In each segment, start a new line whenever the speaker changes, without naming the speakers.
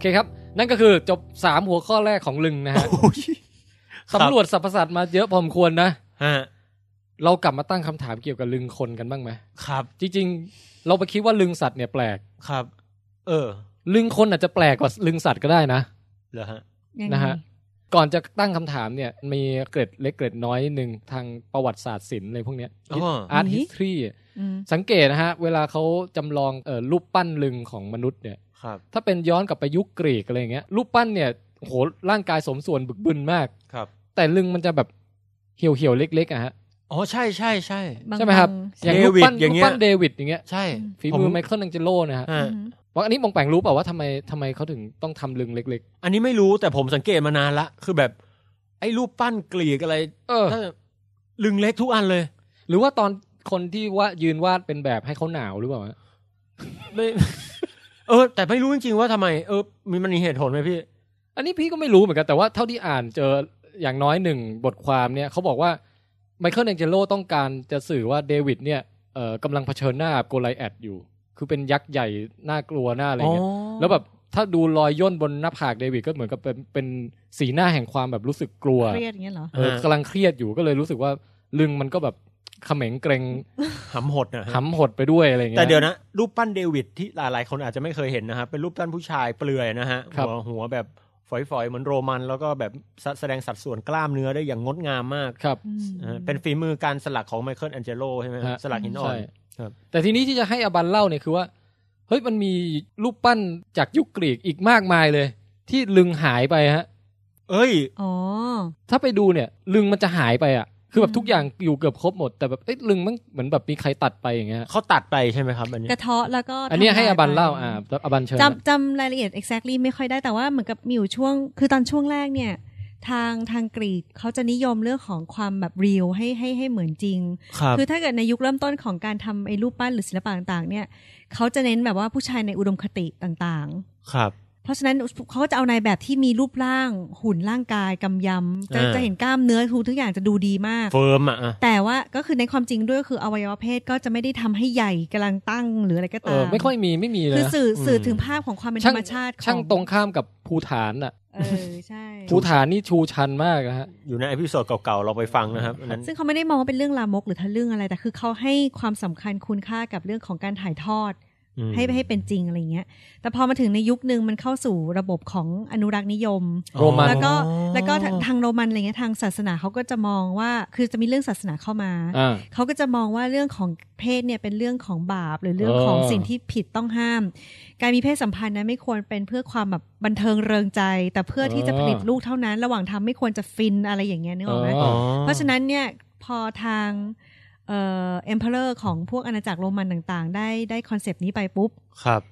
เคครับ นั่นก็คือจบสามหัวข้อแรกของลึงนะฮะ
โอ้ย
สำรวจสรรพสัตว์มาเยอะพอสมควรนะ
ฮะ
เรากลับมาตั้งคำถามเกี่ยวกับลึงคนกันบ้างไหม
ครับ
จริง ๆ เราไปคิดว่าลึงสัตว์เนี่ยแปลก
ครับ เออ
ลึงคนอาจจะแปลกกว่าลึงสัตว์ก็ได้นะ
เหรอฮะ
ยังไง
นะฮะ ก่อนจะตั้งคำถามเนี่ยมีเกร็ดเล็กเกร็ดน้อยหนึ่งทางประวัติศาสตร์ศิลป์อะไรพวกเนี้ย
อ๋อ
อาร์ตฮิสทรี
อืม
สังเกตนะฮะ เวลาเขาจำลองเอ่อรูปปั้นลึงของมนุษย์เนี่ย
ครับ
ถ้าเป็นย้อนกลับไปยุคกรีกอะไรอย่างเงี้ยรูปปั้นเนี่ยโหร่างกายสมส่วนบึกบึนมาก
ครับ
แต่ลึงมันจะแบบเหี่ยวเหี่ยวๆเล็กๆอะฮะ
อ๋อใช่ใช่ใช่
าง
ใช่ไหมครับ
ๆ
อย่าง
เด
รูป
วิด
ปั้น
อย่างเงี้
รู
ย
ปปั้นเดวิดอย่างเงี้ย
ใช่
ฝี
ผ
มือไมเคิลแองเจโลนะฮะ
ฮะ
อืม
เพราะอันนี้มองแปลงรู้เปล่าว่าทำไมทำไมเขาถึงต้องทำลึงเล็ก
อันนี้ไม่รู้แต่ผมสังเกตมานานละ คือแบบ ไอ้รูปปั้นกรีกอะไร
ๆ เออ
ถ้าลึงเล็กทุกอันเลย
หรือว่าตอนคนที่ว่ายืนวาดเป็นแบบให้เขาหนาวหรือเปล่าฮะ
ไม่ เออ แต่ไม่รู้จริงๆว่าทำไม เออมีมันมีเหตุผลไหมพี่
อันนี้พี่ก็ไม่รู้เหมือนกันแต่ว่าเท่าที่อ่านเจออย่างน้อยหนึ่งบทความเนี่ยเขาบอกว่าไมเคิลแองเจโลต้องการจะสื่อว่าเดวิดเนี่ยเอ่อกำลังเผชิญหน้ากับโกไลแอดอยู่ คือเป็นยักษ์ใหญ่น่ากลัวหน้าอะไรเงี้ยแล้วแบบถ้าดูรอยย่นบนหน้าผากเดวิดก็เหมือนกับเป็นเป็นสีหน้าแห่งความแบบรู้สึกกลัว
เครียดอย่างเงี้ยเหรอ
เออกำลังเครียดอยู่ก็เลยรู้สึกว่าลึงมันก็แบบเขม็งเกรง
หำหดนะฮะ
หำหดไปด้วยอะไรเงี้ย
แต่เดี๋ยวนะ รูปปั้นเดวิดที่หลายๆคนอาจจะไม่เคยเห็นนะครับเป็นรูปปั้นผู้ชายเปลือยนะฮะ
ครับ
หัวหัวแบบฝอยๆ เหมือนโรมัน แล้วก็แบบสแสดงสัดส่วนกล้ามเนื้อได้อย่างงดงามมาก
ครับ
อืม
นะฮะเป็นฝีมือการสลักของไมเคิลแอนเจโลใช่ไหมฮะ
ฮะ
สลักหินอ่อน
ใช่
ครับ
แต่ทีนี้ที่จะให้อบันเล่าเนี่ยคือว่า เฮ้ยมันมีรูปปั้นจากยุคกรีกอีกมากมายเลย ที่ลึงหายไปฮะ
เอ้ย
อ๋อ
ถ้าไปดูเนี่ย ลึงมันจะหายไปอ่ะ คือแบ
อื
บ
ม
ทุกอย่างอยู่เกือบครบหมด แต่แบบเอ้ยลึงมันเหมือนแบบมีใครตัดไปอย่างเงี้ยฮะ
เขาตัดไปใช่ไหมครับ อันนี้
กระเทาะแล้วก็
อันเนี้ยให้อบันเล่าอ่า
ทำลยไป
อบันเชิญ
จำจำรายละเอียด exactly ไม่ค่อยได้แต่ว่าเหมือนกับมีอยู่ช่วง คือตอนช่วงแรกเนี่ย ทางทางกรีกเขาจะนิยมเรื่องของความแบบรีลให้ให้ให้เหมือนจริง
ครับ
คือถ้าเกิดในยุคเริ่มต้นของการทำไอ้รูปปั้นหรือศิลปะต่างๆ เนี่ยเขาจะเน้นแบบว่าผู้ชายในอุดมคติต่าง
ครับ
ๆ เพราะฉะนั้นเขาก็จะเอานายแบบที่มีรูปร่าง หุ่นร่างกายกำยำจะ
อ่า
จะเห็นกล้ามเนื้อทุกทุกอย่างจะดูดีมาก
เฟิร์มอ่ะอ่ะ
แต่ว่าก็คือในความจริงด้วยก็คืออวัยวะเพศก็จะไม่ได้ทำให้ใหญ่กำลังตั้งหรืออะไรก็
เอ
ตา
อ
ม
ไม่ค่อยมีไม่มีเลย
คือ
นะ
สื่อ
อืม
สื่อถึงภาพของความเป็นธรรมชาติของ
ช่างตรงข้ามกับภูฐานอ่ะ
เออใช่
ภูฐานนี่ชูชันมากอะฮะ
อยู่ในอพิโซดเก่าๆ เราไปฟังนะครับอันนั้น
ซึ่งเขาไม่ได้มองว่าเป็นเรื่องลามกหรือทะลึ่งอะไรแต่คือเขาให้ความสำคัญคุณค่ากับเรื่องของการถ่ายทอด
อืม
ให้ให้เป็นจริงอะไรเงี้ย แต่พอมาถึงในยุคหนึ่งมันเข้าสู่ระบบของอนุรักษ์นิยม
โรมัน
แล้วก็แล้วก็ทางทางโรมันอะไรเงี้ยทางศาสนาเขาก็จะมองว่าคือจะมีเรื่องศาสนาเข้ามา
อ่า
เขาก็จะมองว่าเรื่องของเพศเนี่ยเป็นเรื่องของบาปหรือเรื่องของ
เออ
สิ่งที่ผิดต้องห้าม การมีเพศสัมพันธ์นั้นไม่ควรเป็นเพื่อความแบบบันเทิงเริงใจ แต่เพื่อที่จะผลิตลูกเท่านั้น ระหว่างทำไม่ควรจะฟินอะไรอย่างเงี้ยนึกออกไหม
เออ
อ๋อ
เพราะฉะนั้นเนี่ยพอทางเอ่อ emperor ของพวกอาณาจักรโรมันต่างๆ ได้ได้คอนเซปต์นี้ไปปุ๊บ
ครับ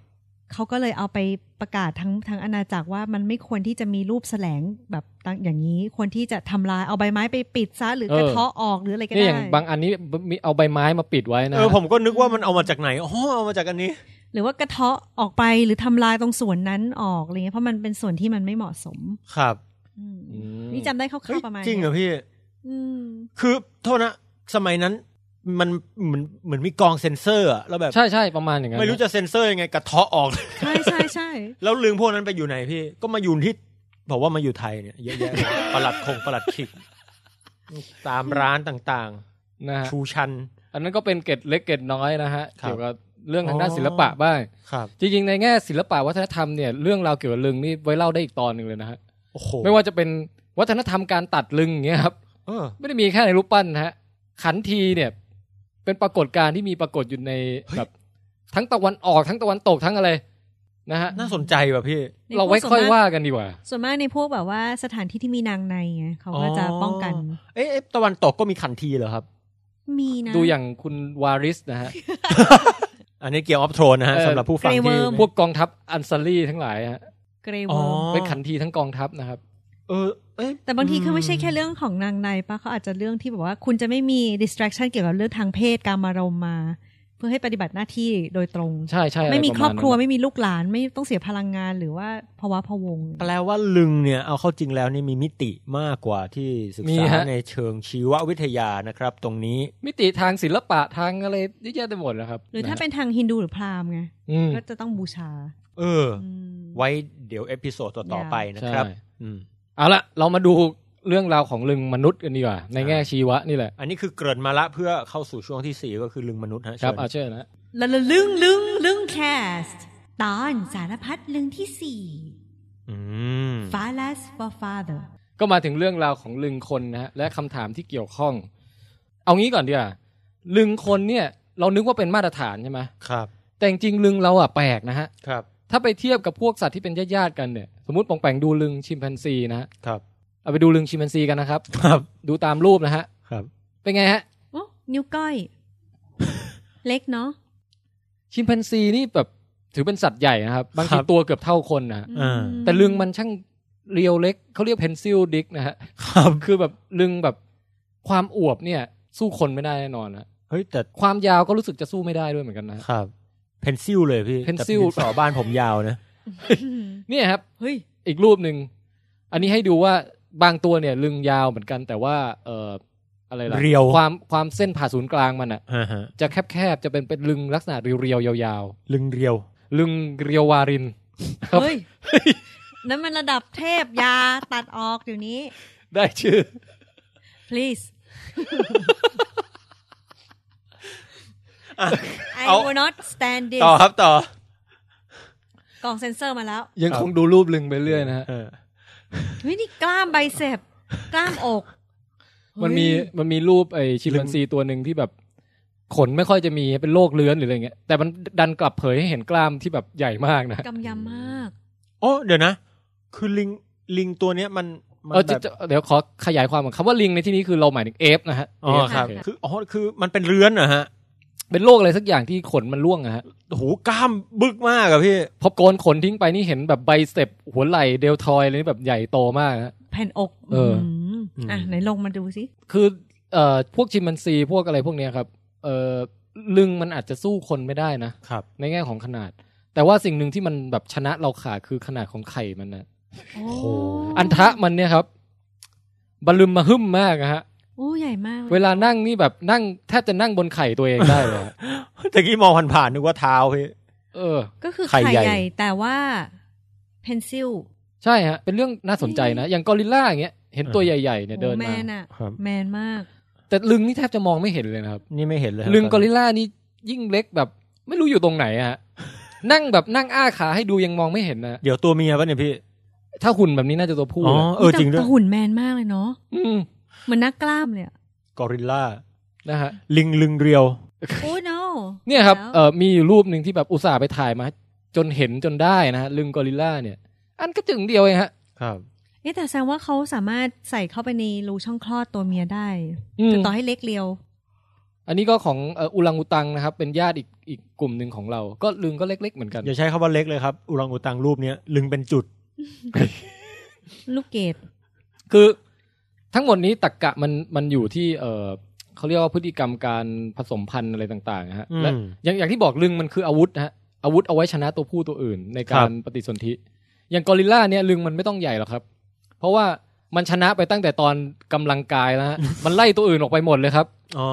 เขาก็เลยเอาไปประกาศทั้งทั้งอาณาจักรว่ามันไม่ควรที่จะมีรูปแสลงแบบตั้งอย่างนี้ ควรที่จะทำลายเอาใบไม้ไปปิดซะหรือกระ
เออ
เทาะออกหรืออะไรก็
นี่
ได้
อย่างบางอันนี้มีเอาใบไม้มาปิดไว้นะ
เอ
ฮะ
อผมก็นึกว่ามันเอามาจากไหนอ๋อเอามาจากอันนี้
หรือว่ากระเทาะออกไปหรือทำลายตรงส่วนนั้นออกอะไรเงี้ยเพราะมันเป็นส่วนที่มันไม่เหมาะสม
ครับ
อืม
อืม
นี่จำได้ค
เฮ้
ร่า
ยว
ๆประมาณ
จริงเหรอ
นี้ย
พี่
อืม
คือโทษนะสมัยนั้นมันเหมือนเหมือนมีกองเซ็นเซอร์อะแล้วแบบ
ใช่ใช่ประมาณอย่างนั้น
ไม่รู้จะเซ็นเซอร์ยังไงกระเทาะออก
ใช่ใช่ใช่
แล้วลืงพวกนั้นไปอยู่ไหนพี่ ก็มาอยู่ที่บอกว่ามาอยู่ไทยเนี่ยเยอะแย ะ ประหลัดคงประหลัดขิก ตามร้านต่าง
นะฮะ
ๆ ชูชัน
อันนั้นก็เป็นเกร็ดเล็กเกร็ดน้อยนะฮะ
ครับ
เกี่ยวกับเรื่องทางด้าน
อ๋อ
ศิลปะบ้าง
ครับ
จริงๆในแง่ศิลปะวัฒนธรรมเนี่ยเรื่องราวเกี่ยวกับลึงนี่ไว้เล่าได้อีกตอนหนึ่งเลยนะฮะ
โอ้โห
ไม่ว่าจะเป็นวัฒนธรรมการตัดลึงอย่างเงี้ยครับ
เออ
ไม่ได้มีแค่ในรูปปั้นนะฮะขันทีเนี่ยเป็นปรากฏการณ์ที่มีปรากฏอยู่ใน
เฮ้ย
แบบทั้งตะวันออกทั้งตะวันตกทั้งอะไรนะฮะ
น่าสนใจว่ะพี่
เราไว้ค่อยว่ากันดีกว่า
ส่วนมากในพวกแบบว่าสถานที่ที่มีนางในไงเขาก็จะป้องกัน
เอ๊ะเอ๊ะตะวันตกก็มีขันทีเหรอครับ
มีนะ
ดูอย่างคุณวาริสนะฮะ
อันนี้เกียร์ออฟโทรนะฮะ
เออ
สำหรับผู้ฟัง
Grey
ที่
Worm
พวกกองทัพอันซารีทั้งหลายฮะ
เกรเว
อ๋อ
อร์
เป็นขันทีทั้งกองทัพนะครับ
เออเอ๊ะ
แต่บางทีเขาไม่ใช่แค่เรื่องของนางในปะเขาอาจจะเรื่องที่แบบว่าคุณจะไม่มี distraction เกี่ยวกับเรื่องทางเพศการมารมณ์มา เพื่อให้ปฏิบัติหน้าที่โดยตรง
ใช่ใช่ะ
ไม่มี
ปะาณ
ครอบครัว
นั้น
ไม่มีลูกหลานไม่ต้องเสียพลังงานหรือว่าภาวะพะวง
แปลว่าลึงเนี่ยเอาเข้าจริงแล้วนี่มีมิติมากกว่าที่ศึกษามในเชิงชีววิทยานะครับ ตรงนี้
มิติทางศิลปะทางอะไรเยอะแยะไปหมดนะครับ
หรือ
นะ
ถ้า
ฮะ
เป็นทางฮินดูหรือพราหมณ์ไง
อืม
ก็จะต้องบูชา
เออ
อืม
ไว้เดี๋ยวเอพิโซดต่อๆไปนะครับ
ใช่
อืม
เอาละเรามาดูเรื่องราวของลึงมนุษย์กันดีกว่า ในแง่
อ่า
ชีวะนี่แหละ
อันนี้คือเกริ่นมาละเพื่อเข้าสู่ช่วงที่สี่ก็คือลึงมนุษย์ฮะ
ครับ
เชิญ
อาเช่นะ
ละละลึงลึงลึงแคสต์ตอนสารพัดลึงที่สี่
อืม
ฟาลัส for father
ก็มาถึงเรื่องราวของลึงคนนะฮะและคำถามที่เกี่ยวข้อง เอางี้ก่อนดีกว่าลึงคนเนี่ย เรานึกว่าเป็นมาตรฐานใช่ไหม
ครับ
แต่จริงๆลึงเราอะแปลกนะฮะ
ครับ
ถ้าไปเทียบกับพวกสัตว์ที่เป็นญาติๆกันเนี่ยสมมติปองแปงดูลึงชิมแปนซีนะฮะ
ครับ
เอาไปดูลึงชิมแปนซีกันนะครับ
ครับ
ดูตามรูปนะฮะ
ครับ
เป็นไงฮะ
โอ้นิ้ว ก้อย เล็กเนาะ
ชิมแปนซีนี่แบบถือเป็นสัตว์ใหญ่นะครับบาง
ครั
ที
บ
ตัวเกือบเท่าคนนะฮะ
อ่า
อื
แต่ลึงมันช่างเรียวเล็กเขาเรียกเพนซิลดิกนะฮะ
ครับ
คือแบบลึงแบบความอวบเนี่ย สู้คนไม่ได้แน่นอนนะ
เฮ้ยแต่
ความยาวก็รู้สึกจะสู้ไม่ได้ด้วยเหมือนกันนะ
ครับเพนซิลเลยพี่
เพนซิล
แต่สอบ้านผมยาวนะ
เนี่ยครับ
เฮ้ย
อีกรูปหนึ่งอันนี้ให้ดูว่าบางตัวเนี่ย ลึงยาวเหมือนกัน แต่ว่า เอ่ออะไรล่ะ
เรียว
ความความเส้นผ่าศูนย์กลางมันอะ
ฮะฮะ
จะแคบๆจะเป็นเป็นลึงลักษณะเรียวๆยาว
ลึงเรียว
ๆลึงเรียววาริน ครับ
เฮ้ย นั่นมันระดับเทพยาตัดออกเดี๋ยวนี้
ได้ชื่อ
please I
เอา
will not stand this
ต่อครับต่อก
ล่องเซนเซอร์มาแล้ว
ยังคงดูรูปลึงไปเรื่อยนะฮะ
เออ
เฮ้ยนี่กล้ามใบเสพกล้ามอก
มันมี
เฮ้ย
มันมีรูปไอชิมแปนซีตัวหนึ่งที่แบบขนไม่ค่อยจะมีเป็นโรคเลื้อนหรืออะไรเงี้ยแต่มันดันกลับเผยให้เห็นกล้ามที่แบบใหญ่มากนะ
กำยำมาก
โอ้เดี๋ยวนะ คือลิงลิงตัวเนี้ยมันมัน
เออจะ
แบบ
จะเดี๋ยวขอขยายความก่อนคำว่าลิงในที่นี้คือเราหมายถึงเอฟนะฮะ
อ๋อ
เฟ
ครับ
โเ
คืออ๋อคือมันเป็นเรือนเหรอะฮะ
เป็นโรคอะไรสักอย่างที่ขนมันร่วงอะฮะ
โอ้โหกล้ามบึกมากอะพี่
พอโกนขนทิ้งไปนี่เห็นแบบไบสเต็ปหัวไหล่เดลทอยอะไรนี่แบบใหญ่โตมากฮะ
แผ่นอก
เออ
ม
อืม
อ่ะ ไหนลงมาดูสิ
คือเอ่อพวกชิมแปนซีพวกอะไรพวกเนี้ยครับเอ่อลิงมันอาจจะสู้คนไม่ได้นะ
ครับ
ในแง่ของขนาด แต่ว่าสิ่งหนึ่งที่มันแบบชนะเราขาดคือขนาดของไข่มันนะ
โอ้
โห
อันทะมันเนี่ยครับบรรลุมมาหึ่มมากนะฮะ
โอ้ใหญ่มาก
เวลานั่งนี่แบบนั่งแทบจะนั่งบนไข่ตัวเองได้เลยอะ
แต่กี้มองผ่านๆนึกว่าเท้าพี่
เออ
ก็คือ
ไข่
ไข่
ใหญ่
ใหญ่ แต่ว่าเพนซิล
ใช่ฮะ เป็นเรื่องน่าสนใจนะ อย่างกอริลล่าอย่างเงี้ยเห็นตัวใหญ่ๆเนี่ยเดิน
แม
มา
นอะ
ครับ
แมนมาก
แต่ลึงนี่แทบจะมองไม่เห็นเลยนะครับ
นี่ไม่เห็นเลย
ลึงกอริลล่านี่ยิ่งเล็กแบบ ไม่รู้อยู่ตรงไหนอะฮ ะ นั่งแบบนั่งอ้าขาให้ดูยังมองไม่เห็นนะ
เดี๋ยวตัวเมียปะเนี่ยพี่
ถ้าหุ่นแบบนี้น่าจะตัวผู้
อ๋อ
แหละ
เออจริงด้วย
แต่หุ่นแมนมากเลยเนาะ
ม
เหมือนนักกล้าม เลยอะ
กอริลล่า
นะฮะ
ลิงลึงเรียว
โอ้ no
เนี่ยครับ
แล้ว
เออมีอยู่รูปหนึ่งที่แบบอุตส่าห์ไปถ่ายมา จนเห็นจนได้นะฮะ ลึงกอริลล่าเนี่ย อันก็จึงเดียวเองฮะ
ครับ
เอ๊ะแต่แสดงว่าเขาสามารถใส่เข้าไปในรูช่องคลอดตัวเมียได้
อืม
แต่ต่อให้เล็กเลียว
อันนี้ก็ของเอ่ออุลังอุตังนะครับ เป็นญาติอีกอีกกลุ่มหนึ่งของเรา ก็ลึงก็เล็ก ๆ เหมือนกัน
อย่าใช้คำว่าเล็กเลยครับ อุรังอุตังรูปเนี้ยลึงเป็นจุด
ลูกเกด
คือทั้งหมดนี้ตักกะมันมันอยู่ที่เออเขาเรียกว่าพฤติกรรมการผสมพันธุ์อะไรต่างๆนะฮะ
อืม
และอย่างอย่างที่บอกลึงมันคืออาวุธนะฮะอาวุธเอาไว้ชนะตัวผู้ตัวอื่น ในกา
ครั
ร
บ
ปฏิสนธิ อย่างกอริลล่าเนี่ยลึงมันไม่ต้องใหญ่หรอกครับ เพราะว่ามันชนะไปตั้งแต่ตอนกำลังกายแล้วฮะ มันไล่ตัวอื่นออกไปหมดเลยครับ
อ๋อ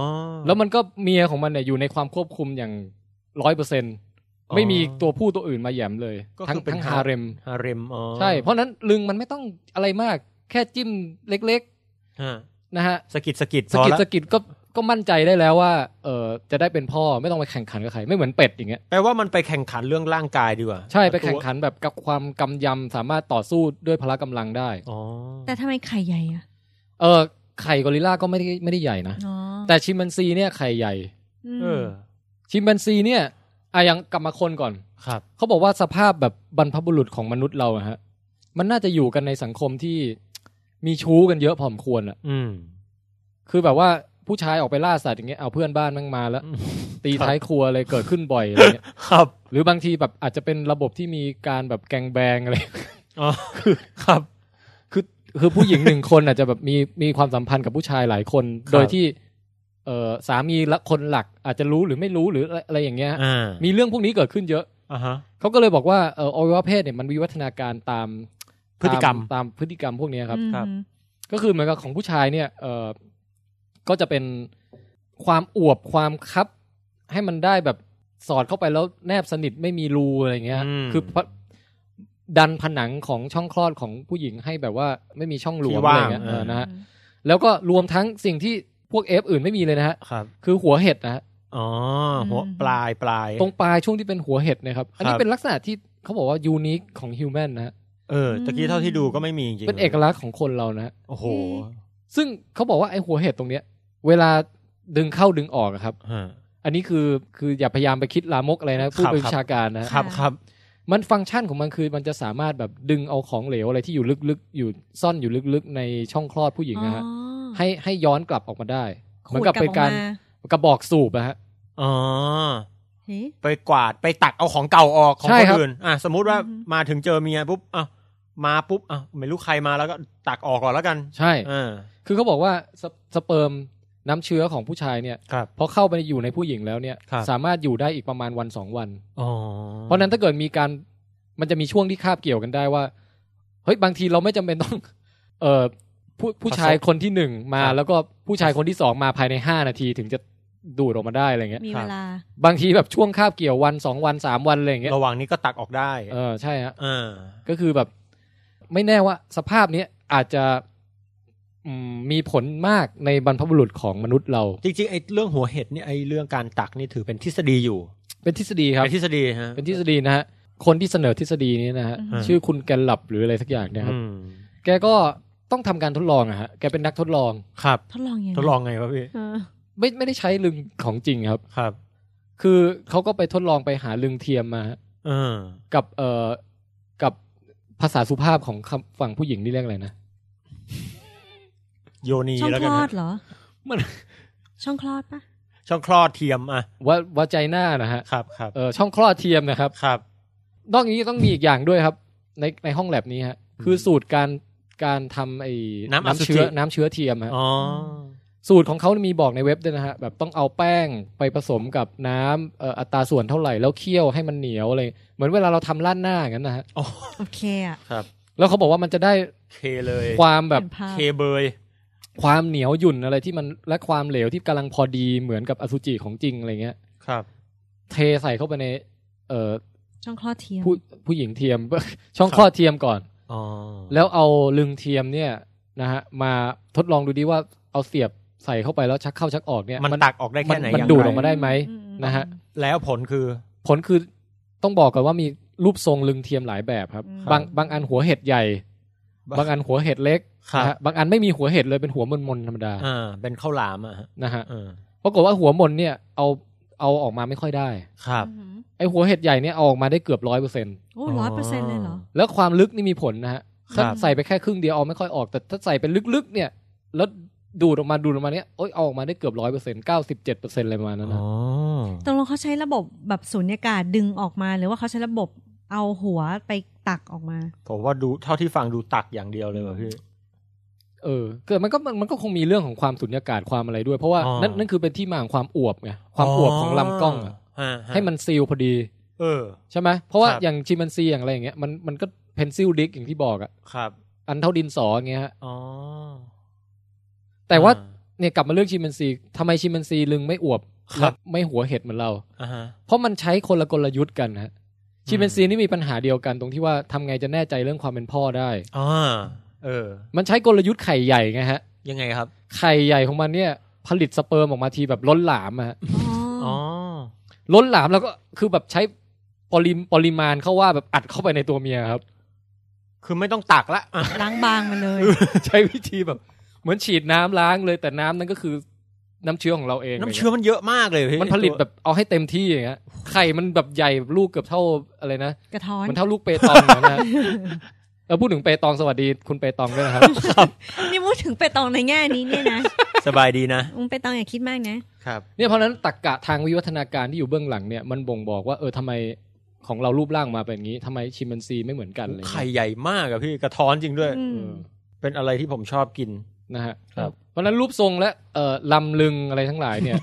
แล้วมันก็เมียของมันเนี่ยอยู่ในความควบคุมอย่างร้อยเปอร์เซ็นไม่มีตัวผู้ตัวอื่นมาแหยมเลย
ก็
ทั้
คื
ง
อเป็น
ทั้ง
ฮา
ฮาเร็ม
ฮาเร็มอ๋อ
ใช่ เพราะฉะนั้นลึงมันไม่ต้องอะไรมากแค่จิ้มเล็ก
ฮะ
ๆ นะฮะ
สะกิดสะกิด
สะกิด
พอละ
สะกิดก็ก็มั่นใจได้แล้วว่า เออจะได้เป็นพ่อไม่ต้องไปแข่งขันกับใคร ไม่เหมือนเป็ดอย่างเงี้ย
แปลว่ามันไปแข่งขันเรื่องร่างกายดีกว่า
ใช่ไปแข่งขันแบบกับความกำยำสามารถต่อสู้ด้วยพละกำลังได้
อ๋อ
แต่ทำไมไข่ใหญ่อะ
เออไข่กอริลลาก็ไม่ได้ไม่ได้ใหญ่นะ
อ๋อ
แต่ชิมแปนซีเนี่ยไข่ใหญ่
ม
เออ
ชิมแปนซีเนี่ยอ่ะยังกลับมาคนก่อน
ครับ
เขาบอกว่าสภาพแบบบรรพบุรุษของมนุษย์เราอะฮะ มันน่าจะอยู่กันในสังคมที่มีชู้กันเยอะพอสมควรอะ
อืม
คือแบบว่าผู้ชายออกไปล่าสัตว์อย่างเงี้ยเอาเพื่อนบ้านแมั่งมาแล้ว
อืม
ตีท้ายครัวอะไรเกิดขึ้นบ่อยอะไรเงี้ย
ครับ
หรือบางทีแบบอาจจะเป็นระบบที่มีการแบบแกงแบงอะไร
อ๋อครับ
คือคือผู้หญิงหนึ่งคนอาจจะแบบมีมีความสัมพันธ์กับผู้ชายหลายคน
ครับ
โดยที่ เออสามีละคนหลักอาจจะรู้หรือไม่รู้หรืออะไรอะไรอย่างเงี้ยฮะ
อ่า
มีเรื่องพวกนี้เกิดขึ้นเยอะ
อ่าฮะ
เขาก็เลยบอกว่าเอออวัยวะเพศเนี่ยมันวิวัฒนาการตาม
พฤติกรรม
าตามพฤติกรรมพวกเนี้ยครับ
อืม
ครับ
ก็คือเหมือนกับของผู้ชายเนี่ยเออก็จะเป็นความอวบความคับ ให้มันได้แบบสอดเข้าไปแล้วแนบสนิทไม่มีรูอะไรเงี้ย
อืม
คือพ ดันผนังของช่องคลอดของผู้หญิงให้แบบว่าไม่มีช่องหลวมอะ
ที่
ไร
ว่าง
เงี้ย
เอ
เอ
อ
อนะฮะแล้วก็รวมทั้งสิ่งที่พวกเอฟอื่นไม่มีเลยนะฮะ
ครับ
คือหัวเห็ดนะฮะ
อ๋อหัว
อืม
ปลายปลาย
ตรงปลายช่วงที่เป็นหัวเห็ดนะครับ อันนี้เป็นลักษณะที่เขาบอกว่ายูนิคของฮิวแมนนะฮะ
เออตะกี้เท่าที่ดูก็ไม่มีจริงๆ
เป็นเอกลักษณ์ของคนเรานะฮะ
โอ้โห
ซึ่งเขาบอกว่าไอ้หัวเห็ดตรงเนี้ย เวลาดึงเข้าดึงออกอะครับ
ฮะ
อันนี้คือคืออย่าพยายามไปคิดลามกอะไรนะพูดเป็น
ครับ
วิชาการนะ
ครับครับ
มันฟังก์ชันของมันคือมันจะสามารถแบบดึงเอาของเหลวอะไรที่อยู่ลึกๆ อยู่ซ่อนอยู่ลึกๆ ในช่องคลอดผู้หญิงนะฮะ
อ๋อ
ให้ให้ย้อนกลับออกมาได้ เหมือนกับ
ขูด
เป็นการ
ออม
กระบอกสูบนะฮะ
อ๋อ
เฮ้
ไปกวาดไปตักเอาของเก่าออกของ
ใช่
คน
ครับ
อื่นอ่ะสมมุติว่า
อือฮึ
มาถึงเจอเมียปุ๊บอ่ะมาปุ๊บอ่ะไม่รู้ใครมาแล้วก็ตักออกก่อนแล้วกัน
ใช่
อ่า
คือเขาบอกว่าสเปสเปิร์มน้ำเชื้อของผู้ชายเนี่ย
ครับ
พอเข้าไปอยู่ในผู้หญิงแล้วเนี่ย
ครับ
สามารถอยู่ได้อีกประมาณวันสองวัน
อ๋อ
เพราะฉะนั้นถ้าเกิดมีการมันจะมีช่วงที่คาบเกี่ยวกันได้ว่าเฮ้ยบางทีเราไม่จำเป็นต้อง เออผู้ผู้ชายคนที่หนึ่งมา แล้วก็ผู้ชายคนที่สองมาภายในห้านาทีถึงจะดูดออกมาได้อะไรเงี้ย
มีเวลา
บางทีแบบช่วงคาบเกี่ยววันสองวันสามวันอะไรอย่างเงี้ย
ระหว่างนี้ก็ตักออกได้
เออใช่ฮะ
อ่า
ก็คือแบบ ไม่แน่ว่าสภาพเนี้ยอาจจะอืมมีผลมากในบรรพบุรุษของมนุษย์เรา
จริงๆไอ้เรื่องหัวเห็ดเนี่ยไอ้เรื่องการตักนี่ถือเป็นทฤษฎีอยู่
เป็นทฤษฎีครับ
เป็นทฤษฎีฮะ
เป็นทฤษฎีนะฮะคนที่เสนอทฤษฎีนี้นะฮะ
อืม
ชื่อคุณแกนหลับหรืออะไรสักอย่างเนยครับ
อืม
แกก็ต้องทำการทดลองอะฮะ แกเป็นนักทดลอง
ครับ
ทดลองยังไง
ทดลองไงวะพี่
เออ
ไม่ไม่ได้ใช้ลึงของจริงครับ
ครับ
คือเขาก็ไปทดลองไปหาลึงเทียมมาฮะ
เออ
กับเอ่อกับภาษาสุภาพของคำฝั่งผู้หญิงนี่เรียกอะไรนะ
โยนี
ช่อง
แล้ว
ค
กั
ล
น
อ
ฮะ
ดเหรอ
มัน
ช่องคลอดปะ
ช่องคลอดเทียมอ่ะ
ว่าว่าใจหน้านะฮะ
ครับครับ
เอ่อช่องคลอดเทียมนะครับ
ครับ
นอกจากนี้ต้องมีอีกอย่างด้วยครับ ในในห้องแลบนี้ฮะ คือสูตรการการทำไอ้เชื้อน้ำเชื้อเทียมฮะ
อ๋อ
สูตรของเขามีบอกในเว็บด้วยนะฮะ แบบต้องเอาแป้งไปผสมกับน้ำเอ่ออัตราส่วนเท่าไหร่แล้วเคี่ยวให้มันเหนียวอะไรเหมือนเวลาเราทำราดหน้าอย่างนั้นนะฮะ
อ๋อ
โอเคอะ
ครับ
แล้วเขาบอกว่ามันจะได้
เคเลย
ความแบบ
เห็นภาพ
เคเบย
ความเหนียวหยุ่นอะไรที่มันและความเหลวที่กำลังพอดีเหมือนกับอสุจิของจริงอะไรเงี้ย
ครับ
เทใส่เข้าไปในเอ่อ
ช่องคลอดเทียม
ผู้ผู้หญิงเทียม ช่องคลอดเทียมก่อน
อ๋อ
แล้วเอาลึงเทียมเนี่ยนะฮะมาทดลองดูดิว่าเอาเสียบใส่เข้าไปแล้วชักเข้าชักออกเนี่ย
มันตักออกได้แค่ไหน
มัน
ย่ง
ดูด
ไร
ออกมาได้ ไห
อือื
นะฮะ
แล้วผลคือ
ผลคือต้องบอกก่อนว่ามีรูปทรงลึงเทียมหลายแบบครับ
อืม
บางบางอันหัวเห็ดใหญ่ บางอันหัวเห็ดเล็ก
ครับ
นะฮะบางอันไม่มีหัวเห็ดเลยเป็นหัวมนมนๆธรรมดา
อ่าเป็นข้าวหลามอ่ะฮะ
นะฮะ
เออ
ปรากฏว่าหัวมนเนี่ยเอาเอาออกมาไม่ค่อยได้
ครับ
อืม
ไอหัวเห็ดใหญ่เนี่ยเอาออกมาได้เกือบร้อยเปอร์เซ็น
โอ้ร้อยเปอร์เซ็นต์เลยเหรอ
แล้วความลึกนี่มีผลนะฮะถ้า
ครับ
ใส่ไปแค่ครึ่งเดียวเอาไม่ค่อยออกแต่ถ้าใส่เป็นลึกๆ เนี่ยแล้วดูดออกมาดูดออกมาเนี่ยโอ้ยเอาออกมาได้เกือบร้อยเปอร์เซ็นต์เก้าสิบเจ็ดเปอร์เซ็นต์อะไรประมาณนั้นนะ
อ๋อ
ตกลงเขาใช้ระบบแบบสูญญากาศดึงออกมาหรือว่าเขาใช้ระบบเอาหัวไปตักออกมา
ผมว่าดูเท่าที่ฟังดูตักอย่างเดียวเลยว่ะพี่
เออเกิดมันก็มันมันก็คงมีเรื่องของความสุญญากาศความอะไรด้วย เพราะว่า
อ๋อ
นั่นนั่นคือเป็นที่มาของความอวบไงความอวบของลำกล้องอะ
ฮะฮะ
ให้มันซีลพอดี
เออ
ใช่ไหมเพราะว่า
ครับ
อย่างชิมันซีอย่างอะไรอย่างเงี้ยมันมันก็เพนซิลดิกอย่างที่บอกอะ
ครับ
อันเท่าดินสออย่างเงี้ยฮะ
อ๋อ
แต่ว่า
อ่
เนี่ยกลับมาเรื่องชิมันซีทำไมชิมันซีลึงไม่อวบ
ครับ
และไม่หัวเห็ดเหมือนเรา
อ่าฮะ
เพราะมันใช้คนละกลยุทธ์กันฮะชิมันซีนี่มีปัญหาเดียวกันตรงที่ว่าทำไงจะแน่ใจเรื่องความเป็นพ่อได้
อ่าเออ
มันใช้กลยุทธ์ไข่ใหญ่ไงฮะ
ยังไงครับ
ไข่ใหญ่ของมันเนี่ยผลิตสเปิร์มออกมาทีแบบล้นหลามอะฮะ
อ๋อ
ล้นหลามแล้วก็คือแบบใช้ปริมปริมาณเข้าว่าแบบอัดเข้าไปในตัวเมียครับ
คือไม่ต้องตักละอ่ะ
ล้างบางมาเลย
ใช้วิธีแบบ เหมือนฉีดน้ำล้างเลยแต่น้ำนั้นก็คือน้ำเชื้อของเราเอง
น้ำเชื้อมันเยอะมากเลยพี่
มันผลิตแบบเอาให้เต็มที่อย่างเงี้ยไข่มันแบบใหญ่ลูกเกือบเท่าอะไรนะ
กระท้อน
มันเท่าลูกเปตองอย่างนั้นนะ เราพูดถึงเปตองสวัสดีคุณเปตองด้วยนะครับ
นี่พูดถึงไปตองในแง่นี้เนี่ยนะ
สบายดีนะ
มึงไปตองอย่าคิดมากนะ
ครับ
เนี่ยเพราะฉะนั้นตรกกะทางวิวัฒนาการที่อยู่เบื้องหลังเนี่ยมันบ่งบอกว่าเออทำไมของเรารูปร่างมาเป็นอย่างนี้ทำไมชิมแปนซีไม่เหมือนกันอะไร
ไข่
เงี้ย
ใหญ่มากอะพี่ กระท้อนจริงด้วย
อืม
เออ
เป็นอะไรที่ผมชอบกิน
นะฮะ
ครับ
เพราะฉะนั้นรูปทรงและเอ่อลำลึงอะไรทั้งหลาย เนี่ย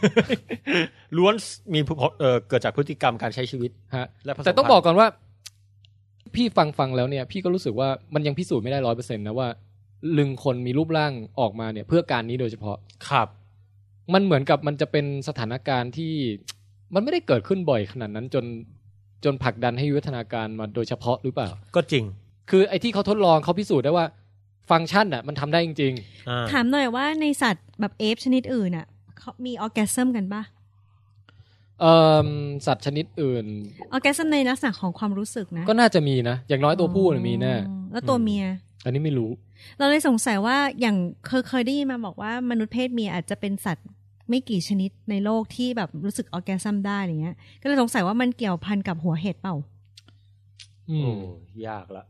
ล้วนมีผลเอ่อเกิดจากพฤติกรรมการใช้ชีวิต
ฮะ
และผสม
แต่ต้อง
พันธุ์
บอกก่อนว่า พี่ฟังฟังแล้วเนี่ย พี่ก็รู้สึกว่ามันยังพิสูจน์ไม่ได้ร้อยเปอร์เซ็นต์นะว่า ลึงคนมีรูปร่างออกมาเนี่ย เพื่อการนี้โดยเฉพาะ
ครับ
มันเหมือนกับมันจะเป็นสถานการณ์ที่ มันไม่ได้เกิดขึ้นบ่อยขนาดนั้นจน จนผลักดันให้วิวัฒนาการมาโดยเฉพาะหรือเปล่า
ก็จริง
คือไอ้ที่เขาทดลองเขาพิสูจน์ได้ว่าฟังก์ชันอ่ะมันทำได้จริง
อ่า
ถามหน่อยว่าในสัตว์แบบเอฟชนิดอื่นอ่ะเขามีออร์แกซึมกันปะ
ๆ เอ่อสัตว์ชนิดอื่น
ออร์แกซึมในลักษณะของความรู้สึกนะ
ก็น่าจะมีนะ อย่างน้อยตัวผู้น่ะมีแน่
อ๋อแล้วตัวเมีย
อันนี้ไม่รู้
เราเลยสงสัยว่าอย่างเคยเคยได้ยินมาบอกว่ามนุษย์เพศเมียอาจจะเป็นสัตว์ไม่กี่ชนิดในโลกที่แบบรู้สึกออร์แกซัมได้อะไรเงี้ย ก็เลยสงสัยว่ามันเกี่ยวพันกับหัวเห็ดเปล่า
อืม
โอ้ยากละ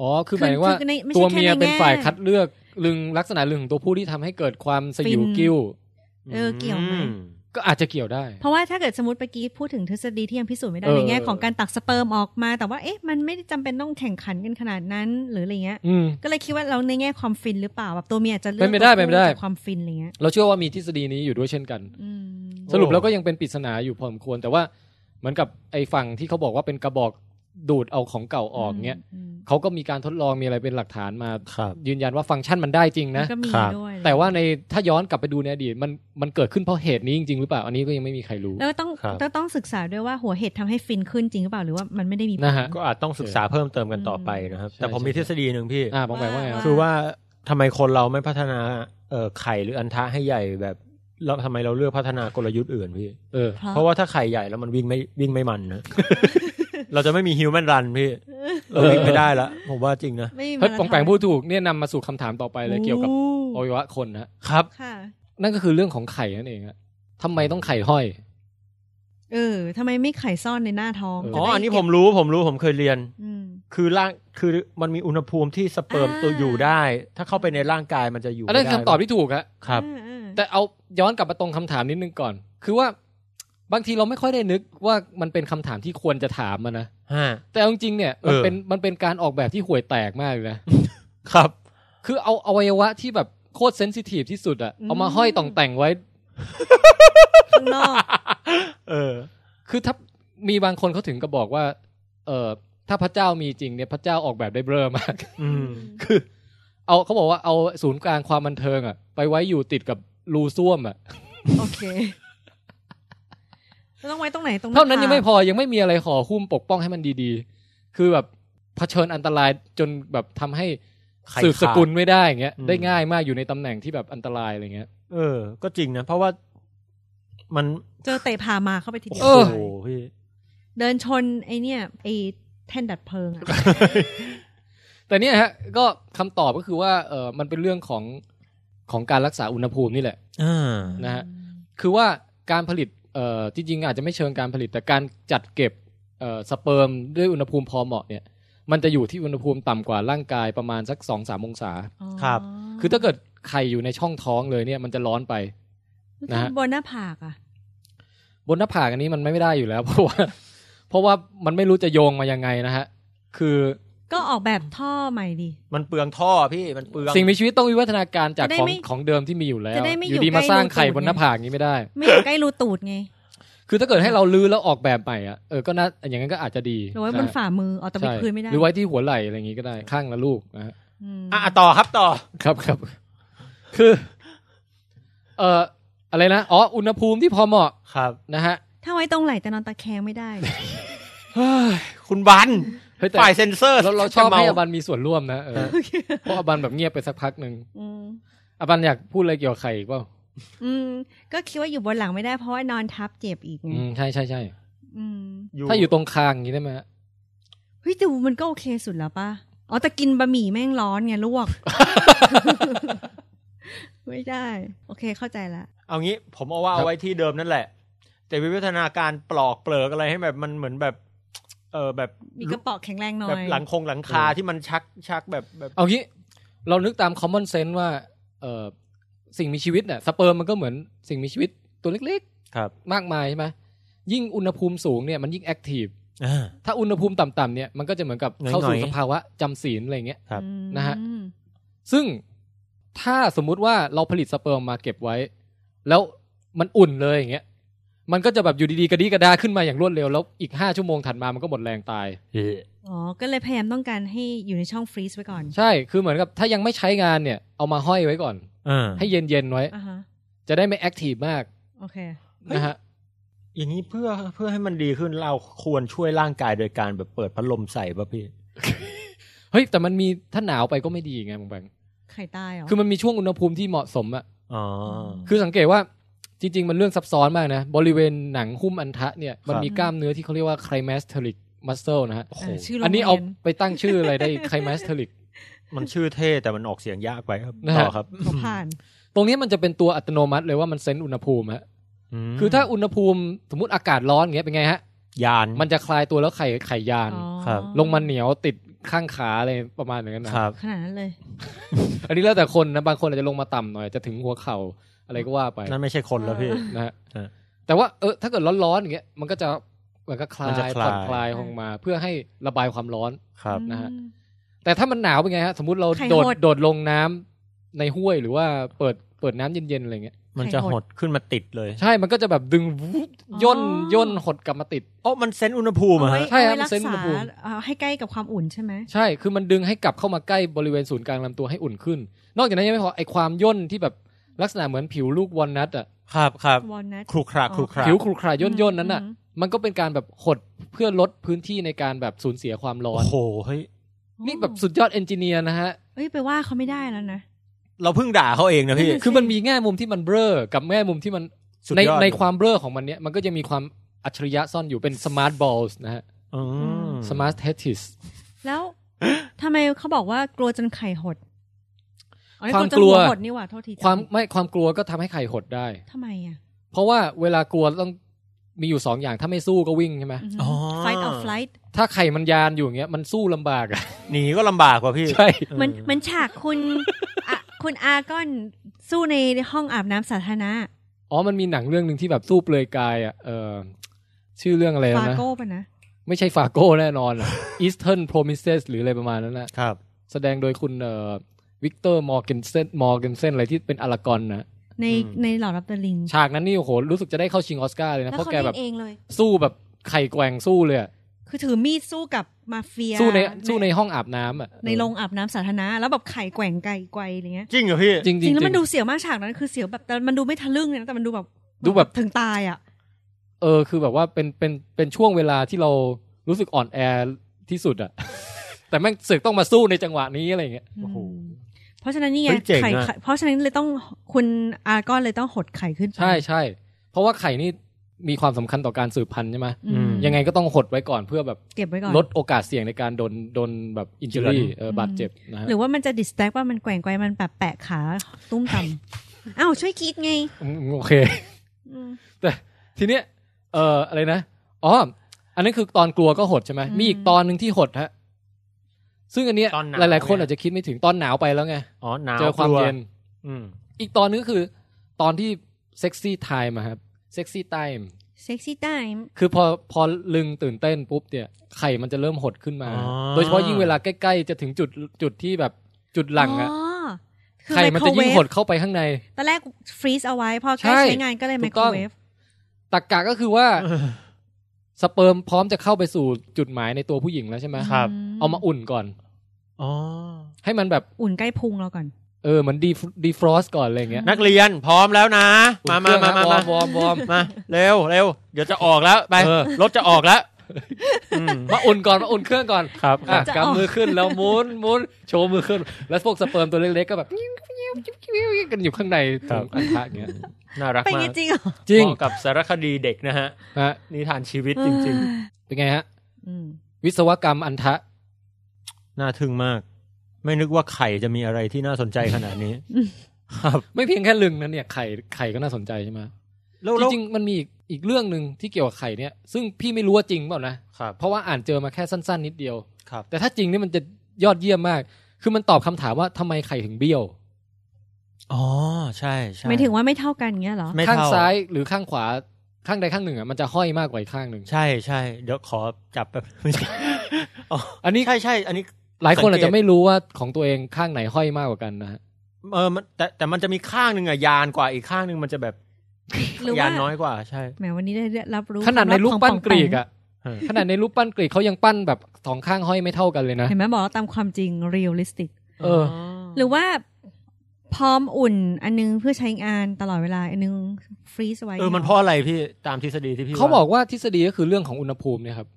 อ๋อ คือหมายถึงว่า
คือในไม่ใช่
ตัวเมีย
แค่ในแง่
เป็นฝ่ายคัดเลือกลึงลักษณะลึงของตัวผู้ที่ทำให้เกิดความสยิว
ฟิน
กิ้ว
เออเกี่ยวไหม
อื
ก็อาจจะเกี่ยวได้
เพราะว่าถ้าเกิดสมมติเมื่อกี้พูดถึงทฤษฎีที่ยังพิสูจน์ไม่ได้
เออ
ในแง่ของการตักสเปิร์มออกมา แต่ว่าเอ๊ะมันไม่ได้จำเป็นต้องแข่งขันกันขนาดนั้นหรืออะไรเงี้ย
อืม
ก็เลยคิดว่าเราในแง่ความฟินหรือเปล่าแบบตัวเมียอาจจะเลือก
เป็นไปได้
ตัว
เป็นไปได้
จากความฟินอะไรเงี้ย
เราเชื่อว่ามีทฤษฎีนี้อยู่ด้วยเช่นกัน
อืม
สรุปแล้วก็ยังเป็นปริศนาอยู่พอสมควร แต่ว่าเหมือนกับไอ้ฝั่งที่เขาบอกว่าเป็นกระบอกดูดเอาของเก่าออกเงี้ย
ม
เขาก็มีการทดลองมีอะไรเป็นหลักฐานมา
ครับ
ยืนยันว่าฟังก์ชันมันได้จริง
มั
นะ
นก็มี
ครับ
ด้วย
แต่ว่าในถ้าย้อนกลับไปดูในอดีตมันมันเกิดขึ้นเพราะเหตุนี้จริงๆหรือเปล่า อันนี้ก็ยังไม่มีใครรู้
แล้วก็ต้อง
ครับ
ก็ต้องศึกษาด้วยว่าหัวเห็ดทำให้ฟินขึ้นจริงหรือเปล่าหรือว่ามันไม่ได้มีผล
นะฮะ
ก็อาจต้องศึกษาเพิ่มเติมกันต่อไปนะครับ
ใช่
แต่ผมมี
ใช่
ทฤษฎีหนึ่งพี่
อ่าบอกไปว่าไง
ว่า
คือว่าทำไมคนเราไม่พัฒนาเอ่อไข่หรืออันทะให้ใหญ่แบบแล้วทำไมเราเลือกพัฒนากลยุทธ์อื่นพี่
เออ
เพราะ
เพราะว่าถ้าไข่ใหญ่แล้วมันวิ่งไม่วิ่งไม่มันนะ เราจะไม่มีฮิวแมนรันพี่ เราวิ่งไม่ได้ละผมว่าจริงนะ
ไม่มี
เฮ้ย
มาราธ
ปอ
อน
งแปงพูดถูกเนี่ยนำมาสู่คำถามต่อไปเลยเกี่ยวกับ
โอ้
อวัยวะคนนะครับ
ค่ะ
นั่นก็คือเรื่องของไข่นั่นเองอะทำไมต้องไข่ห้อย
เออทำไมไม่ไข่ซ่อนในหน้าท้อง
เออ
อ๋อ
จะได้
อันนี้
เก็
ผ
บ
มรู้ผมรู้ผมเคยเรียน
อืม
คือร่างคือมันมีอุณหภูมิที่สเปิร์ม
อ่า
ตัวอยู่ได้ ถ้าเข้าไปในร่างกายมันจะอยู่
อันนั้น
ไม่
คำตอบที่ถูกฮะ
ครับ
อ่าอ่า
แต่เอาย้อนกลับมาตรงคำถามนิดนึงก่อน คือว่าบางทีเราไม่ค่อยได้นึกว่ามันเป็นคำถามที่ควรจะถามมันนะแต่เอาจริงๆเนี่ยมัน
เออ
เป็นมันเป็นการออกแบบที่ห่วยแตกมากเลยนะ
ครับ
คือเอาอวัยวะที่แบบโคตรเซนซิทีฟที่สุดอะเอามาห้อยต่องแต่งไว้
ข้างนอก
เออ
คือถ้ามีบางคนเขาถึงก็บอกว่า เออถ้าพระเจ้ามีจริงเนี่ยพระเจ้าออกแบบได้เบลอมาก
อืม
คือ เอาเขาบอกว่าเอาศูนย์กลางความบันเทิงอะไปไว้อยู่ติดกับรูส้วมอะ
โอเคแล้วต้องไว้ตรงไหนตรงห
เท่านั้นยังไม่
ผ
พอยังไม่มีอะไรห่อหุ้มปกป้องให้มันดีๆ คือแบบเผชิญอันตรายจนแบบทำให้
ไข่ขาด
สืบสกุลไม่ได้อย่างเงี้ย
อืม
ได้ง่ายมากอยู่ในตำแหน่งที่แบบอันตรายอะไรเงี้ย
เออ ก็จริงนะ เพราะว่ามัน
เจอเตะผ่ามาเข้าไปทีเดี
โอ้
เอ
ยว
อ
โหพี่
เดินชนไอเนี่ยไอแท่นดัดเพลิงอะ
แต่เนี่ยฮะก็คำตอบก็คือว่าเออมันเป็นเรื่องของของการรักษาอุณหภูมินี่แหละ
อ่า
นะฮะ คือว่าการผลิตเอ่อจริงๆอาจจะไม่เชิงการผลิต แต่การจัดเก็บเอ่อสเปิร์มด้วยอุณหภูมิพอเหมาะเนี่ย มันจะอยู่ที่อุณหภูมิต่ำกว่าร่างกายประมาณสัก2อสามองศา
อ๋อ
ครับ
คือถ้าเกิดไข่อยู่ในช่องท้องเลยเนี่ยมันจะร้อนไป นะฮะ
บนหน้าผากอะ
บนหน้าผากอันนี้มันไม่ได้อยู่แล้ว เพราะ ว่าเพราะว่ามันไม่รู้จะโยงมายังไงนะฮะ คือ
ก็ออกแบบท่อใหม่ดิ
มันเปลืองท่อพี่ มันเปลือง
สิ่งมีชีวิตต้องวิวัฒนาการจาก
จะได้
ของ
ไม่
ของเดิมที่มีอยู่แล้ว
จะได้ไม่
อยู่
อยู่
ดีมาส
ใกล้
ร้าง
รูตูด
ไข่บนหน้า
ไง
ผากอย่างนี้ไม่ได้
ไม่อยู่ใกล้รูตูดไง
คือถ้าเกิดให้เราลือแล้วออกแบบใหม่อ่ะเออก็น่าอย่างนั้นก็อาจจะดี
หรือไว้บนฝ่ามือเอาแต่ไป
ใช่
พื้นไม่ได้
หรือไว้ที่หัวไหล่อะไรอย่างงี้ก็ได้ข้างละลูกนะฮะ
อืม
อ่ะต่อครับต่อ
ครับครับ คือ เอ่ออะไรนะ อ๋อ อุณหภูมิที่พอเหมาะ
ครับ
นะฮะ
ถ้าไว้ตรงไหล่แต่นอนตะแคง ไม่ได้
คุณบัน
เฮ้ยแต่
ฝ่ายเซ็นเซอร์
เราเราชอบ
จะม
ให้อบันมีส่วนร่วมนะเออเพราะอบันแบบเงียบไปสักพักหนึ่ง
อืม
อบันอยากพูดอะไรเกี่ยวกับไข่อีกเปล่า
อืมก็คิดว่าอยู่บนหลังไม่ได้เพราะว่านอนทับเจ็บอีกไง
อืมใช่ใช่ใช่
อืม
ถ้าอยู่ตรงคางอย่างนี้ได้ไหมฮะ
เฮ้ยแต่มันก็โอเคสุดแล้วป่ะอ๋อแต่กินบะหมี่แม่งร้อนไงลวก ไม่ได้ โอเคเข้าใจละ
เอางี้ ผมเอาว่าเอาไว้ที่เดิมนั่นแหละ แต่วิวัฒนาการปลอกเปลือกอะไรให้แบบมันเหมือนแบบ เออแบบ
มีกระเป๋อแข็งแรงหน่อ
แบบ
ย
หลังคงหลังคาที่มันชักชักแบบแบบ
เอางี้ เรานึกตามคอมมอนเซนส์ว่า เอ่อสิ่งมีชีวิตเนี่ยสเปิร์มมันก็เหมือนสิ่งมีชีวิตตัวเล็ก
ครับ
ๆ มากมายใช่ไหมยิ่งอุณหภูมิสูงเนี่ยมันยิ่งแอคทีฟ
อ่า
ถ้าอุณหภูมิต่ำๆเนี่ยมันก็จะเหมือนกับเข้าสู่
หน่อยๆ
สภาวะจำศีลอะไรอย่างเงี้ย
ครับ
อืม
นะฮะ ซึ่งถ้าสมมุติว่าเราผลิตสเปิร์มมาเก็บไว้ แล้วมันอุ่นเลยอย่างเงี้ยมันก็จะแบบอยู่ดีๆกระดีกระดาขึ้นมาอย่างรวดเร็วแล้วอีกห้าชั่วโมงถัดมามันก็หมดแรงตาย
อ๋อก็เลยพยายามต้องการให้อยู่ในช่องฟรีซไว้ก่อน
ใช่คือเหมือนกับถ้ายังไม่ใช้งานเนี่ยเอามาห้อยไว้ก่อน
อ่า
ให้เย็นๆไว้
อ่าฮะ
จะได้ไม่แอคทีฟมาก
โอเค
นะฮะ
อย่างนี้เพื่อเพื่อให้มันดีขึ้นเราควรช่วยร่างกายโดยการแบบเปิดพัดลมใส่ป่ะพี่
เฮ้ยแต่มันมีถ้าหนาวไปก็ไม่ดีไงบางแบงค์
ไข่ตายเหรอ
คือมันมีช่วงอุณหภูมิที่เหมาะสมอะ
อ๋อ
คือสังเกตว่าจริง ๆ มันเรื่องซับซ้อนมากนะ บริเวณหนังหุ้มอันทะเนี่ยมันมีกล้ามเนื้อที่เขาเรียกว่าไคลแมสเทริกมัสเซลนะฮะ
โอ้โห
เออชื่อโรง
อันนี้เอา
รีย
ไปตั้งชื่ออะไรได้ไคลแมสเทริก
มันชื่อเท่แต่มันออกเสียงยากไปครับ
นะฮะ
ต่อครับ
เขาผ่าน
ตรงนี้มันจะเป็นตัวอัตโนมัติเลยว่ามันเซนส์อุณหภูมิฮะ
ม
คือถ้าอุณหภูมิสมมติอากาศร้อนอย่างเงี้ยเป็นไงฮะ
ยาน
มันจะคลายตัวแล้วไข่ไข่ยาน
อ๋อ
ครับ
ลงมาเหนียวติดข้างขาอะไรประมาณอย่างนั้นนะครับ
ขนาดนั้นเลย
อันนี้แล้วแต่คนนะบางคนอาจจะลงมาต่ำหน่อยจะถึงหัวเข่าอะไรก็ว่าไป
นั่นไม่ใช่คนแล้วพี่
นะฮะ
ฮะ
แต่ว่าเออถ้าเกิดร้อนๆอย่างเงี้ยมันก็จะมันก็คลา
มันจะ
ย
คลาย
ผ่อนคลายลงมา เพื่อให้ระบายความร้อน
ครับ
นะฮะ แต่ถ้ามันหนาวเป็นไงฮะสมมติเรา
ไข่
โดด
หด
โดดลงน้ำในห้วยหรือว่าเปิดเปิดน้ำเย็นๆอะไรเงี้ย
มันจะหดขึ้นมาติดเลย
ใช่มันก็จะแบบดึงวูบย่นย่นหดกลับมาติด
อ๋อมันเซนส์อุณหภูมิ
เอา
อะ
ไว้
ฮะ
ใช่ค
เอา
รับ
ไว้รัก
เส้นอุ
ษา
ณหภูมิ
เอาให้ใกล้กับความอุ่นใช่ไหม
ใช่ คือมันดึงให้กลับเข้ามาใกล้บริเวณศูนย์กลางลำตัวให้อุ่นขึ้น นอกจากนั้นยังไม่พอ ไอความย่นที่แบบลักษณะเหมือนผิวลูกวอลนัทอ่ะ
ครับครับ
วอลนัท
ครุขระครุขระ
ผิวครุขระย่นย่นๆนั้นอ่ะ
อืม
มันก็เป็นการแบบหดเพื่อลดพื้นที่ในการแบบสูญเสียความร้อ
โอ้
น
โหเฮ้ย
นี่แบบสุดยอดเอนจิเนียร์นะฮะ
เอ้ยไปว่าเขาไม่ได้แล้วนะ
เราเพิ่งด่าเขาเองนะพี่
นั่นน่ะ
คือมันมีแง่มุมที่มันเบลอ กับแง่มุมที่มัน
สุด
ใน
ยอด
ในความเบลอของมันเนี้ยมันก็จะมีความอัจฉริยะซ่อนอยู่เป็นสมาร์ทบอลส์นะฮะ
อืม
สมาร์ทเทติส
แล้ว ทำไมเขาบอกว่ากลัวจนไข่หดอ๋อนี่
ความ
จนหั
กลัว
หดนี่หว่าโทษทีจำ
ความไม่ความกลัวก็ทำให้ไข่หดได้
ทำไมอ่ะ
เพราะว่าเวลากลัวต้องมีอยู่สองอย่างถ้าไม่สู้ก็วิ่งใช่ไหม
ม fight or flight
ถ้าไข่มันยานอยู่อย่างเงี้ยมันสู้ลำบากอะ
หนีก็ลำบากกว่าพี่
ใช่
เออ
เหมันเหมันฉากคุณอะคุณอาก้อนสู้ในห้องอาบน้ำสาธารณะ
อ๋อมันมีหนังเรื่องหนึ่งที่แบบสู้เปลือยกายอ่ะเออชื่อเรื่องอะไร
ฟา
นะ
โก้ปะนะ
ไม่ใช่ฟาโก้แน่นอนอะ Eastern Promises หรืออะไรประมาณนั้นนะครับ แสดงโดยคุณเอ่อวิกเตอร์มอร์เกนเซนมอร์เกนเซนอะไรที่เป็นอลากอนนะ
ใน
อืม
ในหลอดรับตะลิง
ฉากนั้นนี่โอ้โห รู้สึกจะได้เข้าชิงออสการ์เลยนะ
แล้ว
เพราะ
เขา
แกแบบ
เล่นเองเลย
สู้แบบไข่แกว่งสู้เลยอะ
คือถือมีดสู้กับมาเฟีย
สู้ในสู้ในห้องอาบน้ำอ่ะ
ในโรงอาบน้ำสาธารณะแล้วแบบไข่แกว่งไกลไกวอะไรเงี้ย
จริงเหรอพี่
จริงๆ
จริงแล้ว
จริ
มัน
ง
ดูเสียวมากฉากนั้นคือเสียวแบบแต่มันดูไม่ทะลึ่งเลยนะแต่มันดูแบบ
ดูแบบ
ถึงตายอ่ะ
เออคือแบบว่าเป็นเป็นเป็นช่วงเวลาที่เรารู้สึกอ่อนแอที่สุดอ่ะ แต่แม่งเสึกต้องมาสู้ในจังหวะนี้อะไรอย่างเงี้ย
โอ้โห
อืมเพราะฉะนั้นนี่ไง
เฮ้ยเจ๋งอะ
ไข่ไข่เพราะฉะนั้นเลยต้องคุณอาก้อนเลยต้องหดไข่ขึ้นไป
ใช่ใช่เพราะว่าไข่นี่มีความสำคัญต่อการสืบพันธุ์ใช่ไหม
อืม
ยังไงก็ต้องหดไว้ก่อนเพื่อแบบ
เก็บไว้ก่อน
ลดโอกาสเสี่ยงในการโดนโดนแบบอินจูรี่
เฉือน
เอออ
ม
บาดเจ็บนะฮะ
หรือว่ามันจะดิสแทกว่ามันแกว่งไกวมันแบบแปะขาตุ้มต่ำ อ้าวช่วยคิดไง
อืมโอเค
อืม
ทีเนี้ยเอ่ออะไรนะอ๋ออันนั้นคือตอนกลัวก็หดใช่ไหม
อืม
มีอีกตอนหนึ่งที่หดฮะซึ่งอันเนี้ย
ตอนหนาว
หลาย ๆ คน
เนี่ย
อาจจะคิดไม่ถึงตอนหนาวไปแล้วไง
อ๋อหนาว
เจอความ
กลั
เย็น
อืม
อีกตอนนึงก็คือ ตอนที่เซ็กซี่ไทม์ครับเซ็กซี่ไทม์
เซ็กซี่ไทม์
คือพอพอลึงตื่นเต้นปุ๊บเนี่ยไข่มันจะเริ่มหดขึ้นมา
อ๋อ
โดยเฉพาะยิ่งเวลาใกล้ๆ จะถึงจุดจุดที่แบบจุดหลังอะ
อ๋อคือ
ไข่มันจะยิ่ง
ไโครเวฟ
หดเข้าไปข้างใน
ตอนแรกฟรีซเอาไว้พอใกล้
ใช่
ใช้งานก็เลย
ถู
ไม
ก
โคร
ต้อง
เวฟ
ตักกะก็คือว่าสเปิร์มพร้อมจะเข้าไปสู่จุดหมายในตัวผู้หญิงแล้วใช่ไหม
ครับ
เอามาอุ่นก่อน
อ๋อ
ให้มันแบบ
อุ่นใกล้พุงเราก่อน
เออเหมือนดีดีฟรอสก่อนอะไรอย่างเงี้ย
นักเรียนพร้อมแล้วนะ มามามามา
อุ่นเครื่
มา
องนะวอร์มวอร์มวอร์ม
มาเร็วเร็วเดี๋ยวจะออกแล้วไป
เออ
รถจะออกแล้ว
มาอุ่นก่อนมาอุ่นเครื่องก่อน
ครับ
อ่ะ
จะออก
กำมือขึ้นแล้วหมุนหมุนโชว์มือขึ้น แล้วพวกสเปิร์มตัวเล็กๆก็แบบ ยิ้วยิ้วยิ้วยิ้วยิ้วกันอยู่ข้างในถุงอันทะอย่างเงี้ย
น่ารัก
เป็น
มา
ไง
ก
จริงเหรอ
จริง
เหมาะกับสารคดีเด็กนะฮะ
ฮะ
นิทานชีวิตจริง
เป็นไงฮะ
ๆอืม
วิศวกรรมอันทะ
ๆ น่าทึ่งมาก ไม่นึกว่าไข่จะมีอะไรที่น่าสนใจขนาดนี้ ครับ
ไม่เพียงแค่ลึงนะเนี่ยไข่ไข่ก็น่าสนใจใช่ไหม
แล้ว
จ
แล้ว
ริงๆมันมีอีกอีกเรื่องหนึ่งที่เกี่ยวกับไข่เนี่ย ซึ่งพี่ไม่รู้ว่าจริงเปล่านะครับ เพราะว่าอ่านเจอมาแค่สั้น ๆ นิดเดียว
ครับ
แต่ถ้าจริงนี่มันจะยอดเยี่ยมมาก คือมันตอบคำถามว่าทำไมไข่ถึงเบี้ยว
อ๋อใช่ใช่
หมายถึงว่าไม่เท่ากันอย่างเงี้ยเหรอ
ไม่
ข้าง
เท่า
ซ้ายหรือข้างขวาข้างใดข้างหนึ่งอ่ะมันจะห้อยมากกว่าอีกข้างหนึ่ง
ใช่ใช่เดี๋ยวขอจับแบบ ไม่ใช่อ๋อ
อันนี้
ใช่ใช่อันนี้
หลายคน
สั
อาง จ
เกต
จะไม่รู้ว่าของตัวเองข้างไหนห้อยมากกว่ากันนะฮะ
เออมันแต่แต่มันจะมีข้างหนึ่งอะยานกว่าอีกข้างหนึ่งมันจะแบบ
หรือว่า
ยานน้อยกว่าใช่
แหมวันนี้ได้รับรู้
ขนาดในรูปปั้น
ความ
กรีกอะ
เออ
ขนาดในรูปปั้นกรีกเขายังปั้นแบบสองข้างห้อยไม่เท่ากันเลยนะ
เห็นไหมบอกว่าตามความจริงเรียลลิสติก
เออ
หรือว่า พร้อมอุ่นอันนึงเพื่อใช้งานตลอดเวลา อันนึงฟรีซไว้
เออมันเพราะอะไรพี่ตามทฤษฎีที่พี่
เขาบอกว่าทฤษฎีก็คือเรื่องของอุณหภูมิเนี่ยครับ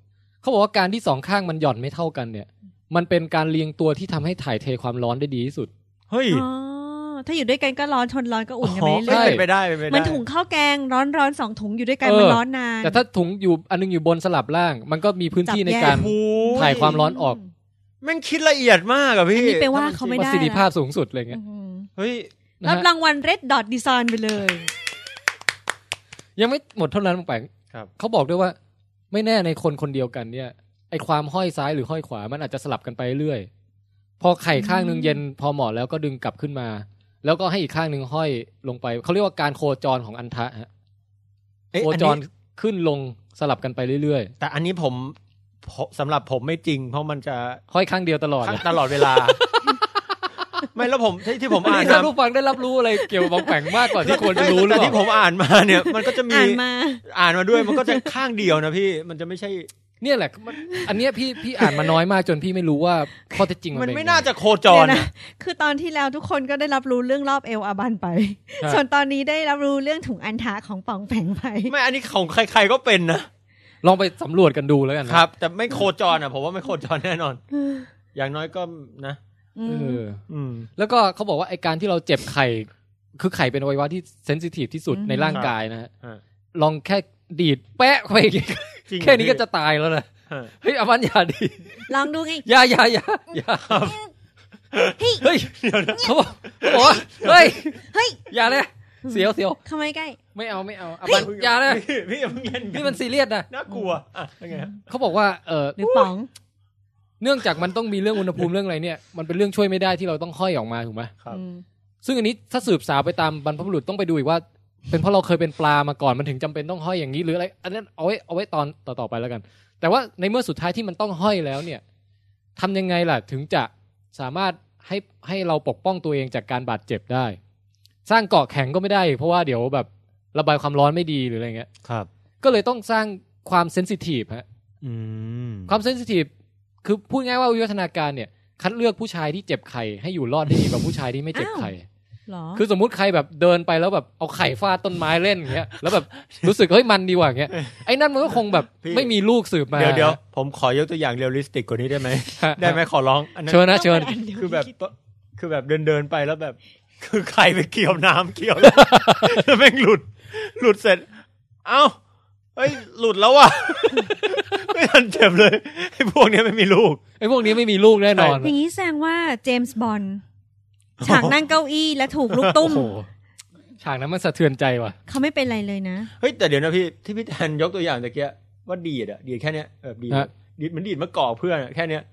เขาบอกว่าการที่สองข้างมันหย่อนไม่เท่ากันเนี่ย มันเป็นการเรียงตัวที่ทำให้ถ่ายเทความร้อนได้ดีที่สุด
เฮ้ย
อ๋อถ้าอยู่ด้วยกันก็ร้อนชนร้อนก็อุ่นกันไป
อ๋อ
เรื่
ใช่
อย
เป็นไปได้เป็นไป
ๆ
ได้
เหมันถุงข้าวแกงร้อนร้อนๆสองถุงอยู่ด้วยกัน
เออ
มันร้อนนาน
แต่ถ้าถุงอยู่อันนึงอยู่บนสลับล่าง มันก็มีพื้นที่ในการ
โอ้ย
ถ่ายความร้อนออก
แม่งคิดละเอียดมากอะ
อัน
พี่
นี้ไปว่าเขาไม่
ป
ได้
ระสิทธิภาพสูงสุดอะไร
นะ
เงี้ย
อืม
เฮ้ย
นะ
รับ
ฮะ
รางวัลเรดดอทดีไซน์ไปเลย
ยังไม่หมดเท่านั้นลงไป
ครับ
เขาบอกด้วยว่าไม่แน่ในคนคนเดียวกันเนี่ยไอความห้อยซ้ายหรือห้อยขวามันอาจจะสลับกันไปเรื่อยพอไข่ข้างหนึ่งเย็นพอเหมาะแล้วก็ดึงกลับขึ้นมา แล้วก็ให้อีกข้างหนึ่งห้อยลงไปเขาเรียกว่าการโคจรของอันทะฮะ
เอ๊ะ
โค
อัน
จ
นี้
รขึ้นลงสลับกันไปเรื่อย
แต่อันนี้ผมผมสำหรับผมไม่จริง เพราะมันจะ
ๆห้อยข้างเดียวตลอด
ตลอดเวลา ไม่แล้วผมที่ที่ผม
อัน
อ่าน
นี้
มา
ท่านผู้ฟังได้รับรู้อะไรเกี่ยวกับบองแปงมากกว่าที่ควรจะรู้หรือ
แต่
เป
ที่ผ
ล่าม
อ่านมาเนี่ย มันก็จะมี
อ่านมา
อ่านมาด้วย มันก็จะข้างเดียวนะพี่มันจะไม่ใช่
เนี่ยแหละมันอันเนี้ยพี่พี่อ่านมาน้อยมากจนพี่ไม่รู้ว่าข้อเท็จจริงมั
มั
น
น
เป็ยั
ไม่
งง
น่าจะโคจร
เดี๋ยว
นะ
นะคือตอนที่แล้วทุกคนก็ได้รับรู้เรื่องรอบเอวอาบันไป
ครับ
ส่วนตอนนี้ได้รับรู้เรื่องถุงอันทะของป่องแผงไป
ไม่อันนี้ของใคร ๆก็เป็นนะ
ลองไปสำรวจกันดูแล้วกันนะครับ
แต่ไม่โคจรอ่ะผมว่าไม่โคจรแน่นอน อย่างน้อยก็นะ
อื
เอ
ม
อ
อืม
แล้วก็เขาบอกว่าไอการที่เราเจ็บไข่ คือไข่เป็นอวัยวะที่เซนซิทีฟที่สุด
อืม
ในร่างกายนะฮะ
ครับ
ลองแค่ดีดแปะเข้าไป อีก
จริงเหรอ
แค่นี้ก็จะตายแล้วนะ
ฮะ
เฮ้ยอาวันอย่าดี
ลองดูไง
อย่าอย่าอย่าอย่าเฮ้ยเขาบอกโอ้เฮ้ย
เฮ้ย
อย่าเลยเสียวเสียว
เข้ามาใกล้
ไม่เอาไม่เอาอาวันอย่าเลย
พี่พี่อย่าเพิ่งเล่นกั
นี่มันซีเรียสนะ
น่ากลัวอ่ะยังไงฮะ
เขาบอกว่าเออ
หรือป๋อง
เนื่องจากมันต้องมีเรื่องอุณหภูมิเรื่องอะไรเนี่ย มันเป็นเรื่องช่วยไม่ได้ที่เราต้องห้อยออกมาถูกไหม
ครับ
อืม
ซึ่งอันนี้ถ้าสืบสาวไปตามบรรพบุรุษต้องไปดูอีกว่า เป็นเพราะเราเคยเป็นปลามาก่อนมันถึงจำเป็นต้องห้อยอย่างนี้หรืออะไรอันนั้นเอาไว้เอาไว้ตอนต่อๆไปแล้วกัน แต่ว่าในเมื่อสุดท้ายที่มันต้องห้อยแล้วเนี่ยทำยังไงล่ะถึงจะสามารถให้ให้เราปกป้องตัวเองจากการบาดเจ็บได้ สร้างเกาะแข็งก็ไม่ได้ เพราะว่าเดี๋ยวแบบระบายความร้อนไม่ดีหรืออะไรเงี้ย
ครับ
ก็เลยต้องสร้างความเซนซิทีฟฮะ
อืม
ความเซนซิทีฟคือพูดง่ายว่าวิวัฒนาการเนี่ย คัดเลือกผู้ชายที่เจ็บไข่ให้อยู่รอดได้ดีกว่าผู้ชายที่ไม่เจ็บไข่
หรอ
คือสมมุติใครแบบเดินไปแล้วแบบเอาไข่ฟาดต้นไม้เล่นอย่างเงี้ ยแล้วแบบรู้สึกเฮ้ยมันดีกว่าอย่างเงี้ย ไอ้นั่นมันก็คง แบบไม่มีลูกสืบมา
เดี๋ยวเดี๋ยว ผมขอยกตัวอย่างเรียลลิสติกกว่านี้ได้ไหม
ฮะ
ได้ไหมขอร้อง อันนั้น
เชิญนะเชิญ
คือแบบคือแบบเดินเดินๆไปแล้วแบบ คือใครไปเกี่ยวน้ำเกี่ยว แล้วแม่งหลุด หลุดเสร็จ เอ้าเฮ้ยหลุดแล้วว่ะ ไม่ทันเจ็บเลยไอ้พวกเนี้ยไม่มีลูก
ไอ้พวกนี้ไม่มีลูกแน่นอน
อย่างนี้แสดงว่าเจมส์บอลฉากนั่งเก้าอี้และถูกลูกตุ้ม
โอ้โห ฉากนั้นมันสะเทือนใจว่ะ
เขาไม่เป็นไรเลยนะ
เฮ้ยแต่เดี๋ยวนะพี่ที่พี่แทนยกตัวอย่างตะเกียว่าดีดอะดีดแค่เนี้ยแบบดีด
ฮะ
ดีดมันดีดมาก่อเพื่อนอะแค่เนี้ย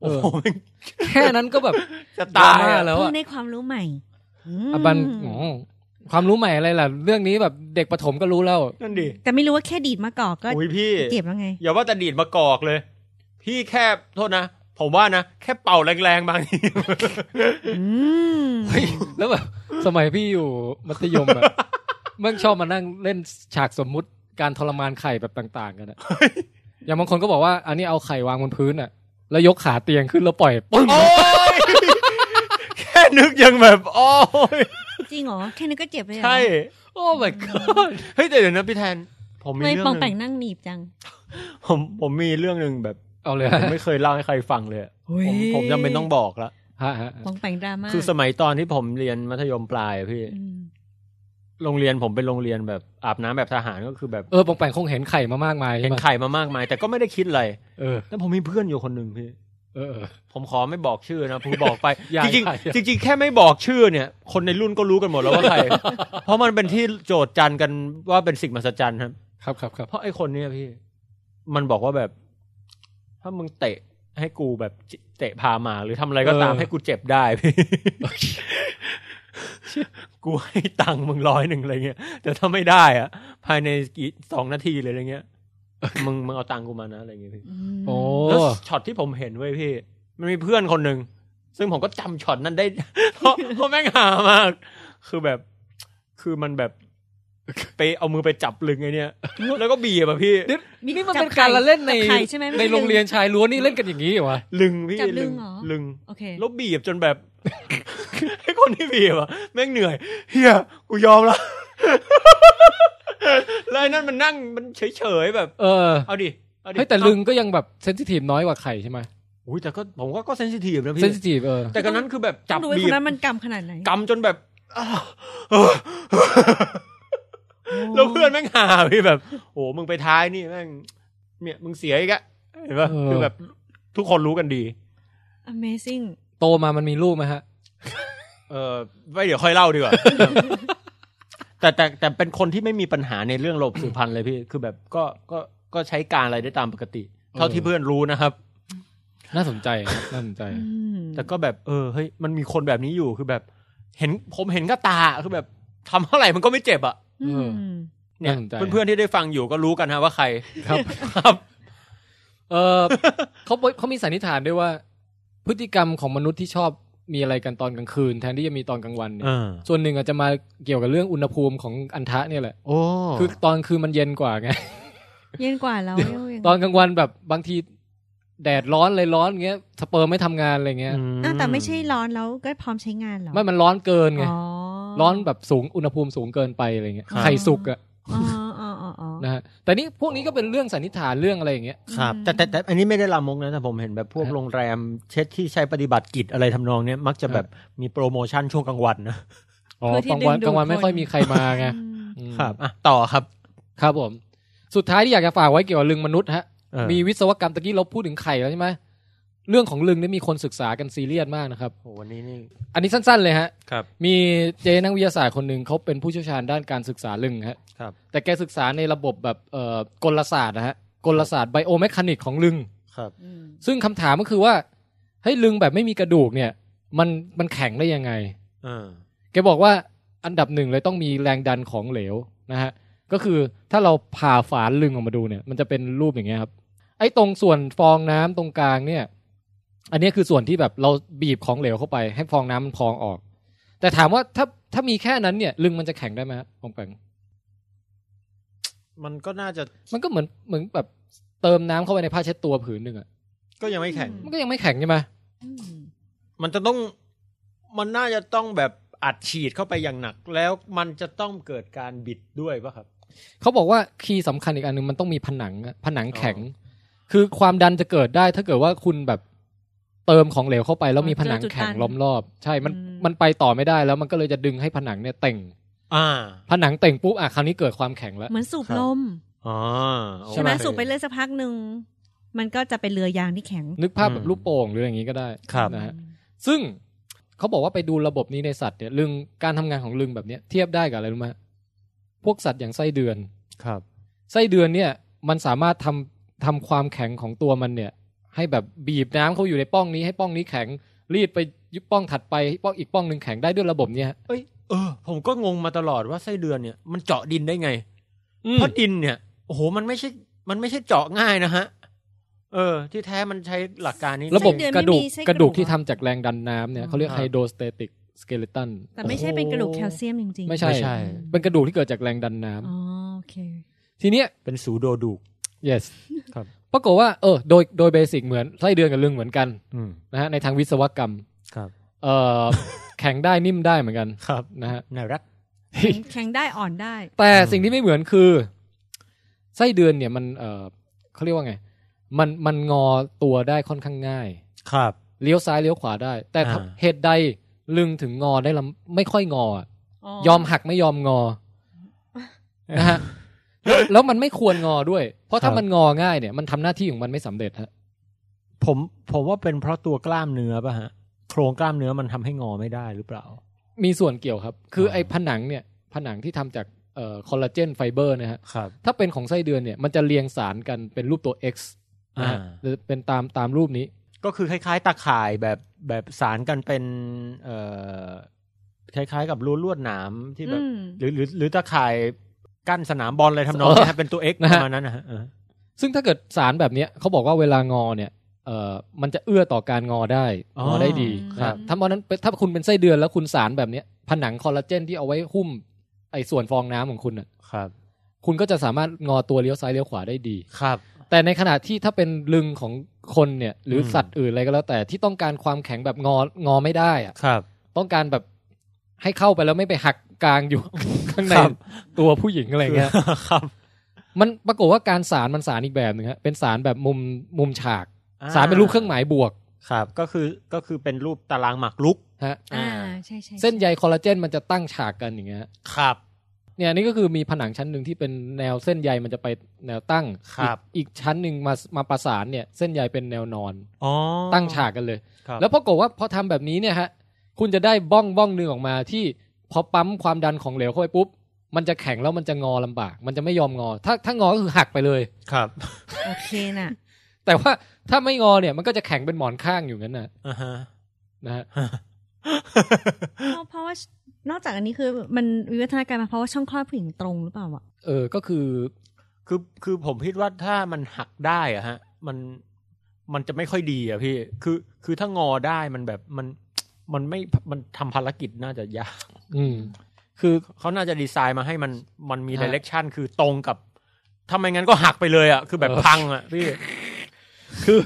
โอ้โหแม่ง
แค่นั้น ก็แบบ
จะตาย
ดรม่
อะ
แล้ว
เพิ่
อ่ะ
งได้ความรู้ใหม่ม
อะบันอ๋อความรู้ใหม่อะไรล่ะ เรื่องนี้แบบเด็กประถมก็รู้แล้ว
นั่นดิ
แต่ไม่รู้ว่าแค่ดีดมาก่อกก็
อุ้ยพี่
เจ็บแล้วไง
อย่าว่าแต่ดีดมากอกเลย พี่แค่โทษนะ ผมว่านะ แค่เป่าแรงๆบางที
อืม
แล้วแบบสมัยพี่อยู่มัธยมอะแมันชอบมานั่งเล่นฉากสมมุติการทรมานไข่แบบต่าง ๆ กันอะอย่างบางคนก็บอกว่า อันนี้เอาไข่วางบนพื้นอะแล้วยกขาเตียงขึ้นแล้วปล่อยปึ้ง
โอ้ยแค่นึกยังแบบโอ้ย
จริงเหรอ แค่นี้ก็เจ็บเลยเหรอ
ใช่
โอ้ my god
เฮ้ยแต่เดี๋ยวนะพี่แทน ผม
ทำ
มี
ไม่
เรื่อง
ปอง
ห
แป
นึ่
ง
ง
นั่งหนีบจัง
ผมผมมีเรื่องหนึ่งแบบ
เอาเลย
ผมไม่เคยเล่าให้ใครฟังเลยอะ
เฮ้ย
ผมผมจำเป็นต้องบอกละ
ฮะฮะ
ปองแปงดราม่า
คือสมัยตอนที่ผมเรียนมัธยมปลายอะพี่
อืม
โรงเรียนผมเป็นโรงเรียนแบบอาบน้ำแบบทหารก็คือแบบ
เออปองแปงคงเห็นไข่มามากมาย
เห็
ใช่
น
ปะ
ไข่มามากมาย แต่ก็ไม่ได้คิดอะไร
เออ
แล้วผมมีเพื่อนอยู่คนหนึ่งพี่
เออเออ
ผมขอไม่บอกชื่อนะผมบอกไป
อย่า
จริง
อย่า
ๆจริงๆแค่ไม่บอกชื่อเนี่ย คนในรุ่นก็รู้กันหมดแล้วว่า ใคร เพราะมันเป็นที่โจทย์จันกันว่าเป็นสิ่งมหัศจรรย์ครับ
ครับครับครับ
เพราะไอ้คนเนี้ยพี่ มันบอกว่าแบบ ถ้ามึงเตะให้กูแบบจิเตะพามา หรือทำอะไรก็ตามให้กูเจ็บได้พี่ กูให้ตังค์มึงร้อยหนึ่งอะไรเงี้ยแต่ถ้าไม่ได้อะภายในกี่สองนาทีเลยอะไรเงี้ยมึงมึงเอาตังค์กูมานะอะไรเงี้ยพี่
ม
โอ้
แล้วช็อตที่ผมเห็นเว้ยพี่ มันมีเพื่อนคนหนึ่งซึ่งผมก็จำช็อตนั้น ได้ เพราะเพราะแม่งหามาก คือแบบ คือมันแบบ ไปเอามือไปจับลึงไอเนี้ย แล้วก็บีบอะพี่
นี่นี่มันเป็นการละเล่นใน
จับไข่ใช่ไหมไม่
ใน
ช่
โรงเรียน
ดึ
ชายล้วนนี่เล่นกันอย่างนี้เหรอวะ
ลึงพี่
จับลึงเหรอ
ลึง
โอเค
แล้วบีบจนแบบ ไอ้คนที่บีบอะแม่งเหนื่อยเฮียกูยอมละ แล้วไอ้นั่นมันนั่งมันเฉยๆแบบ
เออ
เอาดิเอาดิ
เฮ้ยแต่ลึงก็ยังแบบเซนซิทีฟน้อยกว่าไข่ใช่ไหม
อุ้ยแต่ก็ผมว่าก็เซนซิทีฟนะ
เซน
พี่
ซิทีฟเออ
แต่กันนั้นคือแบบจับ
ต้องดูไอ้
บี
ค
บ
นนั้นมันกำขนาดไหน
กำจนแบบอ้าวเออ แล้วเพื่อนแม่งหาพี่แบบโอ้มึงไปท้ายนี่แม่งเนี่ยมึงเสียอีกอะเห็นปะคือแบบทุกคนรู้กันดี
โอ้ Amazing
โตมามันมีลูกไหมฮะ
เออไม่เดี๋ยวค่อยเล่าดีกว่า แต่แต่แต่เป็นคนที่ไม่มีปัญหาในเรื่องระบบสืบพันธุ์เลยพี่ คือแบบก็ก็ก็ใช้การอะไรได้ตามปกติ เท่าที่เพื่อนรู้นะครับ
น่าสนใจครับ น่าสนใจ
อืม
แต่ก็แบบเออเฮ้ยมันมีคนแบบนี้อยู่คือแบบ เห็นผมเห็นก็ตาคือแบบทำเท่าไหร่มันก็ไม่เจ็บอะ
เออ
อืม
เนี่ย
น่าสนใจ
เพื่อนๆที่ได้ฟังอยู่ก็รู้กันฮะว่าใคร
ครับ
ครับ
เออ เขาเขามีสันนิษฐานด้วยว่า พฤติกรรมของมนุษย์ที่ชอบมีอะไรกันตอนกลางคืน แทนที่จะมีตอนกลางวันเนี่ย
เออ
ส่วนหนึ่งอาจจะมาเกี่ยวกับเรื่องอุณหภูมิของอันทะเนี่ยแหละ
โอ้
คือตอนคือมันเย็นกว่าไง
เย็นกว่าเรา
ตอนกลางวันแบบบางทีแดดร้อนเลยร้อนเงี้ยสเปิร์มไม่ทำงานอะไรเงี้ย
ม
อ้าวแต่ไม่ใช่ร้อนแล้วก็พร้อมใช้งานเหรอ
ไม่มันร้อนเกินไง
อ๋อ
ร้อนแบบสูงอุณหภูมิสูงเกินไปอะไรเงี้ย
ครับ
ไข่สุกอะ
อ๋ออ๋ออ๋ออ๋อ
นะฮะแต่นี่พวกนี้ก็เป็นเรื่องสันนิษฐานเรื่องอะไรอย่างเงี้ย
ครับ แต่แต่แต่แต่อันนี้ไม่ได้ลามกนะแต่ผมเห็นแบบพวก
ฮะ
โรงแรมเช็ดที่ใช้ปฏิบัติกิจอะไรทำนองเนี้ยมักจะแบบมีโปรโมชั่นช่วงกลางวันนะ
อ๋อ
เพื่อที่
กลางวัน
ดึงดูด
กลางวันไม่ค่อย
คน
มีใครมาไง
อืม
อืม
ครับอ่ะต่อครับ
ครับผม สุดท้ายที่อยากจะฝากไว้เกี่ยวกับลึงมนุษย์ฮะ
เออ
มีวิศวกรรมตะกี้เราพูดถึงไข่แล้วใช่ไหมเรื่องของลึงนี่มีคนศึกษากันซีเรียสมากนะครับ
โหวันนี้นี่
อันนี้สั้น ๆเลยฮะ
ครับ
มีเจนักวิทยาศาสตร์คนหนึ่งเขาเป็นผู้เชี่ยวชาญด้านการศึกษาลึงฮะ
ครับ
แต่แกศึกษาในระบบแบบเอ่อกลศาสตร์นะฮะกลศาสตร์ไบโอแมคานิกของลึง
ครับ
อืม
ซึ่งคำถามก็คือว่าเฮ้ยลึงแบบไม่มีกระดูกเนี่ย มันมันแข็งได้ยังไง
เออ
แกบอกว่าอันดับหนึ่งเลยต้องมีแรงดันของเหลวนะฮะก็คือถ้าเราผ่าฝานลึงออกมาดูเนี่ย มันจะเป็นรูปอย่างเงี้ยครับ ไอ้ตรงส่วนฟองน้ำตรงกลางเนี่ย อันเนี้ยคือส่วนที่แบบเราบีบของเหลวเข้าไป ให้ฟองน้ำมันพองออก แต่ถามว่าถ้าถ้ามีแค่นั้นเนี่ย ลึงมันจะแข็งได้ไหมครับปองแปง
มันก็น่าจะ
มันก็เหมือนเหมือนแบบเติมน้ำเข้าไปในผ้าเช็ดตัวผืนหนึ่งอะ
ก็ยังไม่แข็ง
มันก็ยังไม่แข็งใช่ไหม
อืม
มันจะต้องมันน่าจะต้องแบบอัดฉีดเข้าไปอย่างหนัก แล้วมันจะต้องเกิดการบิดด้วยป่ะครับ
เขาบอกว่าคีย์สำคัญอีกอันหนึ่งมันต้องมีผนังอะผนังแข็ง คือความดันจะเกิดได้ ถ้าเกิดว่าคุณแบบเติมของเหลวเข้าไป แล้วมีผนังแข็งล้อมรอบ ใช่มันมันไปต่อไม่ได้แล้วมันก็เลยจะดึงให้ผนังเนี่ยเต่ง
อ่า
ผนังเต่งปุ๊บอ่ะคราวนี้เกิดความแข็งแล้ว
เหมือนสูบลม
อ๋อ
ใช่
ใช่ไหม
โอค
สูบไปเลยสักพักหนึ่ง มันก็จะเป็นเรือยางที่แข็ง
นึกภาพ
อืม
แบบลูกโป่งหรืออย่างนี้ก็ได้
ครับ
นะฮะซึ่งเขาบอกว่าไปดูระบบนี้ในสัตว์เนี่ยลึงการทำงานของลึงแบบเนี้ยเทียบได้กับอะไรรู้ไหมพวกสัตว์อย่างไส้เดือน
ครับ
ไส้เดือนเนี่ยมันสามารถทำทำความแข็งของตัวมันเนี่ย ให้แบบบีบน้ำเข้าอยู่ในป้องนี้ให้ป้องนี้แข็งรีดไปยุบป้องถัดไปป้องอีกป้องหนึ่งแข็งได้ด้วยระบบเนี่ยฮะ
เอ้ยเออ ผมก็งงมาตลอดว่าไส้เดือนเนี่ยมันเจาะดินได้ไง
อืม
เพราะดินเนี่ยโอ้โหมันไม่ใช่ มันไม่ใช่เจาะง่ายนะฮะ เออ ที่แท้มันใช้หลักการนี้
ระบบ
ใช่
กระดูกกระดูกที่ทำจากแรงดันน้ำเนี่ยเขาเรียก
อ่า
ไฮโดรสเตติกสเกเลตัน
แต่ไม่ใช่เป็นกระดูกแคลเซียมจริงๆ
ไม่ใช่
ไม่ใช่
เป็นกระดูกที่เกิดจากแรงดันน้ำ
อ๋อโอเค
ทีเนี้ย
เป็นสูโดดูก
yes
ครับ
ปรากฏว่าเออโดยโดยเบสิกเหมือนไส้เดือนกับลึงเหมือนกัน
อืม
นะฮะในทางวิศวกรรม
ครับ
เอ่อ แข็งได้นิ่มได้เหมือนกัน
ครับ
นะฮะ
น่ารัก
แข็งได้อ่อนได้
แต่สิ่งที่ไม่เหมือนคือไส้เดือนเนี่ยมันเออเขาเรียกว่าไง มันมันงอตัวได้ค่อนข้างง่าย
ครับ
เลี้ยวซ้ายเลี้ยวขวาได้ แต่ถ้า
อ่า
เหตุใดลึงถึงงอได้ลำไม่ค่อยงออะยอมหักไม่ยอมงอนะฮะแล้วแล้วมันไม่ควรงอด้วย เพราะถ้ามันงอง่ายเนี่ย มันทำหน้าที่ของมันไม่สำเร็จฮะ
ผมผมว่าเป็นเพราะตัวกล้ามเนื้อป่ะฮะ โครงกล้ามเนื้อมันทำให้งอไม่ได้หรือเปล่า
มีส่วนเกี่ยวครับ คืออ
อ
ไอ้ผนังเนี่ย ผนังที่ทำจากเอ่อคอลลาเจนไฟเบอร์นะฮะ
ครับ
ถ้าเป็นของไส้เดือนเนี่ยมันจะเรียงสารกันเป็นรูปตัว X นะฮะ
อ่า
หรือเป็นตามตามรูปนี้
ก็คือคล้าย ๆ ตาข่ายแบบแบบสารกันเป็น เอ่อคล้าย ๆ กับรูลวดหนามที่แบบ
อืม
หรือหรือหรือตาข่ายกั้นสนามบอลอะไรทำนองเนี้ยฮะเป็นตัวเอ็ก
นะ
ป
ฮะ
ระมาณนั้นนะฮะเออ
ซึ่งถ้าเกิดสารแบบเนี้ยเขาบอกว่าเวลางอเนี่ยเอ่อมันจะเอื้อต่อการงอได้งอได้ดี
ครับ
นะถ้าเพราะนั้นถ้าคุณเป็นไส้เดือนแล้วคุณสารแบบเนี้ยผนังคอลลาเจนที่เอาไว้หุ้มไอ้ส่วนฟองน้ำของคุณน่ะ
ครับ
คุณก็จะสามารถงอตัวเลี้ยวซ้ายเลี้ยวขวาได้ดี
ครับ
แต่ในขณะที่ถ้าเป็นลึงของคนเนี่ยหรืออ
ม
สัตว์อื่นอะไรก็แล้วแต่ที่ต้องการความแข็งแบบงองอไม่ได้อะ
ครับ
ต้องการแบบให้เข้าไปแล้วไม่ไปหักกลางอยู่ ข้างใน
ครับ
ตัวผู้หญิงอะไร เงี้ย
ครับ
มันปรากฏว่าการสารมันสารอีกแบบหนึ่งฮะเป็นสารแบบมุมมุมฉาก สารเป็นรูปเครื่องหมายบวก
ครับ ก็คือก็คือเป็นรูปตารางหมากรุก
ฮะ
อ่าใช่ใช่
เส้นใยคอลลาเจนมันจะตั้งฉากกันอย่างเงี้ยฮะ
ครับ
เนี่ยนี่ก็คือมีผนังชั้นหนึ่งที่เป็นแนวเส้นใยมันจะไปแนวตั้ง
ครับ
อีกอีกชั้นหนึ่งมามาประสานเนี่ย เส้นใยเป็นแนวนอน
อ๋อ
ตั้งฉากกันเลย
ครับ
แล้วปรากฏว่าพอทำแบบนี้เนี่ยฮะ คุณจะได้บ้องบ้องหนึ่งออกมาที่พอปั๊มความดันของเหลวเข้าไปปุ๊บ มันจะแข็งแล้วมันจะงอลำบาก มันจะไม่ยอมงอ ถ้าถ้างอก็คือหักไปเลย
ครับ
โอเคน่ะ
แต่ว่าถ้าไม่งอเนี่ยมันก็จะแข็งเป็นหมอนข้างอยู่งั้นนะ
อ่าฮะ
นะฮะ
เพราะเพราะว่านอกจากอันนี้คือมันวิวัฒนาการมาเพราะว่าช่องคลอดผู้หญิงตรงหรือเปล่าวะ
เออ ก็คือ
คือคือผมคิดว่าถ้ามันหักได้อะฮะ มันมันจะไม่ค่อยดีอะพี่ คือคือถ้างอได้มันแบบมันมันไม่มันทำภารกิจน่าจะยาก
อืม คือ
เขาน่าจะดีไซน์มาให้มันมันมี
ฮะ
ดเรกชันคือตรงกับทำไมงั้นก็หักไปเลยอะคือแบบ
เออ
พังอะพี่
คือ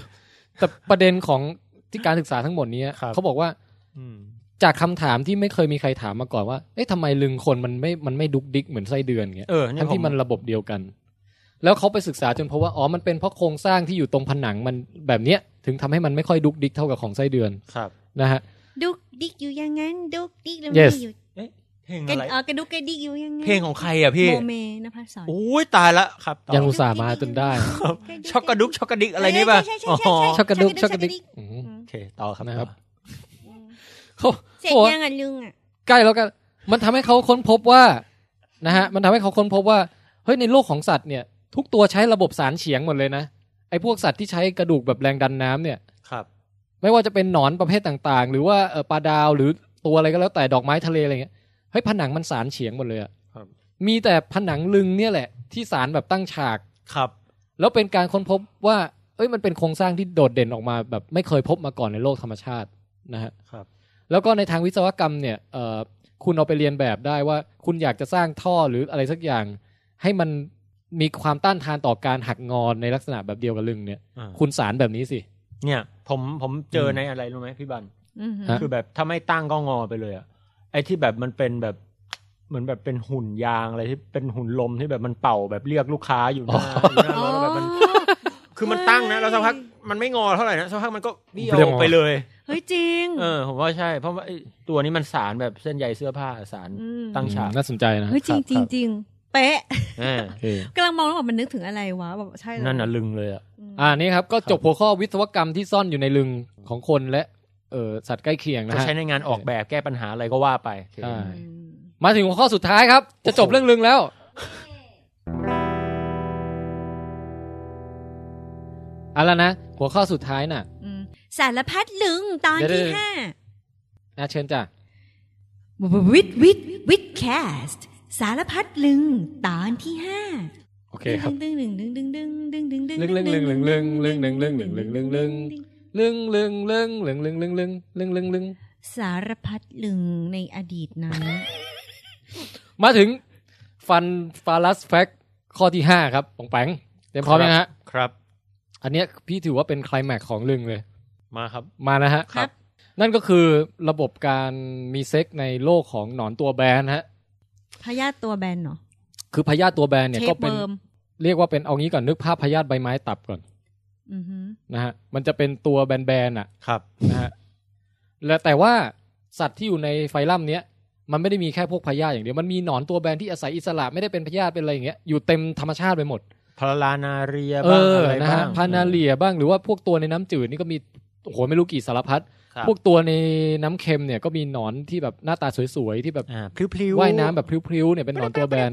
แต่ประเด็นของที่การศึกษาทั้งหมดเนี้ย
ครับ
เขาบอกว่า
อืม
จากคำถามที่ไม่เคยมีใครถามมาก่อนว่าเอ๊ะทำไมลึงคนมันไม่มันไม่ดุกดิกเหมือนไส้เดือนเงี้ย
เออเนี่ย
ทั้งที่
ผ
มันระบบเดียวกัน แล้วเขาไปศึกษาจนพบว่า อ๋อ มันเป็นเพราะโครงสร้างที่อยู่ตรงผนังมันแบบเนี้ย ถึงทำให้มันไม่ค่อยดุกดิกเท่ากับของไส้เดือน
ครับ
นะฮะ
ดุกดิกอยู่อยังงั้นดุกดิกแล้ว
Yes
ไม่อยู่
เพลง
กระ
อะไร
เอ่อกระดุกกระดิกอยู่อยังงั้น
เพลงของใครอะพี่
โมเมนภัสสอน
โอ้ยตายละครับต่อ
ยัง อุตส่าห์มาจนได้
ช็อกกระดุกช็อกกระดิกอะไรนี่ป่ะ
ใช่ใช่
อ๋อ
ใช่ใ
ชักกระดุกชักกระดิกอืม
โอเคต่อครับ
นะครับ
ต่อ
เขา
เสีย
เขาบอก
ยั
ว่าง
อ่ะลุงอ่ะ
ใกล้แล้วกัน มันทำให้เขาค้นพบว่านะฮะ มันทำให้เขาค้นพบว่า เฮ้ย ในโลกของสัตว์เนี่ย ทุกตัวใช้ระบบสารเฉียงหมดเลยนะ ไอ้พวกสัตว์ที่ใช้กระดูกแบบแรงดันน้ำเนี่ย
ครับ
ไม่ว่าจะเป็นหนอนประเภทต่างๆ หรือว่าเอ่อปลาดาวหรือตัวอะไรก็แล้วแต่ดอกไม้ทะเลอะไรเงี้ยเฮ้ยผนังมันสารเฉียงหมดเลยอะ
ครับ
มีแต่ผนังลึงเนี่ยแหละ ที่สารแบบตั้งฉาก
ครับ
แล้วเป็นการค้นพบว่า เอ้ยมันเป็นโครงสร้างที่โดดเด่นออกมา แบบไม่เคยพบมาก่อนในโลกธรรมชาตินะฮะ
ครับ
แล้วก็ในทางวิศวกรรมเนี่ยเอ่อคุณเอาไปเรียนแบบได้ว่า คุณอยากจะสร้างท่อหรืออะไรสักอย่าง ให้มันมีความต้านทานต่อการหักงอนในลักษณะแบบเดียวกับลึงเนี่ย
อ่า
คุณสารแบบนี้สิ
เนี่ยผมผมเจออ
ม
ในอะไรรู้ไหมพี่บัน
อืม
ฮะ
คือแบบถ้าไม่ตั้งก็งอไปเลยอะไอ้ที่แบบมันเป็นแบบเหมือนแบบเป็นหุ่นยางอะไรที่เป็นหุ่นลมที่แบบมันเป่าแบบเรียกลูกค้าอยู่หนะ
อ๋อ
แบบมันคือมันตั้งนะแล้วสักพักมันไม่งอเท่าไหร่นะสักพักมันก็เบี้ยว
เบี้ยว
ออกไปเลย
เฮ้ยจริง
เออผมว่าใช่ เพราะว่าไอ้ตัวนี้มันสารแบบเส้นใยเสื้อผ้าสาร
ม
ตั้งฉาก
อืมน่าสนใจนะ
เฮ้ยจริง
ครับ
จริงจริงเป๊ะ
เออ
โอเค
กำลังมองแล้วแบบมันนึกถึงอะไรวะแบบใช่เลย
นั่นน่ะลึงเลยอะ
อืม
อ่านี่ครับ ก็
ครับ
จบหัวข้อวิศวกรรมที่ซ่อนอยู่ในลึงของคนและเออสัตว์ใกล้เคียงนะ
ก็
ฮะ
ใช้ในงานออกแบบแก้ปัญหาอะไรก็ว่าไป
ใช่
อืม
มาถึงหัวข้อสุดท้ายครับ จะจบเรื่องลึงแล้ว เอาละนะ หัวข้อสุดท้ายน่ะ
อืมสารพัดลึงตอน
เดี๋
ที่
ยวๆ
ห้า
นะเชิญจ้ะ
วิดวิดวิดแคสต์สารพัดลึงตอนที่ห้า
โอเคครับ
ดึงดึงดึงดึงดึงดึงดึงดึง
ลึงลึงลึงลึงลึงลึงลึงลึงลึงลึงลึงลึง ลึงลึงลึงลึงลึงลึงลึงลึงลึงลึง
สารพัดลึงในอดีตนั้น
มาถึงฟันฟาลัสแฟกข้อที่ห้าครับปองแปงเตรียมพร้อมยังฮะ
ครับ
อันเนี้ยพี่ถือว่าเป็นไคลแม็กซ์ของลึงเลย
มาครับ
มานะฮะ
ครับ
นั่นก็คือระบบการมีเซ็กในโลกของหนอนตัวแบนฮะ
พยาธิตัวแบนเนาะ
คือพยาธิตัวแบนเนี่ย
เท
ก็
ป
เป็น
เบิร์ม
เรียกว่าเป็นเอางี้ก่อนนึกภาพพยาธิใบไม้ตับก่อน
อือหือ
นะฮะ มันจะเป็นตัวแบนๆอ่ะ
ครับ
นะฮะ และแต่ว่าสัตว์ที่อยู่ในไฟลัมเนี้ยมันไม่ได้มีแค่พวกพยาธิอย่างเดียว มันมีหนอนตัวแบนที่อาศัยอิสระไม่ได้เป็นพยาธิเป็นอะไรอย่างเงี้ย อยู่เต็มธรรมชาติไปหมด
พารานาเรีย
เอ
บ้าง
อ
อะไร
นะ
บ้า
ฮะ
ง
พานาเลียบ้างหรือว่าพวกตัวในน้ำจืดนี่ก็มี โอ้โห ไม่รู้กี่สารพัด
ครับ
พวกตัวในน้ำเค็มเนี่ยก็มีหนอนที่แบบหน้าตาสวยๆที่แบบ
อ่าพลิ้วๆ
ว่ายน้ำแบบพริ้วๆเนี่ยเป็นหนอนตัวแบน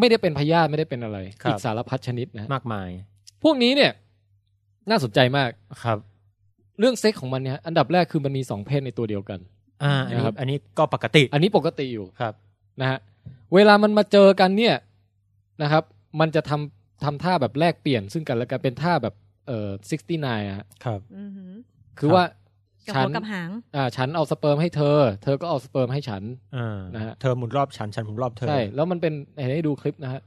ไม่ได้เป็นพยาธิไม่ได้เป็นอะไร
ครับ
อีกสารพัดชนิดนะฮะ
มากมาย
พวกนี้เนี่ย น่าสนใจมาก
ครับ
เรื่องเซ็กของมันเนี่ยอันดับแรกคือมันมีสองเพศในตัวเดียวกัน
อ่าอัน
นะครั
นี้
บ
อันนี้ก็ปกติ
อันนี้ปกติอยู่
ครับ
นะฮะเวลามันมาเจอกันเนี่ยนะครับ มันจะทำทำท่าแบบแลกเปลี่ยนซึ่งกันและกันเป็นท่าแบบเอ่อ69อะฮะ
ครับ
อือหือ
คือ
ครับ
ว่า
กับ
ฉั
หัวกับหาง
อ่าฉันเอาสเปิร์มให้เธอ เธอก็เอาสเปิร์มให้ฉัน
อ่า
นะฮะ
เธอหมุนรอบฉันฉันหมุนรอบเธอ
ใช่แล้วมันเป็นเห็นให้ดูคลิปนะฮะ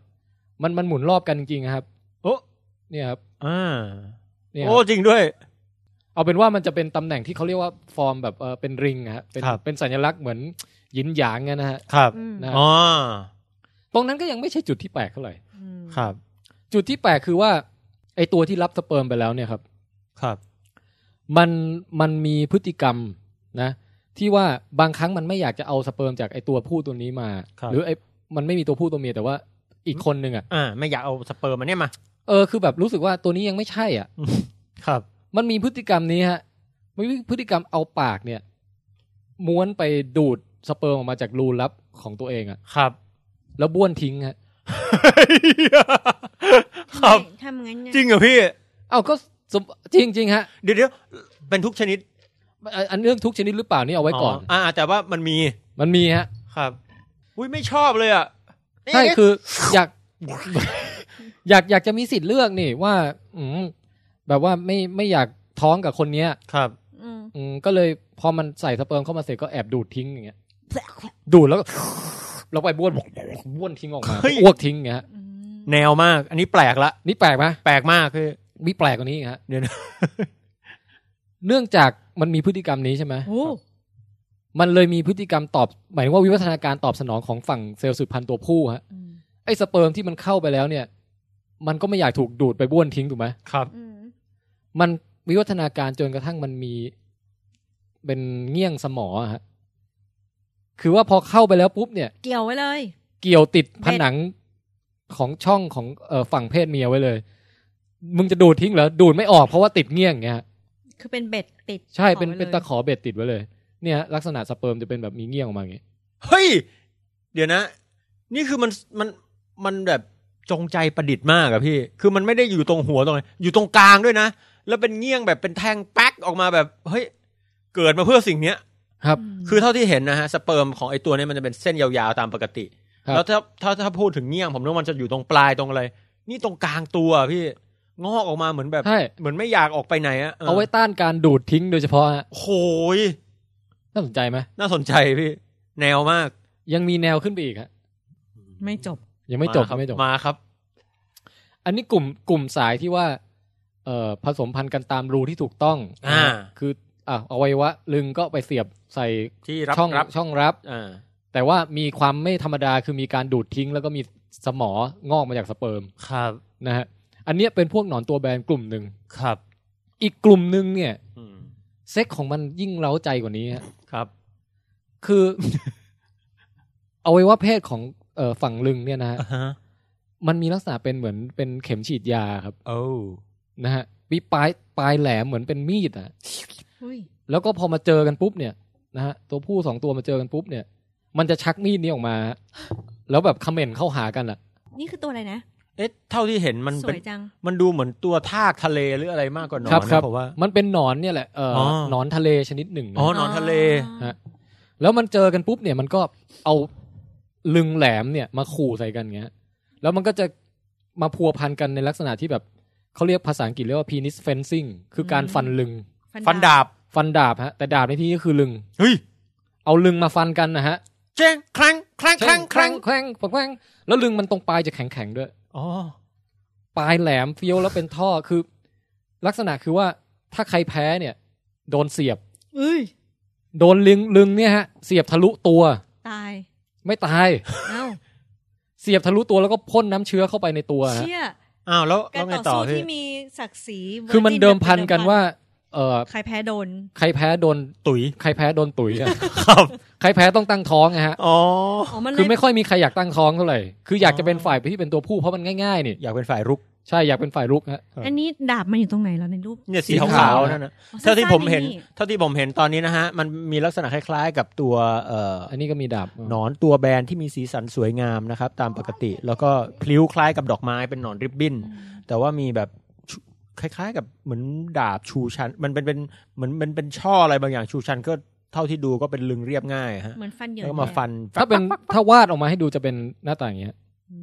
มันมันหมุนรอบกันจริงๆนะครับ
โอ้
เนี่ยครับ
อ่า
เนี่ยค
โอ้
รับ
จริงด้วย
เอาเป็นว่ามันจะเป็นตำแหน่งที่เขาเรียกว่าฟอร์มแบบเออเป็นริงอะฮะเป็น
ครับ
เป็นสัญลักษณ์เหมือนหยินหยางไงนะฮะ
ครับ
อืม
นะ
อ๋อ
ตรงนั้นก็ยังไม่ใช่จุดที่แปลกเท่าไหร่
ม
ครับ
จุดที่แปลกคือว่าไอตัวที่รับสเปิร์มไปแล้วเนี่ยครับ
ครับ
มันมันมีพฤติกรรมนะ ที่ว่าบางครั้งมันไม่อยากจะเอาสเปิร์มจากไอตัวผู้ตัวนี้มา
ครับ
หรือไอมันไม่มีตัวผู้ตัวเมียแต่ว่าอีกคนหนึ่งอ่ะ
อ่า ไม่อยากเอาสเปิร์มมันเนี่ยมา
เออคือแบบรู้สึกว่าตัวนี้ยังไม่ใช่อ่ะ
ครับ
มันมีพฤติกรรมนี้ฮะมันมีพฤติกรรมเอาปากเนี่ย ม้วนไปดูดสเปิร์มออกมาจากรูลับของตัวเองอะ
ครับ
แล้วบ้วนทิ้งฮะ
ครั
ทำ
บ
ไมทำงั้นเนี่ย
จริงเหรอพี่
เอาก็สมจริงจริงๆฮะ
เดี๋ยวเดี๋ยวเป็นทุกชนิด
อันอันเรื่องทุกชนิดหรือเปล่านี่เอาไว้ก่อน
อ่าแต่ว่ามันมี
มันมีฮะ
ครับ อุ้ยไม่ชอบเลยอ่ะ
ใช่คืออยาก อยากอยากจะมีสิทธิ์เลือกนี่ว่า อืมแบบว่าไม่ไม่อยากท้องกับคนเนี้ย
ครับ
อืม
อืมก็เลยพอมันใส่สเปิร์มเข้ามาเสร็จก็แอบดูดทิ้งอย่างเงี้ย ดูดแล้วก็ แล้วไปบ้วน บ้วนทิ้งออกมา
เฮ้ย
อ้วกทิ้งอย่างเงี้ยฮะ
อืม
แนวมาก อันนี้แปลกละ
นี่แปลกไหม
แปลกมากคือ
มีแปลกกว่านี้อีกฮะ
เดี๋ยวนะ
เนื่องจากมันมีพฤติกรรมนี้ใช่ไหม
โอ้
มันเลยมีพฤติกรรมตอบ หมายถึงว่าวิวัฒนาการตอบสนองของฝั่งเซลล์สืบพันธุ์ตัวผู้ฮะ
อืม
ไอ้สเปิร์มที่มันเข้าไปแล้วเนี่ย มันก็ไม่อยากถูกดูดไปบ้วนทิ้งถูกไหม
ครับ
อืม
มันวิวัฒนาการจนกระทั่งมันมี เป็นเงี่ยงสมออะฮะ คือว่าพอเข้าไปแล้วปุ๊บเนี่ย
เกี่ยวไว้เลย
เกี่ยวติดผนังของช่องของเอ่อฝั่งเพศเมียไว้เลย มึงจะดูดทิ้งเหรอ ดูดไม่ออกเพราะว่าติดเงี่ยงไงฮะ
คือเป็นเบ็ดติด
ใช่ เป็น
อาไว้
เป็น
ลย
ตะขอเบ็ดติดไว้เลย เนี่ย ลักษณะสเปิร์มจะเป็นแบบมีเงี้ยงออกมาอย่างงี้
เฮ้ย เดี๋ยวนะ นี่คือมันมันมันแบบจงใจประดิษฐ์มากอะพี่ คือมันไม่ได้อยู่ตรงหัวตรงไหนอยู่ตรงกลางด้วยนะ แล้วเป็นเงี้ยงแบบเป็นแทงแป๊กออกมาแบบ เฮ้ย เกิดมาเพื่อสิ่งเนี้ย
ครับ
ม
คือเท่าที่เห็นนะฮะสเปิร์มของไอตัวเนี้มันจะเป็นเส้นยาวๆตามปกติ
ครับ
แล้วถ้าถ้าถ้าพูดถึงเงี้ยงผมนึกว่ามันจะอยู่ตรงปลายตรงอะไร นี่ตรงกลางตัวอะพี่งอกออกมาเหมือนแบบ
ใช่
เหมือนไม่อยากออกไปไหนอะ
เอาไว้ต้านการดูดทิ้งโดยเฉพาะฮะ
โหย
น่าสนใจไหม
น่าสนใจพี่ แนวมาก
ยังมีแนวขึ้นไปอีกฮะ
ไม่จบ
ยังไม่จบ
าครับ
ยังไม่จบ
มาครับ
อันนี้กลุ่มกลุ่มสายที่ว่า เอ่อผสมพันธุ์กันตามรูที่ถูกต้อง
อ่า
คืออ่ะอวัยวะลึงก็ไปเสียบใส่
ที่รับ
ช่อง
รับ
ช่องรับ
อ่า
แต่ว่ามีความไม่ธรรมดาคือมีการดูดทิ้ง แล้วก็มีสมองอกมาจากสเปิร์ม
ครับ
นะฮะอันเนี้ยเป็นพวกหนอนตัวแบนกลุ่มหนึ่ง
ครับ
อีกกลุ่มหนึ่งเนี่ย
อืม
เซ็กของมันยิ่งเร้าใจกว่านี้ฮะ
ครับ
คือ อวัยวะเพศของเอ่อฝั่งลึงเนี่ยนะฮะ
อ่าฮะ
มันมีลักษณะเป็นเหมือนเป็นเข็มฉีดยาครับ
โอ้
นะฮะมีปลายปลายแหลมเหมือนเป็นมีดอะ
อุ้ย
แล้วก็พอมาเจอกันปุ๊บเนี่ยนะฮะตัวผู้สองตัวมาเจอกันปุ๊บเนี่ย มันจะชักมีดนี้ออกมา แล้วแบบเขม่นเข้าหากันอะ
นี่คือตัวอะไรนะ
เอ๊ะเท่าที่เห็นมัน
ส
เป็
วน ยจัง
มันดูเหมือนตัวทากทะเลหรืออะไรมากกว่าหนอน
ครับครั
นะผมว่า
มันเป็นหนอนเนี่ยแหละเอ่ออ
อ
หนอนทะเลชนิดหนึ่งนะ
อ๋อหนอนทะเล
ฮะแล้วมันเจอกันปุ๊บเนี่ย มันก็เอาลึงแหลมเนี่ย มาขู่ใส่กันเงี้ย แล้วมันก็จะมาพัวพันกันในลักษณะที่แบบเขาเรียกภาษาอังกฤษเรียกว่า penis fencing คือการ
อืม
ฟันลึง
ฟันดาบ
ฟันดาบฮะแต่ดาบในที่นี้คือลึง
เฮ้ย
เอาลึงมาฟันกันนะฮะ
เจ้งครั้งครั้งครั้งครั้ง
แครั้งแครั้งแล้วลึงมันตรงปลายจะแข็งๆด้วย
อ๋อ
ปลายแหลมเฟี้ยวแล้วเป็นท่อคือ ลักษณะคือว่าถ้าใครแพ้เนี่ย โดนเสียบ
เอ้ย
โดนลึงลึงเนี่ยฮะ เสียบทะลุตัว
ตาย
ไม่ตาย
เอ้า
เสียบทะลุตัวแล้วก็พ่นน้ำเชื้อเข้าไปในตัวฮะ
เชี่ย
อ้าวแล้ว
การ
แล้วไง
ต่อ
ต่อ
สู้
พี่
ที่มีศักดิ์ศรี virgin
คือมันเดิมพันกันว่า เออ
ใครแพ้โดน
ใครแพ้โดน
ตุ๋ย
ใครแพ้โดนตุ๋ยอะ
ครับ
ใครแพ้ต้องตั้งท้องนะฮะ
อ๋อ
อ๋อ มันเล
คือย ไม่ค่อยมีใครอยากตั้งท้องเท่าไหร่คืออยากจะเป็น
อ๋อ
ฝ่ายที่เป็นตัวผู้เพราะมันง่ายๆนี่
อยากเป็นฝ่ายรุก
ใช่อยากเป็นฝ่ายลุกฮะ
อันนี้ดาบมันอยู่ตรงไหนแล้วในรูป
เนี่ยสี
สี
ขาว
ขา
ขาว วนั่นนะ
อ๋อ
เท่าที่
สั้ๆ
ผมเห็น
นี่
เท่าที่ผมเห็นตอนนี้นะฮะ มันมีลักษณะคล้าย ๆ กับตัวเอ่อ
อั นนี้ก็มีดาบ
หนอนตัวแบนที่มีสีสันสวยงามนะครับ ตามปกติ แล้วก็พลิ้วคล้ายกับดอกไม้เป็นหนอนริบบิ้น แต่ว่ามีแบบชูคล้าย ๆ กับเหมือนดาบชูชัน มันเป็นเป็นเหมือนมันเป็นช่ออะไรบางอย่างชูชันก็เท่าที่ดูก็เป็นลึงเรียบง่ายฮะ
เหมือนฟันเหยื่
แล้วก็มาฟัน
ถ้าเป็นถ้าวาดออกมาให้ดูจะเป็นหน้าตาอย่างเงี้ย
อื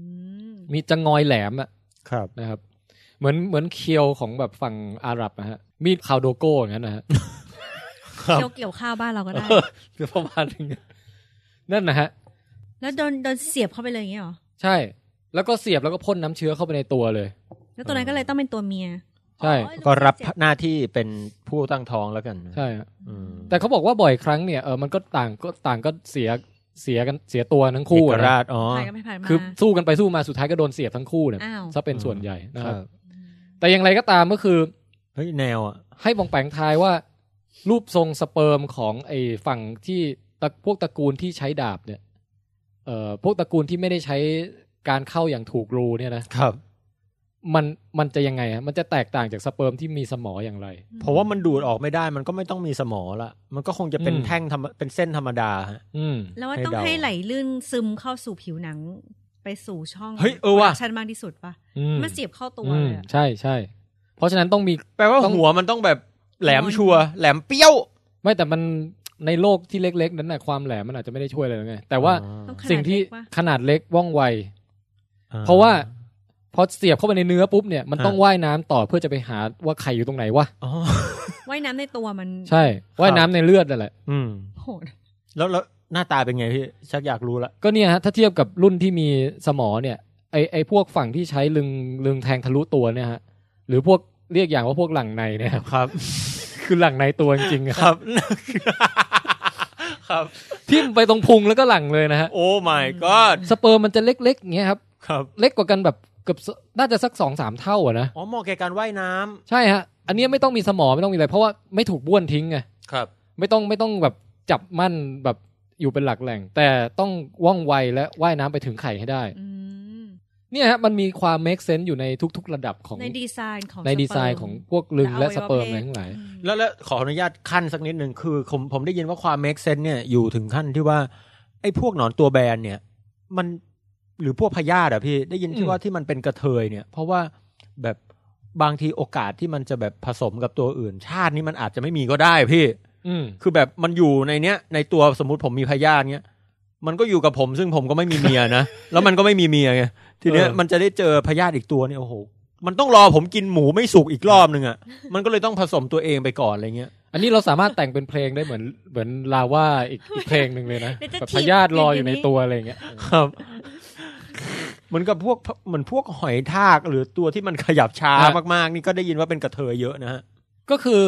ม
มีจะงอยแหลมอะ
ครับ
นะครับ เหมือนเหมือนเคียวของแบบฝั่งอาหรับนะฮะ มีดคาวโดโก้อย่างนั้นนะฮะ
เกี่ยวเกี่ยวข้าวบ้านเราก็ได้
คือ ประมาณนึงนั่นนะฮะ
แล้วโดนโดนเสียบเข้าไปเลยอย่างเงี้ยเหรอ
ใช่ แล้วก็เสียบแล้วก็พ่นน้ำเชื้อเข้าไปในตัวเลย
แล้วตัวนั้นก็เลยต้องเป็นตัวเมีย
ใช่
อ๋อ
ก็รับ
เจ็ด
หน้าที่เป็นผู้ตั้งท้องแล้วกันนะ
ใช่ฮะ
อืม
แต่เขาบอกว่าบ่อยครั้งเนี่ยเออมันก็ต่างก็ต่างก็เสียเสียกันเสียตัวทั้งคู่
เอก
อะนะ
ราชอ๋อ
ผ่านกันไปผ่านมา
คือสู้กันไปสู้มาสุดท้ายก็โดนเสียบทั้งคู่เนี่ย
อ้าว
ซะเป็นส่วน
อืม
ใหญ่นะ
ค
ค
รั
รั
บบ
แต่อย่างไรก็ตามก็คือ
เฮ้ยแนวอ่ะ
ให้บองแปงทายว่า รูปทรงสเปิร์มของไอ้ฝั่งที่ตระพวกตระกูลที่ใช้ดาบเนี่ย เอ่อพวกตระกูลที่ไม่ได้ใช้การเข้าอย่างถูกรูเนี่ยนะครับ มันมันจะยังไงฮะมันจะแตกต่างจากสเปิร์มที่มีสมออย่างไร
เพราะว่ามันดูดออกไม่ได้มันก็ไม่ต้องมีสมอละมันก็คงจะเป็น
อืม
แท่งธรรมเป็นเส้นธรรมดาฮะ
อืม
แล้วว่า
ให้
ต้อง
เดา
ให้ไหลลื่นซึมเข้าสู่ผิวหนังไปสู่ช่อง
เฮ้ยเออว่ะ
ชั้นมากที่สุดปะ
อืม
มันเสียบเข้าตัว
อืม
เลยอะ
ใช่ใช่เพราะฉะนั้นต้องมี
แปลว่า
ต้อง
หัวมันต้องแบบแหลม
โอ้ย
ชัวร์แหลมเปี้ยว
ไม่แต่มันในโลกที่เล็ก ๆ นั้นนะความแหลมมันอาจจะไม่ได้ช่วยอะไรหรอกไงแต่ว่า
ต้องขนาด
สิ่งที่
เล็กปะ
ขนาดเล็กว่องไว
อ่
เพราะว่า พอเสียบเข้าไปในเนื้อปุ๊บเนี่ยมัน
อ่า
ต้องว่ายน้ำต่อเพื่อจะไปหาว่าไข่อยู่ตรงไหนวะ
อ๋อ
ว่ายน้ำในตัวมัน
ใช่ว่ายน้ำในเลือดนั่นแหละ
อืม
โหด
แล้วแล้วหน้าตาเป็นไงพี่ ชักอยากรู้ละ
ก็เนี่ยฮะถ้าเทียบกับรุ่นที่มีสมอเนี่ยไอไอพวกฝั่งที่ใช้ลึงลึงแทงทะลุตัวเนี่ยฮะหรือพวกเรียกอย่างว่าพวกหลังในเนี่ย ครับ
ครับ
คือหลังในตัวจริง ๆอะ
ครับ ครับ
ทิ่มไปตรงพุงแล้วก็หลังเลยนะฮะ
โอ้ my god
สเปิร์มมันจะเล็กๆอย่างเงี้ยครับ
ครับ
เล็กกว่ากันแบบเกือบสน่าจะสักสองสามเท่าอะนะ
อ๋อเหมาะแก่การว่ายน้ำ
ใช่ฮะอันเนี้ยไม่ต้องมีสมอไม่ต้องมีอะไรเพราะว่าไม่ถูกบ้วนทิ้งไง
ครับ
ไม่ต้องไม่ต้องแบบจับมั่นแบบอยู่เป็นหลักแหล่ง แต่ต้องว่องไวและว่ายน้ำไปถึงไข่ให้ได้
อืม
เนี่ยฮะมันมีความ make sense อยู่ในทุก ๆ ระดับของ
ในดีไซน์ของ
ในดีไซน์
สเปิม
ของพวกลึงและสเปิร์มอะไร
และอวัยวะเพศ
ทั้งหลาย
แล้วแล้วขออนุญาตขั้นสักนิดหนึ่งคือผมผมได้ยินว่าความ make sense เนี่ยอยู่ถึงขั้นที่ว่า ไอ้พวกหนอนตัวแบนเนี่ย มันหรือพวกพยาธิอะพี่ได้ยิน
อื
ที่
ม
ว่าที่มันเป็นกระเทยเนี่ย เพราะว่าแบบบางทีโอกาสที่มันจะแบบผสมกับตัวอื่น ชาตินี้มันอาจจะไม่มีก็ได้พี่
อืม
คือแบบมันอยู่ในเนี้ย ในตัวสมมติผมมีพยาธิเนี้ยมันก็อยู่กับผมซึ่งผมก็ไม่มีเมียนะ แล้วมันก็ไม่มีเมียไงทีเนี้ย
เออ
มันจะได้เจอพยาธิอีกตัวเนี่ยโอ้โหมันต้องรอผมกินหมูไม่สุกอีกรอบนึงอะ่ะ มันก็เลยต้องผสมตัวเองไปก่อนอะไรเงี้ย
อันนี้เราสามารถแต่งเป็นเพลงได้เหมือนเหมือนลาว่าอีกอีกเพลงหนึ่งเลยนะ
เดี๋ยวจะ
แบบ
ถี
พ
บ
ยาธิลอยอ
อยู่
ยู่
ใน
ใน
นี้
ตัวอะไรอย่างเงี้ย
ครับเห มือนกับพวกเหมือนพวกหอยทาก หรือตัวที่มันขยับช้ามากๆ นี่ก็ได้ยินว่าเป็นกระเทยเยอะนะฮะ
ก็คือ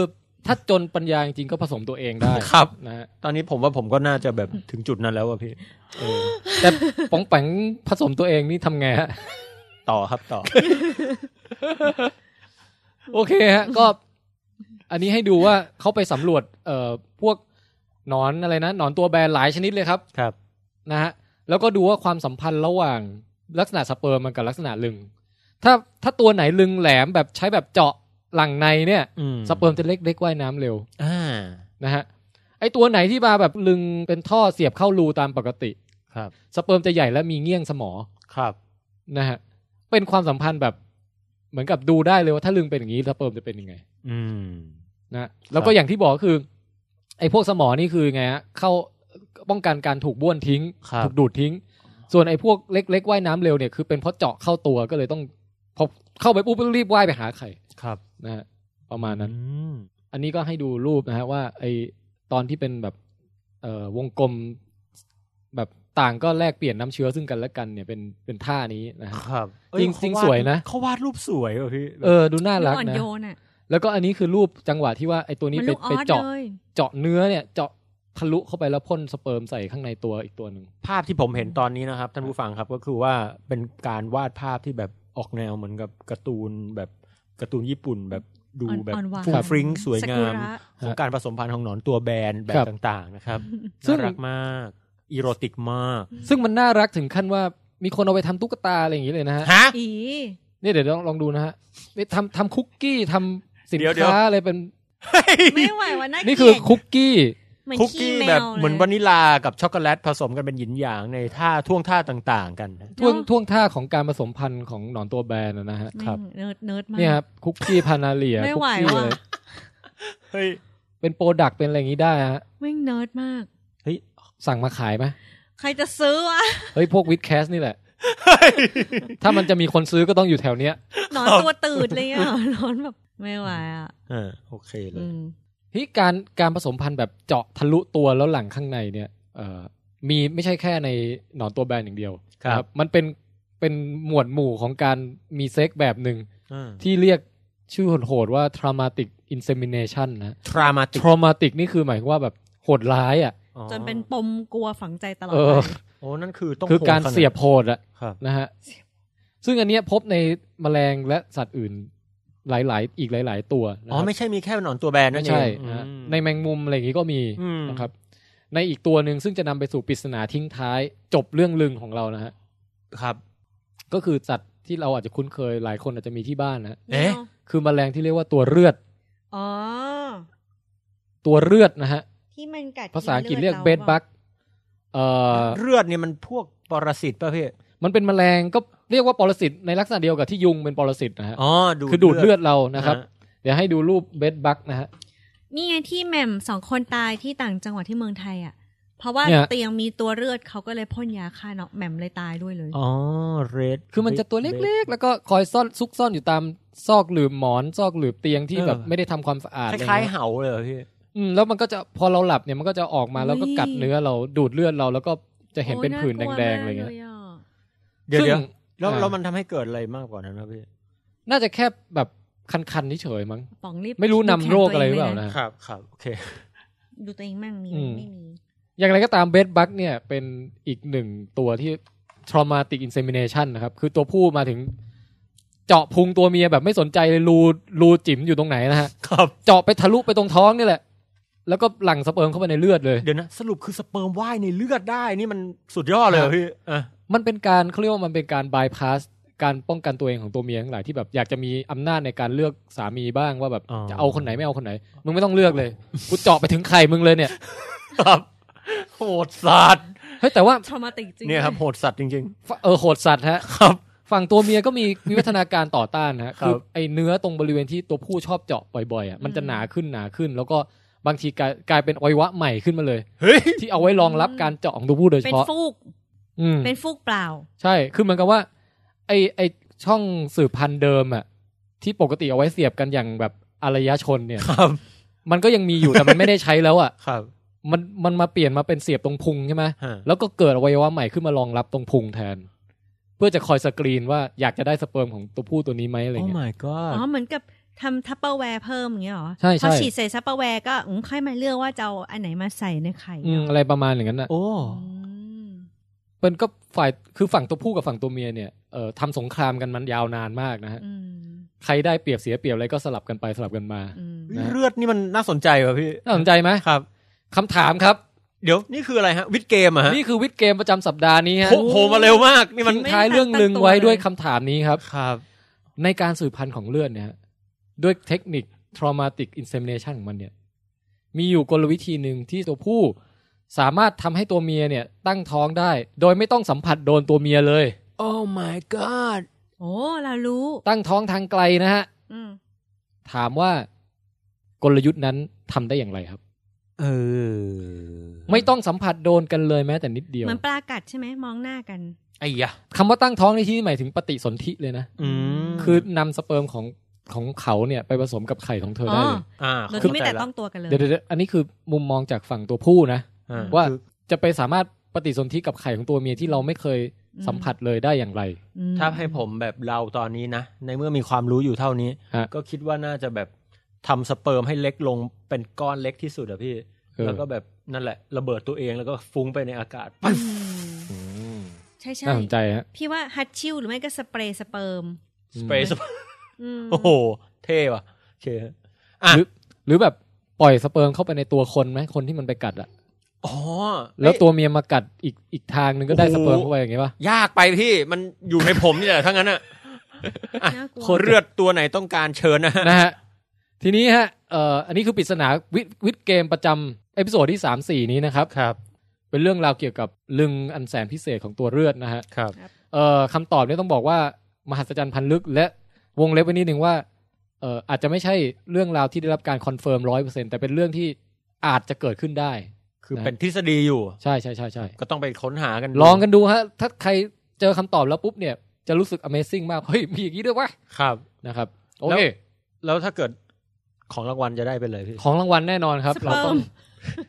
ถ้าจนปัญญาจริงๆก็ผสมตัวเองได้
ครับ
นะฮะ
ตอนนี้ผมว่าผมก็น่าจะแบบถึงจุดนั้นแล้วอะพี่
เออแต่ป๋องแปงผสมตัวเองนี่ทำไงฮะ
ต่อครับต่อ
โอเคฮะ ก็อันนี้ให้ดูว่าเขาไปสำรวจ เอ่อพวกหนอนอะไรนะหนอนตัวแบนหลายชนิดเลยครับ
ครับ
นะฮะแล้วก็ดูว่าความสัมพันธ์ระหว่างลักษณะสเปิร์มมันกับลักษณะลึง ถ้าถ้าตัวไหนลึงแหลมแบบใช้แบบเจาะหลังในเนี่ย
อืม
สเปิร์มจะเล็กๆว่ายน้ำเร็ว
อ่า
นะฮะไอตัวไหนที่มาแบบลึงเป็นท่อเสียบเข้ารูตามปกติ
ครับ
สเปิร์มจะใหญ่และมีเงี้ยงสมอ
ครับ
นะฮะเป็นความสัมพันธ์แบบเหมือนกับดูได้เลยว่าถ้าลึงเป็นอย่างนี้สเปิร์มจะเป็นยังไง
อืม
นะแล้วก็อย่างที่บอกก็คือ ไอ้พวกสมอนี่คือไงฮะเข้าป้องกันการถูกบ้วนทิ้ง
ครับ
ถูกดูดทิ้ง ส่วนไอ้พวกเล็กๆว่ายน้ำเร็วเนี่ยคือเป็นเพราะเจาะเข้าตัวก็เลยต้องพอเข้าไปปุ๊บก็รีบว่ายไปหาไข่
ครับ
นะฮะประมาณ
นั้
นั้น น อันนี้ก็ให้ดูรูปนะฮะว่า ไอ้ตอนที่เป็นแบบเอ่อวงกลม แบบต่างก็แลกเปลี่ยนน้ำเชื้อซึ่งกันและกันเนี่ยเป็นเป็นท่านี้นะฮะ
ครับ
จริง
เอ้
จริง
เขาาด
สวยนะ
เขาวาดรูปสวยว่ะพี่
เออดูน่ารัก
อ่อน
นะ
โยนอ่ะ
แล้วก็อันนี้คือรูปจังหวะที่ว่าไอ้ตัวนี้
มัน
ไป
ลูกออ
ไป
ส
เจาะ
เลย
เจาะเนื้อเนี่ยเจาะทะลุเข้าไปแล้วพ่นสเปิร์มใส่ข้างในตัวอีกตัวหนึ่ง
ภาพที่ผมเห็นตอนนี้นะครับท่านผู้ฟังครับก็คือว่าเป็นการวาดภาพที่แบบออกแนวเหมือนกับการ์ตูนแบบการ์ตูนญี่ปุ่นแบบดู
อ่อน
แบบ
อ่อนหวาน
ฟรุ้งฟริ้งสวยงาม
กุระ
ของการผสมพันธุ์ของหนอนตัวแบนแบ
ครับ บ
ต่างๆนะครับ
ซึ่ง
น่ารักมากอีโรติกมาก
ซึ่งมันน่ารักถึงขั้นว่ามีคนเอาไปทำตุ๊กตาอะไรอย่างนี้เลย นะฮะ
ฮะ
อี
นี่เดี๋ยวลองลองดูนะฮะนี่ทำทำคุกกี้ทำสิน
เดี๋ยวเดี๋ยว
ค้าอะไรเป็น
ไม่ไหวว่ะน่าเกลียด
นี่คือคุกกี้
เหมือน
คุกกี้
ขี้
แบบ
วลย
เหมือนวานิลากับช็อกโกแลตผสมกันเป็นหยินหยางในท่าท่วงท่าต่างๆ กันนะ
ท่วงท่วงท่าของการผสมพันธุ์ของหนอนตัวแบนนะนะฮะ
แม่ง
ครับ
เนิร์ดเนิร์ดมาก
เนี่ยครับคุกกี้พานาเลีย
ไม่
คุ
ไหว
กกี้
ว่ะ
เลย
เฮ้ย
เป็นโปรดักต์เป็นอะไรอย่างนี้ได้ฮะ
แม่งเนิร์ดมาก
เฮ้ย
สั่งมาขายไหม
ใครจะซื้อวะ
เฮ้ยพวกวิดแคสนี่แหละ ถ้ามันจะมีคนซื้อก็ต้องอยู่แถวเนี้ย
หนอนตัวตืดอะไรเงี้ ยหนอนแบบไม่ไหวอ่ะ
อ่าโอเคเล
อื
ย
ม
ที่การการผสมพันธุ์แบบเจาะทะลุตัวแล้วหลังข้างในเนี่ยเอ่อมีไม่ใช่แค่ในหนอนตัวแบนอย่างเดียว
ครับ
นะมันเป็นเป็นหมวดหมู่ของการมีเซ็กแบบหนึ่ง
อ่า
ที่เรียก ชื่อโหดๆว่า traumatic insemination นะ
ทรามาติก
traumatic นี่คือหมายความว่าแบบโหดร้ายอ่ะ
จนเป็นปมกลัวฝังใจตลอด
เอ
ไป
อ
โอ้นั่นคือต้อง
คือการเสียบโหดอ่ะ
ครับ
นะฮะ ซึ่งอันเนี้ยพบในแมลงและสัตว์อื่นหลาย ๆ อีกหลาย ๆ ตัวนะ
อ๋อ
ครับ
ไม่ใช่มีแค่หนอนตัวแบนนั่
ไม่
นเอง
ใช่
อืม
นะฮะในแมงมุมอะไรอย่างงี้ก็มี
อืม
นะครับ ในอีกตัวหนึ่งซึ่งจะนำไปสู่ปริศนาทิ้งท้าย จบเรื่องลึงของเรานะฮะ
ครับ
ก็คือสัตว์ที่เราอาจจะคุ้นเคยหลายคนอาจจะมีที่บ้านนะฮะ
เอ๊ะ
คือแมลงที่เรียกว่าตัวเลือด
อ๋อ
ตัวเลือดนะฮะ
ที่มันกัดน
ภาษาอังกฤษเรียก
ลื
เบดบั
าก
เอ่อ
เลือดเนี่ยมันพวกปรสิตป่ะพี่
มันเป็นแมลงก็เรียกว่าปรสิตในลักษณะเดียวกับที่ยุงเป็นปรสิตนะฮะ
อ๋อดู
คือดูดเลือดเรานะครับ
ฮ
เดี๋ยวให้ดูรูปเบดบักนะฮะ
นี่ไงที่แหม่มสองคนตายที่ต่างจังหวัดที่เมืองไทยอ่ะ เพราะว่า
เนี่ย
เตียงมีตัวเลือดเขาก็เลยพ่นยาฆ่าเนาะแหม่มเลยตายด้วยเลย
อ๋อเรด
คือมันจะตัวเล็กๆ แล้วก็คอยซ่อนซุกซ่อนอยู่ตามซอกหลืบหมอนซอกหลืบเตียงที่
เออ
แบบไม่ได้ทำความสะอาด
ค
อะไร
ล้ายๆ
เงี้ย
เห่าเลยเหรอพี่
อืมแล้วมันก็จะพอเราหลับเนี่ยมันก็จะออกมาแล้วก็
อุ๊ย
กัดเนื้อเราดูดเลือดเราแล้วก็จะเห็น
โอ้ย
เป็นผื่นแดงๆ
าก
อะไรเงี้ย
ลอะ
เดี๋ยว
ซึ่ง
เดี๋ยวแล้ว
อ่า
แล้วมันทำให้เกิดอะไรมากกว่านั้นครับพี่
น่าจะแค่แบบคันๆเฉยๆมั้ง
ป๋องรีบ
ไม่รู้นำโรคอะไรหรือเปล่า
ดูแขนตัวง
นะ
ครับครับโอเค
นะดูตัวเองมั่งมี
อื
ไหม
ม
ไม่มี
อย่างไรก็ตามเบดบักเนี่ยเป็นอีกหนึ่งตัวที่ traumatic insemination นะครับ คือตัวผู้มาถึงเจาะพุงตัวเมียแบบไม่สนใจเลยรูรูจิ๋มอยู่ตรงไหนนะฮะ
ครับ
เจาะไปทะลุไปตรงท้องนี่แหละ แล้วก็หลั่งสเปิร์มเข้าไปในเลือดเลย
เดี๋ยวนะสรุปคือสเปิร์มว่ายในเลือดได้นี่มันสุดยอดเลยเหรอพี่อ่ะ
มันเป็นการเขาเรียกว่ามันเป็นการ bypass การป้องกันตัวเองของตัวเมียทั้งหลายที่แบบอยากจะมีอำนาจในการเลือกสามีบ้างว่าแบบจะเอาคนไหนไม่เอาคนไหน มึงไม่ต้องเลือกเลย กูเจาะไปถึงไข่มึงเลยเนี่ย
ครับโหดสัตว์
เฮ้ยแต่ว่า
ทรมาติกจริง
เนี่ยครับโหดสัตว์จริง
เออโหดสัตว์ฮะ
ๆ ครับ
ฝั่งตัวเมียก็มีวิวัฒนาการต่อต้านนะฮะ
ครับ
คือไอเนื้อตรงบริเวณที่ตัวผู้ชอบเจาะบ่อยๆอ่ะมันจะหนาขึ้นหนาขึ้น แล้วก็บางทีกลายกลายเป็นอวัยวะใหม่ขึ้นมาเลย
เฮ้ย
ที่เอาไว้รองรับการเจาะของตัวผู้โดยเฉ
เป็น
พาะ
ฟูก
อืม
เป็นฟูกเปล่า
ใช่ คือเหมือนกับว่า ไอไอช่องสืบพันธุ์เดิมอะที่ปกติเอาไว้เสียบกันอย่างแบบอารยชนเนี่ย
ครับ
มันก็ยังมีอยู่แต่มันไม่ได้ใช้แล้วอะ
ครับ
มันมันมาเปลี่ยนมาเป็นเสียบตรงพุงใช่ไหม
ฮะ
แล้วก็เกิดอวัยวะใหม่ขึ้นมารองรับตรงพุงแทน เพื่อจะคอยสกรีนว่าอยากจะได้สเปิร์มของตัวผู้ตัวนี้ไหมอะไร
โอ้
เงี้ย
my
อ๋
god
อ เหมือนกับทำทัปเปอร์แวร์เพิ่มอย่างเงี้ยเหรอ
ใช่ใช่
พอฉีดใส่ทัปเปอร์แวร์ก็อืมค่อยมาเลือกว่าจะเอาอันไหนมาใส่ในไข่
อืม
เนาะ
อะไรประมาณอย่างนั้นนะ
โอ้
อืม
เป็นก็ฝ่ายคือฝั่งตัวผู้กับฝั่งตัวเมียเนี่ยเอ่อทำสงครามกันมันยาวนานมากนะฮะ
อืม
ใครได้เปรียบเสียเปรียบอะไรก็สลับกันไปสลับกันมา
อืม
เลือดนี่มันน่าสนใจว่ะพี่
น่าสนใจไหม
ครับ
คำถามครับ
เดี๋ยวนี่คืออะไรฮะ วิดเกมอะฮะ
นี่คือวิดเกมประจำสัปดาห์นี้ฮะ
โผล่โผล่มาเร็วมาก นี่มัน
ทิ้งท้ายเรื่องลึงไว้ด้วยคำถามนี้ครับ
ครับ
ในการสืบพันธุ์ของเลือดเนี่ยฮะด้วยเทคนิค traumatic insemination ของมันเนี่ย มีอยู่กลวิธีหนึ่งที่ตัวผู้สามารถทำให้ตัวเมียเนี่ย ตั้งท้องได้ โดยไม่ต้องสัมผัสโดนตัวเมียเลย
oh my god
โอ้เรารู้
ตั้งท้องทางไกลนะฮะ
อืม
ถามว่ากลยุทธ์นั้นทำได้อย่างไรครับ
เออ
ไม่ต้องสัมผัสโดนกันเลยแม้แต่นิดเดียว
เหมือนปลากัดใช่ไหมมองหน้ากัน
ไอ้ยะ
คำว่าตั้งท้องในที่นี้หมายถึงปฏิสนธิเลยนะ
อืม
คือนำสเปิร์มของของเขาเนี่ยไปผสมกับไข่ของเธอ
อ๋
ได้
อ
เลย
อ่า
โดย
เข้า
ที่ไม่
ใจ
แต่
ละ
ต้องตัวกันเลย
เดี๋ยวเดี๋ยวเดี๋ยวอันนี้คือมุมมองจากฝั่งตัวผู้นะ
อ่
ว่า
คือ
จะไปสามารถปฏิสนธิกับไข่ของตัวเมียที่เราไม่เคย
อืม
สัมผัสเลยได้อย่างไร
อืม
ถ้าให้ผมแบบเราตอนนี้นะ ในเมื่อมีความรู้อยู่เท่านี้
ฮะ
ก็คิดว่าน่าจะแบบทำสเปิร์มให้เล็กลงเป็นก้อนเล็กที่สุดอะพี่
เออ
แล้วก็แบบนั่นแหละ ระเบิดตัวเองแล้วก็ฟุ้งไปในอากาศ
อื
ปั๊บ
มใช่ใช่
น่าสนใจฮะ
พี่ว่าฮัตชิลหรือไม่ก็สเปรย์สเปิร์ม
อื
ส
ม
เปรย์สเปรย์
อืม
โอ้โห เท่ว่ะโอเคฮะอ่ะ
หรือหรือแบบปล่อยสเปิร์มเข้าไปในตัวคนไหมคนที่มันไปกัดอะ
อ๋อ
แล้ว
เอ้ย
ตัวเมียมากัดอีกอีกทางหนึ่งก็ได้
โอ้
ส
โห
เปิร์มเข้าไปอย่างงี้ป่ะ
ยากไปพี่มันอยู่ในผมนี่แหละทั้งนั้นอะอ่ะ
น่ากลัว
เลือดตัวไหนต้องการเชิญนะฮะ
นะฮะทีนี้ฮะเอ่ออันนี้คือปริศนาวิดวิดเกมประจำเอพิโซดที่สามสี่นี้นะครับ
ครับ
เป็นเรื่องราวเกี่ยวกับลึงอันแสนพิเศษของตัวเลือดนะฮะ
ครับ
เอ่อคำตอบเนี่ยต้องบอกว่า มหัศจรรย์พันลึก และวงเล็บไว้นิดหนึ่งว่าเอ่ออาจจะไม่ใช่เรื่องราวที่ได้รับการคอนเฟิร์มร้อยเปอร์เซ็นแต่เป็นเรื่องที่อาจจะเกิดขึ้นได้
คือ
นะ
เป็นทฤษฎีอยู่
ใช่ใช่ใช่ใช่
ก็ต้องไปค้นหากันดู
ลองกันดูฮะ ถ้าใครเจอคำตอบแล้วปุ๊บเนี่ย จะรู้สึก Amazing มาก เฮ้ย มีอย่างนี้ด้วยวะ
ครับ
นะครับ โอ
แล้ว
เค
แล้วถ้าเกิดของรางวัลจะได้เป็นอะไรพี่
ของรางวัลแน่นอนครับ
ส
เรา
เปิ
ต้อ
ร์ม
ง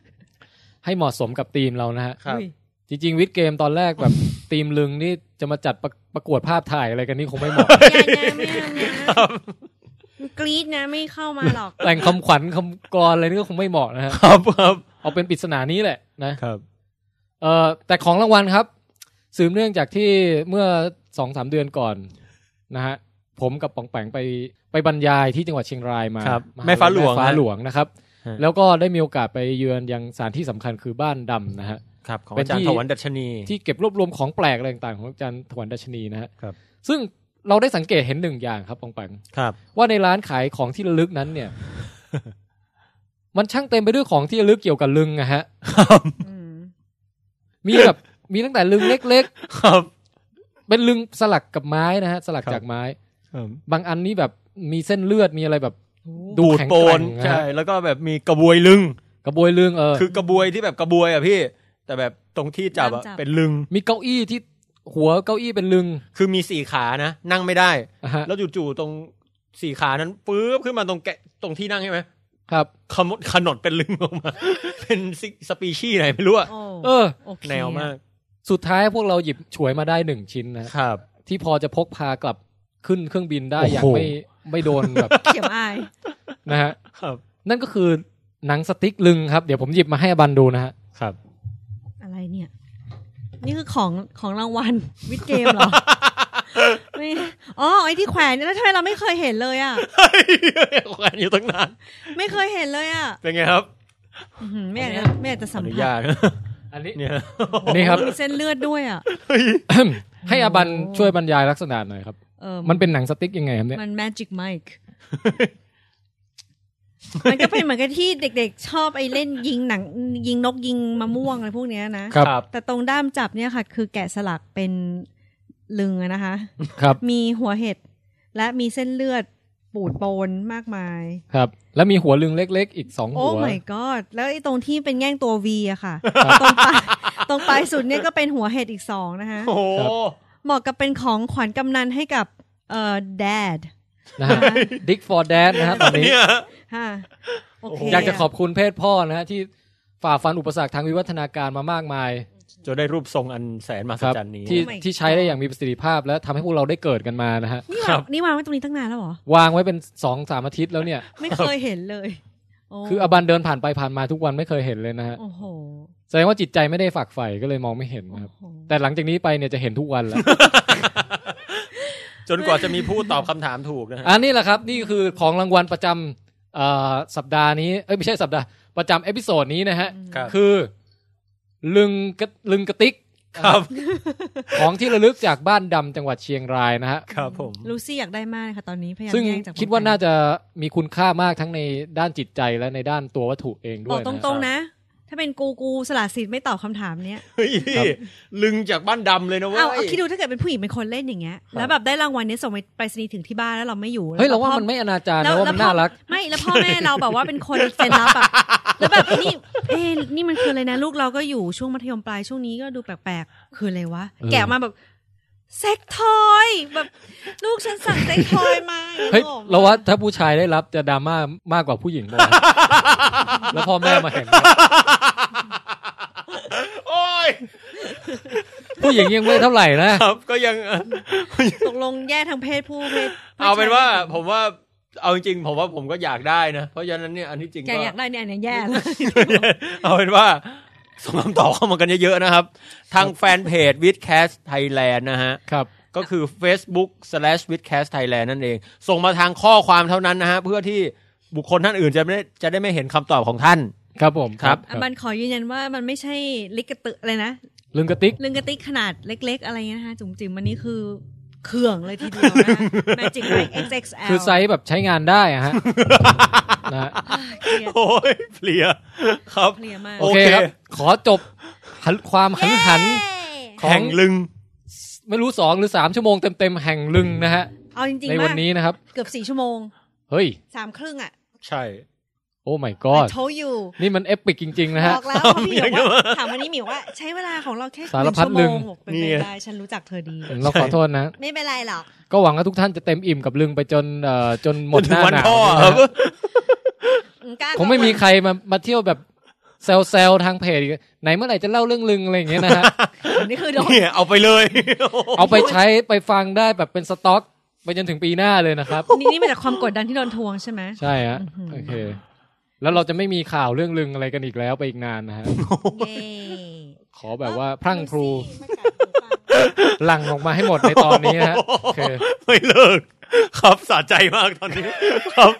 ให้เหมาะสมกับทีมเรานะฮะ
ครับ
อุ้ย
จริง ๆ วิดเกมตอนแรกแบบ ทีมลึง นี่จะมาจัดประประกวดภาพถ่ายอะไรกันนี่คงไม่เหมาะ
อย่าอย่าไม่เอานะ กรี๊ดนะไม่เข้ามาหรอก
แต่งคำขวัญคำกรอะไรนี่ก็คงไม่เหมาะนะฮะ
ครับครับ
เอาเป็นปริศนานี้แหละนะ
ครับ
เอ่อแต่ของรางวัลครับ สืบเนื่องจากที่เมื่อสองสามเดือนก่อนนะฮะผมกับปองแปงไปไปบรรยายที่จังหวัดเชียงรายมา
ครับ
มหา
แม่ฟ้าหลวง
แม่ฟ้า
ฮะ
หลวงนะครับ
ฮะ
แล้วก็ได้มีโอกาสไปเยือนยังสถานที่สำคัญคือบ้านดำนะฮะ
ครับของ
เป็น
อาจาร
ที่
ย์ถวันดัชนี
ที่เก็บรวบรวมของแปลกอะไรต่างๆของอาจารย์ถวันดัชนีนะฮะ
ครับ
ซึ่งเราได้สังเกตเห็นหนึ่งอย่างครับปองแปง
ครับ
ว่าในร้านขายของที่ระลึกนั้นเนี่ย มันช่างเต็มไปด้วยของที่ระลึกเกี่ยวกับลึงนะฮะ
อืม
มีแบบมีตั้งแต่ลึงเล็ก ๆ
ครับ
เป็นลึงสลักกับไม้นะฮะ สลัก
ครับ
จากไม้ บางอันนี่แบบมีเส้นเลือดมีอะไรแบบ
ดูด
แข็ง
โป
แกร่
น
งะฮะ
ใช่แล้วก็แบบมีกระบวยลึง
กระบวยลึงเออ
คือกระบวยที่แบบกระบวยอ่ะพี่ แต่แบบตรงที่จับอะเป็นลึง
มีเก้าอี้ที่หัวเก้าอี้เป็นลึง
คือมีสี่ขานะ นั่งไม่ได้
นะฮะ
แล้วจู่ๆตรงสี่ขานั้นปื๊บขึ้นมาตรงแกะตรงที่นั่งใช่ไหม
ครับ
ขมดขนดเป็นลึงออกมา เป็นซิสปีชีส์ไหนไม่รู้อะ
โอ้
เออ
โอเค
แนวมาก
สุดท้ายพวกเราหยิบฉวยมาได้หนึ่งชิ้นนะฮะ
ครับ
ที่พอจะพกพากลับขึ้นเครื่องบินได้อ
โอ้โห
ย่างไม่ไม่โดนแบบ
เขียมอาย
นะฮะ
ครับ
นั่นก็คือหนังสติ๊กลึงครับ เดี๋ยวผมหยิบมาให้อบันดูนะฮะ
ครับ
อะไรเนี่ย นี่คือของของรางวัลวิดเกม เหรอไม่อ๋อไอ้ที่แขวนเนี่ยแล้วทำไมเราไม่เคยเห็นเลยอ่ะ
แขวนอยู่ตั้งนาน
ไม่เคยเห็นเลยอ่ะ
เป็นไงครับ
อื้อหือไม่อยากจะไม่อยากจะสัม
อนุ
ผั
ญา
ส
ต
อันนี้
เนี่ย
อันนี้ครับ
มีเส้นเลือดด้วยอ่ะ
ให้ อบันช่วยบรรยายลักษณะหน่อยครับ
เออ
มันเป็นหนังสติ๊กยังไงครับเนี่ย
มัน magic mic มันก็เป็นเหมือนกับที่เด็กๆ ชอบไอ้เล่นยิงหนัง ยิงนกยิงมะม่วงอะไรพวกเนี้ยนะ
ครับ
แต่ตรงด้ามจับเนี่ยค่ะ คือแกะสลักเป็นลึงอะนะคะ
ครับ
มีหัวเห็ดและมีเส้นเลือดปูดโปนมากมาย
ครับ แล้วมีหัวลึงเล็ก ๆ อีกสอง
โอ้
หัว
my god แล้วไอ้ตรงที่เป็นแง่งตัว V อะค่ะ ตรงปลายตรงปลายสุ ดเนี่ยก็เป็นหัวเห็ดอีกสองนะคะ
โอ้โห
เหมาะกับเป็นของขวัญกำนันให้กับเอ่อ dad
นะฮะ Dick for Dad นะฮะตอนนี้
เนี่ย
ฮะโอเค
อยากจะขอบคุณเพศพ่อนะฮะที่ฝ่าฟันอุปสรรคทางวิวัฒนาการมามากมาย
จะได้รูปทรงอันแสนมหั
ค
ศ
รับ
จรรย์นี้
ที่ที่ใช้ได้อย่างมีประสิทธิภาพและทำให้พวกเราได้เกิดกันมานะฮะ
นี่
ครั
วาง
บ
นี่วางไว้ตรงนี้ตั้งนานแล้วเหรอ
วางไว้เป็นสองสามอาทิตย์แล้วเนี่ย
ไม่เคยเห็นเลยโ
คืออบันเดินผ่านไปผ่านมาทุกวันไม่เคยเห็นเลยนะฮะ
โอ้โห
แสดงว่าจิตใจไม่ได้ฝักใฝ่ก็เลยมองไม่เห็นนะครับ
โอ้โห
แต่หลังจากนี้ไปเนี่ยจะเห็นทุกวัน แล้ว
จนกว่าจะมีผู้ตอบคำถามถูกนะฮะ
อันนี้แหละครับนี่คือของรางวัลประจำเอ่อสัปดาห์นี้เอ้ยไม่ใช่สัปดาห์ประจำเอพิโซดนี้นะฮะ
ครับ
คือลึงกระลึงกระติก
ครับ
ของที่ระลึกจากบ้านดำจังหวัดเชียงรายนะฮะ
ครับผม
ลูซี่อยากได้มากเลยค่ะตอนนี้พยายาม
ซึ่ง
แย่งจาก
คิดว่าน่าจะมีคุณค่ามากทั้งในด้านจิตใจและในด้านตัววัตถุเองด้
บ
ว
อก
ยนะ
ตรงๆนะ ถ้าเป็นกูกูสละสิทธิ์ไม่ตอบคำถามเนี้ย
เฮ้ยพี่ลึงจากบ้านดำเลยนะเว้ย
เอาเอาคิดดูถ้าเกิดเป็นผู้หญิงเป็นคนเล่นอย่างเงี้ย แล้วแบบได้รางวัลเนี้ยส่งไปไปรษณีย์ถึงที่บ้านแล้วเราไม่อยู่
เฮ้ยเรา
แล้
ว่า
พ่อ
มันไม่อนาจาร
แล้ว
นะว่า
แล้
มั
วน พ่อ
น่ารัก
ไม่แล้วพ่อแม่เราแบบว่าเป็นคนเซ็นรับอะแล้วแบบไอ้นี่เอ้ยนี่มันคืออะไรนะ ลูกเราก็อยู่ช่วงมัธยมปลายช่วงนี้ก็ดูแปลกๆ คืออะไรวะ
เออ
แกะมาแบบเซ็กทอย แบบ ลูกฉันสั่งเซ็กทอยมา
เฮ้ย
นึกออกไหม
เราว่าถ้าผู้ชายได้รับจะดราม่ามากกว่าผู้หญิงเลย แล้วพ่อแม่มาเห็น
โอ้ย
ผู้หญิงยังไม่เท่าไหร่นะครับ
ก็ยังเออ
ตกลงแยกทางเพศผู้เพศ
เอาเป็นว่า ผมว่าเอาจริงๆผมว่าผมก็อยากได้นะ เพราะฉะนั้นเนี่ยอันที่จริง
แก
ก็
อยากได้เนี่ยอันเนี่ยแย่แล้ว
เอาเป็นว่าส่งคำตอบเข้ามากันเยอะๆนะครับ ทางแฟนเพจ w i t c a s t Thailand นะฮะ
ครับ
ก็คือ facebook slash w i t c a s t Thailand นั่นเอง ส่งมาทางข้อความเท่านั้นนะฮะ เพื่อที่บุคคลท่านอื่นจะไม่ได้จะได้ไม่เห็นคำตอบของท่าน
ครับผม
ครับ
อ่ะมันขอยืนยันว่ามันไม่ใช่ลิกกระตึอะไรนะ
ลึงกระติก
ลึงกระติกขนาดเล็ก ๆ อะไรเงี้ยนะคะจุ๋มจิ๋มมันนี่คือเครื่องเลยทีเดียวนะ Magic Mike XXL
คือไซส์แบบใช้งานได้อะฮะนะฮะ
อ่ะเครียด
โอ้ยเพลียครับ
เครียดมาก
โอเคครับ ขอจบหันความหันหัน
เย้
ของ
แห่งลึง
ไม่รู้สองหรือสามชั่วโมงเต็มๆแห่งลึงนะฮะ
เอาจริง
ใน
ๆ
วั
ว่าน
นี้นะครับ
เกือบสี่ชั่วโมง
เฮ้ย
สามครึ่งอ่ะ
ใช่
โอ้ my god
โทอยู่
นี่มันเอปิกจริง ๆ นะฮะ
บอกแล้วว่าพี่หมิวว่าถามวันนี้หมิวว่าใช้เวลาของเราแค่
สารพัด
หนึ่ง
ลึ
ชั่ว
ง
โมงบอกเป็นไปได้ฉันรู้จักเธอดี
เราขอโทษนะ
ไม่เป็นไรหรอก
ก็หวังว่าทุกท่านจะเต็มอิ่มกับลึงไปจนเอ่อจนหมดหน้า
วั
หนาว
พ่อ
นะ
ครั
ฮะ
บ
คงไม่มีใครมามาเที่ยวแบบเซลเซลทางเพจอีกไหนเมื่อไหร่จะเล่าเรื่องลึงอะไรอย่างเงี้ยนะฮะ
นี่คือโดน
เนี่ยเอาไปเลย
เอาไปใช้ไปฟังได้แบบเป็นสต็อก ไปจนถึงปีหน้าเลยนะครับ
นี่นี่มาจากความกดดันที่โดนทวงใช่ไหม
ใช่ฮะ
อื้อหือ
โอเค แล้วเราจะไม่มีข่าวเรื่องลึงอะไรกันอีกแล้วไปอีกนานนะฮะ
เย้
ขอแบบว่าพรั่งพรู
ลูซี่มากัดหูฟัง
หลังออกมาให้หมดในตอนนี้นะฮะโอเค
ไม่เลิก ครับสะใจมากตอนนี้ ครับ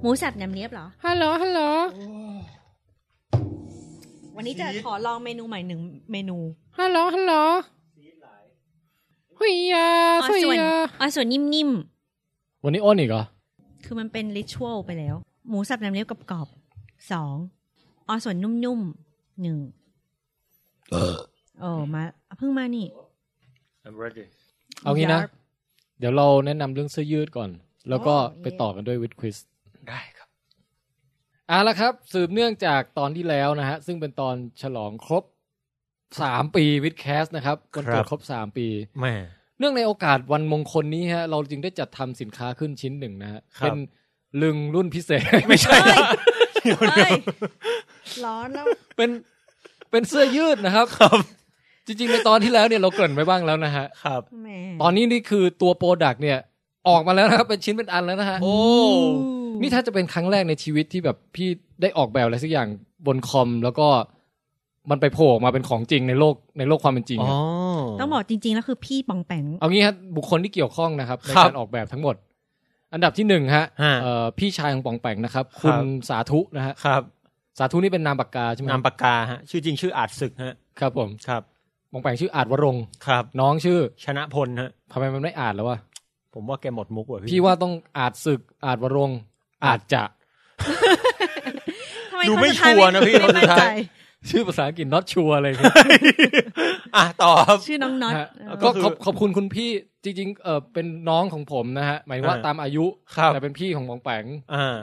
หมูสับแหนมเนียบเหรอ
ฮัลโหล ฮัลโหล
วันนี้จะขอลองเมนูใหม่หนึ่งเมนู
ฮัลโหล ฮัลโหลหุยยา
อ๋อส่วนอ๋อส่วนนิ่ม
วันนี้อ้นอีกเหรอ
ๆ คือมันเป็นริชวลไปแล้ว หมูสับแหนมเนียบกรอบๆสองอ๋อส่วนนุ่มๆหนึ่งโอ้มาเพิ่งมานี่
เอางี้นะ
Yarp
เดี๋ยวเราแนะนำเรื่องเสื้อยืดก่อน แล้วก็
อ๋อ
ไปต่อกันด้วยวิดควิส
ได้ครับ
เอาละครับ สืบเนื่องจากตอนที่แล้วนะฮะ ซึ่งเป็นตอนฉลองครบสามปีวิดแคสนะครับวันเกิ
ครั
ด
บ
ครบสามปี
แม่
เนื่องในโอกาสวันมงคลนี้ฮะ เราจึงได้จัดทำสินค้าขึ้นชิ้นหนึ่งนะฮะ
ครับ
เป็นลึงรุ่นพิเศษ
ไม่ใช่นะ
เอ้ยร้อนแล้ว
เป็นเป็นเสื้อยืดนะครับ
ครับ
จริงๆ ในตอนที่แล้วเนี่ยเราเกริ่นไว้บ้างแล้วนะฮะ
ครับ
แหม
ตอนนี้นี่คือตัวโปรดักต์เนี่ยออกมาแล้วนะครับ เป็นชิ้นเป็นอันแล้วนะฮะ
โอ้
นี่ถ้าจะเป็นครั้งแรกในชีวิตที่แบบพี่ได้ออกแบบอะไรสักอย่างบนคอม แล้วก็มันไปโผล่ออกมาเป็นของจริงในโลกในโลกความเป็นจริง
อ๋
อ
อ
ะ
ต้องบอกจริงๆ แล้วคือพี่ปองแปง
เอางี้ฮะบุคคลที่เกี่ยวข้องนะครับใน
ครับ
การออกแบบทั้งหมด อันดับที่หนึ่งฮะ
ฮะ
เอ่อพี่ชายของปองแปงนะครับ
ครับ
คุณสาธุนะฮะ
ครับ
สาธุนี่เป็นนามปากกาใช่ไหม
นามปากกาฮะ ชื่อจริงชื่ออาจศึกฮะ
ครับผม
ครับ
ปองแปงชื่ออาจวรงค์
ครับ
น้องชื่อ
ชนะพลฮะ
ทำไมมันไม่อาจแล้ววะ
ผมว่าแกหมดมุกว่ะพี่
พี่ว่าต้องอาจศึกอาจวรงค์อาจจะ
ทำไม
ดู
คน
ไม่
สุดท้าย
ชัวร์นะพี่
ไม่
คนสุดท้าย
มั่นใจ
ชื่อภาษาอังกฤษ not sure อะไรอย่างเงี้ย
อ่ะต่อครับ
ชื่อน้องน็อต
ฮะ
เออ
ก็
ก็
ข
คือ
อบขอบคุณคุณพี่จริงๆเออเป็นน้องของผมนะฮะ หมายถึงว่า
อ่า
ตามอายุ
ครับ
แต่เป็นพี่ของปองแปง
อ่า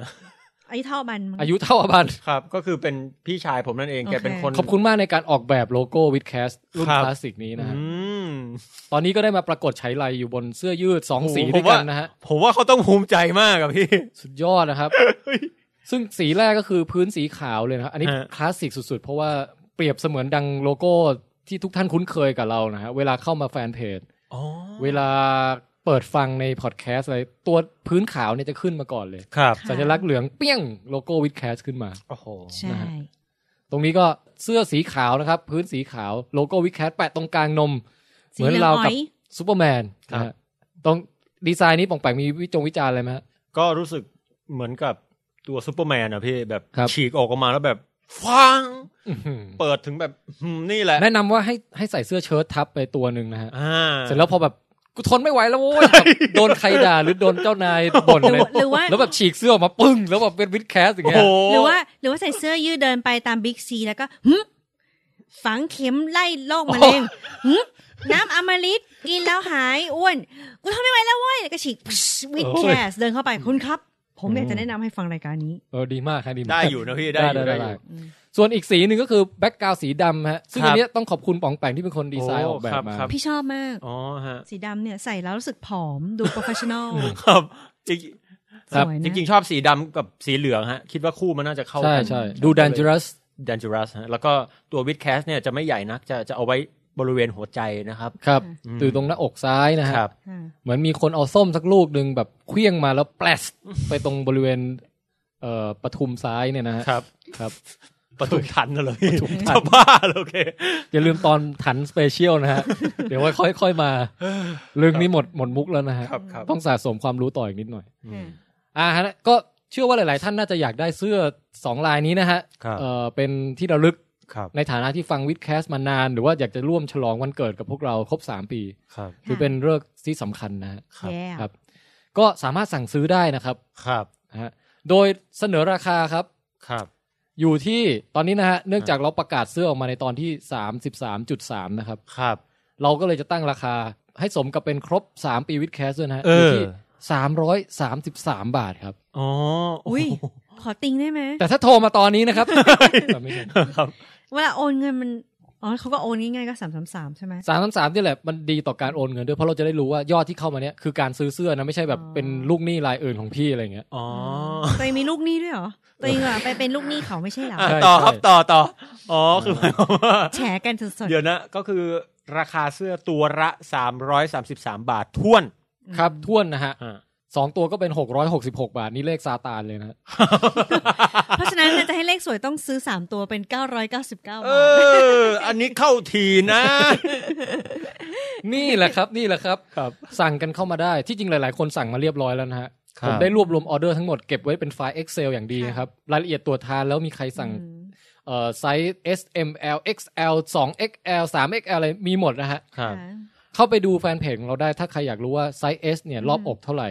ไอ้เท่าบันมั้ง
อายุเท่าอบัน
ครับ ก็คือเป็นพี่ชายผมนั่นเอง
โอเค
แกเป็นคน
ขอบคุณมากในการออกแบบโลโก้วิดแคสรุ่น
ครับ
คลาสสิกนี้นะฮะ
อืม
ตอนนี้ก็ได้มาปรากฏใช้ลายอยู่บนเสื้อยืดสองสี
ผ
ด้ว
ม
ยกันนะฮะ
ผมว่าเขาต้องภูมิใจมากอะพี่
สุดยอดนะครับ ซึ่งสีแรกก็คือพื้นสีขาวเลยนะครับอันนี้
ฮะ
คลาสสิกสุดๆ เพราะว่าเปรียบเสมือนดังโลโก้ที่ทุกท่านคุ้นเคยกับเรานะฮะเวลาเข้ามาแฟนเพจ
อ๋อ
เวลาเปิดฟังในพอดแคสต์อะไรตัวพื้นขาวเนี่ยจะขึ้นมาก่อนเลย
ครับ
ค่ะ
สัญลักษณ์เหลืองเปี้ยงโลโก้วิดแคสขึ้นมา
โอ้โห
ใช่
นะฮะ ตรงนี้ก็เสื้อสีขาวนะครับ พื้นสีขาวโลโก้วิดแคสแปะตรงกลางนม เห
สี
มือน
เหลือง
เรา
อ้
กั
อบ ย
ซูเปอร์แมน
ครับ
นะฮะตรงดีไซน์นี้ปองแปงมีวิจงวิจารณ์อะไรไหมฮะ
ก็รู้สึกเหมือนกับตัวซูเปอร์แมนอะพี่ แบบ
ครับ
ฉีกออกมาแล้วแบบ ฟัง เปิดถึงแบบหืมนี่แหละ
แนะนำว่าให้ให้ใส่เสื้อเชิ้ตทับไปตัวหนึ่งนะฮะ
อ่า
เสร็จแล้วพอแบบกูทนไม่ไหวแล้วโว้ย แบบโดนใครด่าหรือโดนเจ้านายบ่น
หรือ
เลย
ว่าหรือว่า
แล้วแบบฉีกเสื้อออกมาปึ้ง แล้วแบบเป็นวิดแคสอย่าง
โอ้
เงี้ย
โห
หรือว่าหรือว่าใส่เสื้อยืดเดินไปตามบิ๊กซีแล้วก็หึฝังเข็มไล่โรคมะเร็งหึน้ำอมฤตกินแล้วหายอ้วนกูทนไม่ไหวแล้วเว้ยแล้วก็ฉีกวิด
โอ้
แค
ย
สเดินเข้าไปคุณครับ ผมอยากจะแนะนำให้ฟังรายการนี้
เออดีมากครับดีมาก
ได้อยู่นะพี่ ได้อยู่ได้อยู่
อืม
ส่วนอีกสีหนึ่งก็คือแบ็กกราวสีดำฮะซึ่ง
ครับ
อันเนี้ยต้องขอบคุณป๋องแปงที่เป็นคนดีไซน์
โอ้
ออกแบบมา
ครับ
พี่ชอบมาก
อ๋อฮะ
สีดำเนี่ยใส่แล้วรู้สึกผอมดูโปรเฟชชั่นอล
ครับจริง
สวย
จ
นะ
ริงๆชอบสีดำกับสีเหลืองฮะ คิดว่าคู่มันน่าจะเข้า
ใช่
กัน
ใช่ดู dangerous
dangerous ฮะแล้วก็ตัววิดแคสเนี่ยจะไม่ใหญ่นักจะจะเอาไว้บริเวณหัวใจนะครับ
ครับ
อืม
อยู่ตรงหน้าอกซ้ายนะฮะ
ครับ
อ่า
เหมือนมีคนเอาส้มสักลูกหนึ่งแบบเคลี้ยงมาแล้วแปลสไปตรงบริเวณเอ่อปทุมซ้ายเนี่ยนะฮะ
ครับ
ครับ
ประตูทันน่ะเลย
ประตูทัน
จะบ้าเหรอโอเค
อย่าลืมตอนถันสเปเชียลนะฮะ เดี๋ยวค่อยๆค่อยมาเรื่องนี้หมดหมดมุกแล้วนะฮะ
ครับครับ
ต้องสะสมความรู้ต่ออีกนิดหน่อย
อืม
อ่าฮะก็เชื่อว่าหลายๆ ท่านน่าจะอยากได้เสื้อสองลายนี้นะฮะ
ครับ
เอ่อเป็นที่ระลึก
ครับ
ในฐานะที่ฟังวิดแคสต์มานาน หรือว่าอยากจะร่วมฉลองวันเกิดกับพวกเราครบ 3 ปี
ครับ
ถือเป็นเลิกษ์ที่สำคัญนะฮะ
ครับ
แย่
ครับ ก็สามารถสั่งซื้อได้นะครับ
ครับ
นะฮะโดยเสนอราคาครับ
ครับ
อยู่ที่ตอนนี้นะฮะเนื่องจากเราประกาศเสื้อออกมาในตอนที่ 33.3 นะครับ
ครับ
เราก็เลยจะตั้งราคาให้สมกับเป็นครบ 3 ปีวิดแคสต์ด้วยนะฮะ
เอออ
ยู่ที่ 333 บาทครับ
อ๋อ
อุ้ยขอติงได้ไหม
แต่ถ้าโทรมาตอนนี้นะครับ ไม่ใช่
ครับ
เวลาโอนเงินมัน อ๋อเขาก็โอนง่ายๆก็สามสามสามใช่ไหม
สามสามสามนี่แหละมันดีต่อการโอนเงินด้วยเพราะเราจะได้รู้ว่ายอดที่เข้ามาเนี้ยคือการซื้อเสื้อนะไม่ใช่แบบ
อ๋อ
เป็นลูกหนี้รายอื่นของพี่อะไรเงี้ย
อ๋อ
ตัวเองมีลูกหนี้ด้วยเหรอ ตัวเองอ่ะไปเป็นลูกหนี้เขาไม่ใช่เหรอ
อ่ะ
ใช่
ต่อ
ใช่
ครับต่อต่ออ๋อคือหมายความว่า
แฉกันสด
เดี๋ยวนะ ก็คือราคาเสื้อตัวละสามร้อยสามสิบสามบาทท้วน
ๆ
ครับท้วนนะฮะ
อ่า
สองตัวก็เป็นหกร้อยหกสิบหกบาท นี่เลขซาตานเลยนะฮะ
เพราะฉะนั้นเนี่ยจะให้เลขสวยต้องซื้อสามตัวเป็นเก้าร้อยเก้าสิบเก้า
เอบ
าท
อ อันนี้เข้าทีนะ
นี่แหละครับนี่แหละครับ
ครับ
สั่งกันเข้ามาได้ที่จริงหลาย ๆ คนสั่งมาเรียบร้อยแล้วนะฮะ
ครับ
ผมได้รวบรวมออเดอร์ทั้งหมดเก็บไว้เป็นไฟล์ Excel อย่างดีนะครับรายละเอียดตัวทานแล้วมีใครสั่ง เอ่อไซส์ S M L X L 2 X L 3 X L อะไรมีหมดนะฮะ
ครับ
เข้าไปดูแฟนเพจของเราได้ถ้าใครอยากรู้ว่าไซส์ S เนี่ย รอบอกเท่าไหร่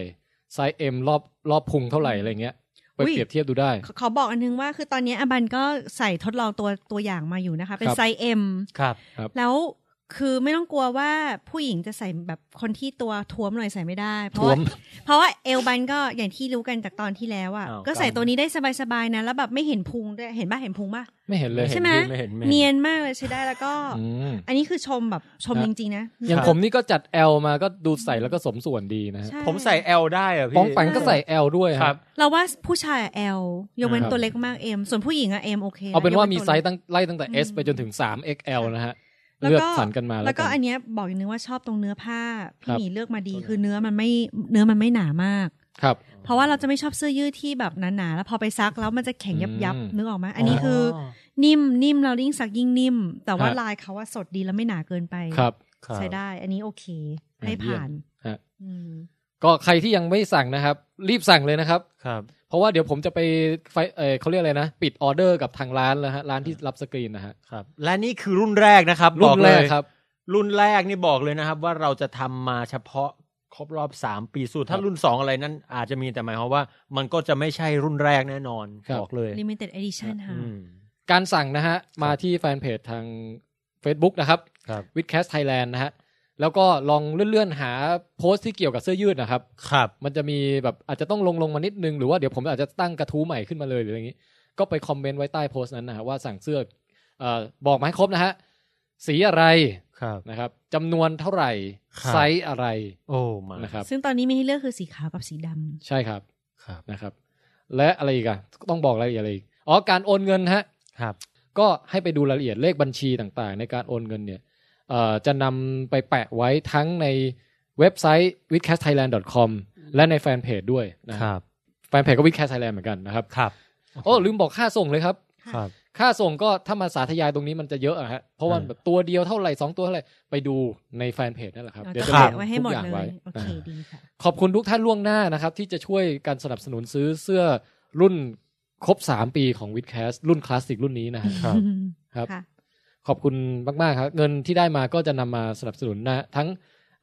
ไซส์ M รอบรอบพุงเท่าไหร่ อะไรเงี้ย ไป
อุ๊ย
เปรียบเทียบดูได้
ขอขอบอกอันนึงว่าคือตอนนี้อบันก็ใส่ทดลองตัวตัวอย่างมาอยู่นะคะ เป็น
ครับ
ไซส์ M
ครับ
แล้วคือไม่ต้องกลัวว่าผู้หญิงจะใส่แบบคนที่ตัวท้วมหน่อยใส่ไม่ได้ เพ
ทว
ราะว่าม เพราะว่าเอลบันก็อย่างที่รู้กันจากตอนที่แล้วอ่ะ
อ้าว
ก็ใส่
ครับ
ตัวนี้ได้สบายๆนะแล้วแบบไม่เห็นพุงด้วยเห็นป่ะเห็นพุงป่ะ
ไม่เห็นเลย
ใช่ไหม
ไม่เห็นไม่เห็น
เนียนมากเลยใช้ได้แล้วก็
อืม
อันนี้คือชมแบบชมจริงๆนะ
อย่าง
ครับ
ผมนี่ก็จัด L มาก็ดูใส่แล้วก็สมส่วนดีนะฮะ
ช่
ผมใส่ L ได้อะพี่
ป้องแปังก็ใส่ L ด้วย
ค
ค
รั
รับ บ
เราว่าผู้ชายอะ L ยกเว้
ค
น
รับ
ตัวเล็กมาก M ส่วนผู้หญิงอะ M โอเค
เอาเป็นว่ามี
ยก
ไซ
ว้
ส์
ตัวเล็ก
ตั้งไล่ตั้งแต่ S
อืม
ไปจนถึง 3 XL นะฮะ
แล้วก็
เลือกสรรกันมา
แล้
แล้ว
วก็
กัน
อันเนี้ยบอกอีกนึงว่าชอบตรงเนื้อผ้า
ครับ
พี่หมีเลือกมาดีคือเนื้อมันไม่เนื้อมันไม่หนามาก
ครับ
เพราะว่าเราจะไม่ชอบเสื้อยืดที่แบบหนาๆแล้วพอไปซักแล้วมันจะแข็งยับยับ
อืม
ๆนึกออกไหมอันนี้คืออนิ่มนิ่มเรายิ่งซักยิ่งนิ่ม แต่ว่า
ฮะ ครับ
ลายเขาว่าสดดีแล้วไม่หนาเกินไป
ครับ
ครับ
ใช้ได้ อันนี้โอเค ให้ผ่าน
ฮะ
อืม
ก็ใครที่ยังไม่สั่งนะครับ รีบสั่งเลยนะครับ
ครับ
เพราะว่าเดี๋ยวผมจะไปไฟเออเขาเรียกอะไรนะ ปิดออเดอร์กับทางร้านแล้วฮะ ร้านที่รับสกรีนนะฮะ
ครับ และนี่คือรุ่นแรกนะครับ
รุ่
อน เลย
แรกครับ
รุ่นแรกนี่บอกเลยนะครับ ว่าเราจะทำมาเฉพาะครบรอบสามปีสุดถ้ารุ่นสองอะไรนั้น อาจจะมีแต่หมายความว่า มันก็จะไม่ใช่รุ่นแรกแน่นอน
ครับ
บอกเลย
ลิมิเต็ดเอดิชั่นค่ะ
อืม
การสั่งนะฮะ มาที่แฟนเพจทาง Facebook นะครับ
ครับ
w i t h c a s t Thailand นะฮะ แล้วก็ลองเลื่อนๆ หาโพสต์ที่เกี่ยวกับเสื้อยืดนะครับ
ครับ
มันจะมีแบบอาจจะต้องลงลงมานิดนึง หรือว่าเดี๋ยวผมอาจจะตั้งกระทู้ใหม่ขึ้นมาเลยหรืออะไรอย่างนี้ ก็ไปคอมเมนต์ไว้ใต้โพสต์นั้นนะฮะว่าสั่งเสื้อเอ่อบอกมาให้ครบนะฮะสีอะไร
ครับ
นะครับจำนวนเท่าไหร่
ครับ
ไซส์อะไร
โอ้มา
นะครับ
ซึ่งตอนนี้มีให้เลือกคือสีขาวกับสีดำ
ใช่ครับ
ครับ
นะครับและอะไรอีกอะต้องบอกรายละเอียดอะไรอีกอ๋อการโอนเงินฮะ
ครับ
ก็ให้ไปดูรายละเอียดเลขบัญชีต่างๆ ในการโอนเงินเนี่ยเอ่อจะนำไปแปะไว้ทั้งในเว็บไซต์ w i t c a s t t h a i l a n d c o m และในแฟนเพจด้วยนะ
ค
ฮะ
รับ
แฟนเพจก็ w i t c a s t Thailand เหมือนกันนะครับ
ครับ
โอ้ลืมบอกค่าส่งเลยครับ
ครับ
ค่าส่งก็ถ้ามาสาธยายตรงนี้มันจะเยอะอะฮะเพราะว่า
อ่า
แบบตัวเดียวเท่าไหร่สองตัวเท่าไหร่ไปดูในแฟนเพจนั่นแหละครับ
เรา
เดี๋ยว
จะ
จะ
แปะ
ลง
ไว้ให้หมด
ทุกอย่าง
เล
ไว้
ย โอเค
อ่า
ดีค่ะ
ขอบคุณทุกท่านล่วงหน้านะครับ ที่จะช่วยการสนับสนุนซื้อเสื้อรุ่นครบ 3 ปีของวิดแคสรุ่นคลาสสิกรุ่นนี้นะฮะ
ครับ
ครับ
ค่ะ
ขอบคุณมากๆครับ เงินที่ได้มาก็จะนำมาสนับสนุนนะ ทั้ง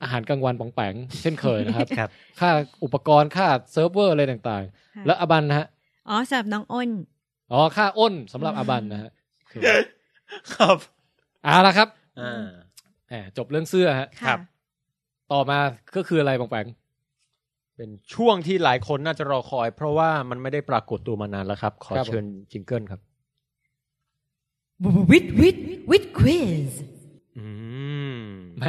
อาหารกลางวันปองแปง เช่นเคยนะครับ
ครับ
ค่าอุปกรณ์ค่าเซิร์ฟเวอร์อะไรต่างๆ และอ
ค่ะ
บันนะฮะ
อ๋อสำหรับน้องอ้น
อ๋อค่าอ้นสำหรับอบันนะฮะโอเค
ครับ
เอาละครับ
อ่า
แหมจบเรื่องเสื้อฮะ
ครั
ค่ะ
บ
ต่อมาก็คืออะไรปองแปง
เป็นช่วงที่หลายคนน่าจะรอคอย เพราะว่ามันไม่ได้ปรากฏตัวมานานแล้วครับ ขอเชิญจิงเกิลครับ
วิดวิดวิดควิส
อืม
แห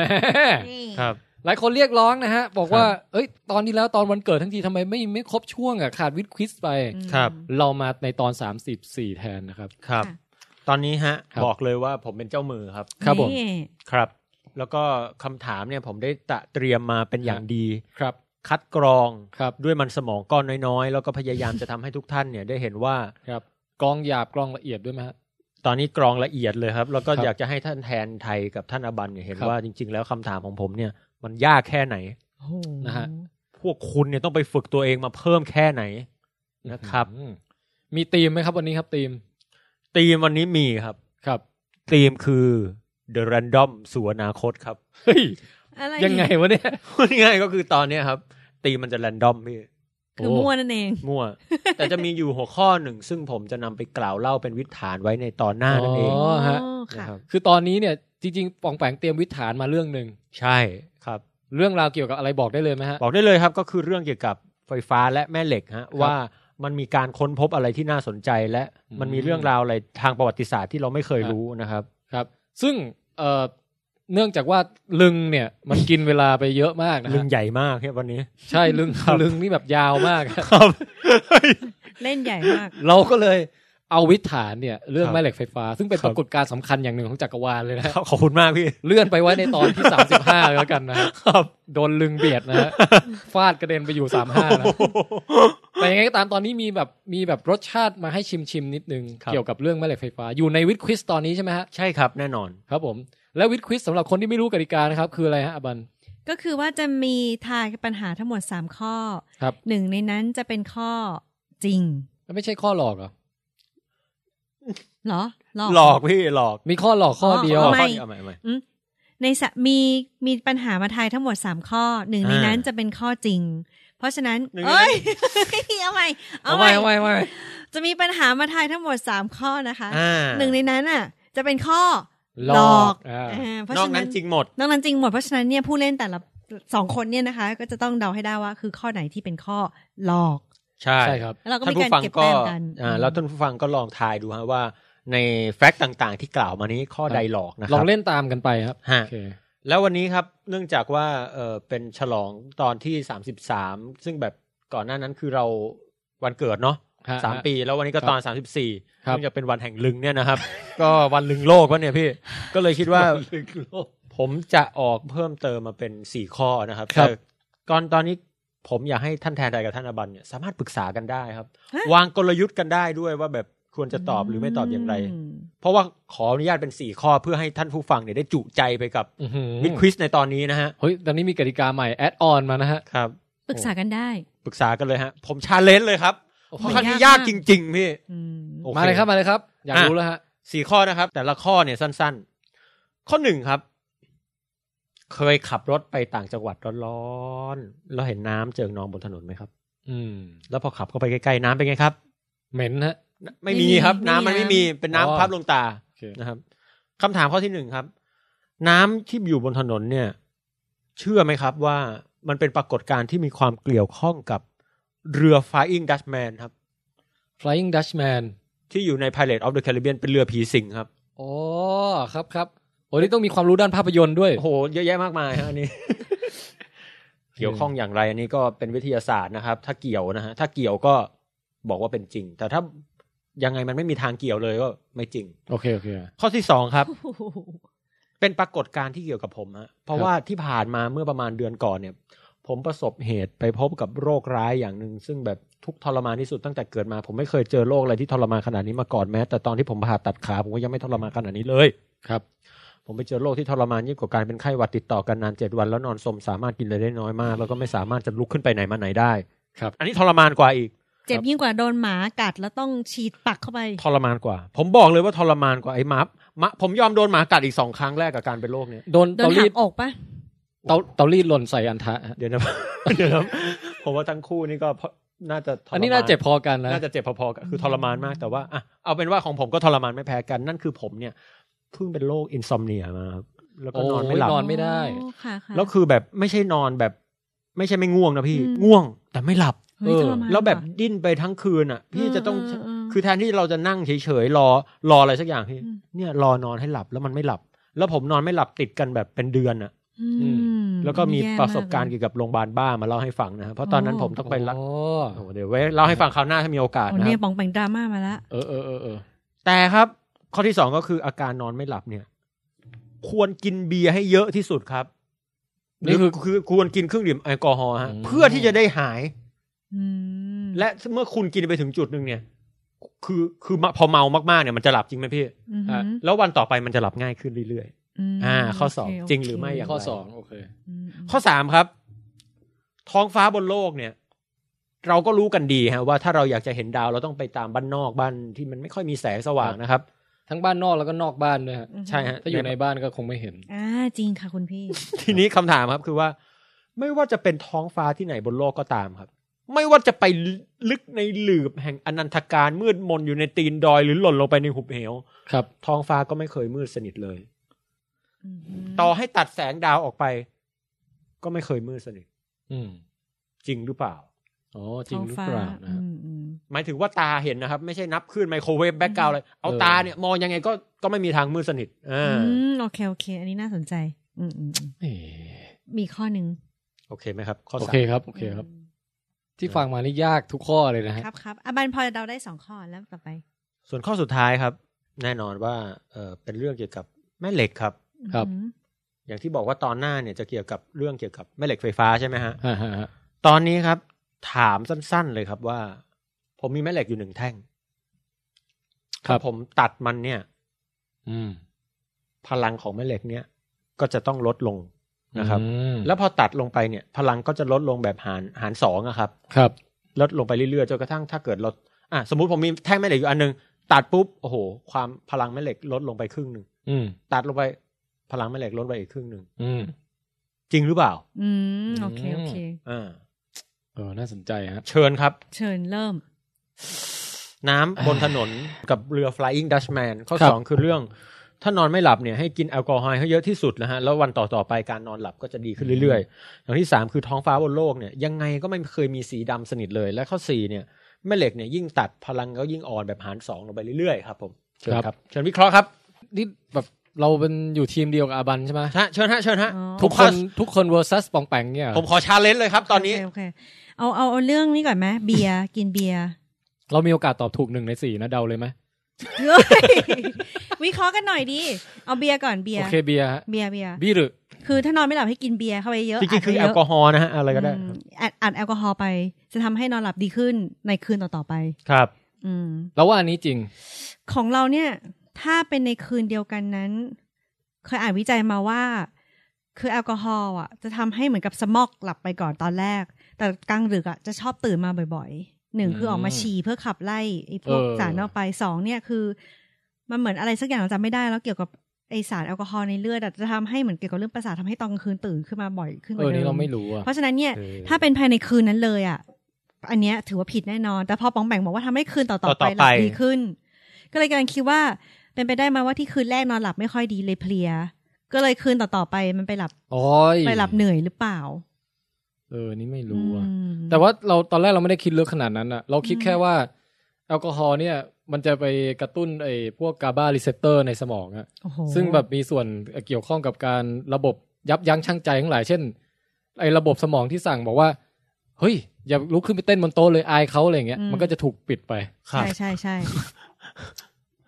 ม
ครับ
หลายคนเรียกร้องนะฮะ บอก
ครับ
ว่า เอ้ย ตอนนี้แล้วตอนวันเกิดทั้งทีทำไมไม่ไม่ครบช่วงอ่ะ ขาดวิดควิสไป
ครับ
เรามาในตอน 34 แทนนะครับ
ครับ
ค่ะ
ตอนนี้ฮะ
ครับ
บอกเลยว่าผมเป็นเจ้ามือครับ
ครับผม
ครับ แล้วก็คำถามเนี่ยผมได้ตะเตรียมมาเป็นอย่างดี
ครับ
คัดกรอง
ครับ
ด้วยมันสมองก้อนน้อยๆ แล้วก็พยายามจะทำให้ทุกท่านเนี่ยได้เห็นว่า
ครับกรองหยาบกรองละเอียดด้วยไหมฮะ
ตอนนี้กรองละเอียดเลยครับ แล้วก็
ครับ
อยากจะให้ท่านแทนไทยกับท่านอบันเนี่ยเห็น
ครับ
ว่าจริง ๆ แล้วคำถามของผมเนี่ยมันยากแค่ไหน
โอ้โห
นะฮะ
พวกคุณเนี่ยต้องไปฝึกตัวเองมาเพิ่มแค่ไหนนะครับ
อืมมีธีมไหมครับวันนี้ครับธีม
ธีมวันนี้มีครับ
ครับ
ธีมคือ The Random สู่อนาคตครับ
เฮ้ย
อะไร
ยังไงวะเนี่ย
พูดง่ายๆก็คือตอนเนี้ยครับธีมมันจะ random พี่
คือ
โอ้
มั่วนั่นเอง
มั่ว แต่จะมีอยู่หัวข้อหนึ่ง ซึ่งผมจะนำไปกล่าวเล่าเป็นวิถีฐานไว้ในตอนหน้านั่นเอง
อ๋อฮะ
ค่ะ
นะครับ
คือตอนนี้เนี่ยจริงๆปองแปงเตรียมวิถฐานมาเรื่องหนึ่ง
ใช่ครับ
เรื่องราวเกี่ยวกับอะไรบอกได้เลยไหมฮะ
บอกได้เลยครับก็คือเรื่องเกี่ยวกับไฟฟ้าและแม่เหล็กฮะว่ามันมีการค้นพบอะไรที่น่าสนใจและ
อืม
มันมีเรื่องราวอะไรทางประวัติศาสตร์ที่เราไม่เคยรู้นะครับ
ครับ ซึ่งเอ่อเนื่องจากว่าลึงเนี่ย มันกินเวลาไปเยอะมากนะ
ลึ
ฮะ
งใหญ่มากครับวันนี้
ใช่ลึง
ครับ
ลึงนี่แบบยาวมาก
ครับ
เล่นใหญ่มาก
เราก็เลยเอาวิถฐานเนี่ย เรื่อง
ครับ
แม่เหล็กไฟฟ้า ซึ่งเป็น
ครั
ป
บ
รากฏการณ์สำคัญอย่างหนึ่งของจักรวาลเลยนะฮะ
ขอบคุณมากพี่
เลื่อนไปไว้ในตอนที่ 35แล้วกันนะฮะ
ครับ
โดนลึงเบียดนะฮะฟาดกระเด็นไปอยู่ 35นะ แต่ยังไงก็ตามตอนนี้มีแบบมีแบบรสชาติมาให้ชิมชิมๆนิดนึง
ครับ
เกี่ยวกับเรื่องแม่เหล็กไฟฟ้า อยู่ในวิดควิสตอนนี้ใช่ไหมฮะ
ใช่ครับแน่นอน
ครับผม และวิดควิสสำหรับคนที่ไม่รู้กติกานะครับ คืออะไรฮะอบัน
ก็คือว่าจะมีทายปัญหาทั้งหมด 3 ข้อ
ครับ
หนึ่งในนั้นจะเป็นข้อจริง
ไม่ใช่ข้อหลอกเหรอ
เหรอ หลอก
หลอกพี่หลอก
มีข้อหลอกข้อเดียว
อ๋อ ไม่
ข้เดียวเอาใหม่เอาใหม่
อืมในสะมีมีปัญหามาทายทั้งหมด 3 ข้อหนึ่งใน
อ่า
นั้นจะเป็นข้อจริง เพราะฉะนั้น
หนึ่งในนั้น
เอ้ย เอาใหม่เอา
เอา
ให
ไว้เอา
ม่
ไว้เอาไว้
จะมีปัญหามาทายทั้งหมด 3 ข้อนะคะ
อ่า
หนึ่งในนั้นอ่ะ จะเป็นข้อ
หลอกอ่า
อ่าเพราะ
นอก
ฉะ
นั้
นั้น น
จริงหมด
นอกนั้นจริงหมดเพราะฉะนั้นเนี่ยผู้เล่นแต่ละสองคนเนี่ยนะคะ ก็จะต้องเดาให้ได้ว่าคือข้อไหนที่เป็นข้อหลอก
ใช่
ใช่ครับ
แล้วเราก็
ท่าน
มี
ผู้
การ
ฟัง
เก็บ
ก็
แต้มกัน
อ่าแล้วท่านผู้ฟังก็ลองทายดูฮะว่า ในแฟกต์ต่างๆ ที่กล่าวมานี้ข้อใดหลอกนะค
ล
รั
อบ งเล่นตามกันไปครับ
ฮะ
โอเค
แล้ววันนี้ครับเนื่องจากว่าเออเป็นฉลองตอนที่สามสิบสามซึ่งแบบก่อนหน้านั้นคือเราวันเกิดเนาะ
ฮะ
สามปี แล้ววันนี้ก็ตอนสามสิบสี่
ครับ
ซึ่งจะเป็นวันแห่งลึงเนี่ยนะครับ ก็วันลึงโลกวะเนี่ยพี่ก็เลยคิดว่า ผมจะออกเพิ่มเติมมาเป็นสี่ข้อนะครับ
ครับ
แต่ก่อนตอนนี้ผมอยากให้ท่านแทนใดกับท่านอบันเนี่ยสามารถปรึกษากันได้ครับ วางกลยุทธ์กันได้ด้วยว่าแบบควรจะตอบหรือไม่ตอบอย่างไร
ม
เพราะว่าขออนุญาตเป็นสี่ข้อเพื่อให้ท่านผู้ฟังเนี่ยได้จุใจไปกับ
อื้อหือ
วิดควิสในตอนนี้นะฮะ
เฮ้ยตอนนี้มีกติกาใหม่แอดออนมานะฮะ
ครับ
ปรึกษากันได้
ปรึกษากันเลยฮะ ผมชาเลนจ์เลยครับ เพราะครั้งนี้ยากจริง ๆ พี่
อืม
โอ
มาเลยครับมาเลยครับ อยากรู้แล้วฮะ
สี่ข้อนะครับ แต่ละข้อเนี่ยสั้น ๆ ข้อหนึ่งครับ เคยขับรถไปต่างจังหวัดร้อนๆแล้วเห็นน้ำเจิ่งนองบนถนนไหมครับ
อืม
แล้วพอขับเข้าไปใกล้ๆน้ำเป็นไงครับ
เหม็นฮะ
ไม่มีครับ น้ำมันไม่มีเป็นน้ำ
อ๋อ
พับลงตา
โอเค
นะครับคำถามข้อที่หนึ่งครับ น้ำที่อยู่บนถนนเนี่ย เชื่อไหมครับว่ามันเป็นปรากฏการณ์ที่มีความเกี่ยวข้องกับเรือ Flying Dutchman ครับ
Flying Dutchman
ที่อยู่ใน Pirate of the Caribbean เป็นเรือผีสิงครับ
อ๋อครับครับโอ้นี่ต้องมีความรู้ด้านภาพยนตร์ด้วย
โอ้โห เยอะแยะมากมายฮะอันนี้ เกี่ยวข้องอย่างไร อันนี้ก็เป็นวิทยาศาสตร์นะครับ ถ้าเกี่ยวนะฮะถ้าเกี่ยวก็บอกว่าเป็นจริง แต่ถ้ายังไงมันไม่มีทางเกี่ยวเลยก็ไม่จริง
โอเค โอเค
ข้อที่สองครับ
โอ้โห
เป็นปรากฏการณ์ที่เกี่ยวกับผมฮะ เพราะ
ครับ
ว่าที่ผ่านมาเมื่อประมาณเดือนก่อนเนี่ย ผมประสบเหตุไปพบกับโรคร้ายอย่างหนึ่ง ซึ่งแบบทุกข์ทรมานที่สุดตั้งแต่เกิดมา ผมไม่เคยเจอโรคอะไรที่ทรมานขนาดนี้มาก่อนแม้ แต่ตอนที่ผมผ่าตัดขาผมก็ยังไม่ทรมานขนาดนี้เลย
ครับ
ผมไปเจอโรคที่ทรมานยิ่งกว่าการเป็นไข้หวัดติดต่อกันนานเจ็ดวันแล้วนอนสมสามารถกินอะไรได้น้อยมาก แล้วก็ไม่สามารถจะลุกขึ้นไปไหนมาไหนได้
ครับ
อันนี้ทรมานกว่าอีก
เจ็บยิ่งกว่าโดนหมากัดแล้วต้องฉีดปักเข้าไป
ทรมานกว่า ผมบอกเลยว่าทรมานกว่าไอ้หมาหมาผมยอมโดนหมากัดอีกสองครั้งแรกกับการเป็นโรคเนี่ย
โดน
โด
เตาน รี
หั
ด
กอกปะ
เตาเตารีดหล่นใส่อันทะฮะ
เดี๋ยวนะ เดี๋ยวนะผมว่าทั้งคู่นี่ก็พอน่าจะทรม
อันนี้น่าเจ็บพอกันนะ
น่าจะเจ็บพอๆกันคือทรมานมากแต่ว่าอ่ะเอาเป็นว่าของผมก็ทรมานไม่แพ้กัน นั่นคือผมเนี่ยเพิ่งเป็นโรคอินซอมเนียมาครับแล้วก็นอนไม่หลับ
โอ้ยนอน ไม่ได้
โค่ะค่ะ
แล้วคือแบบไม่ใช่นอนแบบ ไม่ใช่ไม่ง่วงนะพี่
อืม
ง่วงแต่ไม่หลับ
เฮ้ย
เออ
ทรมาน
แล้วแบบ
ว่ะ
ดิ้นไปทั้งคืนอ่ะ พี่จะต้อง
เออเออเออ
คือแทนที่เราจะนั่งเฉยๆรอรออะไรสักอย่างพี่
อืม
เนี่ยรอนอนให้หลับแล้วมันไม่หลับ แล้วผมนอนไม่หลับติดกันแบบเป็นเดือนอ่ะ
อืม
แล้วก็มี
แย่
ประสบการณ์
ม
เกี่ยวกับโรงพยาบาลบ้ามาเล่าให้ฟังนะครับเพราะตอนนั้นผมต้องไปรัก
โอ้
โอ้โหเดี๋ยวไว้เล่าให้ฟังคราวหน้าถ้ามีโอกาส
โอ้
นะค
เนี่
รั
ย
บ
ปองแปงดราม่ามาละ
เออเออเออเออ
แต่ครับ ข้อที่สองก็คืออาการนอนไม่หลับเนี่ย ควรกินเบียร์ให้เยอะที่สุดครับหรื
นี่
อ
คือ
คือควรกินเครื่องดื่มแอลกอฮอล์ฮะ
อืม
เพื่อที่จะได้หาย
อืม
และเมื่อคุณกินไปถึงจุดหนึ่งเนี่ย คือคือมะพอเมามากๆเนี่ยมันจะหลับจริงไหมพี่
อืม
แล้ววันต่อไปมันจะหลับง่ายขึ้นเรื่อย
ม
อ่าข้อสอบ
โเค
จริงหรือไม่อย่าง
ข้อสองโอเค
อืม
ๆ ข้อสามครับ ท้องฟ้าบนโลกเนี่ย เราก็รู้กันดีฮะว่าถ้าเราอยากจะเห็นดาวเราต้องไปตามบ้านนอกบ้านที่มันไม่ค่อยมีแสงสว่างนะครับ
ทั้งบ้านนอกแล้วก็นอกบ้านด้วยฮะ
อืม
ใช่ฮะ
ถ้าอยู่ในบ้านก็คงไม่เห็น
อ่าจริงค่ะคุณพี่
ทีนี้คำถามครับคือว่า ไม่ว่าจะเป็นท้องฟ้าที่ไหนบนโลกก็ตามครับ ไม่ว่าจะไปลึกในหลืบแห่งอนันตการมืดมนอยู่ในตีนดอยหรือหล่นลงไปในหุบเหว
ครับ
ท้องฟ้าก็ไม่เคยมืดสนิทเลย ต่อให้ตัดแสงดาวออกไป ก็ไม่เคยมืดสนิท
อืม
จริงหรือเปล่า
อ๋อจริงหรือเปล่านะฮะ
อืมอืม
หมายถึงว่าตาเห็นนะครับ ไม่ใช่นับขึ้นไมโครเวฟแบ็กกราวด์เลยเอาตาเนี่ยมองยังไงก็ก็ไม่มีทางมืดสนิทอ่า
อืมโอเคโอเค อันนี้น่าสนใจ อืมอืมอืม
เอ๊ะ
มีข้อหนึ่ง
โอเคไหมครับ ข้อ
โอ
สาม
เคครับโอเคครับ ที่ฟังมานี่ยากทุกข้อเลยนะฮะ
ครับครับอ่ะบันพอจะเดาได้สองข้อแล้วต่อไป
ส่วนข้อสุดท้ายครับ แน่นอนว่าเออเป็นเรื่องเกี่ยวกับแม่เหล็กครับ
อืม
อย่างที่บอกว่าตอนหน้าเนี่ยจะเกี่ยวกับเรื่องเกี่ยวกับแม่เหล็กไฟฟ้าใช่ไหมฮะ
อ่าฮะฮะ
ตอนนี้ครับ ถามสั้น ๆ เลยครับว่า ผมมีแม่เหล็กอยู่หนึ่งแท่ง
ครับ
ผมตัดมันเนี่ย
อืม
พลังของแม่เหล็กเนี่ย ก็จะต้องลดลงนะครับ
อืม
แล้วพอตัดลงไปเนี่ย พลังก็จะลดลงแบบหารหารสองอะครับ
ครับ
ลดลงไปเรื่อยๆจนกระทั่งถ้าเกิดเราอ่ะสมมติผมมีแท่งแม่เหล็กอยู่อันหนึง ตัดปุ๊บโอ้โห ความพลังแม่เหล็กลดลงไปครึ่งหนึ่ง
อืม
ตัดลงไปพลังแม่เหล็กลดไปอีกครึ่งหนึ่ง
อืม
จริงหรือเปล่า
อืมโอเคโอเค
อ่า
เออน่าสนใจฮะ
เชิญครับ
เชิญเริ่ม
น้ำบนถนน กับเรือ Flying Dutchman ข้อ
ครับ
สองคือเรื่อง ถ้านอนไม่หลับเนี่ยให้กินแอลกอฮอล์ให้เยอะที่สุดนะฮะ แล้ววันต่อ ๆ ไปการนอนหลับก็จะดีขึ้นเรื่อย ๆ อย่างที่สามคือท้องฟ้าบนโลกเนี่ยยังไงก็ไม่เคยมีสีดำสนิทเลย และข้อสี่เนี่ยแม่เหล็กเนี่ยยิ่งตัดพลังก็ยิ่งอ่อนแบบหารสองลงไปเรื่อยๆ ครับผมเชิญครับเชิญวิเคราะห์ครับ
นี่แบบเราเป็นอยู่ทีมเดียวกับอาบันใช่ไหม
ฮะเชิญฮะเชิญฮะ
อ๋อ
ทุก
ผม
ค
ขอน
ทุกคนเวอร์ซัสปองแปงเนี่ย
ผมขอชาเลนจ์เลยครับ ตอนนี้
โอเคโอเคเอาเอาเอาเรื่องนี้ก่อนไหมเบียร์ กินเบียร์
เรามีโอกาสตอบถูกหนึ่งในสี่นะเดาเลยไหม
เฮ้ยวิเคราะห์กันหน่อยดิเอาเบียร์ก่อนเบีย
โอ
ร์
เคเบียร์ฮะ
เบียร์เบียร์
บีหรือ
คือถ้านอนไม่หลับให้กินเบียร์เข้าไปเยอะ
จริงๆคือแอลกอฮอล์นะฮะอะไรก็ได้
มอัดอัดแอลกอฮอล์ไป จะทำให้นอนหลับดีขึ้นในคืนต่อๆไป
ครับ
อืม
แล้วว่าอันนี้จริง
ของเราเนี่ย ถ้าเป็นในคืนเดียวกันนั้น เคยอ่านวิจัยมาว่า คือแอลกอฮอล์อ่ะ จะทำให้เหมือนกับสมอกหลับไปก่อนตอนแรก แต่กลางดึกอ่ะจะชอบตื่นมาบ่อยๆหนึ่ง
อืม
คือออกมาฉี่เพื่อขับไล่ไอ้พวก
เออ
สารออกไปสองเนี่ยคือ มันเหมือนอะไรสักอย่างเราจำไม่ได้แล้วเกี่ยวกับไอสารแอลกอฮอล์ในเลือดอะจะทำให้เหมือนเกี่ยวกับเรื่องประสาททำให้ตอนกลางคืนตื่นขึ้นมาบ่อยขึ้นก
เอ
ว่า
อ
เดิ
นี่
ม
เราไม่รู้อ่ะ
เพราะฉะนั้นเนี่ย
เออ
ถ้าเป็นภายในคืนนั้นเลยอ่ะ อันเนี้ยถือว่าผิดแน่นอน แต่พอปองแปงบอกว่าทำให้คืนต่อ
ต่อ
ๆ
ๆ
ไปหลับ
ไป
ดีขึ้น ก็เลยกำลังคิดว่าเป็นไปได้ไหมว่าที่คืนแรกนอนหลับไม่ค่อยดีเลยเพลีย ก็เลยคืนต่อๆไปมันไปหลับ
โอ้ย
ไปหลับเหนื่อยหรือเปล่า
เออนี่ไม่รู้อ่ะ
อืม
แต่ว่าเราตอนแรกเราไม่ได้คิดเลือกขนาดนั้นอ่ะ เราคิด
อืม
แค่ว่าแอลกอฮอล์เนี่ย มันจะไปกระตุ้นไอ้พวกกาบารีเซปเตอร์ในสมองอ่ะ
โอ้โห
ซึ่งแบบมีส่วนเกี่ยวข้องกับการระบบยับยั้งชั่งใจทั้งหลาย เช่น ไอ้ระบบสมองที่สั่งบอกว่า เฮ้ย อย่าลุกขึ้นไปเต้นบนโต๊ะเลยอายเขาอะไรอย่างเงี้ย มันก็จะถูกปิดไป
ครั
ใช่
บ
ใช่ใช่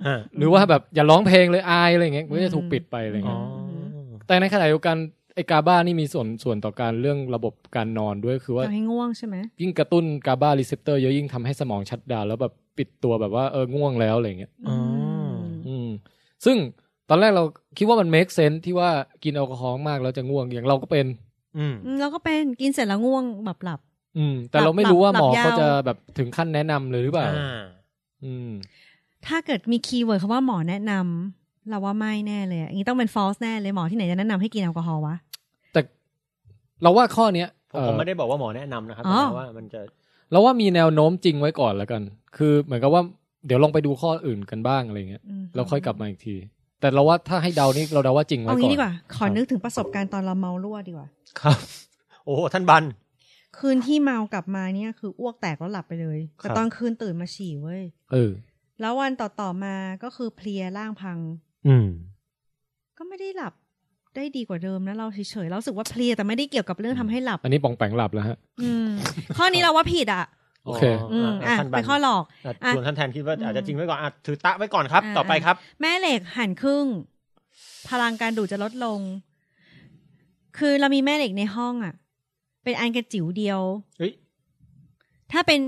อ่า
หรือว่าแบบอย่าร้องเพลงเลยอายอะไรอย่างเงี้ยมันก็จะถูกปิดไปอะไร
อ๋อ
เงี้ยแต่ในขณะเดียวกันไอ้กาบ้านี่มีส่วนส่วนต่อการเรื่องระบบการนอนด้วยคือว่า
ทำให้ง่วงใช่ไหม
ยิ่งกระตุ้นกาบ้ารีเซปเตอร์เยอะยิ่งทำให้สมองชัดดาวน์แล้วแบบปิดตัวแบบว่าเออง่วงแล้วอะไรอย่างเงี้ย
อ๋อ
อืมซึ่งตอนแรกเราคิดว่ามัน make sense ที่ว่ากินแอลกอฮอล์มากแล้วจะง่วงอย่างเราก็เป็น
อืม
อืมแล้วก็เป็นกินเสร็จแล้วง่วงแบบหลับ
อืมแต่
หลับ
เราไม่รู้ว่า
หลั
ห
บ
มอ
หลับยาว
เขาจะแบบถึงขั้นแนะนำเลยหรือเปล่า
อ่า
อืม
ถ้าเกิดมีคีย์เวิร์ดคำว่าหมอแนะนำเราว่าไม่แน่เลยอะอย่างนี้ต้องเป็น false แน่เลยหมอที่ไหนจะแนะนำให้กินแอลกอฮอล์วะ
แต่เราว่าข้อเนี้ย
ผม
เอ่อ
ผมไม่ได้บอกว่าหมอแนะนำนะครับ
อ๋อ
แต่ว่ามันจะ
เราว่ามีแนวโน้มจริงไว้ก่อนแล้วกัน คือเหมือนกับว่าเดี๋ยวลองไปดูข้ออื่นกันบ้างอะไรเงี้ย
อืม
แล้วค่อยกลับมาอีกที แต่เราว่าถ้าให้เดานี่เราเดาว่าจริงไว้
เอา
ก่
งี้
อน
ดีกว่า ขอนึกถึงประสบการณ์ตอนเราเมารั่วดีกว่า
ครับ โอ้โหท่านบัน
คืนที่เมากลับมาเนี่ยคืออ้วกแตกแล้วหลับไปเลย
ครับ
แต่ตอนคืนตื่นมาฉี่เว้ย
เออ
แล้ววันต่อต่อๆมาก็คือเพลียร่างพัง
อืม
ก็ไม่ได้หลับได้ดีกว่าเดิมนะเราเฉยๆเรารู้สึกว่าเพลียแต่ไม่ได้เกี่ยวกับเรื่องทำให้หลับ
อันนี้ปองแปงหลับแล้วฮะ
อืม ข้อนี้เราว่าผิดอ่ะ
โอเค
อืมอ่ะ
ท่านบั
เป็น นข้อหลอก
อ่ะ
อ่ะ
ส่วนท่านแทนคิดว่า
อืม
อาจจะจริงไว้ก่อนอ่ะถือตะไว้ก่อนครับ
อ่ะ
ต่อไปครับ
แม่เหล็กหั่นครึ่ง พลังการดูดจะลดลง คือเรามีแม่เหล็กในห้องอ่ะ เป็นอันกระจิ๋วเดียว
เฮ้ย
ถ้าเป็น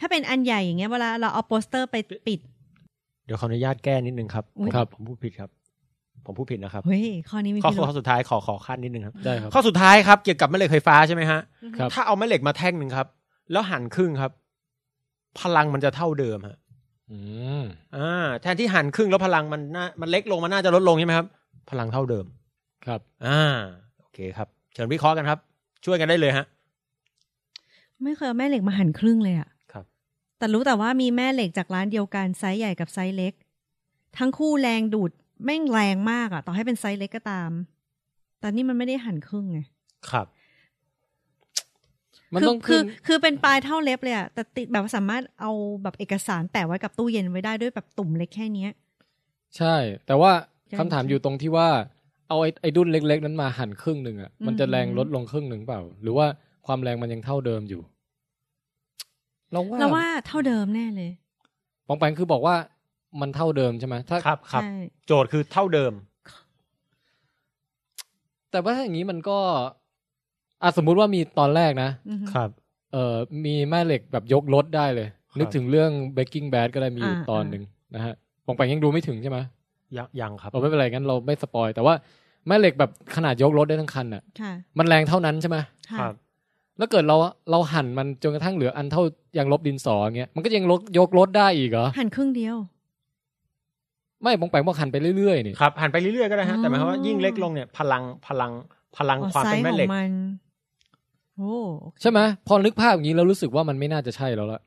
ถ้าเป็นอันใหญ่อย่างเงี้ยเวลาเราเอาโปสเตอร์ไปปิด
เดี๋ยวขออนุญาตแก้นิดนึงครับ
อุ๊ย
ครับ
ผมพูดผิดครับ ผมพูดผิดนะครับ
เฮ้ย ข้อนี้มี
ข้อ
พิ
ข้
รุ
อ
ธ
ข้อสุดท้ายขอขอขั้นนิดนึงครับ
ได้ครับ
ข้อสุดท้ายครับเกี่ยวกับแม่เหล็กไฟฟ้าใช่ไหมฮะ
ครับ
ถ้าเอาแม่เหล็กมาแท่งหนึ่งครับ แล้วหั่นครึ่งครับ พลังมันจะเท่าเดิมฮะ
อืม
อ่า แทนที่หั่นครึ่งแล้วพลังมันน่ามันเล็กลงมันน่าจะลดลงใช่ไหมครับ พลังเท่าเดิม
ครับ
อ่า โอเคครับ เชิญวิเคราะห์กันครับ ช่วยกันได้เลยฮะ
ไม่เคยเอาแม่เหล็กมาหั่นครึ่งเลยอะ
ครับ
แต่รู้แต่ว่ามีแม่เหล็กจากร้านเดียวกันไซส์ใหญ่กับไซส์เล็ก ทั้งคู่แรงดูดแม่งแรงมากอะต่อให้เป็นไซส์เล็กก็ตาม แต่นี่มันไม่ได้หั่นครึ่งไง
ครับ
มัน
คื
ต้อง
คื
ขึ้
อน คือเป็นปลายเท่าเล็บเลยอะแต่ติดแบบสามารถเอาแบบเอกสารแปะไว้กับตู้เย็นไว้ได้ด้วยแบบตุ่มเล็กแค่เนี้ย
ใช่ แต่ว่า
ใช่
คำถามอยู่ตรงที่ว่า เอาไอ้ไอ้ดุนเล็ก ๆ นั้นมาหั่นครึ่งหนึ่งอ่ะมันจะ
อืม
แรงลดลงครึ่งหนึ่งเปล่า หรือว่าความแรงมันยังเท่าเดิมอยู่เราว่า
เราว่าเท่าเดิมแน่เลย
ปองแปงคือบอกว่ามันเท่าเดิมใช่ไหมถ้า
ครับครับ
ใช่
โจทย์คือเท่าเดิม
แต่ว่าถ้าอย่างนี้มันก็อ่ะสมมุติว่ามีตอนแรกนะ
อือฮึ
ครับ
เอ่อมีแม่เหล็กแบบยกรถได้เลย
ครับ
นึกถึงเรื่อง Breaking Bad ก็ได้มีอยู่
อ่า
ตอนหนึ่งนะฮะปองแปงยังดูไม่ถึงใช่ไหม
ยังยังครับ
เราไม่เป็นไรงั้นเราไม่สปอย แต่ว่าแม่เหล็กแบบขนาดยกรถได้ทั้งคันอ่ะ
ค่ะ
มันแรงเท่านั้นใช่ไหม
ค่ะ
ครับ
แล้วเกิดเราเราหั่นมันจนกระทั่งเหลืออันเท่ายางลบดินสออย่างเงี้ยมันก็ยังลดยกรถได้อีกเหรอ
หันครึ่งเดียว
ไม่ปองแปงบอกหั่นไปเรื่อยๆนี่
ครับหันไปเรื่อยๆก็ได้ฮะแต่หมายความว่า
อ๋อ
ยิ่งเล็กลงเนี่ย พลังพลังพลัง
อ๋อ
ความ
ไซ
เป็น
ส์
แม่เห
ขอ
ล็ก
งมันโอ้
ใช่ไหมพอนึกภาพอย่างนี้แล้วรู้สึกว่ามันไม่น่าจะใช่แล้วละ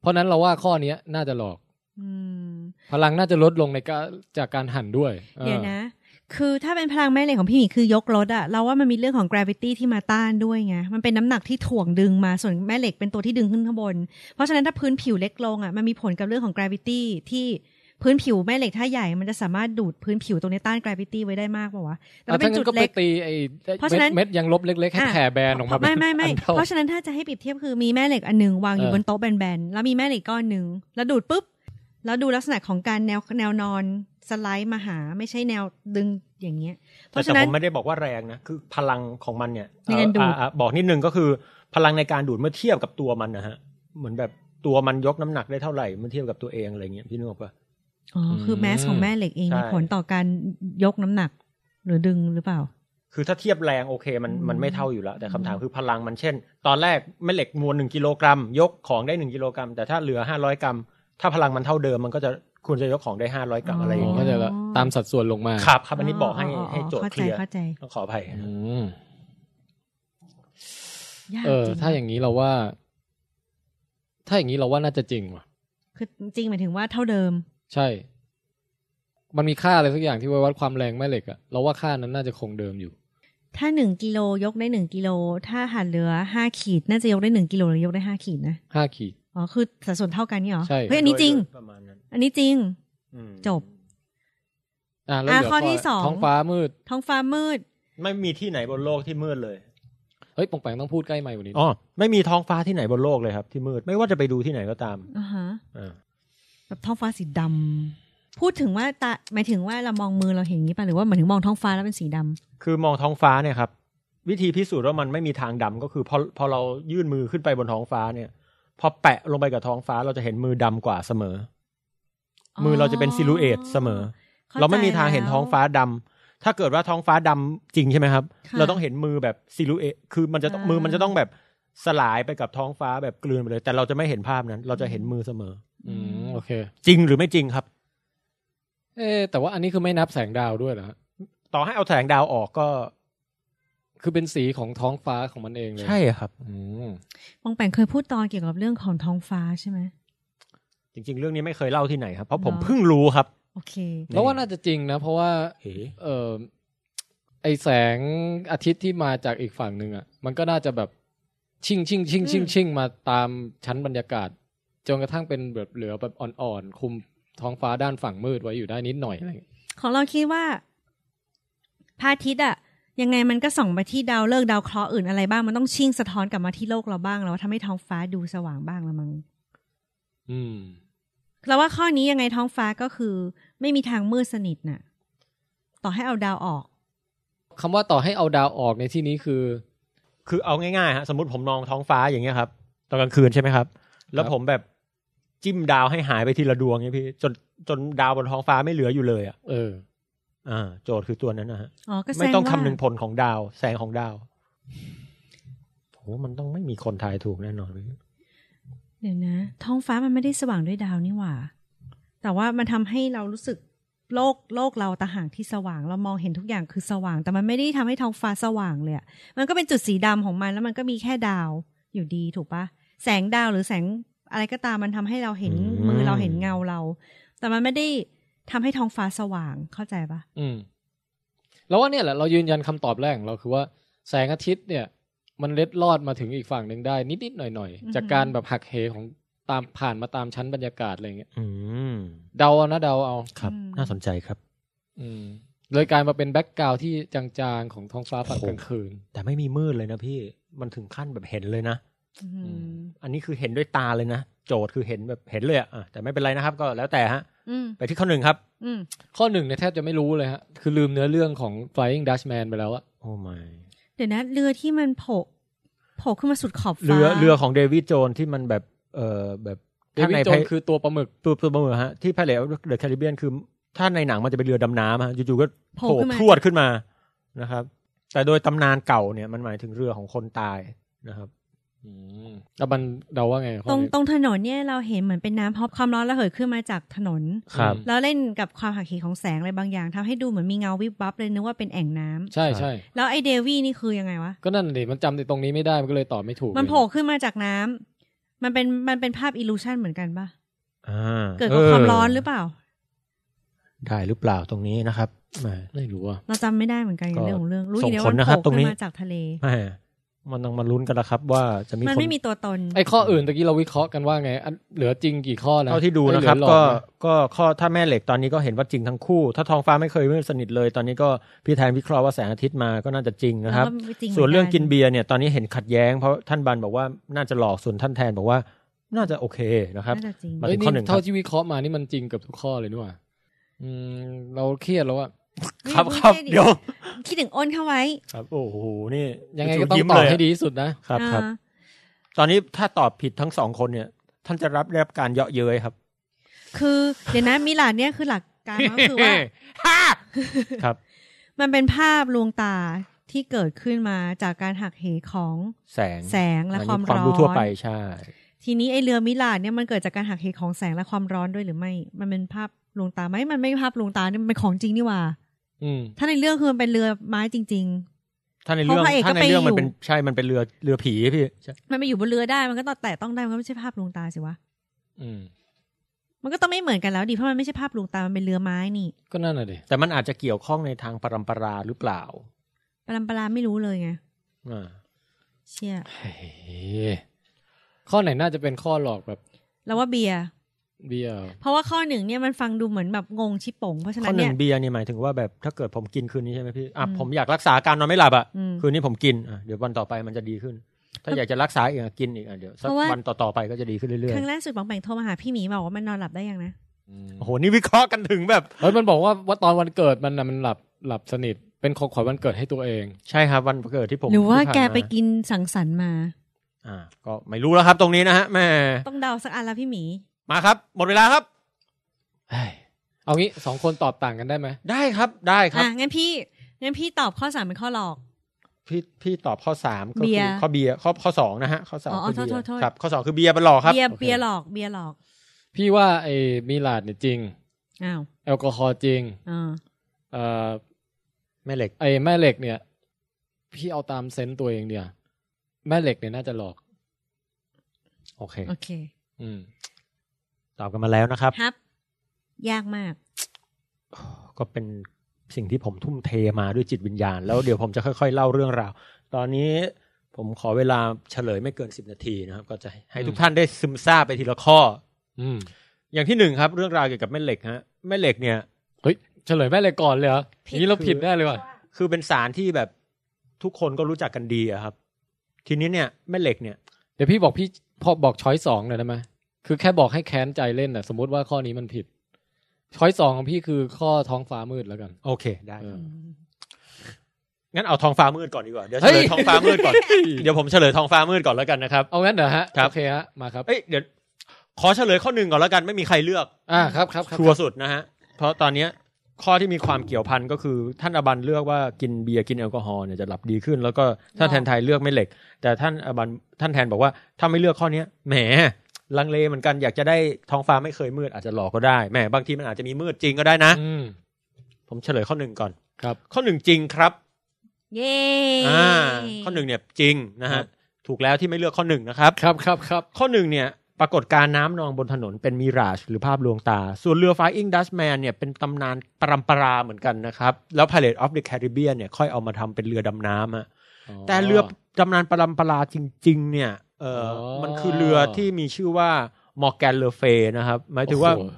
เพราะนั้นเราว่าข้อเนี้ยน่าจะหลอก
อืม
พลังน่าจะลดลงในการจากการหั่นด้วยออ
เดี๋ยวนะ คือถ้าเป็นพลังแม่เหล็กของพี่หมีคือยกรถอะเราว่ามันมีเรื่องของ gravity ที่มาต้านด้วยไง มันเป็นน้ำหนักที่ถ่วงดึงมา ส่วนแม่เหล็กเป็นตัวที่ดึงขึ้นข้างบน เพราะฉะนั้นถ้าพื้นผิวเล็กลงอะมันมีผลกับเรื่องของ gravity ที่พื้นผิวแม่เหล็กถ้าใหญ่ มันจะสามารถดูดพื้นผิวตรงนี้ต้าน gravity ไว้ได้มากป่าวะ แต่
อ่ะ
ถ้าเป็
ถ้าน งั้น
จุด
ก็ไป
เล็ก
ตีไอ้
เพราะฉะนั้น
เม็ดยางลบเล็กๆให้
อ่ะ
แผ่แบนออกมาเป็น
ไม่ไม่ไม่
อันเท่า
เพราะฉะนั้นถ้าจะให้เปรียบเทียบคือมีแม่เหล็กอันหนึ่งวางอยู่
เออ
บนโต๊ะแบนๆแล้วมีแม่เหล็กก้อนหนึ่งแล้วดูดปุ๊บแล้วดูลักษณะของการแนวแนวนอนสไลด์มาหาไม่ใช่แนวดึงอย่างเงี้ย เพ
แต่
ราะ
แต่
ฉะนั้
ผ
น
มไม่ได้บอกว่าแรงนะ คือพลังของมันเนี่ย
ในการดูด
อ่าอ่าบอกนิดนึงก็คือ พลังในการดูดเมื่อเทียบกับตัวมันนะฮะ เหมือนแบบตัวมันยกน้ำหนักได้เท่าไหร่เมื่อเทียบกับตัวเองอะไรเงี้ยพี่นึกออกปะ
อ๋ออ
ม
คือแมสของแม่เหล็กเอง
ใช่
มีผลต่อการยกน้ำหนัก หรือดึงหรือเปล่า
คือถ้าเทียบแรงโอเคมัน
อืม
มันไม่เท่าอยู่แล้วแต่คำถาม
อืม
คือพลังมันเช่น ตอนแรกแม่เหล็กมวลหนึ่งกิโลกรัม ยกของได้หนึ่งกิโลกรัม แต่ถ้าเหลือห้าร้อยกรัม ถ้าพลังมันเท่าเดิมมันก็จะควรจะยกของได้ห้าร้อยกรัมอะไรอ
โอ้
ย่าง
เข้า
เงี้ย
ใจละตามสัดส่วนลงมา
ครับครับอันนี้บอกให้ให้โจทย์
เข้า
เค
ใจ
ลียร์
เข้าใจ
ต้องขออภัย
อืม
ยาก
เออ
จริง
ถ้าอย่างนี้เราว่า ถ้าอย่างนี้เราว่าน่าจะจริงว่ะ
คือจริงหมายถึงว่าเท่าเดิม
ใช่ มันมีค่าอะไรสักอย่างที่ไว้วัดความแรงแม่เหล็กอะเราว่าค่านั้นน่าจะคงเดิมอยู่
ถ้าหนึ่งกิโลยกได้หนึ่งกิโลถ้าหันเหลือห้าขีด น่าจะยกได้หนึ่งกิโลหรือยกได้ห้าขีดนะ
ห้าขีด
อ๋อคือสัดส่วนเท่ากันนี่หรอ
ใช่
เฮ้ยอันนี้จริง
โดยโดยประมาณนั้น
อันนี้จริง
อืม
จบ
อ่ะแล้วเหลือ
ข้อที่สอง
ท้องฟ้ามืด
ท้องฟ้ามืด
ไม่มีที่ไหนบนโลกที่มืดเลย
เฮ้ยปองแปงต้องพูดใกล้ไมค์กว่านี้
อ๋อไม่มีท้องฟ้าที่ไหนบนโลกเลยครับ ที่มืดไม่ว่าจะไปดูที่ไหนก็ตาม
อ่าฮะ
อ่า
แบบท้องฟ้าสีดำ พูดถึงว่าตาหมายถึงว่าเรามองมือเราเห็นอย่างนี้ป่ะหรือว่าหมายถึงมองท้องฟ้าแล้วเป็นสีดำ
คือมองท้องฟ้าเนี่ยครับ วิธีพิสูจน์ว่ามันไม่มีทางดำก็คือพอพอเรายื่นมือขึ้นไปบนท้องฟ้าเนี่ย พอแปะลงไปกับท้องฟ้าเราจะเห็นมือดำกว่าเสมอ มือเราจะเป็นซิลูเอตเสมอ
ข้ใจ
เราไม่มีทางเห็น
แล้ว
ท้องฟ้าดำถ้าเกิดว่าท้องฟ้าดำจริงใช่ไหมครับ
ค่ะ
เราต้องเห็นมือแบบซิลูเอคือมันจะต้อง
อ่ามื
มือมันจะต้องแบบสลายไปกับท้องฟ้าแบบกลืนไปเลย แต่เราจะไม่เห็นภาพนั้น เราจะเห็นมือเสมอ
อืมโอเค
จริงหรือไม่จริงครับ
เอ๊ะแต่ว่าอันนี้คือไม่นับแสงดาวด้วยเหรอฮะ
ต่อให้เอาแสงดาวออกก็
คือเป็นสีของท้องฟ้าของมันเองเลย
ใช่ครับ
อืม
ปองแปงเคยพูดตอนเกี่ยวกับเรื่องของท้องฟ้าใช่ไหม
จริง ๆ เรื่องนี้ไม่เคยเล่าที่ไหนครับ เพราะ
เหรอ
ผมเพิ่งรู้ครับ
โอเค
แล้วว่าน่าจะจริงนะ เพราะว่า
เฮ้
เออไอแสงอาทิตย์ที่มาจากอีกฝั่งหนึ่งอะ่ะ มันก็น่าจะแบบชิ่งชิ่งชิ่งชิ่ง
อืม
ชิ่งมาตามชั้นบรรยากาศจนกระทั่งเป็นแบบเหลือแบบอ่อนๆ คุมท้องฟ้าด้านฝั่งมืดไว้อยู่ได้นิดหน่อยอะไรอย่างเงี้ย
ของเราคิดว่าพระอาทิตย์อะยังไงมันก็ส่องไปที่ดาวเลิกษ์ดาวเคราะห์อื่นอะไรบ้าง มันต้องชิ่งสะท้อนกลับมาที่โลกเราบ้าง แล้วทำให้ท้องฟ้าดูสว่างบ้างละมั้ง
อืม
เราว่าข้อนี้ยังไงท้องฟ้าก็คือ ไม่มีทางมืดสนิทน่ะ ต่อให้เอาดาวออก
คำว่าต่อให้เอาดาวออกในที่นี้คือ
คือเอาง่ายๆฮะสมมติผมมองท้องฟ้าอย่างเงี้ยครับตอนกลางคืนใช่ไหมครับ แล้ว
ครับ
ผมแบบจิ้มดาวให้หายไปทีละดวงเนี่ยพี่จนจนดาวบนท้องฟ้าไม่เหลืออยู่เลยอะ
เออ
อ่าโจทย์คือตัวนั้นนะฮะ
อ๋อ ก็แสด
ไม่
ง
ต้อง
ว่า
คำนึงผลของดาว แสงของดาวผมว่ามันต้องไม่มีคนทายถูกแน่นอนเลย
เดี๋ยวนะ ท้องฟ้ามันไม่ได้สว่างด้วยดาวนี่หว่า แต่ว่ามันทำให้เรารู้สึกโลกโลกเราต่างหากที่สว่าง เรามองเห็นทุกอย่างคือสว่าง แต่มันไม่ได้ทำให้ท้องฟ้าสว่างเลยอะมันก็เป็นจุดสีดำของมัน แล้วมันก็มีแค่ดาวอยู่ดีถูกปะแสงดาวหรือแสงอะไรก็ตามมันทำให้เราเห็นมือเราเห็นเงาเรา แต่มันไม่ได้ทำให้ท้องฟ้าสว่างเข้าใจปะ
อืม แล้วว่าเนี่ยแหละเรายืนยันคำตอบแรกของเราคือว่าแสงอาทิตย์เนี่ย มันเล็ดลอดมาถึงอีกฝั่งหนึ่งได้นิดๆหน่อย
อือหือ
ๆ จากการแบบหักเหของตามผ่านมาตามชั้นบรรยากาศอะไรเงี้ย
อืม
เดาเอานะเดาเอา
ครับ
อืม
น่าสนใจครับ
อืมเลยกลายมาเป็นแบ็กกราวด์ที่จางๆของท้องฟ้าฝั่งกลางคืน
แต่ไม่มีมืดเลยนะพี่มันถึงขั้นแบบเห็นเลยนะ
อืม
อันนี้คือเห็นด้วยตาเลยนะ โจทย์คือเห็นแบบเห็นเลยอะอ่ะแต่ไม่เป็นไรนะครับ ก็แล้วแต่ฮะ
อืม
ไปที่ข้อหนึ่งครับ
อืม
ข้อหนึ่งเนี่ยแทบจะไม่รู้เลยฮะ คือลืมเนื้อเรื่องของ Flying Dutchman ไปแล้วอะ
โอ้ไม่
เดี๋ยวนะ เรือที่มันโผล่โผล่ขึ้นมาสุดขอบฟ้า
เรือเรือของเดวิดโจนที่มันแบบเออแบบ
เดวิดโจนส์คือตัวปลาหมึก
ตัวตัวเบอร์ฮะที่พายเรือเดอะแคริบเบียนคือ ถ้าในหนังมันจะเป็นเรือดำน้ำฮะจู่ๆก็
โผ
โผ
ล่
ล่
ขึ้นมา
พรวดขึ้นมานะครับ แต่โดยตำนานเก่าเนี่ยมันหมายถึงเรือของคนตายนะครับ
อืมแล้วมันเดาว่าไงข้อ
ตรง
นี้
ตรงถนนเนี่ยเราเห็นเหมือนเป็นน้ำเพราะความร้อนระเหยขึ้นมาจากถนน
ครับ
แล้วเล่นกับความหักเหของแสงอะไรบางอย่างทำให้ดูเหมือนมีเงาวิบวับเลยนึกว่าเป็นแอ่งน้ำ
ใช่ใช่
แล้วไอเดวี่นี่คือยังไงวะ
ก็นั่นเดมันจำในตรงนี้ไม่ได้มันก็เลยตอบไม่ถูก
มันโผล่ขึ้นมาจากน้ำมันเป็นมันเป็นภาพอิลูชันเหมือนกันปะ
อ่า
เกิดกับความร้อนหรือเปล่า
ได้หรือเปล่าตรงนี้นะครับแหม
ไม่รู้อะ
เราจำไม่ได้เหมือนกัน
ก็
เรื่องของเรื่อง รู้อ
ส่
ยู่
ง
แล้ว
ผล
มัน
นะ
โผ
ครับ
ล่
ตรง
ขึ้
นี้
นมาจากทะเล
แหมมันต้องมาลุ้นกันละครับ ว่าจะมี
มัน
คน
ไม่มีตัวตน
ไอข้ออื่นตะกี้เราวิเคราะห์กันว่าไงอันเหลือจริงกี่ข้อนะ
เท่าที่ดู
ไอ้
นะ
เหลื
ค
อ
รับ
หลอ
ก็
นะ
ก็ข้อถ้าแม่เหล็กตอนนี้ก็เห็นว่าจริงทั้งคู่ ถ้าทองฟ้าไม่เคยมืดสนิทเลย ตอนนี้ก็พี่แทนวิเคราะห์ว่าแสงอาทิตย์มาก็น่าจะจริงนะครับ
แล้วก็จริง
ส่วน
เหมือนกัน
เรื่องกินเบียร์เนี่ยตอนนี้เห็นขัดแย้งเพราะท่านบันบอกว่าน่าจะหลอกส่วนท่านแทนบอกว่าน่าจะโอเคนะครับ
น่าจะจริง
มา
เฮ้ยนี่
ถึงข้อหนึ่งครั
เท่า
บ
ที่วิเคราะห์มานี่มันจริงเกับทุกข้อเลยนี่หว่าอืมเราเครียดแล้วอะ
ครับ
ไม่
ครับ
ไม่
เดี๋ยว
คิดถึงอ้นเข้าไว้
ครับโอ้โหนี่
ยังไง
จู่
ก็
ๆ
ต้อง
ยิ้ม
ตอบ
เลย
ให้ดีที่สุดนะ
ครับครับ
อ่า
ตอนนี้ถ้าตอบผิดทั้งสองคนเนี่ย ท่านจะรับได้รับการเยาะเย้ยครับ
คือเดี๋ยวนะมิลานเนี่ยคือหลักการก็คือว่า
ครับ
มันเป็นภาพลวงตาที่เกิดขึ้นมาจากการหักเหของ
แสง
แสงและ
อัน
ความ
นี้
ร้อ
รู้ทั่วน ไปใช่
ทีนี้ไอเรือมิลานเนี่ยมันเกิดจากการหักเหของแสงและความร้อนด้วยหรือไม่ มันเป็นภาพลวงตาไหมมันไม่ใช่ภาพลวงตาเนี่ยมันเป็นของจริงนี่หว่า
อืม
ถ้าในเรื่องคือมันเป็นเรือไม้จริง
ถ้าในเรื่อง
เพราะพระเอกก็
ถ้าใน
ไป
เรื่องมัน
อยู่
เป็นใช่มันเป็นเรือเรือผีพี่ใช่
ๆ มันไปอยู่บนเรือได้มันก็ต้องแต่ต้องได้มันก็ไม่ใช่ภาพลวงตาสิวะ
อืม
มันก็ต้องไม่เหมือนกันแล้วดิเพราะมันไม่ใช่ภาพลวงตา มันเป็นเรือไม้นี่
ก็นั่นน่ะดิ
แต่มันอาจจะเกี่ยวข้องในทางปรัมปราหรือเปล่า
ปรัมปราไม่รู้เลยไง
อ่า
เชี่ย
เฮ้ยข้อไหนน่าจะเป็นข้อหลอกแบบ
แล้วว่าเบียร์
เบี้ยว
เพราะว่าข้อหนึ่งเนี่ยมันฟังดูเหมือนแบบงงชิปโป่งเพราะฉะ
ข้
นั้
อน หนึ่
เนี่ย
งเบียร์เนี่ยหมายถึงว่าแบบถ้าเกิดผมกินคืนนี้ใช่ไหมพี่อ่ะ
อืม
ผมอยากรักษาการนอนไม่หลับอ่ะ
อืม
คืนนี้ผมกินอ่ะเดี๋ยววันต่อไปมันจะดีขึ้น ถ้าอยากจะรักษาอีกอ่ะกินอีกอ่ะเดี๋ยวสัก
เพราะว่า
วันต่อๆไปก็จะดีขึ้นเรื่อย
ครั้งล่าสุดบองแบ่งโทรมาหาพี่หมีบอกว่ามันนอนหลับได้ยังนะ
ๆโอ้โหนี่วิเคราะห์กันถึงแบบ
เฮ้ยมันบอกว่าว่าตอนวันเกิดมันนะมันหลับหลับสนิท เป็นของขวัญวันเกิดให้ตัวเอง
ใช่ครับวันเกิดที่ผม
หรือว่า
ที่ผ่น
แก
ม
ไปกินสังสรรค์มา
อ่า ก็ไม่รู้แล้วครับ ตรงนี้นะฮะแม่
ต้องเดาสักอันละพี่หมี
มาครับ หมดเวลาครับ
เอางี้สองคนตอบต่างกันได้ไหม
ได้ครับได้ครับ
อ่ะ งั้นพี่ งั้นพี่ตอบข้อสามเป็นข้อหลอก
พี่พี่ตอบข้อสามก็
เบี
คื
ยร์
อข้อเบียร์ข้อข้อสองนะฮะข้อสาม
อ๋อ
คือเบีย
โทษ
ร์
โทษ
ครับข้อสองคือเบียร์เป็นหลอกครับ
เบียร์
โอค
เบียร์หลอก เบียร์หลอก
พี่ว่าไอ้มีลาดเนี่ยจริง
อ้าว
แอลกอฮอล์จริง
อ่า
เอ่อ
แม่เหล็ก
ไอ้แม่เหล็กเนี่ย พี่เอาตามเซนต์ตัวเองเดียวแม่เหล็กเนี่ยน่าจะหลอก
โอเค
โอเค
อืม
ตอบกันมาแล้วนะครับ
ครับ ยากมาก
ก็เป็นสิ่งที่ผมทุ่มเทมาด้วยจิตวิญญาณ แล้วเดี๋ยวผมจะค่อย ๆ เล่าเรื่องราว ตอนนี้ผมขอเวลาเฉลยไม่เกินสิบนาทีนะครับ ก็จะให้
อืม
ทุกท่านได้ซึมซาบไปทีละข้อ
อืม
อย่างที่หนึ่งครับ เรื่องราวเกี่ยวกับแม่เหล็กฮะแม่เหล็กเนี่ย
เฮ้ยเฉลยแม่เหล็กก่อนเลยเหรอ
ผิด
นี่เราผิดแน่เลยว่ะ
คือเป็นสารที่แบบทุกคนก็รู้จักกันดีอะครับ ทีนี้เนี่ยแม่เหล็กเนี่ย
เดี๋ยวพี่บอกพี่พอบอกช้อยสองหน่อยได้ไหมคือแค่บอกให้แค้นใจเล่นน่ะ สมมติว่าข้อนี้มันผิด ช้อยสองของพี่คือข้อท้องฟ้ามืดแล้วกัน
โอเคได้
เออ
งั้นเอาทองฟ้ามืดก่อนดีกว่าเดี๋ยว
เฮ้
เฉ
ย
ลยทองฟ้ามืด ก่อน เดี๋ยวผมเฉลยทองฟ้ามืดก่อนแล้วกันนะครับ
เอางั้นเหรอฮะ
ครับ
โอเคฮะมาครับ
เอ้ยเดี๋ยวขอเฉลยข้อหนึ่งก่อนแล้วกันไม่มีใครเลือก
อ่าครับครับครับ
ชัวร์สุดนะฮะเพราะตอนเนี้ยข้อที่มีความเกี่ยวพันก็คือท่านอบันเลือกว่ากินเบียร์กินแอลกอฮอล์เนี่ยจะหลับดีขึ้น แล้วก็ท่านแทนไทยเลือกไม่เหล็ก แต่ท่านอบันท่านแทนบอกว่าถ้าไม่เลือกข้อเนี้ยแหมลังเลเหมือนกันอยากจะได้ท้องฟ้าไม่เคยมืดอาจจะหลอกก็ได้แหมบางทีมันอาจจะมีมืดจริงก็ได้นะ
อืม
ผมเฉลยข้อหนึ่งก่อน
ครับ
ข้อหนึ่งจริงครับ
เย้
อ่าข้อหนึ่งเนี่ยจริงนะฮะถูกแล้วที่ไม่เลือกข้อหนึ่งนะครับ
ครับครับครับ
ข้อหนึ่งเนี่ยปรากฏการณ์น้ำนองบนถนนเป็นมิราชหรือภาพลวงตา ส่วนเรือ Flying Dutchman เนี่ยเป็นตำนานปรำปราเหมือนกันนะครับ แล้ว Pirate of the Caribbean เนี่ยค่อยเอามาทำเป็นเรือดำน้ำอะ แต่เรือตำนานปรัมปราจริง ๆ เนี่ย เอออ
อ
มันคือเรือที่มีชื่อว่ามอร์แกนเลเฟนะครับ หมายถึงว่า
โอ้โห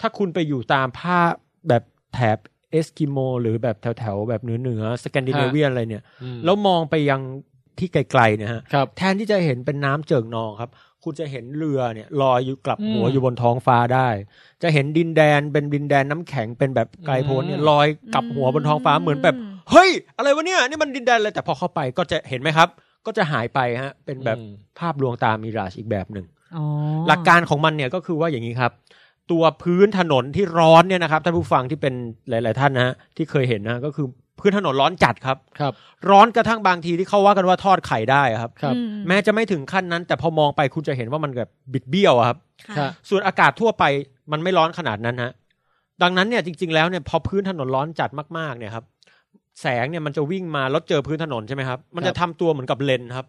ถ้าคุณไปอยู่ตามภาคแบบแถบเอสกิโม หรือแบบแถว ๆ แบบเหนือเหนือสแกนดิเนเวียอะไรเนี่ย
อืม
แล้วมองไปยังที่ไกลๆเนี่ยฮะ
ครับ
แทนที่จะเห็นเป็นน้ำเจิ่งนองครับ คุณจะเห็นเรือเนี่ยลอยอยู่กลับ
อืม
หัวอยู่บนท้องฟ้าได้ จะเห็นดินแดนเป็นดินแดนน้ำแข็งเป็นแบบไกลโพ้นเนี่ย
อืม
ลอยกลับหัวบนท้องฟ้าเหมือนแบบ
อืม
เฮ้ย อะไรวะเนี่ยนี่มันดินแดนอะไรแต่พอเข้าไปก็จะเห็นไหมครับ ก็จะหายไปฮะเป็นแบบ
อืม
ภาพลวงตามีราชอีกแบบหนึ่ง
อ๋อ
หลักการของมันเนี่ยก็คือว่าอย่างนี้ครับ ตัวพื้นถนนที่ร้อนเนี่ยนะครับท่านผู้ฟังที่เป็นหลาย ๆ ท่านนะฮะที่เคยเห็นนะก็คือพื้นถนนร้อนจัดครับ
ครับ
ร้อนกระทั่งบางทีที่เขาว่ากันว่าทอดไข่ได้อะครับ
ครับ
อื
แม้จะไม่ถึงขั้นนั้น แต่พอมองไปคุณจะเห็นว่ามันแบบบิดเบี้ยวอะครับ
ค่ะ
ค่ะ
ส่วนอากาศทั่วไปมันไม่ร้อนขนาดนั้นฮะดังนั้นเนี่ยจริง ๆแล้วเนี่ยพอพื้นถนนร้อนจัดมากๆเนี่ยครับ แสงเนี่ยมันจะวิ่งมาแล้วเจอพื้นถนนใช่ไหมครับ มันจะทำตัวเหมือนกับเลนครับ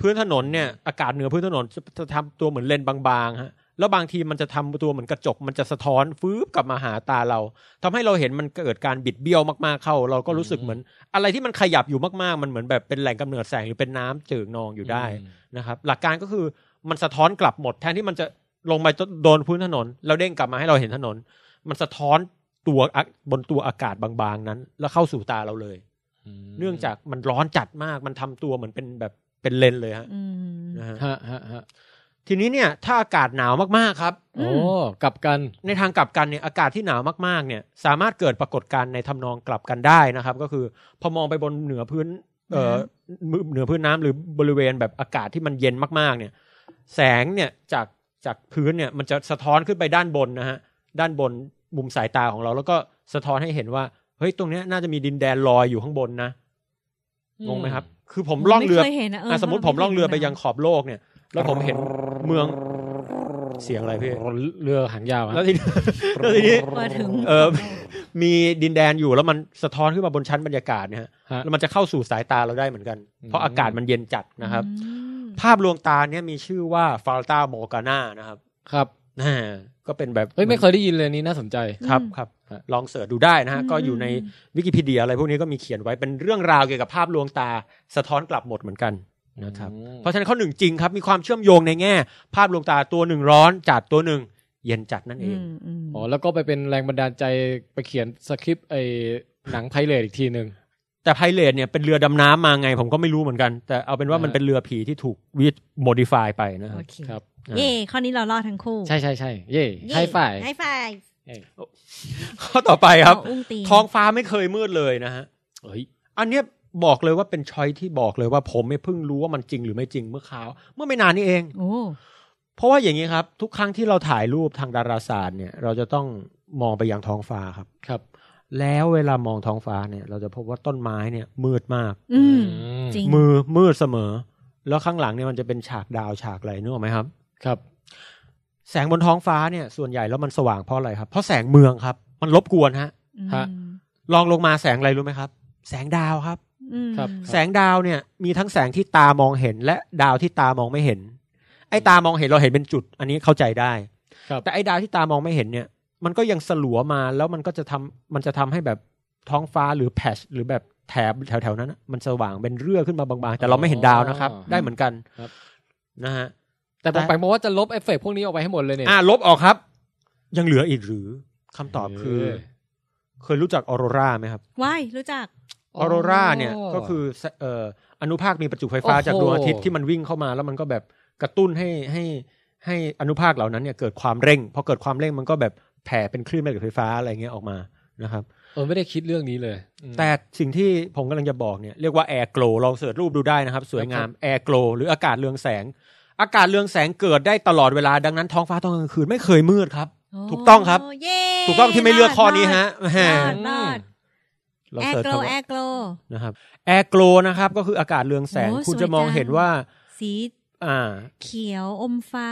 พื้นถนนเนี่ยอากาศเหนือพื้นถนนจะจะทำตัวเหมือนเลนบางๆฮะแล้วบางทีมันจะทำตัวเหมือนกระจก มันจะสะท้อนฟืบกลับมาหาตาเราทำให้เราเห็นมันเกิดการบิดเบี้ยวมากๆเข้า เราก็รู้สึกเหมือน อะไรที่มันขยับอยู่มากๆ มันเหมือนแบบเป็นแหล่งกำเนิดแสงหรือเป็นน้ำเจิ่งนองอยู่ได้ นะครับหลักการก็คือมันสะท้อนกลับหมดแทนที่มันจะลงไปโดนพื้นถนน แล้วเด้งกลับมาให้เราเห็นถนน มันสะท้อนตัวอ่ะบนตัวอากาศบางๆนั้น แล้วเข้าสู่ตาเราเลย
อืม
เนื่องจากมันร้อนจัดมากมันทำตัวเหมือนเป็นแบบเป็นเลนเลยฮะ
อืม
นะฮะ
ฮะฮะฮะ
ทีนี้เนี่ยถ้าอากาศหนาวมากๆครับ
โอ้
อื
กลับกัน
ในทางกลับกันเนี่ยอากาศที่หนาวมากๆเนี่ยสามารถเกิดปรากฏการณ์ในทำนองกลับกันได้นะครับ ก็คือพอมองไปบนเหนือพื้นเอ่อเหนือพื้นน้ำหรือบริเวณแบบอากาศที่มันเย็นมากๆเนี่ยแสงเนี่ยจากจากพื้นเนี่ยมันจะสะท้อนขึ้นไปด้านบนนะฮะด้านบนมุมสายตาของเรา แล้วก็สะท้อนให้เห็นว่าเฮ้ยตรงเนี้ยน่าจะมีดินแดนลอยอยู่ข้างบนนะงงไหมครับ คือผมล่องเรือ
ไม่เคยเห็นนะเออ
อ่ะสมมติผมล่องเรือไปยังขอบโลกเนี่ย แล้วผมเห็นเมืองเสียงอะไรพี่
เรือหางยาวฮะ
แล้วทีนี้ แล้วทีนี้
มาถึง
เอ อ มีดินแดนอยู่แล้วมันสะท้อนขึ้นมาบนชั้นบรรยากาศเนี่ยฮะ
ฮะ
แล้วมันจะเข้าสู่สายตาเราได้เหมือนกัน
อืม
เพราะอากาศมันเย็นจัดนะครับ
อืม
ภาพลวงตาเนี่ยมีชื่อว่าฟาลตาโมกาน่านะครับ
ครับ
อ่าก็เป็นแบบ
เฮ้ยไม่เคยได้ยินเลยนี้น่าสนใจ
ครับครับ ลองเสิร์ชดูได้นะฮะ
อืม
ก็อยู่ในวิกิพีเดียอะไรพวกนี้ก็มีเขียนไว้เป็นเรื่องราวเกี่ยวกับภาพลวงตาสะท้อนกลับหมดเหมือนกันนะครับ
อืม
เพราะฉะนั้นข้อหนึ่งจริงครับมีความเชื่อมโยงในแง่ ภาพลวงตาตัวหนึ่งร้อนจัดตัวหนึ่งเย็นจัดนั่นเอ
อื
ง
มอืม
อ๋อแล้วก็ไปเป็นแรงบันดาลใจไปเขียนสคริปต์ไอ้หนังไพเรตอีกทีหนึ่ง
แต่ไพเรตเนี่ยเป็นเรือดำน้ำมาไงผมก็ไม่รู้เหมือนกัน แต่เอาเป็นว่า
อ่ามั
มันเป็นเรือผีที่ถูกวิโมดิฟายไปนะค
โอ
รับ
เค
ครับ
เย่ข้อนี้เรารอดทั้งคู่
ใช่ใช่ใช่เย่
เย่
ให้ฝ่าย
ให้ฝ่าย
ข้อต่อไปครับ
เอาอุ้งตีน
ท้องฟ้าไม่เคยมืดเลยนะฮะ
เฮ้ย
อันเนี้ยบอกเลยว่าเป็นชอยที่บอกเลยว่าผมไม่ยเพิ่งรู้ว่ามันจริงหรือไม่จริงเมื่อคราวเมื่อไม่นานนี้เอง
โอ้
เพราะว่าอย่างนี้ครับ ทุกครั้งที่เราถ่ายรูปทางดาราศาสตร์เนี่ยเราจะต้องมองไปยังท้องฟ้าครับ
ครับ
แล้วเวลามองท้องฟ้าเนี่ย เราจะพบว่าต้นไม้เนี่ยมืดมาก
อืม
อืม
จริง
มือมืดเสมอ แล้วข้างหลังเนี่ยมันจะเป็นฉากดาวฉากอะไรนึกออกไหมครับ
ครับ
แสงบนท้องฟ้าเนี่ยส่วนใหญ่แล้วมันสว่างเพราะอะไรครับ เพราะแสงเมืองครับ มันรบกวนฮะ
ฮะ
ลองลงมาแสงอะไรรู้ไหมครับ แสงดาวครับ
อืม
ครับ
แสงดาวเนี่ยมีทั้งแสงที่ตามองเห็น และดาวที่ตามองไม่เห็น ไอ้ตามองเห็นเราเห็นเป็นจุด อันนี้เข้าใจได้
ครับ
แต่ไอ้ดาวที่ตามองไม่เห็นเนี่ย มันก็ยังสลัวมาแล้วมันก็จะทำมันจะทำให้แบบท้องฟ้าหรือแพชหรือแบบแถบแถวๆนั้นน่ะมันสว่างเป็นเรื่อขึ้นมาบางๆ แต่เราไม่เห็นดาวนะครับ
อ๋อ
ได้เหมือนกัน
ครับ
นะฮะ
แต่ผม
แต่
ไปมองว่าจะลบเอฟเฟกต์พวกนี้ออกไปให้หมดเลยเนี่ย
อ่าลบออกครับ ยังเหลืออีกหรือคำตอบคือ
เออ
เคยรู้จักออโรราไหมครับ
ว้ายรู้จัก
ออโรราเนี่ยก็คือเอ่ออนุภาคมีประจุไฟฟ้า
โอ้โห
จากดวงอาทิตย์ที่มันวิ่งเข้ามา แล้วมันก็แบบกระตุ้นให้ให้ให้อนุภาคเหล่านั้นเนี่ยเกิดความเร่งพอเกิดความเร่งมันก็แบบแผ่เป็นคลื่นแม่เหล็กไฟฟ้าอะไรเงี้ยออกมานะครับ
เออไม่ได้คิดเรื่องนี้เลยอืม
แต่สิ่งที่ผมกำลังจะบอกเนี่ยเรียกว่าแอร์โกลลองเสิร์ชรูปดูได้นะครับ สวยงามแอร์โกลหรืออากาศเรืองแสง อากาศเรืองแสงเกิดได้ตลอดเวลาดังนั้นท้องฟ้าตอนกลางคืนไม่เคยมืดครับ
โอ้
ถูกต้องครับ
เย้
ถูกต้องที่ไม่เลือกข้อนี้ฮะแห
ร
ม
อดรอ
เรา
ดแอร์
เสิร์ชคำ
โกล
ว่า
แอร์โกล
นะครับแอร์โกลนะครับก็คืออากาศเรืองแสง
โอ้
คุณ
สวย
จะมอง
จัง
เห็นว่า
สี
อ่า
เขียวอมฟ้า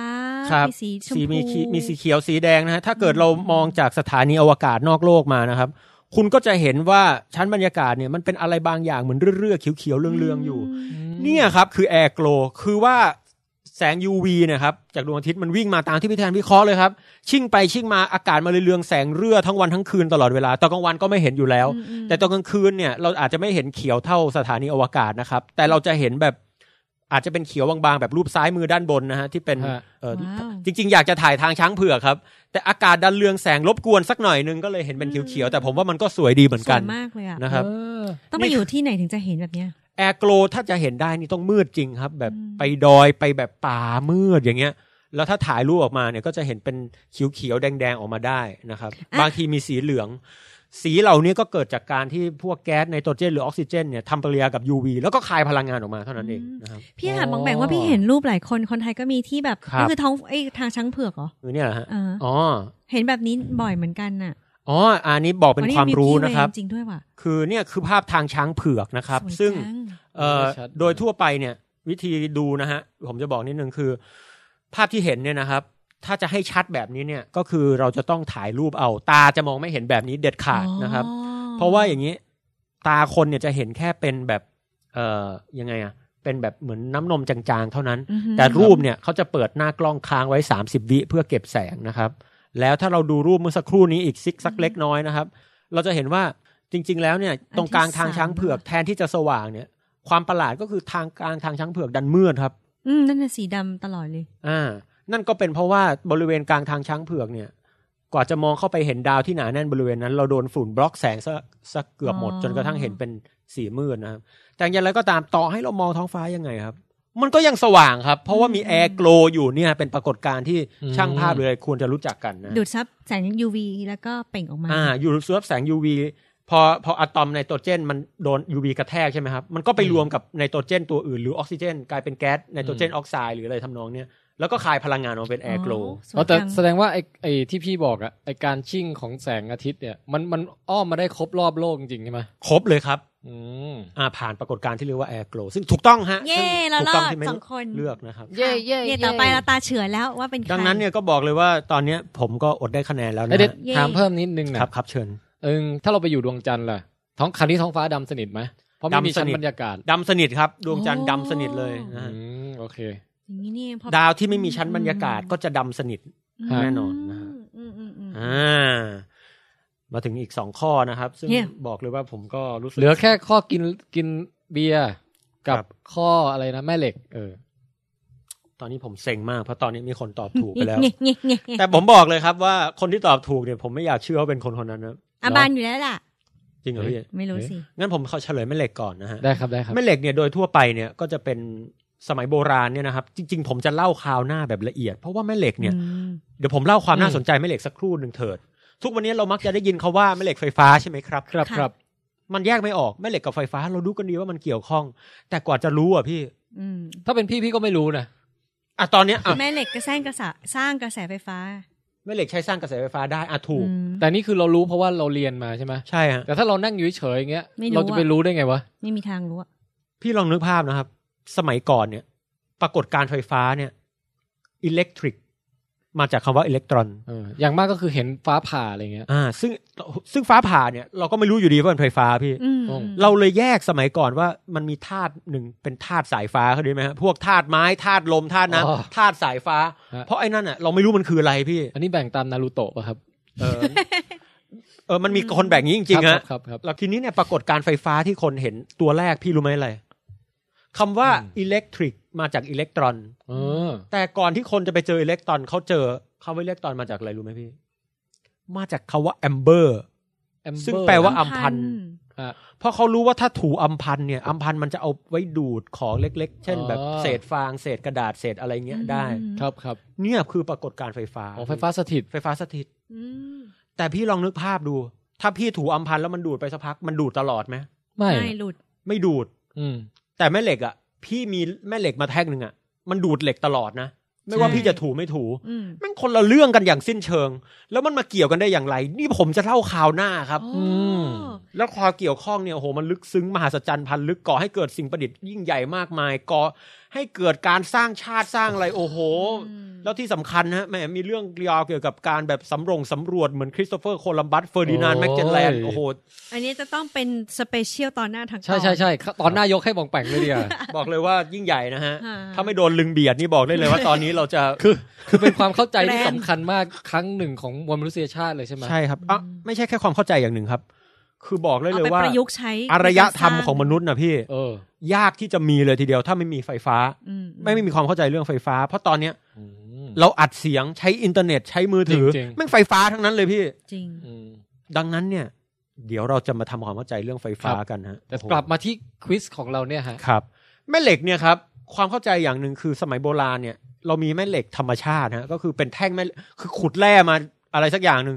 ครับ
มีสีชม
สีมี
พู
ขีมีสีเขียวสีแดงนะฮะถ้าเกิดเรามองจากสถานีอวกาศนอกโลกมานะครับ คุณก็จะเห็นว่าชั้นบรรยากาศเนี่ยมันเป็นอะไรบางอย่างเหมือนเรื่อๆเขียวๆเรืองๆอยู่ เนี่ยครับคือแอร์โกลคือว่า แสง UV นะครับจากดวงอาทิตย์มันวิ่งมาตามที่พี่แทนวิเคราะห์เลยครับ ชิ่งไปชิ่งมาอากาศมาเลยเรืองแสงเรื่อทั้งวันทั้งคืนตลอดเวลาตอนกลางวันก็ไม่เห็นอยู่แล้ว
อืมอืม
แต่ตอนกลางคืนเนี่ยเราอาจจะไม่เห็นเขียวเท่าสถานีอวกาศนะครับ แต่เราจะเห็นแบบอาจจะเป็นเขียวบางๆ แบบรูปซ้ายมือด้านบนนะฮะที่เป็น
ฮะ
เอ่อ
ว้าว
จริง ๆ อยากจะถ่ายทางช้างเผือกครับ แต่อากาศดันเรืองแสงรบกวนสักหน่อยนึงก็เลยเห็นเป็นเขียวๆแต่ผมว่ามันก็สวยดีเหมือน
ส
กั
วน ยมากเลยอ่ะ
นะครับ
เออ
ต้องไปอยู่ที่ไหนถึงจะเห็นแบบเนี้ย
แอร์โกลถ้าจะเห็นได้นี่ต้องมืดจริงครับ แบบ
อืม
ไปดอยไปแบบป่ามืดอย่างเงี้ย แล้วถ้าถ่ายรูปออกมาเนี่ยก็จะเห็นเป็นเขียวๆแดงๆออกมาได้นะครับ บางทีมีสีเหลือง สีเหล่านี้ก็เกิดจากการที่พวกแก๊สไนโตรเจนหรือออกซิเจนเนี่ยทำปฏิกิริยากับ UV แล้วก็คายพลังงานออกมาเท่านั้นเองนะครับ
พี่ถา
อ๋อ
มบองแบงว่าพี่เห็นรูปหลายคนคนไทยก็มีที่แบบ
ครับ
นี่คือท้องไอ้ยทางช้างเผือกเหรอ
คือเนี่ยแหละฮะ
อ่า
อ๋อ
เห็นแบบนี้บ่อยเหมือนกันน่ะ
อ๋ออันนี้บอกเป็น
อ๋อ
ความรู้นะครับ
มีที่เวจริงๆด้วยว่ะ
คือเนี่ยคือภาพทางช้างเผือกนะครับ
สวย
ซึ่ง
จั
เอ่อ
ไม่ชัด
โดยทั่วไปเนี่ย วิธีดูนะฮะ ผมจะบอกนิดนึงคือ ภาพที่เห็นเนี่ยนะครับ ถ้าจะให้ชัดแบบนี้เนี่ยก็คือเราจะต้องถ่ายรูปเอา ตาจะมองไม่เห็นแบบนี้เด็ดขาดนะครับ เพราะว่าอย่างนี้ ตาคนเนี่ยจะเห็นแค่เป็นแบบ เอ่อยังไงอะเป็นแบบเหมือนน้ำนมจางๆ เท่านั้น
อือฮึ
แต่รูปเนี่ยเขาจะเปิดหน้ากล้องค้างไว้ 30 วิเพื่อเก็บแสงนะครับ แล้วถ้าเราดูรูปเมื่อสักครู่นี้อีกซิกสักเล็กน้อยนะครับ เราจะเห็นว่าจริง ๆ แล้วเนี่ย ตรงกลางทางช้างเผือกแทนที่จะสว่างเนี่ย ความประหลาดก็คือทางกลางทางช้างเผือกดันมืดครับ
อืมนั่นน่ะสีดำตลอดเลย
อ่า นั่นก็เป็นเพราะว่าบริเวณกลางทางช้างเผือกเนี่ย กว่าจะมองเข้าไปเห็นดาวที่หนาแน่นบริเวณนั้น เราโดนฝุ่นบล็อกแสงซะซะเกือบหมด
อ๋อ
จนกระทั่งเห็นเป็นสีมืดนะครับ แต่อย่างไรก็ตามต่อให้เรามองท้องฟ้ายังไงครับ มันก็ยังสว่างครับ เพราะว่ามีแอร์โกลอยู่เนี่ยเป็นปรากฏการณ์ที่
อืม
ช่างภาพเลยควรจะรู้จักกันนะ
ดูดซับแสง UV แล้วก็เปล่งออกมา
อ่าอยู่เสื้อแสง UV พอพออะตอมไนโตรเจนมันโดน UV กระแทกใช่ไหมครับ มันก็ไป
อืม
รวมกับไนโตรเจนตัวอื่นหรือออกซิเจน กลายเป็นแก๊สไนโตรเจนออกไซด์หรืออะไรทำนองเนี้ยแล้วก็คายพลังงานออกมาเป็นแอร์โกล
อ๋อแต่แสดงว่าไอ้ไอ้ที่พี่บอกอะไอ้การชิ่งของแสงอาทิตย์เนี่ยมันมันอ้อมมาได้ครบรอบโลกจริงๆใช่ไหม
ครบเลยครับ
อืม
อ่าผ่านปรากฏการณ์ที่เรียกว่าแอร์โกลซึ่งถูกต้องฮะ
เย้
ซึ่ง
เรา
ถูก
รอ
ต้
ด
ที่ไม่
สองคน
เลือกนะครับ
เย่เย่ต่อไปเราตาเฉือนแล้วว่าเป็นใคร
ดังนั้นเนี่ยก็บอกเลยว่าตอนเนี้ยผมก็อดได้คะแนนแล้วนะ
เอ้ยเดี๋ยว
ฮะ
ถามเพิ่มนิดนึงนะครับ
ครับเชิญ
เออถ้าเราไปอยู่ดวงจันทร์ล่ะ ท้องคันนี้ท้องฟ้าดำสนิทไหมเพราะไม่มี
ดำส
ชั้น
นิท
บรรยากาศ
ดำสนิทครับดวงจันทร์ดำสนิทเลยนะฮะ
อืมโอเค
อย่างนี้นี่เองเพราะ
ดาวที่ไม่มีชั้นบรรยากาศก็จะดำสนิท
ฮะ
แน่นอนนะฮะ
อืมอืมอืม
อ่ามาถึงอีกสองข้อนะครับ ซึ่ง
เนี่ย
บอกเลยว่าผมก็รู้สึก
เหลือแค่ข้อกินกินเบียร์กั
ครับ บ
ข้ออะไรนะแม่เหล็ก เออ
ตอนนี้ผมเซ็งมากเพราะตอนนี้มีคนตอบถูกไปแล้ว
เงี้ยเงี้ยเงี้ยเงี้ย
แต่ผมบอกเลยครับว่าคนที่ตอบถูกเนี่ย ผมไม่อยากเชื่อว่าเป็นคนคนนั้นนะ
อาบานอยู่แล้วล่ะ
จริงเหรอพี่
ไม่รู้สิ
งั้นผมขอเฉลยแม่เหล็กก่อนนะฮะ
ได้ครับได้ครับ
แม่เหล็กเนี่ยโดยทั่วไปเนี่ยก็จะเป็นสมัยโบราณเนี่ยนะครับ จริง ๆ ผมจะเล่าคราวหน้าแบบละเอียด เพราะว่าแม่เหล็กเนี่ย
อืม
เดี๋ยวผมเล่าความน่าสนใจแม่เหล็กสักครู่หนึ่งเถิด ทุกวันนี้เรามักจะได้ยินเขาว่าแม่เหล็กไฟฟ้าใช่ไหมครับ
ครับ
ค่ะ
ครับ
มันแยกไม่ออกแม่เหล็กกับไฟฟ้า เรารู้กันดีว่ามันเกี่ยวข้อง แต่กว่าจะรู้อ่ะพี่
อืม
ถ้าเป็นพี่พี่ก็ไม่รู้นะ
อ่ะตอนเนี้ยอ่ะ
แม่เหล็กกระแสร้างกระสะสร้างกระแสไฟฟ้า
แม่เหล็กใช้สร้างกระแสไฟฟ้าได้อ่ะถูก
อืม
แต่นี่คือเรารู้เพราะว่าเราเรียนมาใช่ไหม
ใช่ฮะ
แต่ถ้าเรานั่งอยู่เฉยๆอย่างเงี้ย
ไม่รู้
เราจะไป
อะ
รู้ได้ไงวะ
ไม่มีทางรู้อะ
พี่ลองนึกภาพนะครับ สมัยก่อนเนี่ย ปรากฏการณ์ไฟฟ้าเนี่ยอิเล็กทริก มาจากคำว่าอิเล็กตรอน
เอออย่างมากก็คือเห็นฟ้าผ่าอะไรเงี้ย
อ่า ซึ่งซึ่งฟ้าผ่าเนี่ย เราก็ไม่รู้อยู่ดีว่าเป็นไฟฟ้าพี่
อืม
งง
เราเลยแยกสมัยก่อนว่ามันมีธาตุหนึ่งเป็นธาตุสายฟ้าเขาดีไหมฮะพวกธาตุไม้ธาตุลมธาตุ
อ๋อ
น้ำธาตุสายฟ้า
ฮะ
เพราะไอ้นั่นอ่ะเราไม่รู้มันคืออะไรพี่
อันนี้แบ่งตามนารูโตะป่ะครับ
เออ เออมันมีคนแบบนี้จริงๆ
ค
ฮะ
บครับครับ
แล้วทีนี้เนี่ยปรากฏการณ์ไฟฟ้าที่คนเห็นตัวแรกพี่รู้ไหมอะไรคำว่า
อืม
อิเล็กทริกมาจากอิเล็กตรอน
เออ
แต่ก่อนที่คนจะไปเจออิเล็กตรอนเขาเจอคำว่าอิเล็กตรอนมาจากอะไรรู้ไหมพี่ มาจากคำว่าแอมเบอร์
Amber
ซึ่งแปลว่า
อะ
อัมพันธ์
อ่ะ
เพราะเขารู้ว่าถ้าถูอัมพันธ์เนี่ยอัมพันธ์มันจะเอาไว้ดูดของเล็ก ๆ เช่น แบบ
อ๋อ
เศษฟางเศษกระดาษเศษอะไรเงี้ยได้
อืม
ครับครับ
เนี่ยคือปรากฏการณ์ไฟฟ้า
ของไฟฟ้าสถิต
ไฟฟ้าสถิต
อืม
แต่พี่ลองนึกภาพดู ถ้าพี่ถูอัมพันธ์แล้วมันดูดไปสักพักมันดูดตลอดไหม
ไม่
ไม่หลุด
ไม่ดูด
อืม
แต่แม่เหล็กอ่ะพี่มีแม่เหล็กมาแท่งหนึ่งอ่ะมันดูดเหล็กตลอดนะ ไม่ว่า
ใช่
พี่จะถูไม่ถู
อืม
แมันคนละเรื่องกันอย่างสิ้นเชิง แล้วมันมาเกี่ยวกันได้อย่างไร นี่ผมจะเล่าข่าวหน้าครับ
โอ้
ม
แล้วความเกี่ยวข้องเนี่ยโอ้โหมันลึกซึ้งมหัศจรรย์พันลึกก่อให้เกิดสิ่งประดิษฐ์ยิ่งใหญ่มากมายก่อให้เกิดการสร้างชาติสร้างอะไรโอ้โห
อืม
แล้วที่สำคัญนะฮะแหมมีเรื่องยาวเกี่ยวกับการแบบสำรงสำรวจเหมือนคริสโตเฟอร์โคลัมบัสเฟอร์ดินานด์
โอ้ย
แมกเจนแลนด์โอ้โห
อันนี้จะต้องเป็นสเปเชียลตอนหน้าทาง
ใช่ใช่ใช่ครับตอนหน้ายกให้บองแปงเลยเดียว
บอกเลยว่ายิ่งใหญ่นะ ฮะ
อ่า
ถ้าไม่โดนลึงเบียดนี่บอกได้เลยว่าตอนนี้เราจะ
คือคือเป็นความเข้าใจที่
แรง
สำคัญมากครั้งหนึ่งของมวลมนุษยชาติเลยใช่ไหม
ใช่ครับอ่ะไม่ใช่แค่ความเข้าใจอย่างหนึ่งครับ คือบอกได้
เอา
เลย
ไป
ว่า
ประยุกต์ใช้
อารยธรรมของมนุษย์นะพี่
เออ
ยากที่จะมีเลยทีเดียวถ้าไม่มีไฟฟ้า
อืม
ไม่ไม่มีความเข้าใจเรื่องไฟฟ้า เพราะตอนเนี้ย
อืม
เราอัดเสียงใช้อินเทอร์เน็ตใช้มือถือ
จริงๆ
แม่งไฟฟ้าทั้งนั้นเลยพี่
จริง
อืม
ดังนั้นเนี่ย เดี๋ยวเราจะมาทำความเข้าใจเรื่องไฟฟ้า
ครับ
กันฮะ
แต่
โอ้โห
กลับมาที่ควิสของเราเนี่ยฮะ
ครับ แม่เหล็กเนี่ยครับ ความเข้าใจอย่างหนึ่งคือสมัยโบราณเนี่ย เรามีแม่เหล็กธรรมชาติฮะก็คือเป็นแท่งแม่คือขุดแร่มาอะไรสักอย่างหนึ่ง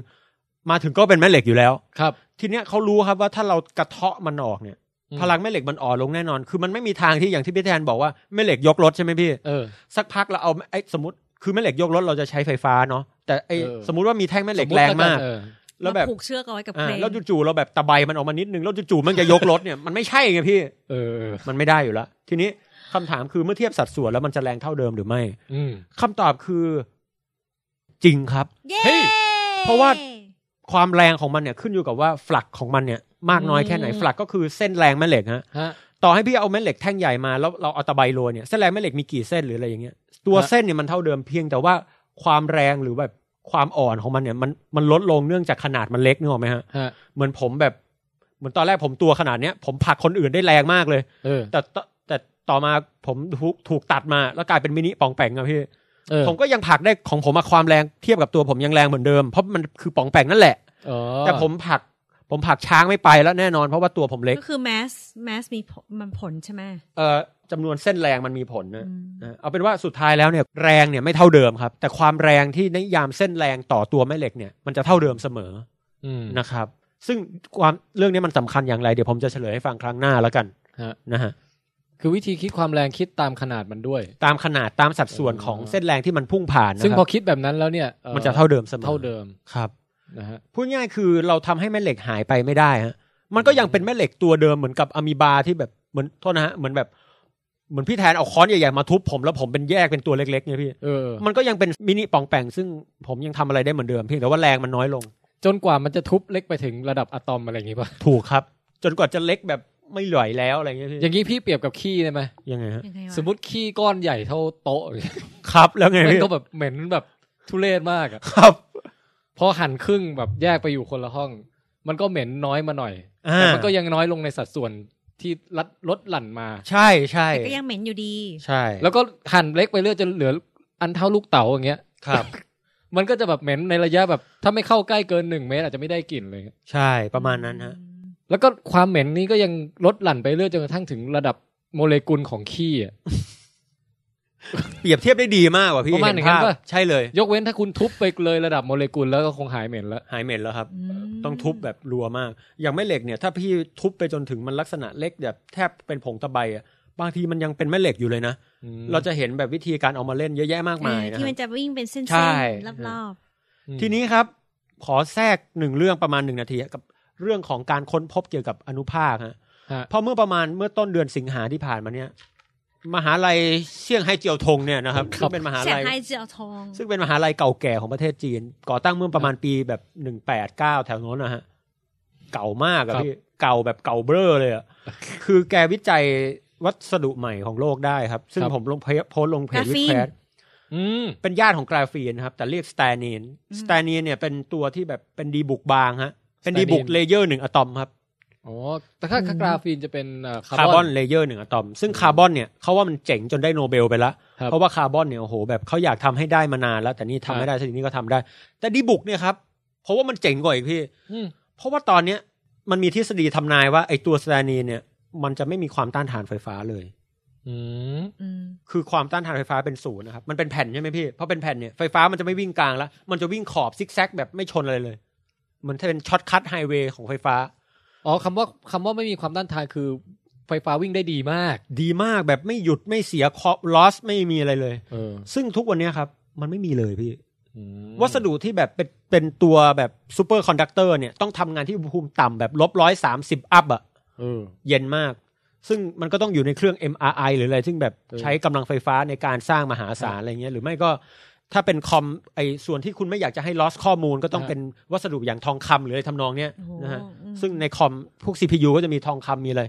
มาถึงก็เป็นแม่เหล็กอยู่แล้ว
ครับ
ทีเนี้ยเขารู้ครับว่าถ้าเรากระเทาะมันออกเนี่ย พลังแม่เหล็กมันอ่อนลงแน่นอน คือมันไม่มีทางที่อย่างที่พี่แทนบอกว่าแม่เหล็กยกรถใช่ไหมพี่
เออ
สักพักเราเอาไอ้สมมติคือแม่เหล็กยกรถเราจะใช้ไฟฟ้าเนาะแต่ไอ้
เออ
สมมติว่ามีแท่งแม่เหล็กแรงมาก
เออ
แล้วแบบ
ผูกเชือกเอาไว้กับ
อ่า
เครน
แล้วจู่ๆเราแบบตะไบมันออกมานิดนึงแล้วจู่ๆมันจะยกรถเนี่ย มันไม่ใช่ไงพี่
เออเออ
มันไม่ได้อยู่แล้วทีนี้คำถามคือเมื่อเทียบสัดส่วนแล้วมันจะแรงเท่าเดิมหรือไม่
อืม
คำตอบคือจริงครับ
เย้
เฮ้ย
เพราะว่า ความแรงของมันเนี่ยขึ้นอยู่กับว่าฝลักของมันเนี่ย มากน้อยแค่ไหน
อืม
ฝลักก็คือเส้นแรงแม่เหล็กฮะ
ฮะ
ต่อให้พี่เอาแม่เหล็กแท่งใหญ่มาแล้วเราเอาตะไบโรยเนี่ยเส้นแรงแม่เหล็กมีกี่เส้นหรืออะไรอย่างเงี้ยตัว
ฮะ
เส้นเนี่ยมันเท่าเดิมเพียงแต่ว่าความแรงหรือแบบความอ่อนของมันเนี่ยมันมันลดลงเนื่องจากขนาดมันเล็กนึกออกไหมฮะ
ฮะ
เหมือนผมแบบเหมือนตอนแรกผมตัวขนาดเนี้ยผมผลักคนอื่นได้แรงมากเลย
เออ
แต่ตแต่ต่อมาผมถูกถูกตัดมาแล้วกลายเป็นมินิปองแปงอะพี่
เออ
ผมก็ยังผลักได้ของผมมาความแรงเทียบกับตัวผมยังแรงเหมือนเดิมเพราะมันคือปองแปงนั่นแหละ
อ๋อ
แต่ผมผลักผมผลักช้างไม่ไปแล้วแน่นอนเพราะว่าตัวผมเล็ก
ก็คือแมสแมสมีผลมันผลใช่ไหม
เอ่อจำนวนเส้นแรงมันมีผลนะ
อืม
นะเอาเป็นว่าสุดท้ายแล้วเนี่ยแรงเนี่ยไม่เท่าเดิมครับ แต่ความแรงที่นิยามเส้นแรงต่อตัวแม่เหล็กเนี่ยมันจะเท่าเดิมเสมอ
อืม
นะครับ ซึ่งความเรื่องนี้มันสำคัญอย่างไรเดี๋ยวผมจะเฉลยให้ฟังครั้งหน้าแล้วกัน
ฮะ
นะฮะ
คือวิธีคิดความแรงคิดตามขนาดมันด้วย
ตามขนาดตามสัดส่วน
อ๋อ
ของเส้นแรงที่มันพุ่งผ่านนะ
ซึ่ง
ค
พ
รั
อบ คิดแบบนั้นแล้วเนี่ยอ่อ
มันจะเท่าเดิมเสมอ
เท่าเดิม
ครับ
นะฮะ
พูดง่ายคือเราทำให้แม่เหล็กหายไปไม่ได้ฮะมันก็ยังเป็นแม่เหล็กตัวเดิมเหมือนกับอะมีบาที่แบบเหมือนโทษนะฮะเหมือนแบบเหมือนพี่แทนเอาค้อนใหญ่ๆมาทุบผมแล้วผมเป็นแยกเป็นตัวเล็กๆเนี่ยพี่
เออ
มันก็ยังเป็นมินิปองแปงซึ่งผมยังทำอะไรได้เหมือนเดิมเพียงแต่ว่าแรงมันน้อยลง
จนกว่ามันจะทุบเล็กไปถึงระดับอะตอมอะไรอย่าง งี้ป่ะ
ถูกครับ จนกว่าจะเล็กแบบไม่ไหลอยแล้วอะไรเงี้ยพี่
อย่างงี้พี่เปรียบกับขี้ได้ไหม
ยังไงฮะ
ยังไงวะ
สมมติขี้ก้อนใหญ่เท่าโต๊ะ อย่างเงี้ย
ครับแล้วไง
มัน
พี่
ก็แบบเหม็นแบบทุเรศมากอะ
ครับ
พอหันครึ่งแบบแยกไปอยู่คนละห้อง มันก็เหม็นน้อยมาหน่อย
อ่า
แต่มันก็ยังน้อยลงในสัดส่วนที่ลดลดหลั่นมา
ใช่ใช่
แต่ก็ยังเหม็นอยู่ดี
ใช่
แล้วก็หั่นเล็กไปเรื่อยจนเหลืออันเท่าลูกเต๋าอย่างเงี้ย
ครับ
มันก็จะแบบเหม็นในระยะแบบ ถ้าไม่เข้าใกล้เกินหนึ่งเมตรอาจจะไม่ได้กลิ่นเลย
ใช่ประมาณนั้นฮะ
แล้วก็ความเหม็นนี้ก็ยังลดหลั่นไปเรื่อยจนกระทั่งถึงระดับโมเลกุลของขี้อะ
เปรียบเทียบได้ดีมากกว่าพี่
ประมาณอ
เห็
ย่างนั้น
ภ
ปะ
ใช่เลย
ยกเว้นถ้าคุณทุบไปเลยระดับโมเลกุลแล้วก็คงหายเหม็นแล้ว
หายเหม็นแล้วครับ
อืม
ต้องทุบแบบรัวมาก อย่างแม่เหล็กเนี่ยถ้าพี่ทุบไปจนถึงมันลักษณะเล็กแบบแทบเป็นผงตะไบอะบางทีมันยังเป็นแม่เหล็กอยู่เลยนะ
อืม
เราจะเห็นแบบวิธีการเอามาเล่นเยอะแยะมากมาย
เออ
นะ
ที่
ฮะ
มันจะวิ่งเป็นเส้น
ใช่
ๆรอบ
ทีนี้ครับ ขอแทรกหนึ่งเรื่องประมาณหนึ่งนาทีกับเรื่องของการค้นพบเกี่ยวกับอนุภาคฮะ
ฮะ
เพราะเมื่อประมาณเมื่อต้นเดือนสิงหาที่ผ่านมาเนี่ย มหาลัยเซี่ยงไฮ้เจียวทงเนี่ยนะครับ
ครับ
ซึ่งเป็นมหา
ๆแสง
ลัย
ไฮเจียวทอง
ซึ่งเป็นมหาลัยเก่าแก่ของประเทศจีน ก่อตั้งเมื่อประมาณปีแบบหนึ่งแปดเก้าแถวโน้นนะฮะเก่ามากอะพี่เก่าแบบเก่าเบ้อเลยอะคือแกวิจัยวัสดุใหม่ของโลกได้ครับ ซึ่ง
ครับ
ผมลงเพจโพสต์ลงเพจวิ
กราฟีน
แคส
อืม
เป็นญาติของกราฟีนนะครับ แต่เรียกสแตนีน
อืม
สแตนีนเนี่ยเป็นตัวที่แบบเป็นดีบุกบางฮะ เป็นดีบุกเลเยอร์หนึ่งอะตอมครับ
อ๋อแต่ถ้าถ้ากราฟีนจะเป็นเอ่อคา
คา
ร์บ
ร์
บ อ
อน นเลเยอร์หนึ่งอะตอม ซึ่งคาร์บอนเนี่ยเขาว่ามันเจ๋งจนได้โนเบลไปแล้ว
ครับ
เพราะว่าคาร์บอนเนี่ยโอ้โหแบบเขาอยากทำให้ได้มานานแล้ว แต่นี่
ค
ทำ
รับ
ไม่ได้ทีนี้ก็ทำได้ แต่ดีบุกเนี่ยครับเพราะว่ามันเจ๋งกว่าอีกพี่
อืม
เพราะว่าตอนเนี้ยมันมีทฤษฎีทำนายว่าไอตัวสแตนีนเนี่ยมันจะไม่มีความต้านทานไฟฟ้าเลย
อืม
อืม
คือความต้านทานไฟฟ้าเป็นศูนย์นะครับ มันเป็นแผ่นใช่ไหมพี่ เพราะเป็นแผ่นเนี่ยไฟฟ้ามันจะไม่วิ่งกลางแล้ว มันจะวิ่งขอบซิกแซกแบบไม่ชนอะไรเลย เหมือนถ้าเป็นช็อตคัทไฮเวย์ของไฟฟ้า
อ๋อคำว่าคำว่าไม่มีความต้านทานคือไฟฟ้าวิ่งได้ดีมาก
ดีมากแบบไม่หยุดไม่เสียคอลอสไม่มีอะไรเลย
เออ
ซึ่งทุกวันเนี้ยครับ มันไม่มีเลยพี่
อืม
วัสดุที่แบบเป็นเป็นตัวแบบซูเปอร์คอนดักเตอร์เนี่ยต้องทำงานที่อุณหภูมิต่ำแบบลบร้อยสามสิบอัพอะ
เออ
เย็นมาก ซึ่งมันก็ต้องอยู่ในเครื่อง MRI หรืออะไร ซึ่งแบบ
เออ
ใช้กำลังไฟฟ้าในการสร้างมหาศาลอะไรเงี้ยหรือไม่ก็ ถ้าเป็นคอมไอส่วนที่คุณไม่อยากจะให้ loss ข้อมูลก็ต้อง
ฮะ
เป็นวัสดุอย่างทองคำหรืออะไรทำนองเนี้ย
โอ้โห
นะฮะ
อืม
ซึ่งในคอมพวก CPU ก็จะมีทองคำมีอะไร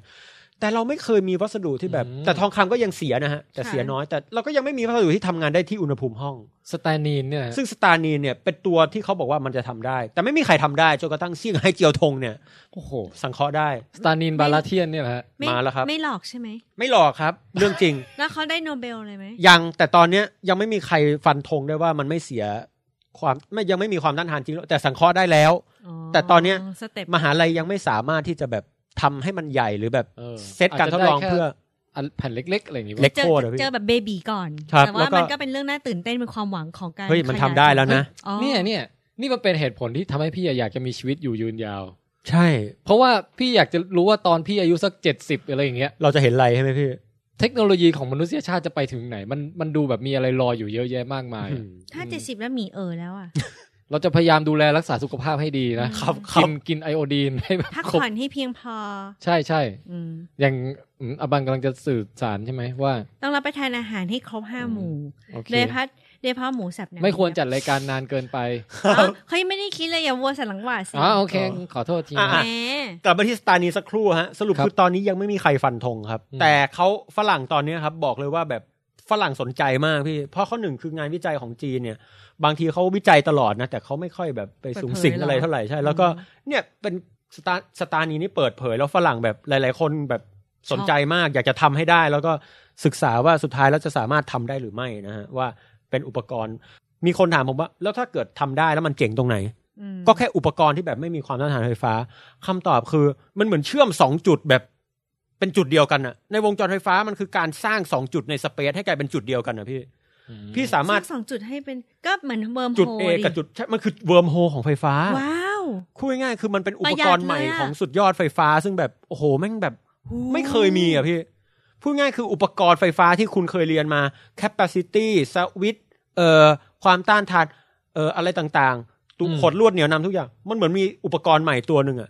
แต่เราไม่เคยมีวัสดุที่แบบ
อืม
แต่ทองคำก็ยังเสียนะฮะแต่เสียน้อยแต่เราก็ยังไม่มีวัสดุที่ทำงานได้ที่อุณหภูมิห้อง
สแตนีนเนี่ยนะ
ซึ่งสตานีนเนี่ยเป็นตัวที่เขาบอกว่ามันจะทำได้ แต่ไม่มีใครทำได้จนกระทั่งเซี่ยงไฮ้เจียวทงเนี่ย
โอ้โห
สังเคราะห์ได้
สตานีนบาลาเทียนเนี่ยนะฮะ
ไม่
มาแล้วครับ
ไม่หลอกใช่ไหม
ไม่หลอกครับ เรื่องจริง
แล้วเขาได้โนเบลเลยไหม
ยังแต่ตอนเนี้ยยังไม่มีใครฟันธงได้ว่ามันไม่เสียความไม่ยังไม่มีความต้านทานจริงหรอกแต่สังเคราะห์ได้แล้ว แต่ตอนเนี้ย
สเต็ป
มหาลัยยังไม่สามารถที่จะแบบทำให้มันใหญ่หรือแบบ
เออ
เซตการทดลอง
อาจจะได้แค่
เพื่อ
อันแผ่นเล็กๆอะไรอย่างงี้
เล็
ปะ
ก
เจอ
โคตรอะพี่
เจอแบบเบบีก่อน
ครับแล้ว
แต่่าว
ก็
มันก็เป็นเรื่องน่าตื่นเต้นเป็นความหวังของการ
เฮ้ยมัน
ขา
ทำได้แล้วนะ
อ๋อ
เนี่ยเนี่ยนี่มันเป็นเหตุผลที่ทำให้พี่อยากจะมีชีวิตอยู่ยืนยาว
ใช่
เพราะว่าพี่อยากจะรู้ว่าตอนพี่อายุสักเจ็ดสิบอะไรอย่างเงี้ย
เราจะเห็นอะไรใช่ไหมพี่
เทคโนโลยีของมนุษยชาติจะไปถึงไหน มันมันดูแบบมีอะไรรออยู่เยอะแยะมากมาย
อืม
ถ้าเจ็ดสิบแล้วหมีเออแล้วอ่ะ
เราจะพยายามดูแลรักษาสุขภาพให้ดีนะครับ
ครั
กิน
บ
กินไอโอดีนให้แบบ
พัก
ครบ
ผ่อนให้เพียงพอ
ใช่ใช่
อืม
อย่างอืมอบังกำลังจะสื่อสารใช่ไหมว่า
ต้องรับประทานอาหารให้ครบห้าหมู่
โอเค
โดยเฉพัดโดยเฉพาะหมูสับน้ำ
ไม่ควรจัดรายการนานเกินไป
เอ้าเขายังไม่ได้คิดเลยอย่าวัวสันหลังหวาดสิ
อ๋อโอเค ขอโทษที
ะ
แหม
นะ
กลับมาที่สตานีสักครู่ฮะสรุป
ครับ
คือตอนนี้ยังไม่มีใครฟันธงครับ
อืม
แต่เขาฝรั่งตอนเนี้ยครับ บอกเลยว่าแบบฝรั่งสนใจมากพี่เพราะข้อหนึ่งคืองานวิจัยของจีนเนี่ย บางทีเขาวิจัยตลอดนะแต่เขาไม่ค่อยแบบไปสูงสิงอะไรเท่าไหร่ใช่ แล้วก็เนี่ยเป็นสตาสตานีนี่เปิดเผยแล้วฝรั่งแบบหลาย ๆ คนแบบสนใจมาก อยากจะทำให้ได้ แล้วก็ศึกษาว่าสุดท้ายแล้วจะสามารถทำได้หรือไม่นะฮะว่าเป็นอุปกรณ์มีคนถามผมว่า แล้วถ้าเกิดทำได้แล้วมันเจ๋งตรงไหน
อืม
ก็แค่อุปกรณ์ที่แบบไม่มีความต้านทานไฟฟ้าคำตอบคือมันเหมือนเชื่อมสองจุดแบบเป็นจุดเดียวกันอะในวงจรไฟฟ้ามันคือการสร้างสองจุดในสเปซให้กลายเป็นจุดเดียวกันนะพี่
อืม
พี่สามารถ
ซึ่งสองจุดให้เป็นก็เหมือนเวิร์ม
จุด
โฮ
A กับจุดใช่มันคือเวิร์มโฮของไฟฟ้า
ว้าว
คุยง่ายๆคือมันเป็นอุปกรณ์ใหม่
ประหยัดเลยอะ
ของสุดยอดไฟฟ้า ซึ่งแบบโอ้โหแม่งแบบ ไม่เคยมีอ่ะพี่ พูดง่ายคืออุปกรณ์ไฟฟ้าที่คุณเคยเรียนมา capacity สวิตช์เอ่อความต้านทานเอ่ออะไรต่างๆตุกขดลวดเหนียวนำทุกอย่าง มันเหมือนมีอุปกรณ์ใหม่ตัวหนึ่งอ่ะ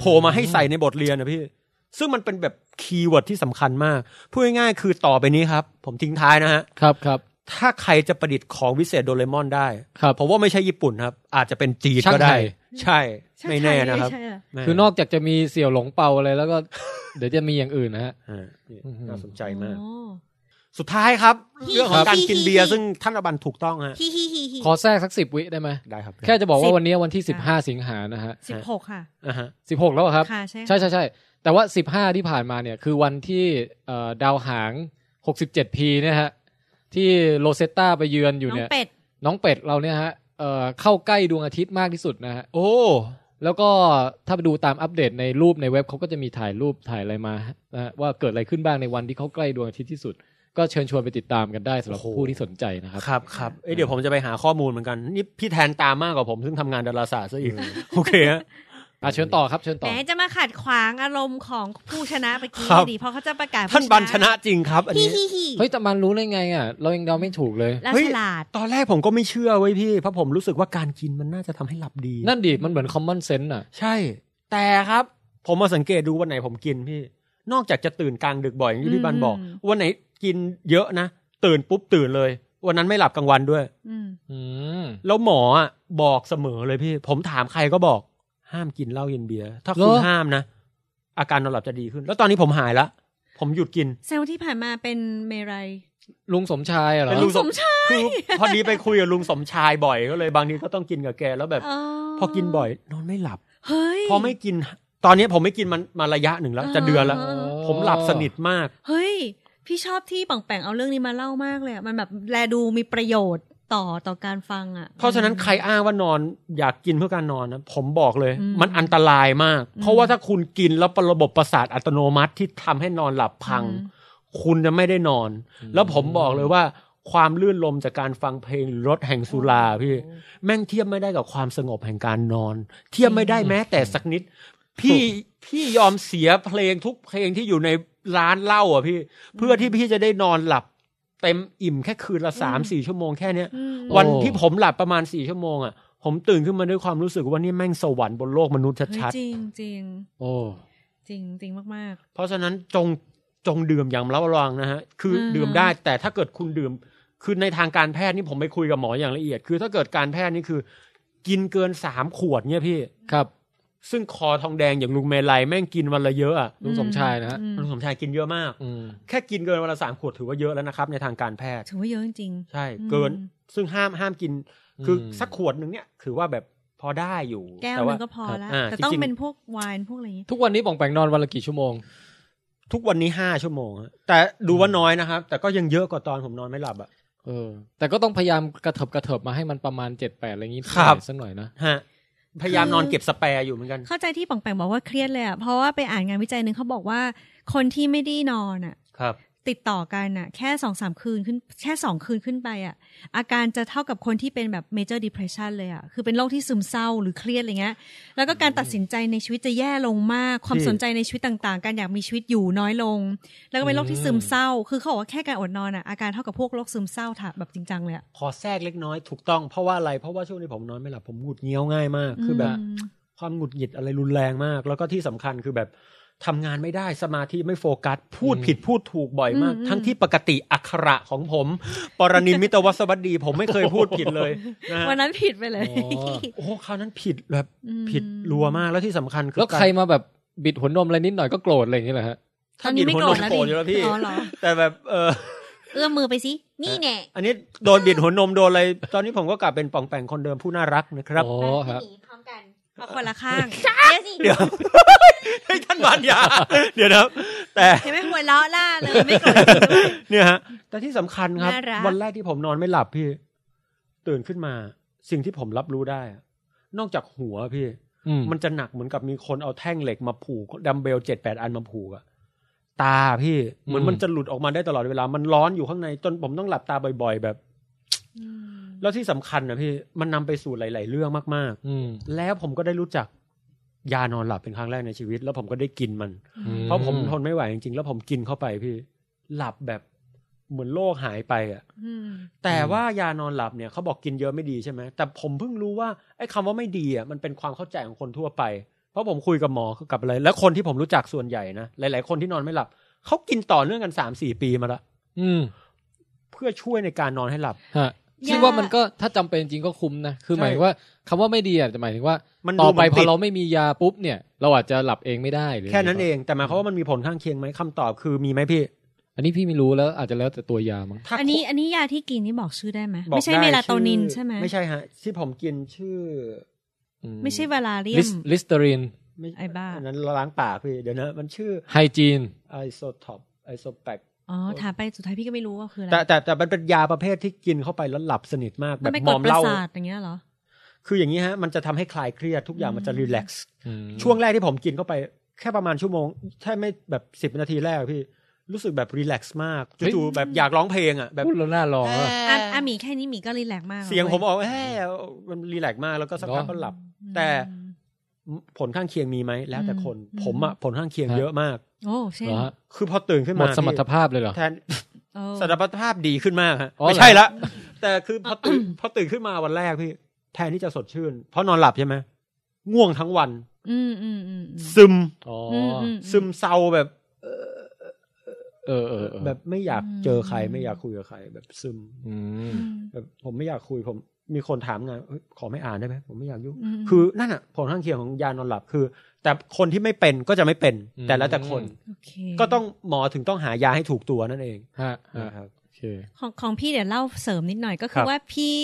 โผล่มาให้ใส่ในบทเรียนนะพี่ ซึ่งมันเป็นแบบคีย์เวิร์ดที่สำคัญมาก พูดง่ายๆคือต่อไปนี้ครับ ผมทิ้งท้ายนะฮะ
ครับครับ
ถ้าใครจะประดิษฐ์ของวิเศษโดเรมอนได้
ครับ
ผมว่าไม่ใช่ญี่ปุ่นครับ อาจจะเป็นจีนก็
ช่าง
ได้
ไทย
ใช่
ใช่
ไม่แน่นะครับ
ใช่เหอ
คือนอกจากจะมีเสี่ยวหลงเปาอะไรแล้วก็ เดี๋ยวจะมีอย่างอื่นนะฮะ
อ่านี่น่าสนใจมาก
โอ้
สุดท้ายครับ
ฮิ
เรื่องของการ
ฮิ
กิน
ฮิ
เบียร์
ฮิ
ซึ่งท่านอบันถูกต้องฮะ
ฮิฮิฮิฮิ
ขอแทรกสักสิบวิได้ไหม
ได้ครับ
แค่จะบอก
สิ
ว่า
บ
วันนี้วันที่สิบห้าสิงหานะฮะ
สิบหกค่ะ
อ่าฮะ
สิบหกแล้วเหรอครับ
ค่ะใช่ค่ะ
ใช่ใช่ใช่แต่ว่าสิบห้าที่ผ่านมาเนี่ยคือวันที่เอ่อดาวหางหกสิบเจ็ดพีเนี่ยฮะที่โรเซตตาไปเยือนอยู่
น้อ
เนี่
ง
ย
เป็ด
น้องเป็ดเราเนี่ยฮะเอ่อเข้าใกล้ดวงอาทิตย์มากที่สุดนะฮะ
โอ้
แล้วก็ถ้าไปดูตามอัปเดตในรูปในเว็บเขาก็จะมีถ่ายรูปถ่ายอะไรมานะฮะว่าเกิดอะไรขึ้นบ้างในวันที่เขาใกล้ดวงอาทิตย์ที่สุด ก็เชิญชวนไปติดตามกันได้สำหรับผู้ที่สนใจนะครับ
ครับครับเอ้ยเดี๋ยวผมจะไปหาข้อมูลเหมือนกัน นี่พี่แทนตามมากกว่าผม ซึ่งทำงานดาราศาสตร์ซะอีก โอเคฮะ
อ่ะเชิญต่อครับเชิญ
แห
ต่อ
มจะมาขัดขวางอารมณ์ของผู้ชนะเมื่อกี้
ครับ
ดีเพราะเขาจะประกาศผู้
ท่านบันชนะจริงครับ อัน
ฮิ
นี้
ฮิฮิ
เฮ้ยแต่มันรู้ได้ไงอ่ะ เรายังเดาไม่ถูกเลย
และ
เฮ้ย
ฉลาด
ตอนแรกผมก็ไม่เชื่อเว้ยพี่ เพราะผมรู้สึกว่าการกินมันน่าจะทำให้หลับดี
นั่นดิมันเหมือน common sense อ่ะ
ใช่ แต่ครับ ผมมาสังเกตดูวันไหนผมกินพี่ นอกจากจะตื่นกลางดึกบ่อยอย่างที่พี่บันบอก
อืม
วันไหนกินเยอะนะ ตื่นปุ๊บตื่นเลย วันนั้นไม่หลับกลางวันด้วย
อืม
อืม
แล้วหมออะบอกเสมอเลยพี่ ผมถามใครก็บอก ห้ามกินเหล้าเย็นเบียร์ถ้าคุณ
เหรอ
ห้ามนะ อาการนอนหลับจะดีขึ้น แล้วตอนนี้ผมหายละผมหยุดกิน
แซวที่ผ่านมาเป็นเมรัย
ลุงสมชายอะเหร
เป็
อ
น ลุงสม
สมชาย
คือ พอดีไปคุยกับลุงสมชายบ่อยก็เลยบางทีก็ต้องกินกับแกแล้วแบบ พอกินบ่อยนอนไม่หลับ
เฮ้ย
พอไม่กิน ตอนนี้ผมไม่กินมันมาระยะหนึ่งแล้ว จะเดือนละ
อ๋อ
ผมหลับสนิทมาก
เฮ้ย พี่ชอบที่ป่องแปงเอาเรื่องนี้มาเล่ามากเลยอะมันแบบแลดูมีประโยชน์ต่อต่อการฟังอ่ะ
เพราะฉะนั้นใครอ้างว่านอนอยากกินเพื่อการนอนนะผมบอกเลย
อืม
มันอันตรายมาก
อืม
เพราะว่าถ้าคุณกินแล้วระบบประสาทอัตโนมัติที่ทำให้นอนหลับพัง คุณจะไม่ได้นอน
อืม
แล้วผมบอกเลยว่าความลื่นลมจากการฟังเพลงหรือรถแห่งสุราพี่ แม่งเทียบไม่ได้กับความสงบแห่งการนอน เทียบไม่ได้แม้แต่สักนิด พี่พี่ยอมเสียเพลงทุกเพลงที่อยู่ในร้านเหล้าอ่ะพี่ เพื่อที่พี่จะได้นอนหลับ เต็มอิ่มแค่คืนละสามสี่ชั่วโมงแค่เนี้ย
อืม
โอ้
วันที่ผมหลับประมาณสี่ชั่วโมงอ่ะผมตื่นขึ้นมาด้วยความรู้สึกว่านี่แม่งสวรรค์บนโลกมนุษย์
เฮ้ย
ชัด
จริงจริง
โอ้
จริงจริงมาก
ๆเพราะฉะนั้นจงจงดื่มอย่างระมัดระวังนะฮะ คืออ
ม
ดื่มได้แต่ถ้าเกิดคุณดื่ม คือในทางการแพทย์นี่ผมไปคุยกับหมออย่างละเอียด คือถ้าเกิดการแพทย์นี่คือ กินเกินสามขวดเนี่ยพี่
ครับ
ซึ่งคอทองแดงอย่างลุงเมลัยแม่งกินวันละเยอะอะ
ลุงสมชายนะฮะ
อืม
ลุงสมชายกินเยอะมาก
อืม
แค่กินเกินวันละสามขวดถือว่าเยอะแล้วนะครับ ในทางการแพทย์
ถือว่าเยอะจริง
ใช่
อืม
เกินซึ่งห้ามห้ามกิน
อืม
คือสักขวดหนึ่งเนี่ย ถือว่าแบบพอได้อยู่
ๆแก้ว
ต่
ห
ว่า
นึงก็พอละ
อ่า
แต่ต้อง
จริงๆ
เป็นพวกไวน์พวกอะไรอย่างเงี้ย
ทุกวันนี้ป่องแปงนอนวันละกี่ชั่วโมง
ทุกวันนี้ห้าชั่วโมงฮะแต่ดูว่าน้อยนะครับ แต่ก็ยังเยอะกว่าตอนผมนอนไม่หลับอะ
เออ แต่ก็ต้องพยายามกระเถิบกระเถิบมาให้มันประมาณเจ็ดแปดอะไรอย่างงี้
ครับ
สักหน่อยนะ
ฮะ พยายามนอนเก็บสแปร์อยู่เหมือนกัน
เข้าใจที่ป่องแปงบอกว่าเครียดเลยอ่ะเพราะว่าไปอ่านงานวิจัยหนึ่งเขาบอกว่า คนที่ไม่ได้นอนอ่ะ
ครับ
ติดต่อกันอ่ะ แค่สองสามคืนขึ้นแค่สองคืนขึ้นไปอ่ะ อาการจะเท่ากับคนที่เป็นแบบ major depression เลยอ่ะ คือเป็นโรคที่ซึมเศร้าหรือเครียดอะไรเงี้ย แล้วก็การตัดสินใจในชีวิตจะแย่ลงมาก ความสนใจในชีวิตต่างๆ การอยากมีชีวิตอยู่น้อยลง แล้วก็เป็นโรคที่ซึมเศร้า คือเขาบอกว่าแค่การอดนอนอ่ะอาการเท่ากับพวกโรคซึมเศร้าถะแบบจริงจังเลยอ่ะ
ขอแทรกเล็กน้อยถูกต้องเพราะว่าอะไรเพราะว่าช่วงนี้ผมนอนไม่หลับผมหงุดเงี้ยวง่ายมาก คือแบบ
ม
ความหงุดหงิดอะไรรุนแรงมาก แล้วก็ที่สำคัญคือแบบทำงานไม่ได้สมาธิไม่โฟกัส พูดผิดพูดถูกบ่อยมาก ทั้งที่ปกติอักขระของผม ปรนินมิตรวสวัสดี ผมไม่เคยพูดผิดเลยนะฮะ
วันนั้นผิดไปเลย
อ๋อ
โอ้โหคราวนั้นผิดแบบ
อืม
ผิดรัวมากแล้วที่สำคัญคือ
แล้วใครมาแบบบิดหัวนมอะไรนิดหน่อยก็โกรธอะไรอย่างเงี้ยเหรอฮะ
ตอนนี้ไม่
บิด
โกร
หัว
ธแล้ว
โกรธอยู่แล้วพี่
อ๋อเหรอ
แต่แบบเออ
เอื้อมมือไปสินี่แน่
อันนี้โดนบิดหัวนมโดนอะไรตอนนี้ผมก็กลับเป็นป่องแปงคนเดิมผู้น่ารักนะครับ
อ๋อฮะ
หนีพร้อมกันเอาคนละข้าง
เดี๋ยว ให้ท่านบาน ยาเดี๋ยวนะครับแต่
เห็นไหมหัวเราะล่าเลยไม่โกรธ
เนี่ยฮะ แต่ที่สำคัญครับ
น่ารัก
วันแรกที่ผมนอนไม่หลับพี่ ตื่นขึ้นมา สิ่งที่ผมรับรู้ได้อะนอกจากหัวพี่
อืม
มันจะหนักเหมือนกับมีคนเอาแท่งเหล็กมาผูกดัมเบลเจ็ดแปดอันมาผูกอะตาพี่ เหมือน
อืม
มันจะหลุดออกมาได้ตลอดเวลา มันร้อนอยู่ข้างในจนผมต้องหลับตาบ่อย ๆ แบบ
อืม
แล้วที่สำคัญนะพี่ มันนำไปสู่หลาย ๆ เรื่องมาก
อืม
ๆ แล้วผมก็ได้รู้จักยานอนหลับเป็นครั้งแรกในชีวิต แล้วผมก็ได้กินมัน
อื
เพราะผมทนไม่ไหวจริงๆ แล้วผมกินเข้าไปพี่ หลับแบบเหมือนโลกหายไปอ่ะ
อืม
แต่ว่ายานอนหลับเนี่ยเขาบอกกินเยอะไม่ดีใช่ไหมแต่ผมเพิ่งรู้ว่าไอ้คำว่าไม่ดีอ่ะมันเป็นความเข้าใจของคนทั่วไป เพราะผมคุยกับหมอกับอะไร แล้วคนที่ผมรู้จักส่วนใหญ่นะหลาย ๆ คนที่นอนไม่หลับเขากินต่อเนื่องกันสามสี่ปีมาละ
อืม
เพื่อช่วยในการนอนให้หลับ
ฮะคิดว่ามันก็ถ้าจำเป็นจริงก็คุ้มนะ คือห
ใช่
มายถึงว่าคำว่าไม่ดีอ่ะจะหมายถึงว่า
มัน
ต่
ดู
อ
เห
ไป
มืน
พอ
ติด
เราไม่มียาปุ๊บเนี่ย เราอาจจะหลับเองไม่ได้หรืะไร
แค่นั้นเอง แต่หมายความว่ามันมีผลข้างเคียงไหมคำตอบคือมีไหมพี่
อันนี้พี่ไม่รู้แล้วอาจจะแล้วแต่ตัวยามั้ง
ถ้า
อันนี้อันนี้ยาที่กินนี่บอกชื่อได้ไหม
บอก
ไม่ใช่
ด้
เมลาโทนิน
อ
ใช่ไหม
ไม่ใช่ฮะ ที่ผมกินชื่อ
ไม่ใช่วาลาเรียม
ลิสเตอริน
ม่
ไอ้บ้า
นนั้นล้างปากพี่เดี๋ยวนะ มันชื่อ
ไฮจีน
ไอโซท็อปไอโซแปก
อ๋อถามไปสุดท้ายพี่ก็ไม่รู้ว่าคืออะไร
แต่แต่แต่มันเป็นยาประเภทที่กินเข้าไปแล้วหลับสนิทมาก แบ
มัน
บ
ไป
ม
ก
อ
ด
ม
ประ
เหล้า
สาทอย่างเงี้ยเหรอ
คืออย่างนี้ฮะ มันจะทำให้คลายเครียดทุกอย่าง
อืม
มันจะรีแลกซ์ช่วงแรกที่ผมกินเข้าไปแค่ประมาณชั่วโมงแค่ไม่แบบสิบ10 นาทีแรกอะพี่ รู้สึกแบบรีแลกซ์มาก
เฮ้ย
จู่ๆแบบอยากร้องเพลงอ่ะแบบ
พูดแล้วน่าลองอะ
อ่ะอ่ะหมีแค่นี้หมีก็รีแลกซ์มากแล้ว
เสียงผม
ว้
ออกแฮ่มันรีแลกซ์มากแล้วก็สักพักก็หลับ แต่
อืม
ผลข้างเคียงมีไหมแล้วแต่คน
อืม
ผมอ่ะผลข้างเคียง
ฮะ
เยอะมาก
โอ้เช่น
เหรอฮะ
คือพอตื่นขึ้น
หม
มา
ดสมรรถภาพเลยเหรอ
แทน
โอ้
สารพัดภาพดีขึ้นมากฮะ
อ๋อเหรอ
ไม่ใช่ ละ แต่คือ พอตื่น พอตื่นขึ้นมาวันแรกพี่ แทนที่จะสดชื่น เพราะนอนหลับใช่ไหมง่วงทั้งวัน
อืมอืมอืมอืม
ซึม
อ๋อ
มอืม
ซึมเศร้าแบบ
เออเออเออ
แบบไม่อยาก
อืม
เจอใคร ไม่อยากคุยกับใคร แบบซึม
อืม
อืม
แบบผมไม่อยากคุยผม มีคนถามงานเอ้ยขอไม่อ่านได้ไหมผมไม่อยากยุ่ง
ม
คือนั่นอ่ะผลข้างเคียงของยานอนหลับคือ แต่คนที่ไม่เป็นก็จะไม่เป็น
อืม
แต่แล้วแต่คน
โอเค
ก็ต้องหมอถึงต้องหายาให้ถูกตัวนั่นเอง
ฮะฮะ
นะครับ
โอเค
ของของพี่เดี๋ยวเล่าเสริมนิดหน่อยก็
ค
คื
รั
อบ ว่าพี่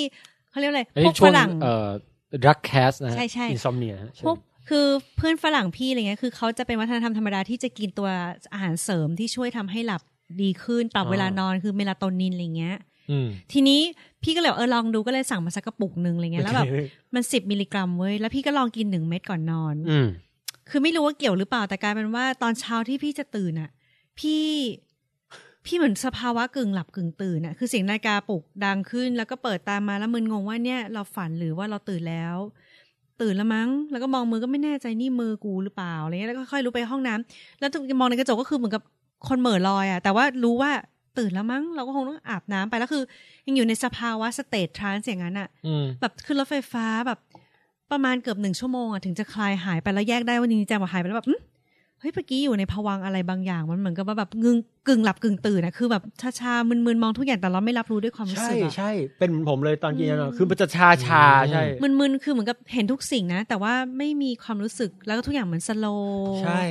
เขาเรียกอะไร
อัน
พ
นี้
วก
ช่
ฝ
วง
รั่ง
เอ่อรักแคสนะฮะ
ใช่ใช่
อินซอมเนียฮะเชิญ
พวกคือเพื่อนฝรั่งพี่อะไรเงี้ยคือเขาจะเป็นวัฒนธรรมธรรมดาที่จะกินตัวอาหารเสริมที่ช่วยทำให้หลับดีขึ้นปรับเวลานอนคือเมลาโทนินอะไรเงี้ย
อืม
ทีนี้พี่ก็เลยบอกเออลองดูก็เลยสั่งมาสักกระปุกหนึ่งอะไรเงี้ยแล้วแบบมันสิบมิลลิกรัมเว้ยแล้วพี่ก็ลองกินหนึ่งเม็ดก่อนนอน
อืม
คือไม่รู้ว่าเกี่ยวหรือเปล่าแต่กลายเป็นว่าตอนเช้าที่พี่จะตื่นอ่ะ พี่พี่เหมือนสภาวะกึ่งหลับกึ่งตื่นอ่ะคือเสียงนาฬิกาปลุกดังขึ้น แล้วก็เปิดตามมาแล้วมึนงงว่าเนี่ยเราฝันหรือว่าเราตื่นแล้ว ตื่นแล้วมั้ง แล้วก็มองมือก็ไม่แน่ใจนี่มือกูหรือเปล่าอะไรเงี้ยแล้วก็ค่อยรู้ไปห้องน้ำแล้วมองในกระจกก็คือเหมือนกับคนเหม่อลอยอ่ะแต่ว่ารู้ว่าตื่นแล้วมั้ง เราก็คงต้องอาบน้ำไปแล้วคือ ยังอยู่ในสภาวะสเตททรานส์อย่างนั้นอ่ะ
อืม
แบบขึ้นรถไฟฟ้าแบบ ประมาณเกือบหนึ่งชั่วโมงอะถึงจะคลายหายไปแล้วแยกได้ว่าจริงๆจังหวะหายไปแล้วแบบหึ ฮ้ยเมื่อกี้อยู่ในภวังค์อะไรบางอย่าง มันเหมือนกับว่าแบบงึงกึ่งหลับกึ่งตื่นนะคือแบบชาๆมึนๆมองทุกอย่างแต่เราไม่รับรู้ด้วยความรู้
ใช่
สึกอะ
ใช่เป็นเหมือนผมเลยตอนกินยานอน
อืม
คือมันจะชาชา
อืม
ใช่
มึนๆคือเหมือนกับเห็นทุกสิ่งนะ แต่ว่าไม่มีความรู้สึกแล้วก็ทุกอย่างเหมือนสโล
ใช่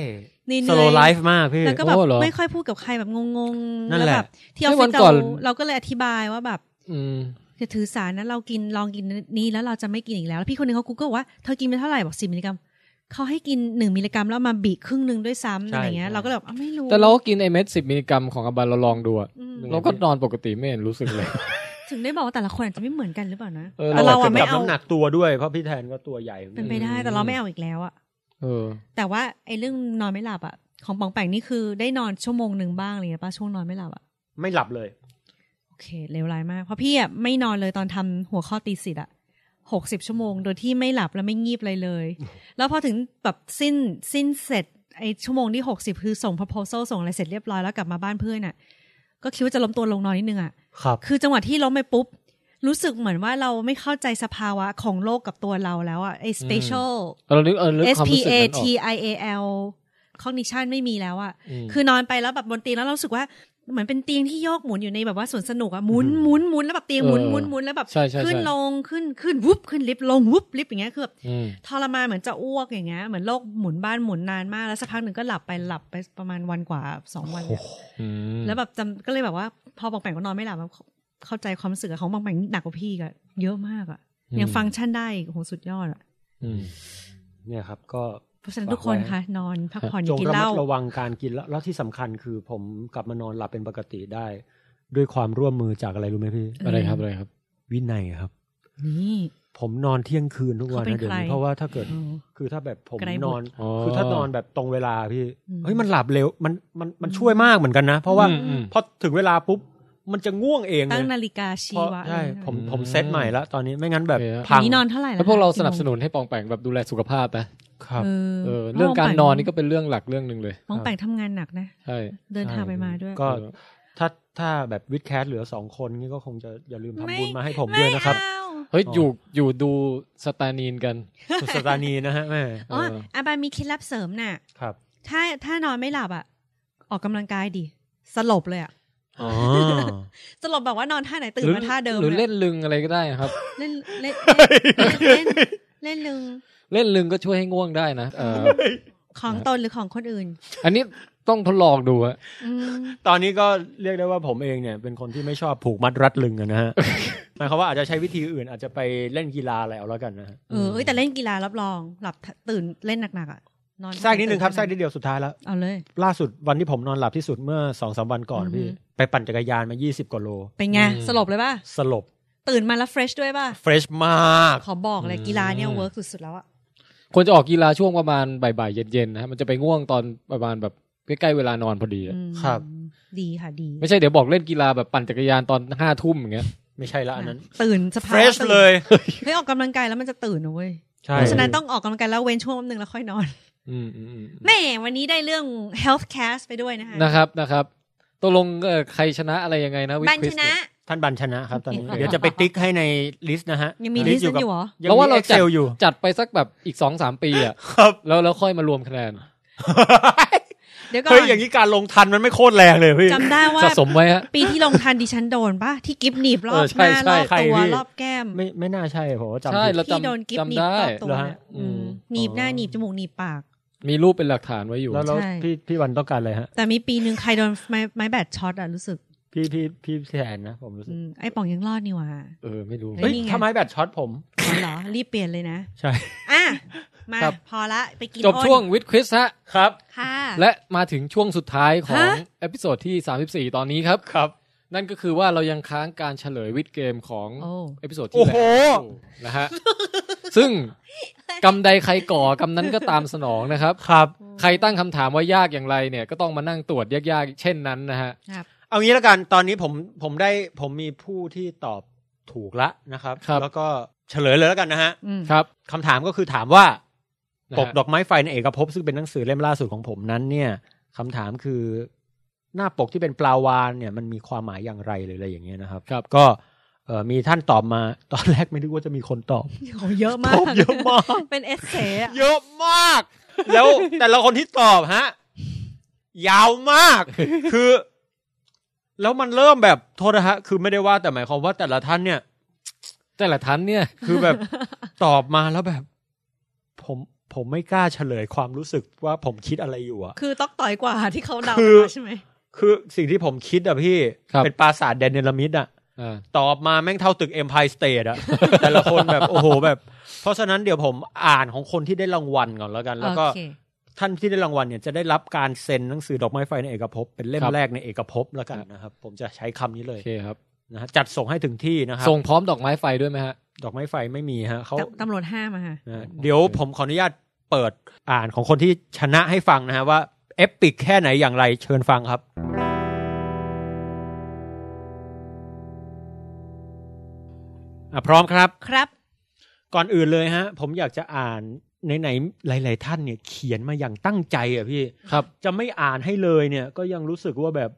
เหนื่อยๆ
สโลไลฟ์มากพี่
แล้วก็แบบ
โอ้เหรอ
ไม่ค่อยพูดกับใครแบบงงๆ
นั่นแหละ
บบที่ออฟ
ไม่วั
ฟิ
น
ศ
ก่อ
เรา
น
เราก็เลยอธิบายว่าแบบ
อืม
จะถือสารนะเรากินลองกินนี้แล้วเราจะไม่กินอีกแล้วแล้วพี่คนหนึงเขากูก็ว่าเธอกินไปเท่าไหร่บอกสิบมิลลิกรัมเขาให้กินหนึ่งมิลลิกรัมแล้วเอามาบีครึ่งหนึ่งด้วยซ้ำ
ใช่
อะไรเงี้ย
ใช่
เราก็เลยแบบอ้าวไม่รู้
แต่เราก็กินไอเม็ดสิบมิลลิกรัมของอาบาลเราลองดูอะ
อืม
เราก็นอนปกติไม่เห็นรู้สึกเลย
ถึงได้บอกว่าแต่ละคนอาจจะไม่เหมือนกันหรือเปล่านะ
เออ
แต่เราอะไม่
จับ
เอา
น้ำหนักตัวด้วยเพราะพี่แทนก็ตัวใหญ่
เป็นไปได้แต่เราไม่เอาอีกแล้วอะ
เออ
แต่ว่าไอ้เรื่องนอนไม่หลับอะของปองแปงนี่คือได้นอนชั่วโมงหนึ่งบ้างอะไรเงี้ยป้าช่วงนอนไม่หลับอะ
ไม่หลับเลย
โอเคเลวร้ายมากเพราะพี่อะไม่นอนเลยตอนทำหัวข้อตีสิทธ์อะหกสิบชั่วโมงโดยที่ไม่หลับและไม่งีบเลยเลย แล้วพอถึงแบบสิ้นสิ้นเสร็จไอ้ชั่วโมงที่หกสิบคือส่ง proposal ส่งอะไรเสร็จเรียบร้อยแล้วกลับมาบ้านเพื่อนอะก็คิดว่าจะล้มตัวลงนอนนิดนึงอะ
ครับ
คือจังหวะที่ล้มไปปุ๊บรู้สึกเหมือนว่าเราไม่เข้าใจสภาวะของโลกกับตัวเราแล้วอะไอ้ spatial
เรานึกเออนึก
S
ความ
P
รู้สึก
A
นั้นอ
T
อก
I A L cognition ไม่มีแล้วอะ
ม
คือนอนไปแล้วแบบบนเตียงแล้วเรารู้สึกว่าเหมือนเป็นเตียงที่โยกหมุนอยู่ในแบบว่าสวนสนุกอะหมุน
อืม
หมุนหมุนแล้วแบบเตียงหมุน
เออ
หมุนหมุนแล้วแบบ
ใช่ใช่ใช่
ขึ้นลงขึ้นขึ้นวุบขึ้นลิฟต์ลงวุบลิฟต์อย่างเงี้ยคือแบบ
อืม
ทรมานเหมือนจะอ้วกอย่างเงี้ยเหมือนโลกหมุนบ้านหมุนนานมากแล้วสักพักหนึ่งก็หลับไปหลับไปประมาณวันกว่าสองวันเลยอะ
อืม
แล้วแบบจำก็เลยแบบว่าพอบางแปงก็นอนไม่หลับแบบเข้าใจความรู้สึกอะของบางแปงหนักกว่าพี่ก็เยอะมากอะยังฟังก์ชันได้อีกโอ้โหสุดยอดอะ
อืม
เนี่ยครับก็
เพราะฉะนั้นทุกคนคะนอนพักผ่อนอ
จ
ย่างกิน
ระ
เห
มัด
ล้า
ระวังการกินแล้วแล้วที่สำคัญคือผมกลับมานอนหลับเป็นปกติได้ ด้วยความร่วมมือจากอะไรรู้ไหมพี่
อะไรครับอะไรครับ
วินัยครับ
นี่
ผมนอนเที่ยงคืนทุกวัน
เขาเป็น
นะเดี๋ยว
ใค
นี้
ร
เพราะว่าถ้าเกิด
โอ้
คือถ้าแบบผม
ไกลบุตร
นอน
อ๋อ
คือถ้านอนแบบตรงเวลาพี่
อืม
เฮ้ยมันหลับเร็วมันมันมันช่วยมากเหมือนกันนะ เพราะว่า
อืมอืม
พอถึงเวลาปุ๊บมันจะง่วงเองเล
ตั้ง
ย
นาฬิกาชี
เพราะ
วะ
ใช่
อะไรนะ
ผม
อืม
ผมเซตใหม่แล้วตอนนี้ไม่งั้นแบบ
โอเค
พัง
นี่นอนเท่าไหร่
แล้วพวกเราสนับส
น
นุนให้ปองแปงแบบดูแลสุขภาพนะครับ
เออ
เออเรื่องการนอนนี่ก็เป็นเรื่องหลักเรื่องหนึ่งเลย
มองแปงทำงานหนักนะ
ใช่
เดินทางไปมาด้วย
ก็ถ้าถ้าแบบวิดแคสเหลือสองคนนี่ก็คงจะอย่าลืมทำ
ไม่
บุญมาให้ผมด้วยนะครับ
ไม่เอา
เฮ้ยอยู่อยู่ดูสตานีนกัน
สุดสถานีนะฮะแม่
อ๋ออาบานมีเคล็ดลับเสริมน่ะ
ครับ
ถ้าถ้านอนไม่หลับอ่ะ ออกกำลังกายดิสลบเลยอ่ะ
อ๋อ
สลบแบบว่านอนท่าไหนตื่น
หรือ
มาท่าเดิม
หรือ
เล
เล่
ย
นลึงอะไรก็ได้ครับ
เล่นเล่นเล่นเล่นเล่นลึง
เล่นลึงก็ช่วยให้ง่วงได้นะเออ
ของตนหรือของคนอื่น
อันนี้ต้องทดลองดูอะ
อืม
ตอนนี้ก็เรียกได้ว่าผมเองเนี่ยเป็นคนที่ไม่ชอบผูกมัดรัดลึงอะนะฮะ หมายความว่าอาจจะใช้วิธีอื่นอาจจะไปเล่นกีฬาอะไรเอาแล้วกันนะฮะ
เออเอ้ยแต่เล่นกีฬารับรอง หลับตื่นเล่นหนักๆอ่ะนอน
แทรกนิดนึงครับแทรกนิดเดียวสุดท้ายแล้ว
เอาเลย
ล่าสุดวันที่ผมนอนหลับที่สุดเมื่อสองสามวันก่อน
อือฮึ
พี่ ไปปั่นจักรยานมา 20กว่าโล
เป็นไงสลบเลยป่ะ
สลบ
ตื่นมาแล้วเฟรชด้วยป่ะ
เฟรชมาก
ขอบอกเลยกีฬาเนี่ยเวิร์กสุดๆแล้วอะ
ควรจะออกกีฬาช่วงประมาณบ่ายๆเย็นๆนะฮะมันจะไปง่วงตอนประมาณแบบใกล้ๆเวลานอนพอดีอะ
อืมดีค่ะดี
ไม่ใช่เดี๋ยวบอกเล่นกีฬาแบบปั่นจักรยานตอนห้าทุ่มอย่างเงี้ย
ไม่ใช่ละอันนั้น
ตื่นส
เฟ
ภาวะ
รช
ตื่น
เลย
เฮ้ยออกกำลังกายแล้วมันจะตื่นนะเว้ย
ใช่
เพราะฉะนั้นต้องออกกำลังกายแล้วเว้นช่วงแป๊บนึงแล้วค่อยนอน
อืมอืมอืม
แม่วันนี้ได้เรื่อง health cast ไปด้วยนะคะ
นะครับนะครับตกลงเอ่อใครชนะอะไรยังไงนะวิ
บัน
คริ
ช
ส
นะ
ท่านบันชนะครับตอนนี้
โอเค
เดี๋ยวจะไปติ๊กให้ในลิสต์นะฮะ
ยังมีลิสต์
กั
นั้น
บ
อยู่เหรอ
ยัง
แล้วว่า
มี
เรา
เอ็ก
จัด
เซลอยู่
จัดไปสักแบบอีกสองสามปีอะ
ครับ
แล้วแล้วค่อยมารวมคะแนน
เดี๋ยวก่อ
เฮ้ย
น
อย่างนี้การลงทันมันไม่โคตรแรงเลยพี่
จำได้ว่า
สะสมไว้ฮะ
ปีที่ลงทันดิฉันโดนป่ะ ที่กิฟหนีบรอ
เอบ อใช่
หน้า
ใช่
รอบ
ใคร
ตัว
พี่
รอบแก้ม
ไม่ไม่น่าใช่ผมว่าจำ
ใช่
ผิด
เรา
ที่โดน
จำ
กิฟหนี
จำ
บ
ได้
รอบตัว
เหรอฮะ
น่ะอืมหนีบหน้าหนีบจมูกหนีบปาก
มีรูปเป็นหลักฐานไว้อยู่
แล้วแล้ว
ใช่
พี่พี่วันต้องการอะไรฮะ
แต่มีปีหนึ่งใครโดนไม้ไม้แบตช็อตอะรู้สึก
พี่พี่พี่แทนนะผมรู้สึ
อื
ก
มไอ้ป่องยังรอดนี่หว่า
เออไม่รู้
เฮ้
เฮ้
ย
ย
นี่ไง
ทำไมแบตช็อตผม
อ๋อเหรอ รีบเปลี่ยนเลยนะ
ใช่
อ่ะ มา
ครับ
พอละ ไปกิน
จบ
อ้น
ช่วงวิดควิสฮะ
ครับ
ค่ะ
และมาถึงช่วงสุดท้ายของ
ฮะ
เอพิโซดที่ 34 ตอนนี้ครับ
ครับ
นั่นก็คือว่าเรายังค้างการเฉลยวิดเกมของ
โอ้
เอพิโซด
โอ้
ที่
โห
แล้วอยู่นะฮะ ซึ่งกำใดใครก่อกำนั้นก็ตามสนองนะครับ
ครับ
ใครตั้งคำถามว่ายากอย่างไรเนี่ยก็ต้องมานั่งตรวจยากๆ เช่นนั้นนะฮะ
ครับ
เอางี้ละกันตอนนี้ผมผมได้ผมมีผู้ที่ตอบถูกละนะครับ
ครับ
แล้วก็เฉลยเลยแล้วกันนะฮะ
อืม
ครับ
คำถามก็คือถามว่า
นะ
ป
ฮะ
กดอกไม้ไฟในเอกภพซึ่งเป็นหนังสือเล่มล่าสุดของผมนั้นเนี่ยคำถามคือหน้าปกที่เป็นปลาวานเนี่ยมันมีความหมายอย่างไรหรืออะไรอย่างเงี้ยนะครับ
ครับ
ก็เอ่อมีท่านตอบมา ตอนแรกไม่นึกว่าจะมีคนตอบ
โอ้เยอะมาก
ตอบเยอะมาก
เป็นเอสเซอะ
เยอะมาก แล้วแต่ละคนที่ตอบฮะ ยาวมาก คือ แล้วมันเริ่มแบบโทษนะฮะ คือไม่ได้ว่าแต่หมายความว่าแต่ละท่านเนี่ย
แต่ละทันเนี่ย
คือแบบ ตอบมาแล้วแบบ ผมผมไม่กล้าเฉลยความรู้สึกว่าผมคิดอะไรอยู่อะ
คือต๊อกต่อยกว่าที่เขาเดา
คือ
กันมาใช่ไหม
คือสิ่งที่ผมคิดอะพี่
ครับ
เป็นปราสาทแดนเนลามิดอะ
อ่า
ตอบมาแม่งเท่าตึกเอ็มพายสเต e อะ แต่ละคนแบบ โอ้โหแบบ เพราะฉะนั้นเดี๋ยวผมอ่านของคนที่ได้รางวัลก่อนแล้วกัน แล้วก็
โอเค
ท่านที่ได้รางวัลเนี่ยจะได้รับการเซ็นหนังสือดอกไม้ไฟในเอกภพเป็นเล่มแรกในเอกภพแล้วกันนะครับ ผมจะใช้คำนี้เล
โอย เคครับ
นะฮะจัดส่งให้ถึงที่นะครับ
ส่งพร้อมดอกไม้ไฟด้วยไหมฮะ
ดอกไม้ไฟไม่มีฮะเขา
ตำตำรวจห้ามอะค่ะ
นะฮะเดี๋ยวผมขออนุญาตเปิดอ่านของคนที่ชนะให้ฟังนะฮะว่าเอปิกแค่ไหนอย่างไรเชิญฟังครับ อ่ะพร้อมครับ
ครับ
ก่อนอื่นเลยฮะ ผมอยากจะอ่านไหนๆหลาย ๆ ท่านเนี่ยเขียนมาอย่างตั้งใจอ่ะพี่
ครับ
จะไม่อ่านให้เลยเนี่ย ก็ยังรู้สึกว่าแบบ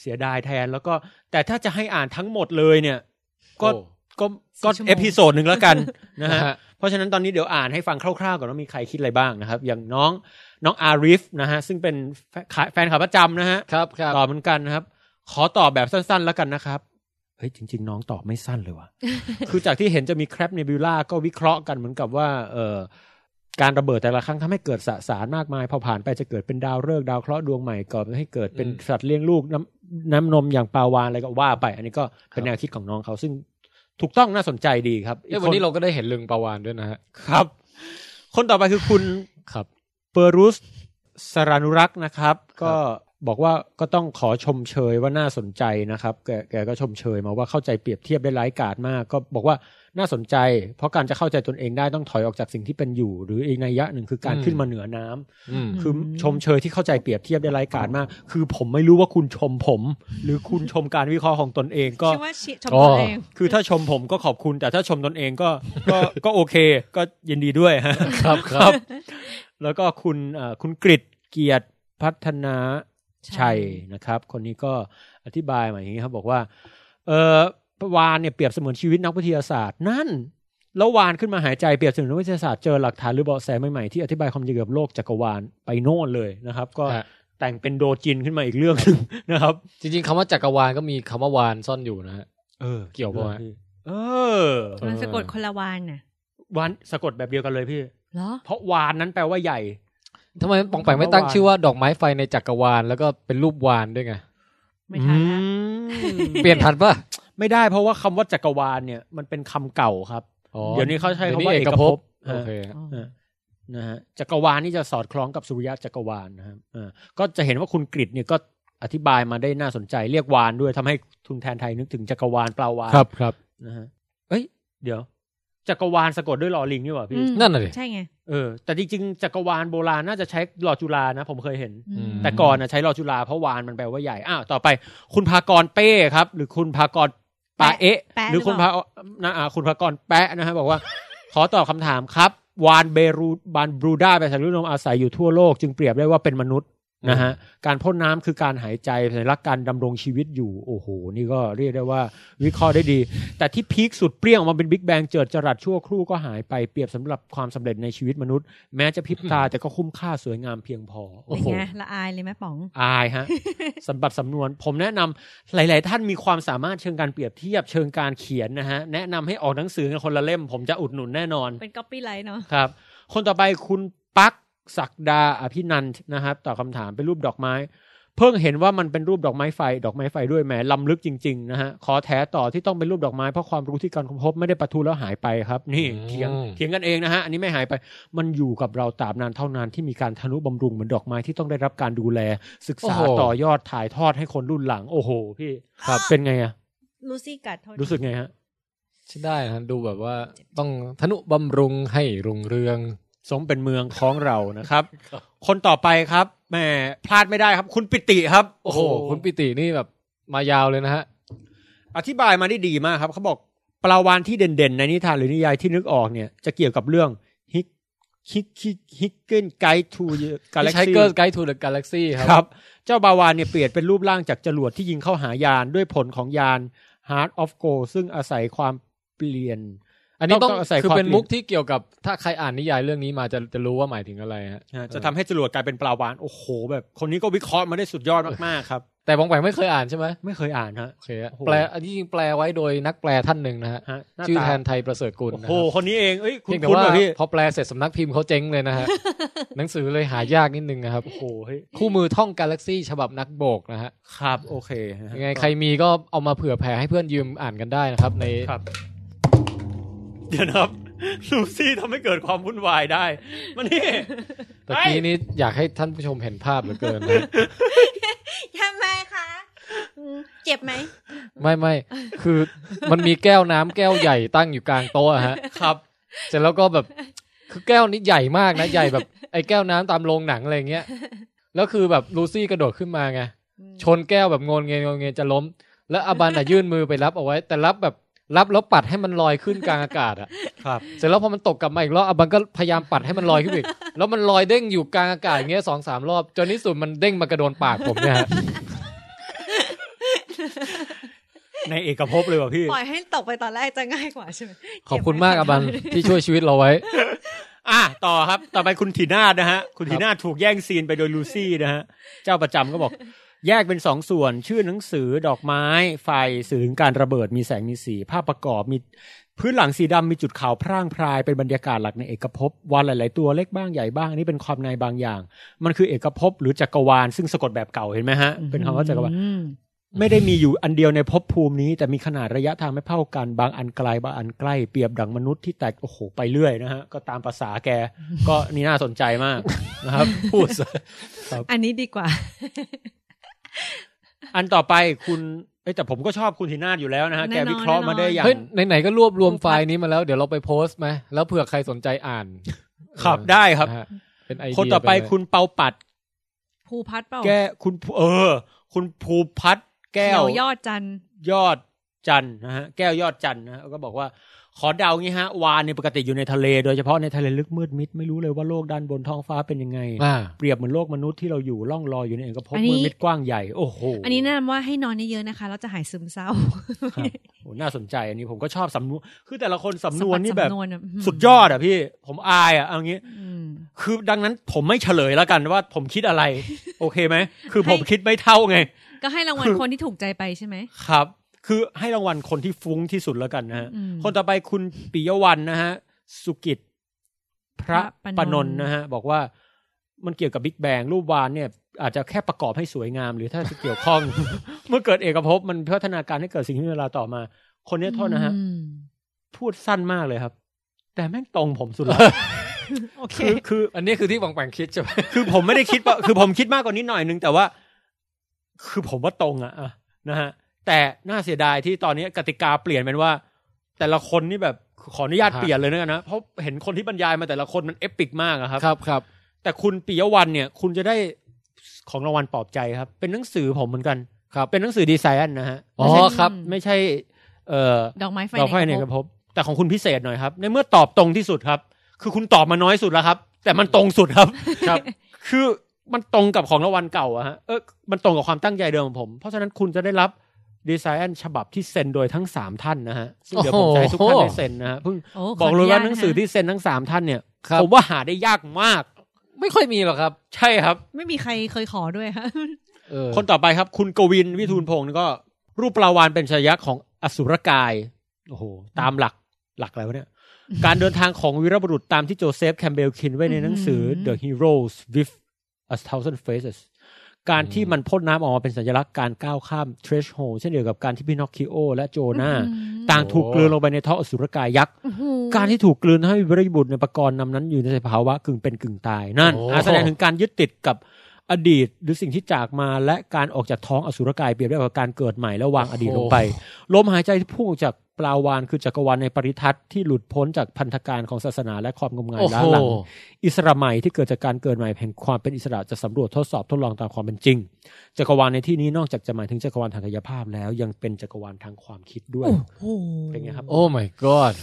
เสียดายแทนแล้วก็ แต่ถ้าจะให้อ่านทั้งหมดเลยเนี่ย ก็
โอ้
ก็ก็
สี่ชั่วโมง
เอพิโซดหนึ่งแล้วกัน นะฮะ
นะฮะ
เพราะฉะนั้นตอนนี้เดี๋ยวอ่านให้ฟังคร่าวๆก่อนว่ามีใครคิดอะไรบ้างนะครับ อย่างน้องน้องอาริฟนะฮะซึ่งเป็นแฟนแฟนขาประจำนะฮะ
ครับครับ
ตอบเหมือนกันนะครับ ขอตอบแบบสั้นๆแล้วกันนะครับเฮ้ยจริง ๆ น้องตอบไม่สั้นเลยว่ะ คือจากที่เห็นจะมีแครปเนบิวล่าก็วิเคราะห์กันเหมือนกับว่า เออการระเบิดแต่ละครั้งทำให้เกิดสสารมากมาย พอผ่านไปจะเกิดเป็นดาวฤกษ์ดาวเคราะห์ดวงใหม่ก่อนให้เกิดเป็น
อืม
สัตว์เลี้ยงลูกน้ำน้ำนมอย่างปลาวานอะไรก็ว่าไป อันนี้ก็เป็
ครับ
นแนวคิดของน้องเขาซึ่งถูกต้องน่าสนใจดีครับอี
เอ้ย
กค
วันนี้เราก็ได้เห็นลึงปลาวานด้วยนะฮะ
ครับ คนต่อไปคือคุณ
ครับ
เปอร์รุสสรานุรักษ์นะครับ ก็บอกว่าก็ต้องขอชมเชยว่าน่าสนใจนะครับ แกแกก็ชมเชยมาว่าเข้าใจเปรียบเทียบได้ร้ายกาจมาก ก็บอกว่าน่าสนใจ เพราะการจะเข้าใจตนเองได้ต้องถอยออกจากสิ่งที่เป็นอยู่ หรืออีกนัยยะหนึ่งคือการ
อืม
ขึ้นมาเหนือน้ำ
อืม
คือชมเชยที่เข้าใจเปรียบเทียบได้ร้ายกาจมาก คือผมไม่รู้ว่าคุณชมผม หรือคุณชมการวิเคราะห์ของตนเองก็
คิดว่าชิชมตัวเอง
คือถ้าชมผมก็ขอบคุณ แต่ถ้าชมตนเองก็ ก็ก็โอเค ก็ยินดีด้วยฮะ
ครับครับ
แล้วก็คุณเอ่อคุณกริเกียรติพัฒนาชัยนะครับ คนนี้ก็อธิบายมาอย่างนี้ครับ บอกว่า เออวานเนี่ยเปรียบเสมือนชีวิตนักวิทยาศาสตร์ นั่น แล้ววานขึ้นมาหายใจเปรียบเสมือนนักวิทยาศาสตร์เจอหลักฐานหรือเบาะแสใหม่ๆที่อธิบายความจริงเกี่ยวกับโลกจักรวาลไปโน่นเลยนะครับ ก็
ฮะ
แต่งเป็นโดจินขึ้นมาอีกเรื่องหนึ่งนะครับ
จริงๆคำว่าจักรวาลก็มีคำว่าวานซ่อนอยู่นะฮะ
เออ
เกี่ยวปะวะ
เออ
มันสะกดคนละวานน่ะ
วานสะกดแบบเดียวกันเลยพี่
เหรอ
เพราะวานนั้นแปลว่าใหญ่
ทำไมปองแปงไม่ตั้งชื่อว่าดอกไม้ไฟในจักรวาลแล้วก็เป็นรูปวานด้วยไง
ไม่ทันละ
อืม
เปลี่ยนทันปะ
ไม่ได้เพราะว่าคำว่าจักรวาลเนี่ยมันเป็นคำเก่าครับ
อ๋อ
เดี๋ยวนี้เขาใช้
ดี๋ย
คำ
นี้
ว่าเอกภพ
โอเค
ฮะนะฮะจักรวาลนี่จะสอดคล้องกับสุริยะจักรวาลนะครับอ่าก็จะเห็นว่าคุณกริดเนี่ยก็อธิบายมาได้น่าสนใจเรียกวานด้วยทำให้ทุนแทนไทยนึกถึงจักรวาลปลาวาน
ครับครับ
นะฮะเอ้ย เดี๋ยว จักรวาลสะกดด้วยลอลิงนี่หว่าพี่
อืม
นั่นน่ะดิ
ใช่ไง
เออแต่จริงๆจักรวาลโบราณน่าจะใช้ลอจุลานะ ผมเคยเห็น
อืม
แต่ก่อนนะใช้รอจุฬาเพราะวานมันแปลว่าใหญ่อ้าวต่อไป คุณพากรเป้ครับ หรือคุณพากรปาเอะ
แปะ
หรือคุณพานะอ่าคุณพากรแปะนะฮะบอกว่า ขอตอบคำถามครับ วานเบรูบานบรูด้าเป็นสัตว์รุ่นนมอาศัยอยู่ทั่วโลก จึงเปรียบได้ว่าเป็นมนุษย์นะฮะการพ่นน้ำคือการหายใจสัญลักษณ์การดำรงชีวิตอยู่โอ้โห นี่ก็เรียกได้ว่าวิเคราะห์ได้ดี แต่ที่พีคสุดเปรี้ยงออกมาเป็นบิ๊กแบงเจิดจรัสชั่วครู่ก็หายไปเปรียบสำหรับความสำเร็จในชีวิตมนุษย์แม้จะพริบตาแต่ก็คุ้มค่าสวยงามเพียงพอ
โอ้
เป็น
โห
ไงละอายเลยไหมป๋อง
อายฮะ สมบัติสำนวน ผมแนะนำหลาย ๆ ท่านมีความสามารถเชิงการเปรียบเทียบเชิงการเขียนนะฮะ แนะนำให้ออกหนังสือกันคนละเล่ม ผมจะอุดหนุนแน่นอน
เป็นก๊อปปี้ไลท์เนาะ
ครับ คนต่อไปคุณปักศักดาอภินันท์นะครับตอบคำถามเป็นรูปดอกไม้ เพิ่งเห็นว่ามันเป็นรูปดอกไม้ไฟ ดอกไม้ไฟด้วยแหมล้ำลึกจริง ๆ นะฮะขอแท้ต่อที่ต้องเป็นรูปดอกไม้เพราะความรู้ที่การค้นพบไม่ได้ปะทุแล้วหายไปครับ นี่
อืม
เถียงเถียงกันเองนะฮะอันนี้ไม่หายไป มันอยู่กับเราตราบนานเท่านานที่มีการทนุบำรุงเหมือนดอกไม้ที่ต้องได้รับการดูแล ศึกษา
โอ้โห
ต่อยอดถ่ายทอดให้คนรุ่นหลัง โอ้โห พี่ครับเป็นไงอะ
ลูซี่กัดโทษ
รู้สึกไงฮะ
ใช่ได้นะฮะดูแบบว่าต้องธนุบำรุงให้รุงเรือง
สมเป็นเมืองของเรานะครับ คนต่อไปครับแหมพลาดไม่ได้ครับ คุณปิติครับ
โอ้โห คุณปิตินี่แบบมายาวเลยนะฮะ
อธิบายมาได้ดีมากครับเขาบอกปลาวานที่เด่นๆ ในนิทานหรือนิยายที่นึกออกเนี่ย จะเกี่ยวกับเรื่องฮิกฮิกฮิกฮิกเกิลไกด์ทูกาแล็ก
ใช้
ซี่
เกิร์ไกด์ทูเดอะกาแล็กซี่ค
ค
รั
รับ บ เจ้าบาวานเนี่ยเปลี่ยนเป็นรูปร่างจากจรวดที่ยิงเข้าหายานด้วยผลของยาน Heart of Gold ซึ่งอาศัยความเปลี่ยน
อันนี้ต้อง
ต้องอาศัย
คือ
ความ
เป็นมุกที่เกี่ยวกับถ้าใครอ่านนิยายเรื่องนี้มาจะจะรู้ว่าหมายถึงอะไรฮะ
อ่าจะทำให้จรวดกลายเป็นปลาวานโอ้โห แบบคนนี้ก็วิเคราะห์มาได้สุดยอดมากๆครับ
แต่บองแปงไม่เคยอ่านใช่ไหม
ไม่เคยอ่านฮะ
โอเคฮะ
โอ้โห
แปลอันนี้จริงๆแปลไว้โดยนักแปลท่านหนึ่งนะฮะ
ฮะหน้า
ชื่อ
ตา
แทนไทยประเสริฐกุล
โอ้
นะค
โห
รับ
คนนี้เองเอ้ยคุ
เพีย
ณ
งแต่
คุณ
ว่า
เหรอพี่
พอแปลเสร็จสำนักพิมพ์เขาเจ๊งเลยนะ ฮะ หนังสือเลยหายากนิดนึงนะครับ
โอ้โหเฮ้ย
คู่มือท่องกาแล็กซี่ฉบับนักโบกนะฮะ
ครับโอเคนะฮะ
ยังไงใครมีก็เอามาเผื่อแผ่ให้เพื่อนยืมอ่านกันได้นะครับ ใน
ครับเดี๋ยวนะครับ ลูซี่ทำให้เกิดความวุ่นวายได้มานี่
ตะกี้นี้อยากให้ท่านผู้ชมเห็นภาพเหลือเกิน นะ
ทำไมคะอืมเจ็บไหม
ไม่ไม่ คือมันมีแก้วน้ำแก้วใหญ่ตั้งอยู่กลางโต๊ะอะฮะ
ครับ
เสร็จแล้วก็แบบคือแก้วนี้ใหญ่มากนะใหญ่แบบ ไอ้แก้วน้ำตามโรงหนังอะไรอย่างเงี้ยแล้วคือแบบลูซี่กระโดดขึ้นมาไงชนแก้วแบบงนเงยงนเงยจะล้ม แล้วอาบันอะยื่นมือไปรับเอาไว้ แต่รับแบบรับแล้วปัดให้มันลอยขึ้นกลางอากาศอะ
ครับ
เสร็จแล้วพอมันตกกลับมาอีกรอบอาบันก็พยายามปัดให้มันลอยขึ้นอีกแล้วมันลอยเด้งอยู่กลางอากาศอย่างเงี้ยสองสามรอบจนที่สุดมันเด้งมากระโดนปากผมเนี่ยฮะ
ในเอกภพเลยว่ะพี่
ปล่อยให้ตกไปตอนแรกจะง่ายกว่าใช่ไหม
ขอบคุณมากอาบันที่ช่วยชีวิตเราไว้
อ่ะต่อครับ ต่อไปคุณถีนาดนะฮะ คุณถีนาดถูกแย่งซีนไปโดยลูซี่นะฮะ เจ้าประจำก็บอก แยกเป็นสองส่วน ชื่อหนังสือดอกไม้ ไฟสื่อถึงการระเบิดมีแสงมีสี ภาพประกอบมีพื้นหลังสีดำมีจุดขาวพร่างพรายเป็นบรรยากาศหลักในเอกภพวันหลาย ๆ ตัวเล็กบ้างใหญ่บ้างอันนี่เป็นความในบางอย่าง มันคือเอกภพหรือจักรวาลซึ่งสะกดแบบเก่าเห็นไหมฮะเป็นคำว่าจักรวาล
อืม
ไม่ได้มีอยู่อันเดียวในภพภูมินี้ แต่มีขนาดระยะทางไม่เท่ากัน บางอันไกลบางอันใกล้เปรียบดังมนุษย์ที่แตกโอ้โหไปเรื่อยนะฮะ ก็ตามภาษาแก ก็นี่น่าสนใจมากนะครับ พูดซะ
อันนี้ดีกว่า
อันต่อไปคุณเอ้ยแต่ผมก็ชอบคุณทีน่าอยู่แล้วนะฮะ แก
แน่นอน
วิเคราะห์มาได้อย่าง
เฮ้ยไหนๆก็รวบรวมไฟล์นี้มาแล้วเดี๋ยวเราไปโพสต์ไหมแล้วเผื่อใครสนใจอ่าน
ขับได้ครับ
นะฮะเป็นไอเดีย
คนต่อไป
เลย
คุณเปาปัด
ภูพัดเปล่า
แกคุณเออ คุณภูพัฒน์แก้
เห
ว
นียอดจันทร์
ยอดจันทร์นะฮะแก้วยอดจันทร์นะฮะก็บอกว่า ขอเดางี้ฮะ วานเนี่ยปกติอยู่ในทะเล โดยเฉพาะในทะเลลึกมืดมิดไม่รู้เลยว่าโลกด้านบนท้องฟ้าเป็นยังไง
อ่า
เปรียบเหมือนโลกมนุษย์ที่เราอยู่ล่องลอยอยู่ในเอกภพมืดมิดกว้างใหญ่โอ้โห
อันนี้แนะนำว่าให้นอนเยอะๆนะคะแล้วจะหายซึมเศร้า
ครับโอ้น่าสนใจอันนี้ผมก็ชอบสำนวนคือแต่ละคนสำน
สำ
วนนี่แบบ
สำวะม
สุดยอดอ่ะพี่ ผมอายอ่ะเอางี้
อืม
คือดังนั้นผมไม่เฉลยแล้วกันว่าผมคิดอะไร โอเคไหมคือผม
ให้
คิดไม่เท่าไง
ก็ให้รางวัลคนที่ถูกใจไปใช่ไหม
ครับ คือให้รางวัลคนที่ฟุ้งที่สุดแล้วกันนะฮะ
อืม
คนต่อไปคุณปิยวันนะฮะ สุกิจ พระป
ป
น
น
น
นท์
ท์นะฮะ บอกว่ามันเกี่ยวกับบิ๊กแบงรูปวานเนี่ย อาจจะแค่ประกอบให้สวยงาม หรือถ้าจะเกี่ยวข้อง เมื่อเกิดเอกภพมันพัฒนาการให้เกิดสิ่งที่มีเวลาต่อมา คนเนี้ยโทษนะฮะ
อืม
พูดสั้นมากเลยครับ แต่แม่งตรงผมสุดละ
โอเค
คือคือ
อันนี้คือที่บองแปงคิดใช่ไหม
คือผมไม่ได้คิดว่า คือผมคิดมากกว่านี้หน่อยนึง แต่ว่า คือผมว่าตรงอะอะนะฮะ แต่น่าเสียดายที่ตอนนี้กติกาเปลี่ยนเป็นว่า แต่ละคนนี่แบบขออนุญาตเปลี่ยนเลยนะกันนะเพราะเห็นคนที่บรรยายมาแต่ละคนมันเอปิกมากอะครับ
ครับครับ
แต่คุณปิยวันเนี่ย คุณจะได้ของรางวัลปลอบใจครับ เป็นหนังสือผมเหมือนกันครับ เป็นหนังสือดีไซน์นะฮะ
อ๋อ
ไม่ใช่
ครับ
ม
ไม่ใช่ เอ่อ
ดอกไม้ไฟ
เราค่อยในกระพบ แต่ของคุณพิเศษหน่อยครับ ในเมื่อตอบตรงที่สุดครับ คือคุณตอบมาน้อยสุดแล้วครับ แต่มันตรงสุดครับ ครับ คือมันตรงกับของรางวัลเก่าอะฮะเออมันตรงกับความตั้งใจเดิมของผม เพราะฉะนั้นคุณจะได้รับดีไซน์ฉบับที่เซ็นโดยทั้งสามท่านนะฮะซึ่งเดี๋ยวผมจะให้ทุกท่านได้เซ็นนะฮะเพิ่ง
โอ้
บอก
ข
เลย
นุญ
ว่าห
ตะคะ
นังสือที่เซ็นทั้งสามท่านเนี่ย
ครับ
ผมว่าหาได้ยากมาก
ไม่ค่อยมีหรอกครับ
ใช่ครับ
ไม่มีใครเคยขอด้วยค่ะ
เออ
คนต่อไปครับ คุณกวินวิทูลพงศ์นี่ก็ รูปปลาวานเป็นชยักษ์ของอสุรกายโอ้โหตามหลักหลักอะไรวะเนี่ย การเดินทางของวีรบุรุษตามที่โจเซฟแคมเบลคินไว้ในหนังสือ
อืม
The Heroes with a Thousand Faces การที่มันพ่นน้ำออกมาเป็นสัญลักษณ์การก้าวข้าม threshold เช่นเดียวกับการที่พินอคคิโอและโจนาห์ต่างถูกกลืนลงไปในท่ออสุรกายยักษ์ การที่ถูกกลืนให้บริบุตรในประกรณ์นำนั้นอยู่ในสภาวะกึ่งเป็นกึ่งตายนั่นอ่ะแสดงถึงการยึดติดกับอดีตหรือสิ่งที่จากมาและการออกจากท้องอสุรกายเปรียบได้กับการเกิดใหม่และวางอดีตลงไปลมหายใจที่พุ่งออกจากปลาวานคือจักรวาลในปริทัศน์ที่หลุดพ้นจากพันธการของศาสนาและความงมงาย
โอ้
ล้า
โห
หลัง อิสระใหม่ที่เกิดจากการเกิดใหม่แห่งความเป็นอิสระจะสำรวจทดสอบทดลองตามความเป็นจริง จักรวาลในที่นี้นอกจากจะหมายถึงจักรวาลทางกายภาพแล้วยังเป็นจักรวาลทางความคิดด้วย
โอ้โห
เป็นไงครับ
โอ้ my god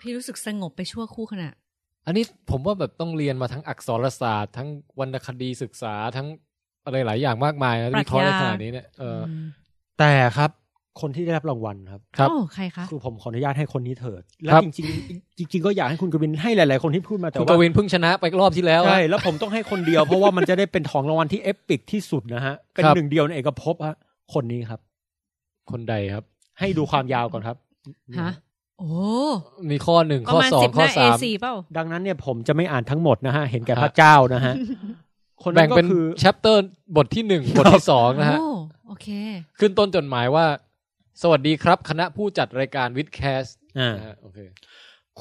พี่รู้สึกสงบไปชั่วครู่ขณะ
อันนี้ผมว่าแบบต้องเรียนมาทั้งอักษรศาสตร์ ทั้งวรรณคดีศึกษาทั้งอะไรหลายอย่างมากมายนะที่วิเคราะห์ได้ขนาดนี้เนี่ยเออ
ม
แต่ครับ คนที่ได้รับรางวัลครับ
ครับ
โอ้ใครคะ
คือผมขออนุญาตให้คนนี้เถิด และ
ครับ
จริงๆจริง ๆ ก็อยากให้คุณกวินให้หลาย ๆ คนที่พูดมาแต่
คุณก
ว่า
วินเพิ่งชนะไปรอบที่แล้วอะ
ใช่แล้วผมต้องให้คนเดียว เพราะว่ามันจะได้เป็นของรางวัลที่เอปิกที่สุดนะฮะ เป็น
ครับ
หนึ่งเดียวในเอกภพฮะคนนี้ครับ
คนใดครับ
ให้ดูความยาว ก่อนครับ
ฮะโอ้
มีข้อหนึ่ง
ประ
ข้อ
มาณ
สอง
สิบห
ข้อ
น้า
สาม
A4 เปล่า
ดังนั้นเนี่ยผมจะไม่อ่านทั้งหมดนะฮะ เห็นแก่
ฮะ
พระเจ้านะ ฮะ คนนั้
แบ่ง
นก็
เป็น
คือ
แชปเตอร์บทที่หนึ่งบทที่สองนะฮะ
โอ้โอเค
ขึ้นต้นจดหมายว่า สวัสดีครับ คณะผู้จัดรายการวิดแคส
อ่า
โอเค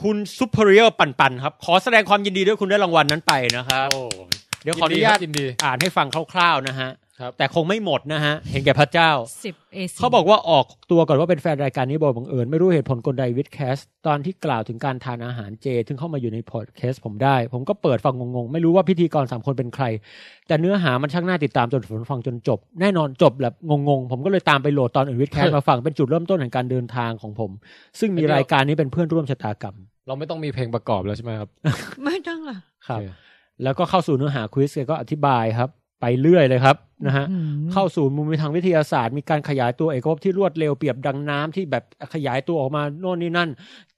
คุณซูเปอร์เรียลปันปันครับ ขอแสดงความยินดีด้วยคุณได้รางวัลนั้นไปนะครับ เดี๋ยวขออนุญาต
ยินดี
อ่านให้ฟังคร่าวๆนะฮะ
ครับ
แต่คงไม่หมดนะฮะ เห็นแก่พระเจ้า
สิบ A4
เขาบอกว่าออกตัวก่อนว่าเป็นแฟนรายการนี้โดยบังเอิญไม่รู้เหตุผลกลใดวิดแคสตอนที่กล่าวถึงการทานอาหารเจถึงเข้ามาอยู่ในพอดแคสต์ผมได้ ผมก็เปิดฟังงงๆ ไม่รู้ว่าพิธีกรสามคนเป็นใคร แต่เนื้อหามันช่างน่าติดตามจนผมฟังจนจบ แน่นอนจบแบบงงๆ ผมก็เลยตามไปโหลดตอนอื่นวิดแคส มาฟังเป็นจุดเริ่มต้นแห่งการเดินทางของผม ซึ่งมี
เดี๋ยว
รายการนี้เป็นเพื่อนร่วมชะตากรรม
เราไม่ต้องมีเพลงประกอบแล้วใช่ไหมครับ
ไม่ต้องหรอก
ครับ
โอเ
แล้วก็เข้าสู่เนื้อหาควิสก็อธิบายครับ ไปเรื่อยเลยครับนะฮะ
อืม
เข้าสู่มุมทางวิทยาศาสตร์มีการขยายตัวเอกภพที่รวดเร็วเปรียบดังน้ำที่แบบขยายตัวออกมาโน่นนี่นั่น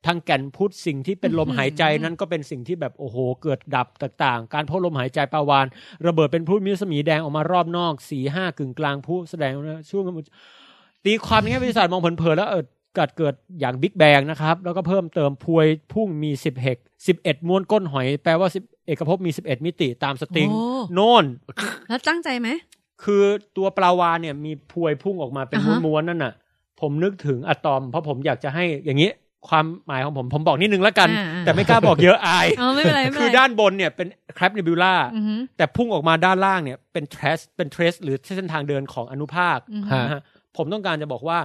ทางแก่นพุทธสิ่งที่เป็นลมหายใจนั้นก็เป็นสิ่งที่แบบโอ้โห เกิดดับต่างๆ การพ่นลมหายใจปลาวาน ระเบิดเป็นพลุมีรัศมีแดงออกมารอบนอกสีห้ากึ่งกลางพลุแสดงว่าช่วงตีความในแง่วิทยาศาสตร์มองเผินๆแล้วเออเกิดเกิดอย่างบิ๊กแบงนะครับ แล้วก็เพิ่มเติมพวยพุ่งมี10เฮก11ม้วนก้นหอย แปลว่า10เอกภพมี 11 มิติตามสตริง
โอ้
โน่น
แล้วตั้งใจไหม
คือตัวปลาวาฬเนี่ยมีพวยพุ่งออกมาเป็น
อ่าฮะ
ม้วนๆนั่นน่ะ ผมนึกถึงอะตอม เพราะผมอยากจะให้อย่างนี้ความหมายของผมผมบอกนิดนึงแล้วกัน
อ่าอ่า
แต่ไม่กล้าบอกเย อะอาย
เออไม่เป็นไรไม่เป็นไร
คือด้านบนเนี่ยเป็นแครปนิบิล่า
อือหือ
แต่พุ่งออกมาด้านล่างเนี่ยเป็นเทรสเป็นเทรสหรือเส้นทางเดินของอนุภาค
อือหือ
ฮะ
นะฮะผมต้องการจะบอกว่า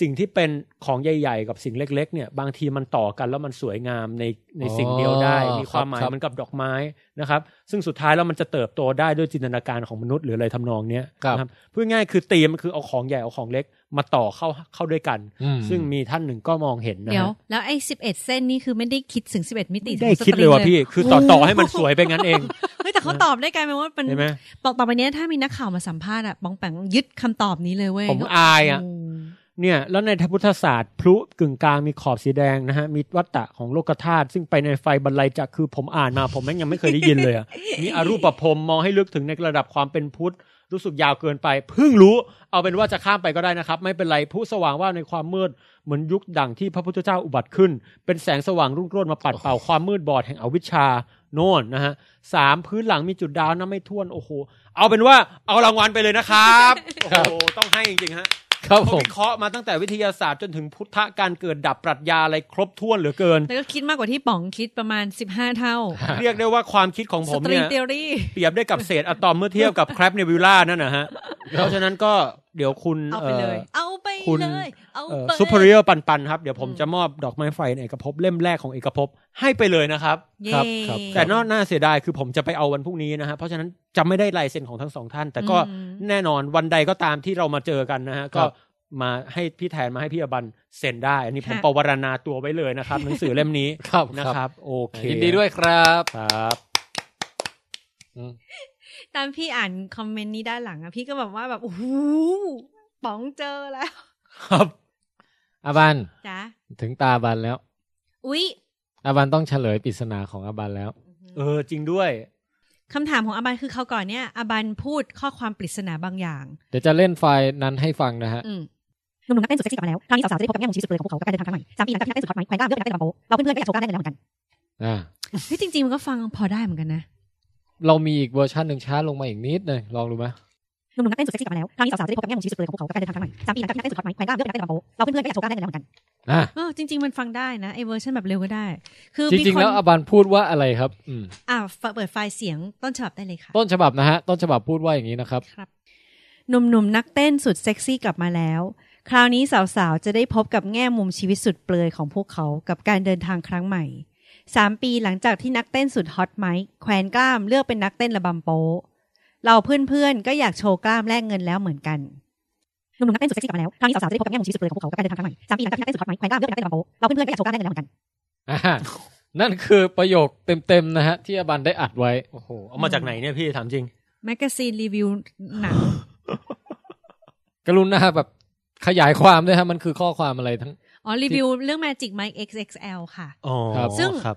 สิ่งที่เป็นของใหญ่ ๆ กับสิ่งเล็ก ๆ เนี่ยบางทีมันต่อกันแล้วมันสวยงามในในสิ่งเดียวได้ มีความหมาย
อ๋อครับ
เหมือนกับดอกไม้นะครับ ซึ่งสุดท้ายแล้วมันจะเติบโตได้ด้วยจินตนาการของมนุษย์หรืออะไรทำนองเนี้ย
ครับ
นะครับพูดง่ายๆคือตีมมันคือเอาของใหญ่เอาของเล็กมาต่อเข้าเข้าด้วยกัน
อืม
ซึ่งมีท่านหนึ่งก็มองเห็นนะ
เดี๋ยว
ฮะ
แล้วไอ้สิบเอ็ดเส้นนี่คือไม่ได้คิดถึงสิบเอ็ดมิติ
ไม่ได้คิดเลยว่ะพี่ คือต่อต่อให้มันสวยไปงั้นเอง
เฮ้ยแต่เขาตอบได้ไกลไหมว่ามัน
เห็นไหม
บอกต่อไปเนี้ยถ้ามีนักข่าวมาสัมภาษณ์อะบองแปงยึดคำตอบนี้เลยเว้ย
ผมอายอ่ะ เนี่ย แล้วในทางพุทธศาสตร์พลุกึ่งกลางมีขอบสีแดงนะฮะ มีวัตตะของโลกธาตุซึ่งไปในไฟบรรลัยจักรคือผมอ่านมา ผมแม่งยังไม่เคยได้ยินเลย อะมีอรูปพรหมมองให้ลึกถึงในระดับความเป็นพุทธ รู้สึกยาวเกินไปเพิ่งรู้ เอาเป็นว่าจะข้ามไปก็ได้นะครับ ไม่เป็นไรผู้สว่างว่าในความมืด เหมือนยุคดั่งที่พระพุทธเจ้าอุบัติขึ้น เป็นแสงสว่างรุ่งโรจน์มาปัดเป่าความมืดบอดแห่งอวิชชาโน่นนะฮะสามพื้นหลังมีจุดดาวน้ำไม่ท่วนโอ้โหเอาเป็นว่าเอารางวัลไปเลยนะครับโอ้โหต้องให้จริงๆฮะ
ครับผ
เขา
ม
วิเคราะห์มาตั้งแต่วิทยาศาสตร์จนถึงพุทธการเกิดดับปรัชญาอะไรครบถ้วนเหลือเกิน
แล้วก็คิดมากกว่าที่ป๋องคิดประมาณสิบห้าเท่า
เรียกได้ว่าความคิดของผ
ส
ม
ตริ
เนี่
ง
ย
เทอรี่
เปรียบได้กับเศษอะตอมเมื่อเทียบกับแครปเนวิล่านั่นนะฮะ เพราะฉะนั้นก็เดี๋ยวคุณ
เอาไปเลย เอาไป
คุณ
เลย เอาไป
ซูเปอร์เรียลปันปันๆครับ เดี๋ยวผมจะมอบดอกไม้ไฟในเอกภพเล่มแรกของเอกภพให้ไปเลยนะครับ
เย้
ครับครับ
แต่นอกน่าเสียดายคือผมจะไปเอาวันพรุ่งนี้นะฮะเพราะฉะนั้นจะไม่ได้ลายเซ็นของทั้งสองท่าน แต่ก็
อืม
แน่นอนวันใดก็ตามที่เรามาเจอกันนะฮะ
ค
ก็
รับ
มาให้พี่แทนมาให้พี่อบันเซ็นได้ อันนี้ผมปวารณาตัวไว้เลยนะครับ หนังสือเล่มนี้
ครับ
นะครับ โอเค
ยินดีด้วยครับ
ครับ
อืม
ตามพี่อ่านคอมเมนต์นี้ด้านหลังอะพี่ก็แบบว่าแบบโอ้โหป๋องเจอแล้ว
ครับ
อาบัน
จ้ะ
ถึงตาอาบันแล้ว
อุ๊ย
อาบันต้องเฉลยปริศนาของอาบันแล้ว
เออจริงด้วย
คำถามของอาบันคือเขาวก่อนเนี่ยอาบันพูดข้อความปริศนาบางอย่าง
เดี๋ยวจะเล่นไฟล์นั้นให้ฟังนะฮะ
อืม
หนุ่มๆนักเต้นสุดเซ็กซี่กลับมาแล้วครั้งนี้สาวๆจะได้พบกับแง่มุมชีวิตสุดเปลือยของพวกเขากับการเดินทางครั้งใหม่สามปีหลังจากที่นักเต้นสุดฮอตไหมแขวนกล้ามเลือกเป็นนักเต้นลำโพงเราเพื่อนๆก็อยากโชว์กล้ามได้กันแล้วเหมือนกัน
อ่า
เฮ้ยจริงๆมันก็ฟังพอได้เหมือนกันนะ
เรามีอีกเวอร์ชันหนึ่งช้าลงมาอีกนิดหนึ่งลองดูไหม
หนุ่มๆนักเต้นสุดเซ็กซี่กลับมาแล้วครั้งนี้สาวๆจะได้พบกับแง่มุมชีวิตสุดเปลือยของพวกเขากับการเดินทางครั้งใหม่สามปีหลังจากที่นักเต้นสุดฮอตไหมแขวนกล้ามเลือกเป็นนักเต้นลำโพงเราเพื่อนๆก็อยากโชว์กล้ามได้กันแล้วเหมือนกัน
อ่า
เออจริง ๆ มันฟ
จ
ังได้นะไอเวอร์ชันแบบเร็วก็ได้ คือมี
ริง
ค
ๆ
น
แล้วอาบันพูดว่าอะไรครับ อืม
อ่าเปิดไฟล์เสียงต้นฉบับได้เลยค่ะ
ต้นฉบับนะฮะ ต้นฉบับพูดว่าอย่างนี้นะครับ
ครับหนุ่มๆนักเต้นสุดเซ็กซี่กลับมาแล้ว คราวนี้สาวๆ จะได้พบกับแง่มุมชีวิตสุดเปลือยของพวกเขากับการเดินทางครั้งใหม่สามปีหลังจากที่นักเต้นสุดฮอตไมค์แขวนกล้ามเลือกเป็นนักเต้นระบำโป๊ะเราเพื่อนๆ ก็อยากโชว์กล้ามแลกเงินแล้วเหมือนกัน
หนุ่มๆนักเต้นสุดเซ็กซี่กลับมาแล้วครั้งนี้สาวๆจะได้พบกับแง่มุมชีวิตสุดเปลือยของพวกเขากับการเดินทางครั้งใหม่สามปีหลังจากที่นักเต้นสุดฮอตไหมแขวนกล้ามเลือกเป็นนักเต้นลำโพงเราเพื่อนๆก็อยากโชว์กล้ามได้กันแล้วเหมือนกัน
อ่านั่นคือประโยคเต็มๆนะฮะ ที่อาบันได้อัดไว้
โอ้โหเอามาจากไหนเนี่ยพี่ถามจริง
แมกกาซีนรีวิวหนัง
กรุณาแบบ ขยายความด้วยฮะมันคือข้อความอะไรทั้ง
อ๋อ รีวิวเรื่อง Magic Mike XXL ค่ะ
อ๋อ
ครับ
ซึ่ง
ครับ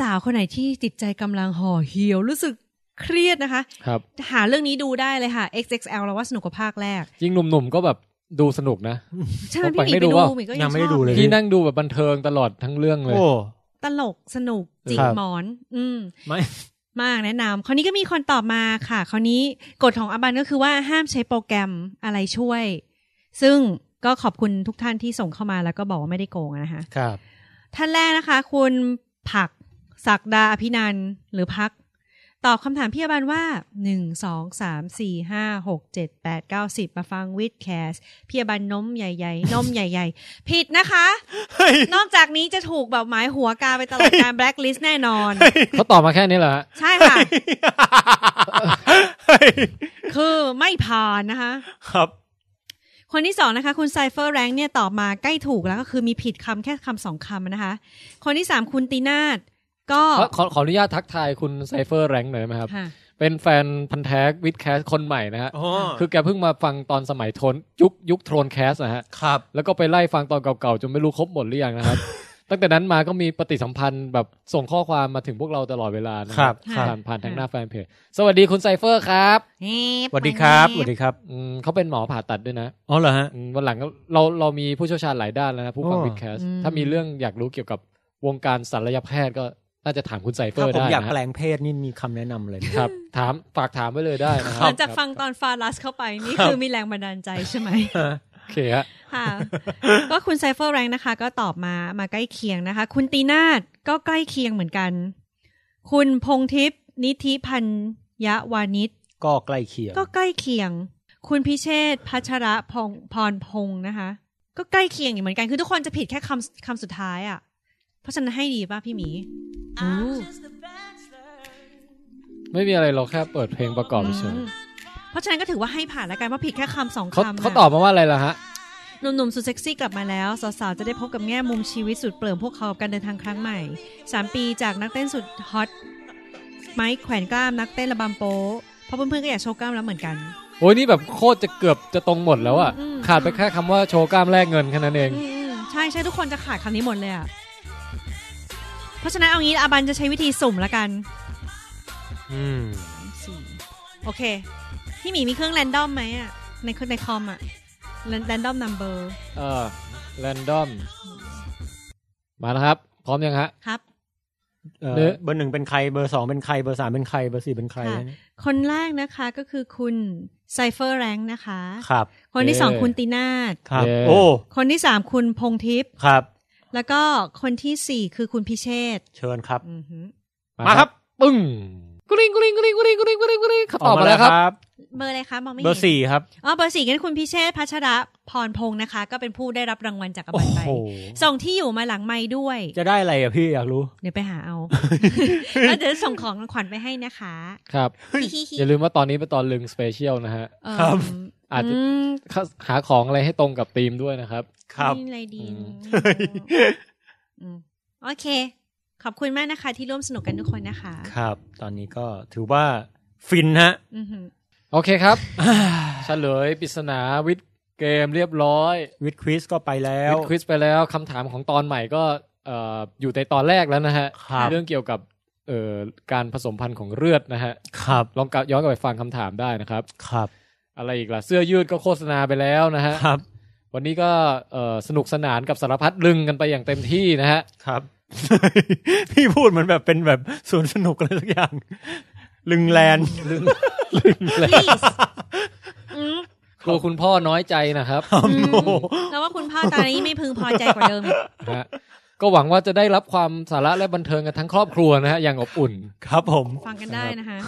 สาวๆ คนไหนที่จิตใจกำลังห่อเหี่ยว รู้สึกเครียดนะคะ
ครับ
หาเรื่องนี้ดูได้เลยค่ะ XXL เราว่าสนุกกว่าภาคแรก
ยิ่งหนุ่มๆก็แบบดูสนุกนะ
ใช่ไหม
ผม
พี่
ไป
หมีไป
ดู
ดู
ว่า
หมีก็
ยั
ยัง ง
ไม่
ช
ได้
อบ
ดูเลย
พี่นั่งดูแบบบันเทิงตลอดทั้งเรื่องเลย
โอ้
ตลกสนุกจิก
ครับ
หมอน อืม
ไม่
มากแนะนำคราวนี้ก็มีคนตอบมาค่ะ คราวนี้กฎของอบันก็คือว่าห้ามใช้โปรแกรมอะไรช่วย ซึ่งก็ขอบคุณทุกท่านที่ส่งเข้ามาแล้วก็บอกว่าไม่ได้โกงอะนะคะ
ครับ
ท่านแรกนะคะ คุณผักศักดาอภินันท์หรือพัก ตอบคำถามพี่อบันว่าหนึ่งสองสามสี่ห้าหกเจ็ดแปดเก้าสิบมาฟังวิดแคสพี่อบันนมใหญ่ๆนมใหญ่ๆ ผิดนะคะ
เฮ้ย
นอกจากนี้จะถูกแบบหมายหัวกาไปตลอดการแบล็คลิสต์แน่นอน
เขาตอบมาแค่นี้แหละฮะ
ใช่ค่ะ คือไม่ผ่านนะคะ
ครับ
คนที่สองนะคะ คุณไซเฟอร์แรงเนี่ยตอบมาใกล้ถูกแล้วก็คือมีผิดคำแค่คำสองคำนะคะ คนที่สามคุณตีนาดก็
ขอขอขออนุญาตทักทายคุณไซเฟอร์แรงค์หน่อยได้ไหมครับ
ค่ะ
เป็นแฟนพันธ์แท้วิดแคสคนใหม่นะฮะ
อ๋อ
คือแกเพิ่งมาฟังตอนสมัยโทนยุคยุคโทนแคสนะฮะ
ครับ
แล้วก็ไปไล่ฟังตอนเก่าๆ จนไม่รู้ครบหมดหรือยัง นะครับ ตั้งแต่นั้นมาก็มีปฏิสัมพันธ์แบบส่งข้อความมาถึงพวกเราตลอดเวลานะครับ
ครับ
ผ่านผ่านทางหน้าแฟนเพจสวัสดีคุณไซเฟอร์ครับ
สวัสดีครับสวัสดีครับ
อืมเขาเป็นหมอผ่าตัดด้วยนะ
อ๋อเหรอฮะ
อืมวันหลังก็เราเรามีผู้เชี่ยวชาญหลายด้านแล้วนะผู้ฟัง
อ๋อ
วิดแคส
อืม
ถ้ามีเรื่องอยากรู้เกี่ยวกับวงการศัลยแพทย์ก็น่าจะถามคุณไซเฟอ
ถ้า
ร์
ผม
ได้
อยาก
นะ
แปล
ฮะ
งเพศนี่มีคำแนะนำเลย
ครับ ถามฝากถามไว้เลยได้นะค
ห
รับ
ลังจากฟังตอนฟาลัสเข้าไปนี่คือมีแรงบันดาลใจใช่ ไหม
โอเคฮะ
ค่ะ ก็คุณไซเฟอร์แรงนะคะ ก็ตอบมามาใกล้เคียงนะคะ คุณตีนาดก็ใกล้เคียงเหมือนกัน คุณพงทิพย์นิธิพันยะวานิช
ก็ใกล้เคียง
ก็ใกล้เคียง คุณพิเชษพัชระพงพรพงษ์นะคะ ก็ใกล้เคียงอยู่เหมือนกัน คือทุกคนจะผิดแค่คำคำสุดท้ายอะ่ะ เพราะฉะนั้นให้ดีป่ะพี่หมีอู้
ไม่มีอะไรเราแค่เปิดเพลงประกอบเฉย
อืมเพราะฉะนั้นก็ถือว่าให้ผ่านแล้วกันเพราะผิดแค่คำสอง
เขา
คำ
เขา
น่ะ
ตอบมาว่าอะไรล่ะฮะ
หนุ่มๆสุดเซ็กซี่กลับมาแล้ว สาวๆ จะได้พบกับแง่มุมชีวิตสุดเปลิ่มพวกเขากับการเดินทางครั้งใหม่ 3 ปีจากนักเต้นสุดฮอตไมค์แขวนกล้ามนักเต้นระบำโป๊ะเพราะเพื่อนๆก็อยากโชว์กล้ามแล้วเหมือนกัน
โอ้ยนี่แบบโคตรจะเกือบจะตรงหมดแล้วอะ
อืม
ขาดไปแค่คำว่าโชว์กล้ามแลกเงินแค่นั้นเอง
อืมๆใช่ใช่ทุกคนจะขาดคำนี้หมดเลยอ่ะ เพราะฉะนั้นเอางี้อาบันจะใช้วิธีสุ่มละกัน
อืม
สี่โอเค พี่หมีมีเครื่องแรนดอมไหมอ่ะ ในเครื่องในคอมอ่ะแรนดอมนัมเบอร์
เออแรนดอม มาแล้วครับ พร้อมยังฮะ
ครับ
เอ่อ
หรือ
เบอร์หนึ่งเป็นใครเบอร์สองเป็นใครเบอร์สามเป็นใครเบอร์สี่เป็นใคร
ค่ะ คนแรกนะคะก็คือคุณไซเฟอร์แรงนะคะ
ครับ
คนที่สอง
เอ่
คุณตีนาด
ครับ
เย้
โอ้
คนที่สามคุณพงทิพย์
ครับ
แล้วก็คนที่สี่คือคุณพิเชษฐ์
เชิญครับ
อือหือ
มาครับ
ปึ้งกุริงกุริงกุริงกุริงกุริงกุริงกุริงเขาตอบมาแล้วครับ
เบอร์อะไรคะมองไม่
เบอ
เห็
ร์
น
สี่ครับ
อ๋อเบอร์สี่กันคุณพิเชษฐ์พัชระพรพงษ์นะคะ ก็เป็นผู้ได้รับรางวัลจากกระ
โอ้
บันไป
โห
ส่งที่อยู่มาหลังไม้ด้วย
จะได้อะไรอ่ะพี่อยากรู้
เดี๋ยวไปหาเอา แล้วเดี๋ยวส่งของรางขวัญไปให้นะคะ
ครับ อย่าลืมว่าตอนนี้เป็นตอนลึงสเปเชียลนะฮะ
เอิ่ม
ครับ
อาจจะ
ม
หาของอะไรให้ตรงกับธีมด้วยนะครับ
มีอะไรดี
อืม
เนอะอืมโอเค ขอบคุณมากนะคะ ที่ร่วมสนุกกันทุกคนนะคะ
ครับ ตอนนี้ก็ถือว่าฟินฮะ
อือหือ
โอเคครับเฉลยปริศนาวิดเกมเรียบร้อย
วิดควิสก็ไปแล้ว
วิดควิสไปแล้วคำถามของตอนใหม่ก็เอ่ออยู่ในตอนแรกแล้วนะฮะ
ครับ
เรื่องเกี่ยวกับเอ่อการผสมพันธุ์ของเลือดนะฮะ
ครับ
ลองกลับย้อนกลับไปฟังคำถามได้นะครับ
ครับ
อะไรอีกล่ะ เสื้อยืดก็โฆษณาไปแล้วนะฮะ
ครับ
วันนี้ก็เอ่อสนุกสนานกับสารพัดลึงกันไปอย่างเต็มที่นะฮะ
ครับ พี่พูดเหมือนแบบเป็นแบบสวนสนุกอะไรสักอย่าง ลึงแลนด์
อืม
กลัวคุณพ่อน้อยใจนะครับ
อืมแล้วว่าคุณพ่อตอนนี้ไม่พึงพอใจกว่าเดิมอีก
นะฮะก็หวังว่าจะได้รับความสาระและบันเทิงกันทั้งครอบครัวนะฮะอย่างอบอุ่น
ครับผม
ฟังกันได้นะคะ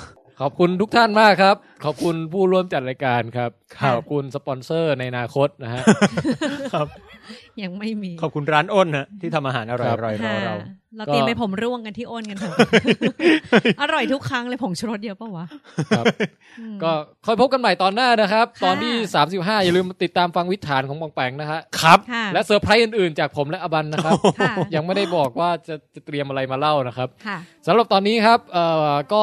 ขอบคุณทุกท่านมากครับ ขอบคุณผู้ร่วมจัดรายการครับ
ครับ
ขอบคุณสปอนเซอร์ในอนาคตนะฮะ
ครับ
ยังไม่มี
ขอบคุณร้านอ้นฮะที่ทำอาหารอร่อย
ครับ
ๆรอ
ค่ะ
เรา
เราเตรียมไปผมร่วงกันที่อ้นกันเถอะ อร่อยทุกครั้งเลยผงชูรสเยอะปะวะ
ครับ
อืม
ก็ค่อยพบกันใหม่ตอนหน้านะครับ
ค่ะ
ตอนที่ 35 อย่าลืมติดตามฟังวิถีฐานของบองแปงนะฮะ
ครับ
ค่ะ
และเซอร์ไพรส์อื่นๆ จากผมและอบันนะครับ
ค่ะ
ยังไม่ได้บอกว่าจะจะเตรียมอะไรมาเล่านะครับ
ค่ะ
สำหรับตอนนี้ครับเอ่อก็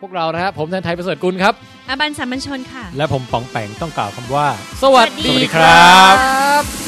พวกเรานะฮะผมแทนไทยประเสริฐกุลครับ
อาบันสามัญชนค่ะ
และผมป๋องแปงต้องกล่าวคำว่า
สวัส
สวัสดี
ดีค
ค
ร
รั
ับ